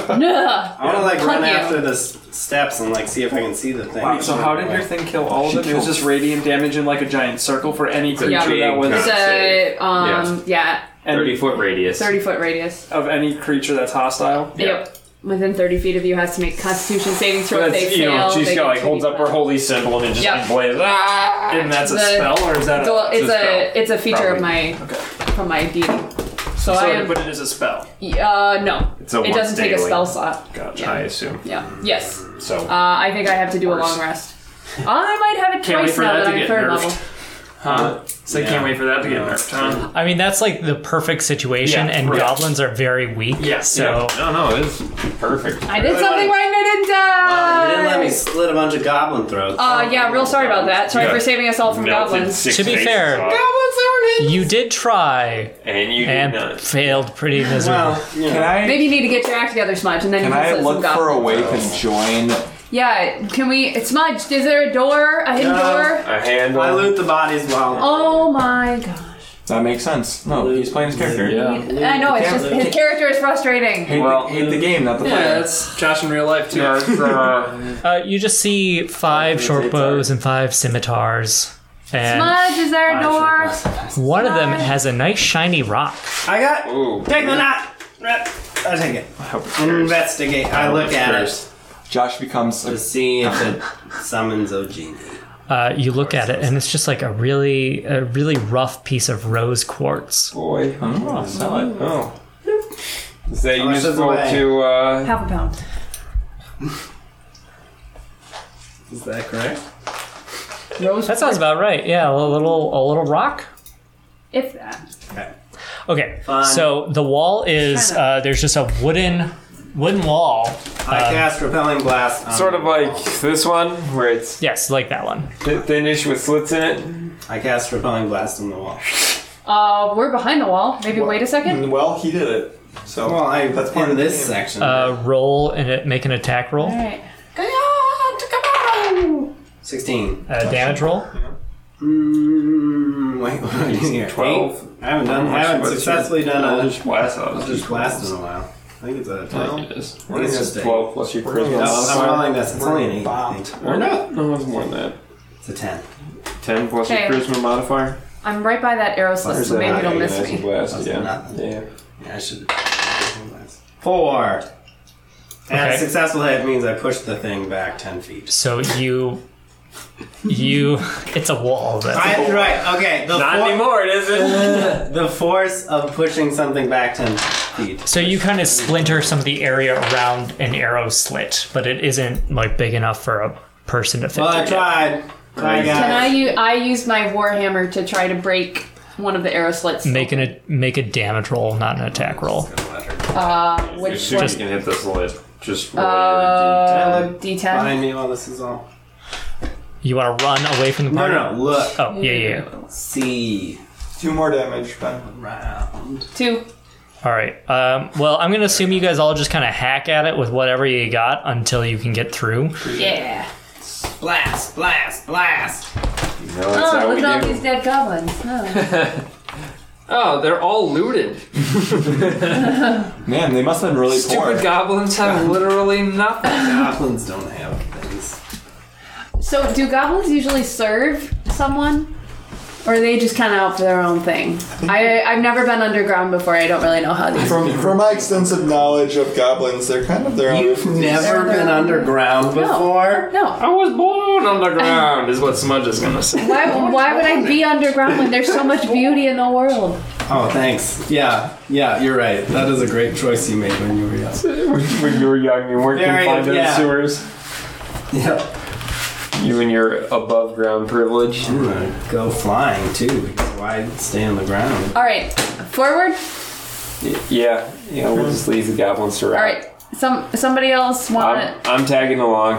Speaker 3: Ugh.
Speaker 2: I want to like
Speaker 3: Plug
Speaker 2: run
Speaker 3: you.
Speaker 2: after the s- steps and like see if I can see the thing.
Speaker 6: Wow, so how did your thing kill all of them? It was just radiant damage in like a giant circle for any creature
Speaker 3: Yeah.
Speaker 6: that was
Speaker 3: It's a, um, yeah.
Speaker 6: thirty foot
Speaker 7: radius
Speaker 3: 30 foot radius.
Speaker 6: of any creature that's hostile.
Speaker 3: Yep. Within 30 feet of you has to make constitution saving throw. If
Speaker 6: That's-
Speaker 3: they
Speaker 6: you know,
Speaker 3: fail,
Speaker 6: she's
Speaker 3: they
Speaker 6: got,
Speaker 3: get
Speaker 6: like,
Speaker 3: two
Speaker 6: holds
Speaker 7: up her holy symbol and it just
Speaker 3: Yep.
Speaker 7: blazes. Ah! And that's a
Speaker 3: The-
Speaker 7: spell, or is that
Speaker 3: the-
Speaker 7: a?
Speaker 3: it's a, it's a feature
Speaker 7: Probably.
Speaker 3: of my from my deity. So,
Speaker 6: So,
Speaker 3: I am.
Speaker 6: but it is a spell.
Speaker 3: Uh, no,
Speaker 7: It's a
Speaker 3: it doesn't
Speaker 7: once
Speaker 3: take a
Speaker 7: daily.
Speaker 3: spell slot.
Speaker 7: Gotcha.
Speaker 3: Yeah.
Speaker 7: I assume.
Speaker 3: Yeah. Yes.
Speaker 7: So.
Speaker 3: Uh, I think I have to do a
Speaker 7: Worse.
Speaker 3: long rest. I might have it
Speaker 6: Can't wait
Speaker 3: twice
Speaker 6: for
Speaker 3: now
Speaker 6: that
Speaker 3: that
Speaker 6: to
Speaker 3: I'm
Speaker 6: get
Speaker 3: third
Speaker 6: nerfed.
Speaker 3: level.
Speaker 6: Huh? So I can't wait for that to get nerfed, huh?
Speaker 4: I mean, that's like the perfect situation,
Speaker 6: Yeah,
Speaker 4: and
Speaker 6: right.
Speaker 4: goblins are very weak.
Speaker 6: Yeah,
Speaker 4: So
Speaker 7: No, no, it is perfect.
Speaker 3: I did something right and I didn't
Speaker 2: You didn't let
Speaker 3: die.
Speaker 2: me split a bunch of goblin throats.
Speaker 3: Uh, yeah, real sorry about that. Sorry
Speaker 4: Yeah.
Speaker 3: for saving us all from
Speaker 4: Melted
Speaker 3: goblins.
Speaker 4: six To be faces fair- off. you did try,
Speaker 7: and you
Speaker 4: and failed pretty miserably.
Speaker 1: Can I
Speaker 3: Maybe you need to get your act together, Smudge, and then
Speaker 1: can
Speaker 3: you can
Speaker 1: I
Speaker 3: slit
Speaker 1: look
Speaker 3: some
Speaker 1: for a
Speaker 3: goblins.
Speaker 1: way to join?
Speaker 3: Yeah, can we? Smudge, is there a door? A hidden door?
Speaker 7: A hand.
Speaker 2: I loot the bodies while.
Speaker 3: Oh my gosh.
Speaker 1: That makes sense. No, he's playing his character.
Speaker 3: I know it's just his character is frustrating.
Speaker 1: Hate, well, the, hate the game, not the player.
Speaker 12: that's Josh in real life too.
Speaker 4: Uh, you just see five short bows and five scimitars, and
Speaker 3: Smudge, is there a door?
Speaker 4: one of them has a nice shiny rock.
Speaker 3: Oh.
Speaker 2: I got. Take the knot. Rep. I take it. Investigate. I, look at it.
Speaker 1: Josh becomes
Speaker 2: to see if it summons a genie.
Speaker 4: Uh, you look at it, and it's just like a really, a really rough piece of rose quartz.
Speaker 1: Boy, I don't want to sell it. Oh.
Speaker 7: Is that
Speaker 4: Oh, it's
Speaker 7: useful
Speaker 4: away.
Speaker 7: to? Uh,
Speaker 3: Half a pound.
Speaker 2: Is that correct?
Speaker 4: that sounds about right. Yeah, a little, a little rock.
Speaker 3: If that.
Speaker 4: Okay, so the wall is uh, there's just a wooden, wooden wall.
Speaker 2: I cast repelling blast. on-
Speaker 4: sort of
Speaker 7: like this one, where it's
Speaker 4: yes, like that one.
Speaker 7: Thin ish with slits in it.
Speaker 2: I cast repelling blast on the wall.
Speaker 3: Uh, we're behind the wall. Maybe wait a second.
Speaker 1: Well, mm. he did it. So
Speaker 2: well, I
Speaker 1: that's
Speaker 2: part in this section.
Speaker 4: Uh, roll and it, make an attack roll.
Speaker 3: Alright. Come on, come on.
Speaker 2: Sixteen.
Speaker 4: Uh, damage roll.
Speaker 2: Mm, wait, what are you here?
Speaker 4: Twelve.
Speaker 2: Eight? I haven't done. I haven't
Speaker 7: What's your-
Speaker 2: successfully done a
Speaker 7: Eldritch Blast?
Speaker 2: Eldritch blast in a while. I think it's a
Speaker 7: I
Speaker 2: twelve.
Speaker 7: think it is.
Speaker 2: I think it's just a-
Speaker 7: 12 plus your
Speaker 2: No,
Speaker 7: charisma.
Speaker 2: I'm rolling this. It's only an eight.
Speaker 7: Or not? No, it's more than that.
Speaker 2: It's a ten.
Speaker 7: Ten plus
Speaker 3: Okay.
Speaker 7: your charisma modifier.
Speaker 3: I'm right by that arrow slit,
Speaker 7: There's
Speaker 3: so
Speaker 7: that.
Speaker 3: maybe it'll
Speaker 7: Yeah,
Speaker 3: miss
Speaker 7: that's a
Speaker 3: me.
Speaker 7: blast,
Speaker 2: That's
Speaker 7: yeah.
Speaker 2: nothing.
Speaker 7: Yeah.
Speaker 2: Yeah, I should. Four. And
Speaker 4: Okay.
Speaker 2: successful hit means I push the thing back ten feet.
Speaker 4: So you, you, it's a wall. That's
Speaker 2: I, right. Okay. The
Speaker 4: Not
Speaker 2: anymore, is it? the force of pushing something back ten feet.
Speaker 4: So you kind of splinter some of the area around an arrow slit, but it isn't like big enough for a person to fit.
Speaker 2: Well, I
Speaker 4: through yet.
Speaker 2: tried. Try,
Speaker 3: Can I
Speaker 2: guys.
Speaker 3: use? I used my warhammer to try to break one of the arrow slits.
Speaker 4: Make an a make a damage roll, not an attack roll.
Speaker 3: Uh,
Speaker 7: You
Speaker 3: which
Speaker 7: see
Speaker 3: one?
Speaker 7: if you can hit this lid. Just roll
Speaker 3: Uh,
Speaker 7: your
Speaker 3: D10.
Speaker 2: Behind me while this is all.
Speaker 4: You want to run away from the
Speaker 2: No,
Speaker 4: party?
Speaker 2: no, look.
Speaker 4: Oh, yeah, yeah. yeah.
Speaker 2: See.
Speaker 1: Two more damage, Ben.
Speaker 2: Round.
Speaker 3: Two.
Speaker 4: All right. Um, well, I'm gonna assume you guys all just kind of hack at it with whatever you got until you can get through.
Speaker 3: Yeah.
Speaker 2: Blast! Blast! Blast!
Speaker 3: oh, look at all these dead goblins. Oh.
Speaker 12: Oh, they're all looted.
Speaker 1: Man, they must have been really poor.
Speaker 12: Stupid goblins have literally nothing.
Speaker 2: Goblins don't have things.
Speaker 3: so, do goblins usually serve someone, or are they just kind of out for their own thing? I I've never been underground before. I don't really know how these.
Speaker 1: From from my extensive knowledge of goblins, they're kind of their own.
Speaker 2: You've never been underground before.
Speaker 3: No.
Speaker 7: I was born underground, is what Smudge is gonna
Speaker 6: Oh.
Speaker 7: say.
Speaker 3: Why, why would I be underground when there's so much beauty in the world?
Speaker 2: Oh, thanks. Yeah, yeah, you're right. That is a great choice you made when you were young.
Speaker 7: when you were young, you weren't
Speaker 2: Very-
Speaker 7: confined to
Speaker 2: yeah.
Speaker 7: the sewers.
Speaker 2: Yep.
Speaker 7: You and your above ground privilege.
Speaker 2: I'm gonna go flying too. because Why stay on the ground?
Speaker 3: All right, forward.
Speaker 7: Y- Yeah, yeah, we'll just leave the goblins to
Speaker 3: All
Speaker 7: rot.
Speaker 3: right, some somebody else want
Speaker 7: I'm,
Speaker 3: it.
Speaker 7: I'm tagging along.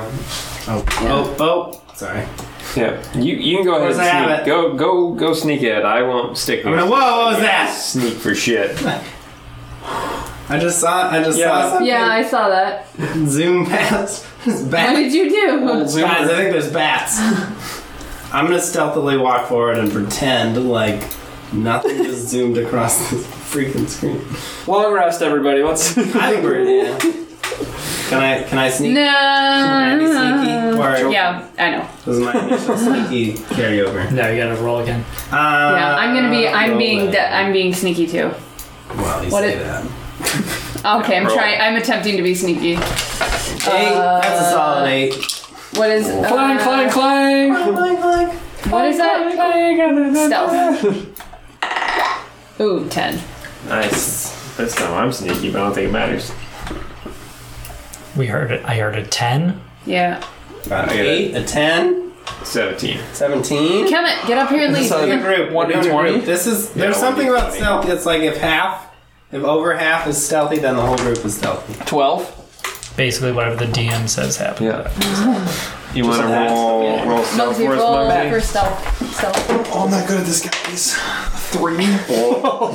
Speaker 2: Oh, oh, oh. Sorry.
Speaker 7: Yeah, you, you can go ahead
Speaker 2: Where's I
Speaker 7: and
Speaker 2: have
Speaker 7: sneak. Go go go sneak it. I won't stick.
Speaker 2: I'm
Speaker 7: with-
Speaker 2: gonna- whoa, what was that?
Speaker 7: Sneak for shit.
Speaker 2: I just saw. I just saw something
Speaker 3: Yeah, I saw that.
Speaker 2: zoom past. There's
Speaker 3: What
Speaker 2: bats.
Speaker 3: did you do?
Speaker 2: Guys, I think there's bats. I'm gonna stealthily walk forward and pretend like nothing just zoomed across the freaking screen.
Speaker 7: Long rest, everybody. Let's.
Speaker 2: I think we're yeah. Can I? Can I sneak?
Speaker 3: No.
Speaker 2: Or-
Speaker 3: Yeah, I know.
Speaker 2: Does my initial sneaky carry over?
Speaker 4: No, you gotta roll again.
Speaker 2: Uh,
Speaker 3: Yeah, I'm gonna be. I'm
Speaker 2: roll
Speaker 3: being.
Speaker 2: it.
Speaker 3: De- I'm being sneaky too.
Speaker 2: Well, you
Speaker 3: What
Speaker 2: say
Speaker 3: it-
Speaker 2: that.
Speaker 3: Okay, I'm
Speaker 2: Roll.
Speaker 3: trying. I'm attempting to be sneaky.
Speaker 2: Eight. that's
Speaker 3: Uh,
Speaker 2: a solid eight.
Speaker 3: What is? uh,
Speaker 12: Clang, clang, clang.
Speaker 3: What is that? Stealth. Ooh, ten.
Speaker 7: Nice. This time I'm sneaky, but I don't think it matters.
Speaker 4: We heard it. I heard a ten.
Speaker 3: Yeah.
Speaker 2: eight, a ten,
Speaker 7: seventeen.
Speaker 2: seventeen.
Speaker 3: Come it. Get up here and
Speaker 2: This
Speaker 3: leave.
Speaker 2: is a group. One to twenty. This is there's something about stealth. It's like if half, if over half is stealthy, then the whole group is stealthy.
Speaker 12: Twelve.
Speaker 4: Basically, whatever the DM says happened.
Speaker 7: Yeah. You want to roll roll
Speaker 3: No,
Speaker 7: stealth
Speaker 3: you
Speaker 7: for us,
Speaker 3: roll for
Speaker 7: Muggsy?
Speaker 3: stealth. Stealth.
Speaker 1: Oh, I'm not good at this, guys. Three.
Speaker 2: All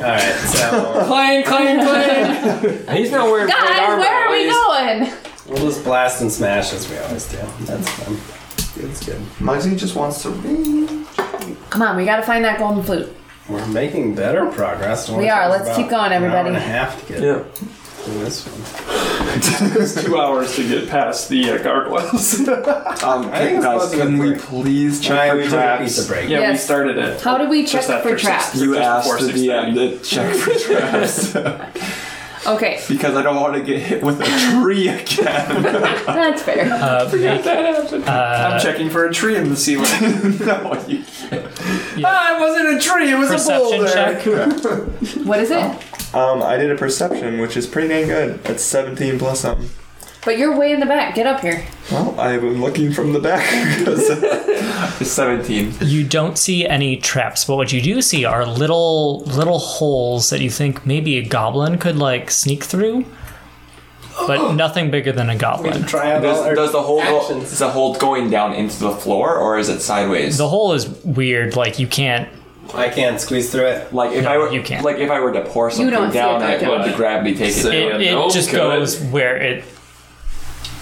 Speaker 2: right. So
Speaker 12: Clang, clang, clang.
Speaker 7: he's not wearing plate
Speaker 3: Guys,
Speaker 7: armor.
Speaker 3: where are we going?
Speaker 2: we'll just blast and smash as we always do. That's fun. It's good.
Speaker 1: Muggsy just wants to.
Speaker 3: Come on, we gotta find that golden flute.
Speaker 2: We're making better progress.
Speaker 3: We are. Let's
Speaker 2: About
Speaker 3: keep going,
Speaker 2: an hour
Speaker 3: everybody.
Speaker 2: and a half to get
Speaker 13: yeah.
Speaker 2: to this one.
Speaker 13: it's two hours to get past the uh, gargoyles.
Speaker 1: um,
Speaker 13: I think guys, can we please
Speaker 1: check for traps?
Speaker 13: Yeah, we
Speaker 3: Yes.
Speaker 13: started it.
Speaker 3: How do we check
Speaker 13: Just that
Speaker 3: for
Speaker 13: for six-
Speaker 3: traps?
Speaker 1: You
Speaker 13: Just
Speaker 1: asked
Speaker 13: before
Speaker 1: the DM to check for traps
Speaker 3: Okay,
Speaker 1: because I don't want to get hit with a tree again.
Speaker 3: that's fair.
Speaker 4: Uh, make- uh,
Speaker 13: I'm checking for a tree in the ceiling. no, you
Speaker 6: Ah, it wasn't a tree. It was
Speaker 4: Perception
Speaker 6: a boulder.
Speaker 3: What is it?
Speaker 1: Um, I did a perception, which is pretty dang good. That's 17 plus something.
Speaker 3: But you're way in the back. Get up here.
Speaker 1: Well, I've been looking from the back. 17.
Speaker 4: You don't see any traps, but what you do see are little little holes that you think maybe a goblin could like sneak through, but nothing bigger than a goblin.
Speaker 9: Does, does the hole go, is the hole going down into the floor or is it sideways?
Speaker 4: The hole is weird. Like you can't.
Speaker 2: I can't squeeze through it.
Speaker 9: Like if I were
Speaker 4: you can't.
Speaker 9: like if I were to pour something
Speaker 4: don't see
Speaker 9: down,
Speaker 4: it
Speaker 9: it,
Speaker 4: go
Speaker 9: would
Speaker 4: down.
Speaker 9: gravity take it.
Speaker 4: It, it just goes where it.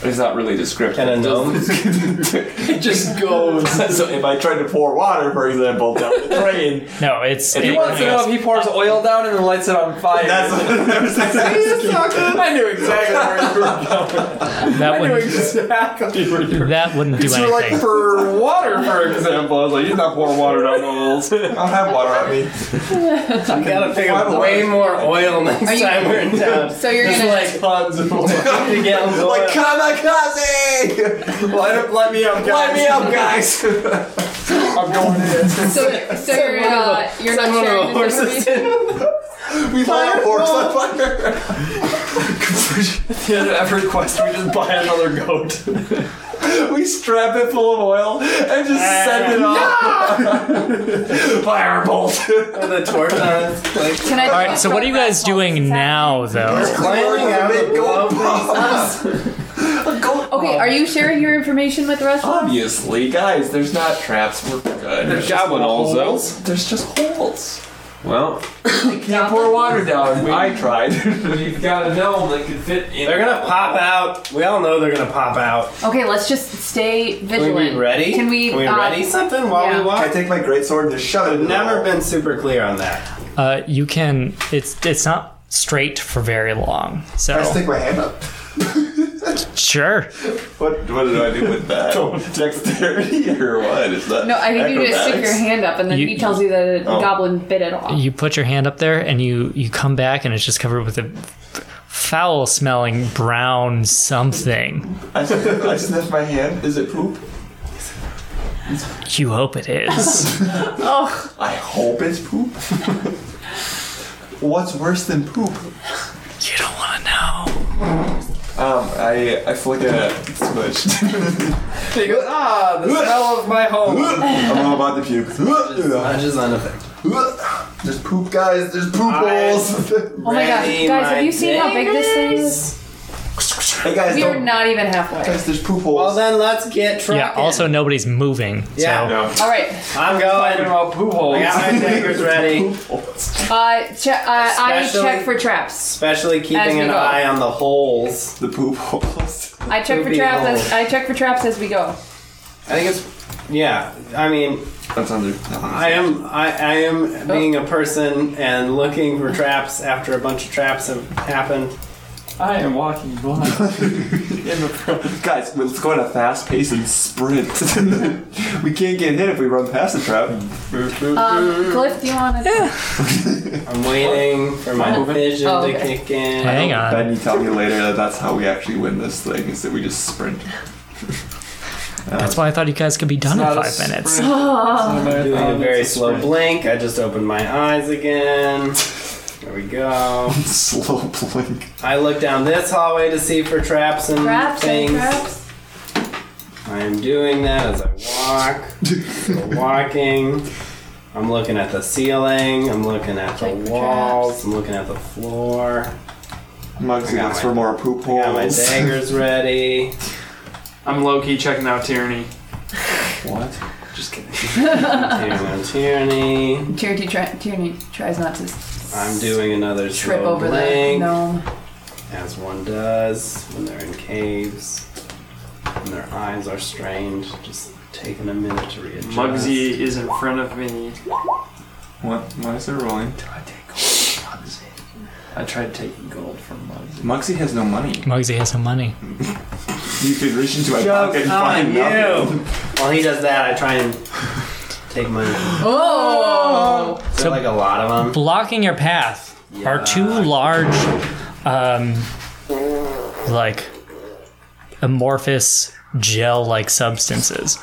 Speaker 9: It's not really descriptive.
Speaker 2: Can a gnome?
Speaker 9: it just
Speaker 1: Oh,
Speaker 9: goes. so if I tried to pour water, for example, down the drain,
Speaker 4: No, it's.
Speaker 9: If
Speaker 4: it-
Speaker 9: he wants to know
Speaker 2: he pours oil down and then lights it on fire.
Speaker 9: That's
Speaker 2: I knew exactly where you were going.
Speaker 4: that wouldn't.
Speaker 13: exactly where you
Speaker 4: That wouldn't do
Speaker 13: So like
Speaker 4: anything.
Speaker 13: for water, for example, I was like, "You're not pouring water down the holes." I don't have water on me.
Speaker 2: You gotta pick up way more oil next
Speaker 3: Are you-
Speaker 2: time we're in town.
Speaker 3: So you're
Speaker 2: Just
Speaker 3: gonna-
Speaker 2: like tons of gallons of oil.
Speaker 9: like kamikaze.
Speaker 2: light, up, light me up, guys.
Speaker 9: Light me up, guys.
Speaker 13: I'm going in.
Speaker 3: So, so you're, uh, you're not
Speaker 2: Someone
Speaker 3: sharing
Speaker 2: will
Speaker 3: this
Speaker 2: horses
Speaker 3: information?
Speaker 9: We light up horse on fire.
Speaker 13: At the end of every quest, we just buy another goat.
Speaker 9: We strap it full of oil and just
Speaker 13: Ah.
Speaker 9: send it off. Firebolt.
Speaker 2: With a torch on it. Like,
Speaker 3: Can I?
Speaker 4: All right. So what are you guys doing now, though?
Speaker 2: climbing out of the lovely
Speaker 3: Okay, are you sharing your information with the rest of us?
Speaker 9: Obviously, guys, there's not traps. We're good.
Speaker 13: There's goblin holes, though.
Speaker 9: There's just holes.
Speaker 13: Well,
Speaker 9: Can't pour water down. I tried.
Speaker 13: we've got a gnome that could fit in.
Speaker 2: They're gonna pop out. We all know they're gonna pop out.
Speaker 3: Okay, let's just stay vigilant.
Speaker 2: Can we be ready?
Speaker 3: Can we?
Speaker 2: Can we
Speaker 3: uh,
Speaker 2: ready something while
Speaker 3: yeah.
Speaker 2: we walk?
Speaker 1: I take my greatsword and just shove it in the
Speaker 2: Never
Speaker 1: hole.
Speaker 2: been super clear on that.
Speaker 4: Uh, you can. It's it's not straight for very long.
Speaker 1: I stick
Speaker 4: So
Speaker 1: my hand up.
Speaker 4: sure.
Speaker 1: What, what do I do with that? Dexterity or what? Is that
Speaker 3: No, I think you just stick your
Speaker 1: acrobatics?
Speaker 3: hand up, and then
Speaker 4: You-
Speaker 3: he tells you that a
Speaker 1: Oh.
Speaker 3: goblin bit it off.
Speaker 4: You put your hand up there and you you come back and it's just covered with a foul smelling brown something.
Speaker 1: I sniff, I sniff my hand. Is it poop?
Speaker 4: You hope it is.
Speaker 3: Oh,
Speaker 1: I hope it's poop. What's worse than poop?
Speaker 4: you don't want to know.
Speaker 1: Um, I I flick a switch.
Speaker 2: He goes, ah, the smell of my home.
Speaker 1: I'm about to puke.
Speaker 2: Smudges unaffected.
Speaker 1: There's poop, guys. There's poop
Speaker 2: I-
Speaker 1: holes.
Speaker 3: oh my god,
Speaker 2: Ready,
Speaker 3: guys,
Speaker 2: my
Speaker 3: have you seen how big this thing is?
Speaker 1: Hey guys,
Speaker 3: We are
Speaker 1: don't.
Speaker 3: not even halfway.
Speaker 1: Guys, there's poop
Speaker 2: Well
Speaker 1: holes.
Speaker 2: then, let's get trucking.
Speaker 4: Yeah. Also, nobody's moving.
Speaker 2: Yeah.
Speaker 4: So.
Speaker 13: No.
Speaker 3: All right,
Speaker 2: I'm
Speaker 13: Talking
Speaker 2: going.
Speaker 13: about poop holes.
Speaker 2: I got my daggers ready.
Speaker 3: uh, che- uh, I
Speaker 2: Especially-
Speaker 3: check for traps.
Speaker 2: Especially
Speaker 3: As we
Speaker 2: keeping an
Speaker 3: go.
Speaker 2: eye on the holes.
Speaker 1: The poop holes.
Speaker 3: I check for
Speaker 2: Poopy
Speaker 3: traps. As,
Speaker 2: holes.
Speaker 3: I check for traps as we go.
Speaker 2: I think it's. Yeah, I mean,
Speaker 1: That's under.
Speaker 2: I am I, I am being a person and looking for traps after a bunch of traps have happened.
Speaker 13: I am walking blind.
Speaker 1: Guys, let's go at a fast pace and sprint. we can't get hit if we run past the trap.
Speaker 2: Mm-hmm.
Speaker 3: Um, Cliff, do you want to?
Speaker 2: I'm waiting for my vision
Speaker 3: Oh, okay.
Speaker 2: to kick in.
Speaker 4: Hang on.
Speaker 1: Ben, you tell me later that that's how we actually win this thing is that we just sprint.
Speaker 4: That's why I thought you guys could be done in
Speaker 2: Not a
Speaker 4: five minutes.
Speaker 2: sprint.
Speaker 3: Oh,
Speaker 2: I'm doing
Speaker 6: Um,
Speaker 2: a very slow blink. I just opened my eyes again. There we go.
Speaker 1: Slow blink.
Speaker 2: I look down this hallway to see for traps and
Speaker 3: traps and
Speaker 2: things.
Speaker 3: traps.
Speaker 2: I'm doing that as I walk. Still walking. I'm looking at the ceiling. I'm looking at the
Speaker 3: Check for
Speaker 2: walls.
Speaker 3: traps.
Speaker 2: I'm looking at the floor. I
Speaker 1: Mugsy
Speaker 2: got
Speaker 1: looks
Speaker 2: my-
Speaker 1: for more poop
Speaker 2: I got my
Speaker 1: holes.
Speaker 2: daggers ready.
Speaker 12: I'm low key checking out Tyranny.
Speaker 1: What? Just kidding.
Speaker 2: Tyranny, tyranny.
Speaker 3: Charity try- Tierney tries not to s-
Speaker 2: I'm doing another
Speaker 3: trip
Speaker 2: slow
Speaker 3: over the
Speaker 2: blink,
Speaker 3: gnome.
Speaker 2: as one does when they're in caves and their eyes are strained. Just taking a minute to readjust.
Speaker 12: Muggsy is in front of me.
Speaker 1: What? Why is it rolling?
Speaker 12: I tried taking gold from uh, Muggsy.
Speaker 1: Mugsy has no money.
Speaker 4: Muggsy has no money.
Speaker 1: You could reach into my
Speaker 2: Joke's
Speaker 1: pocket and
Speaker 2: on
Speaker 1: find
Speaker 2: you.
Speaker 1: nothing.
Speaker 2: While he does that, I try and take money.
Speaker 3: Oh!
Speaker 2: Is there like a lot of them?
Speaker 4: Blocking your path are two large, um, like amorphous gel-like substances.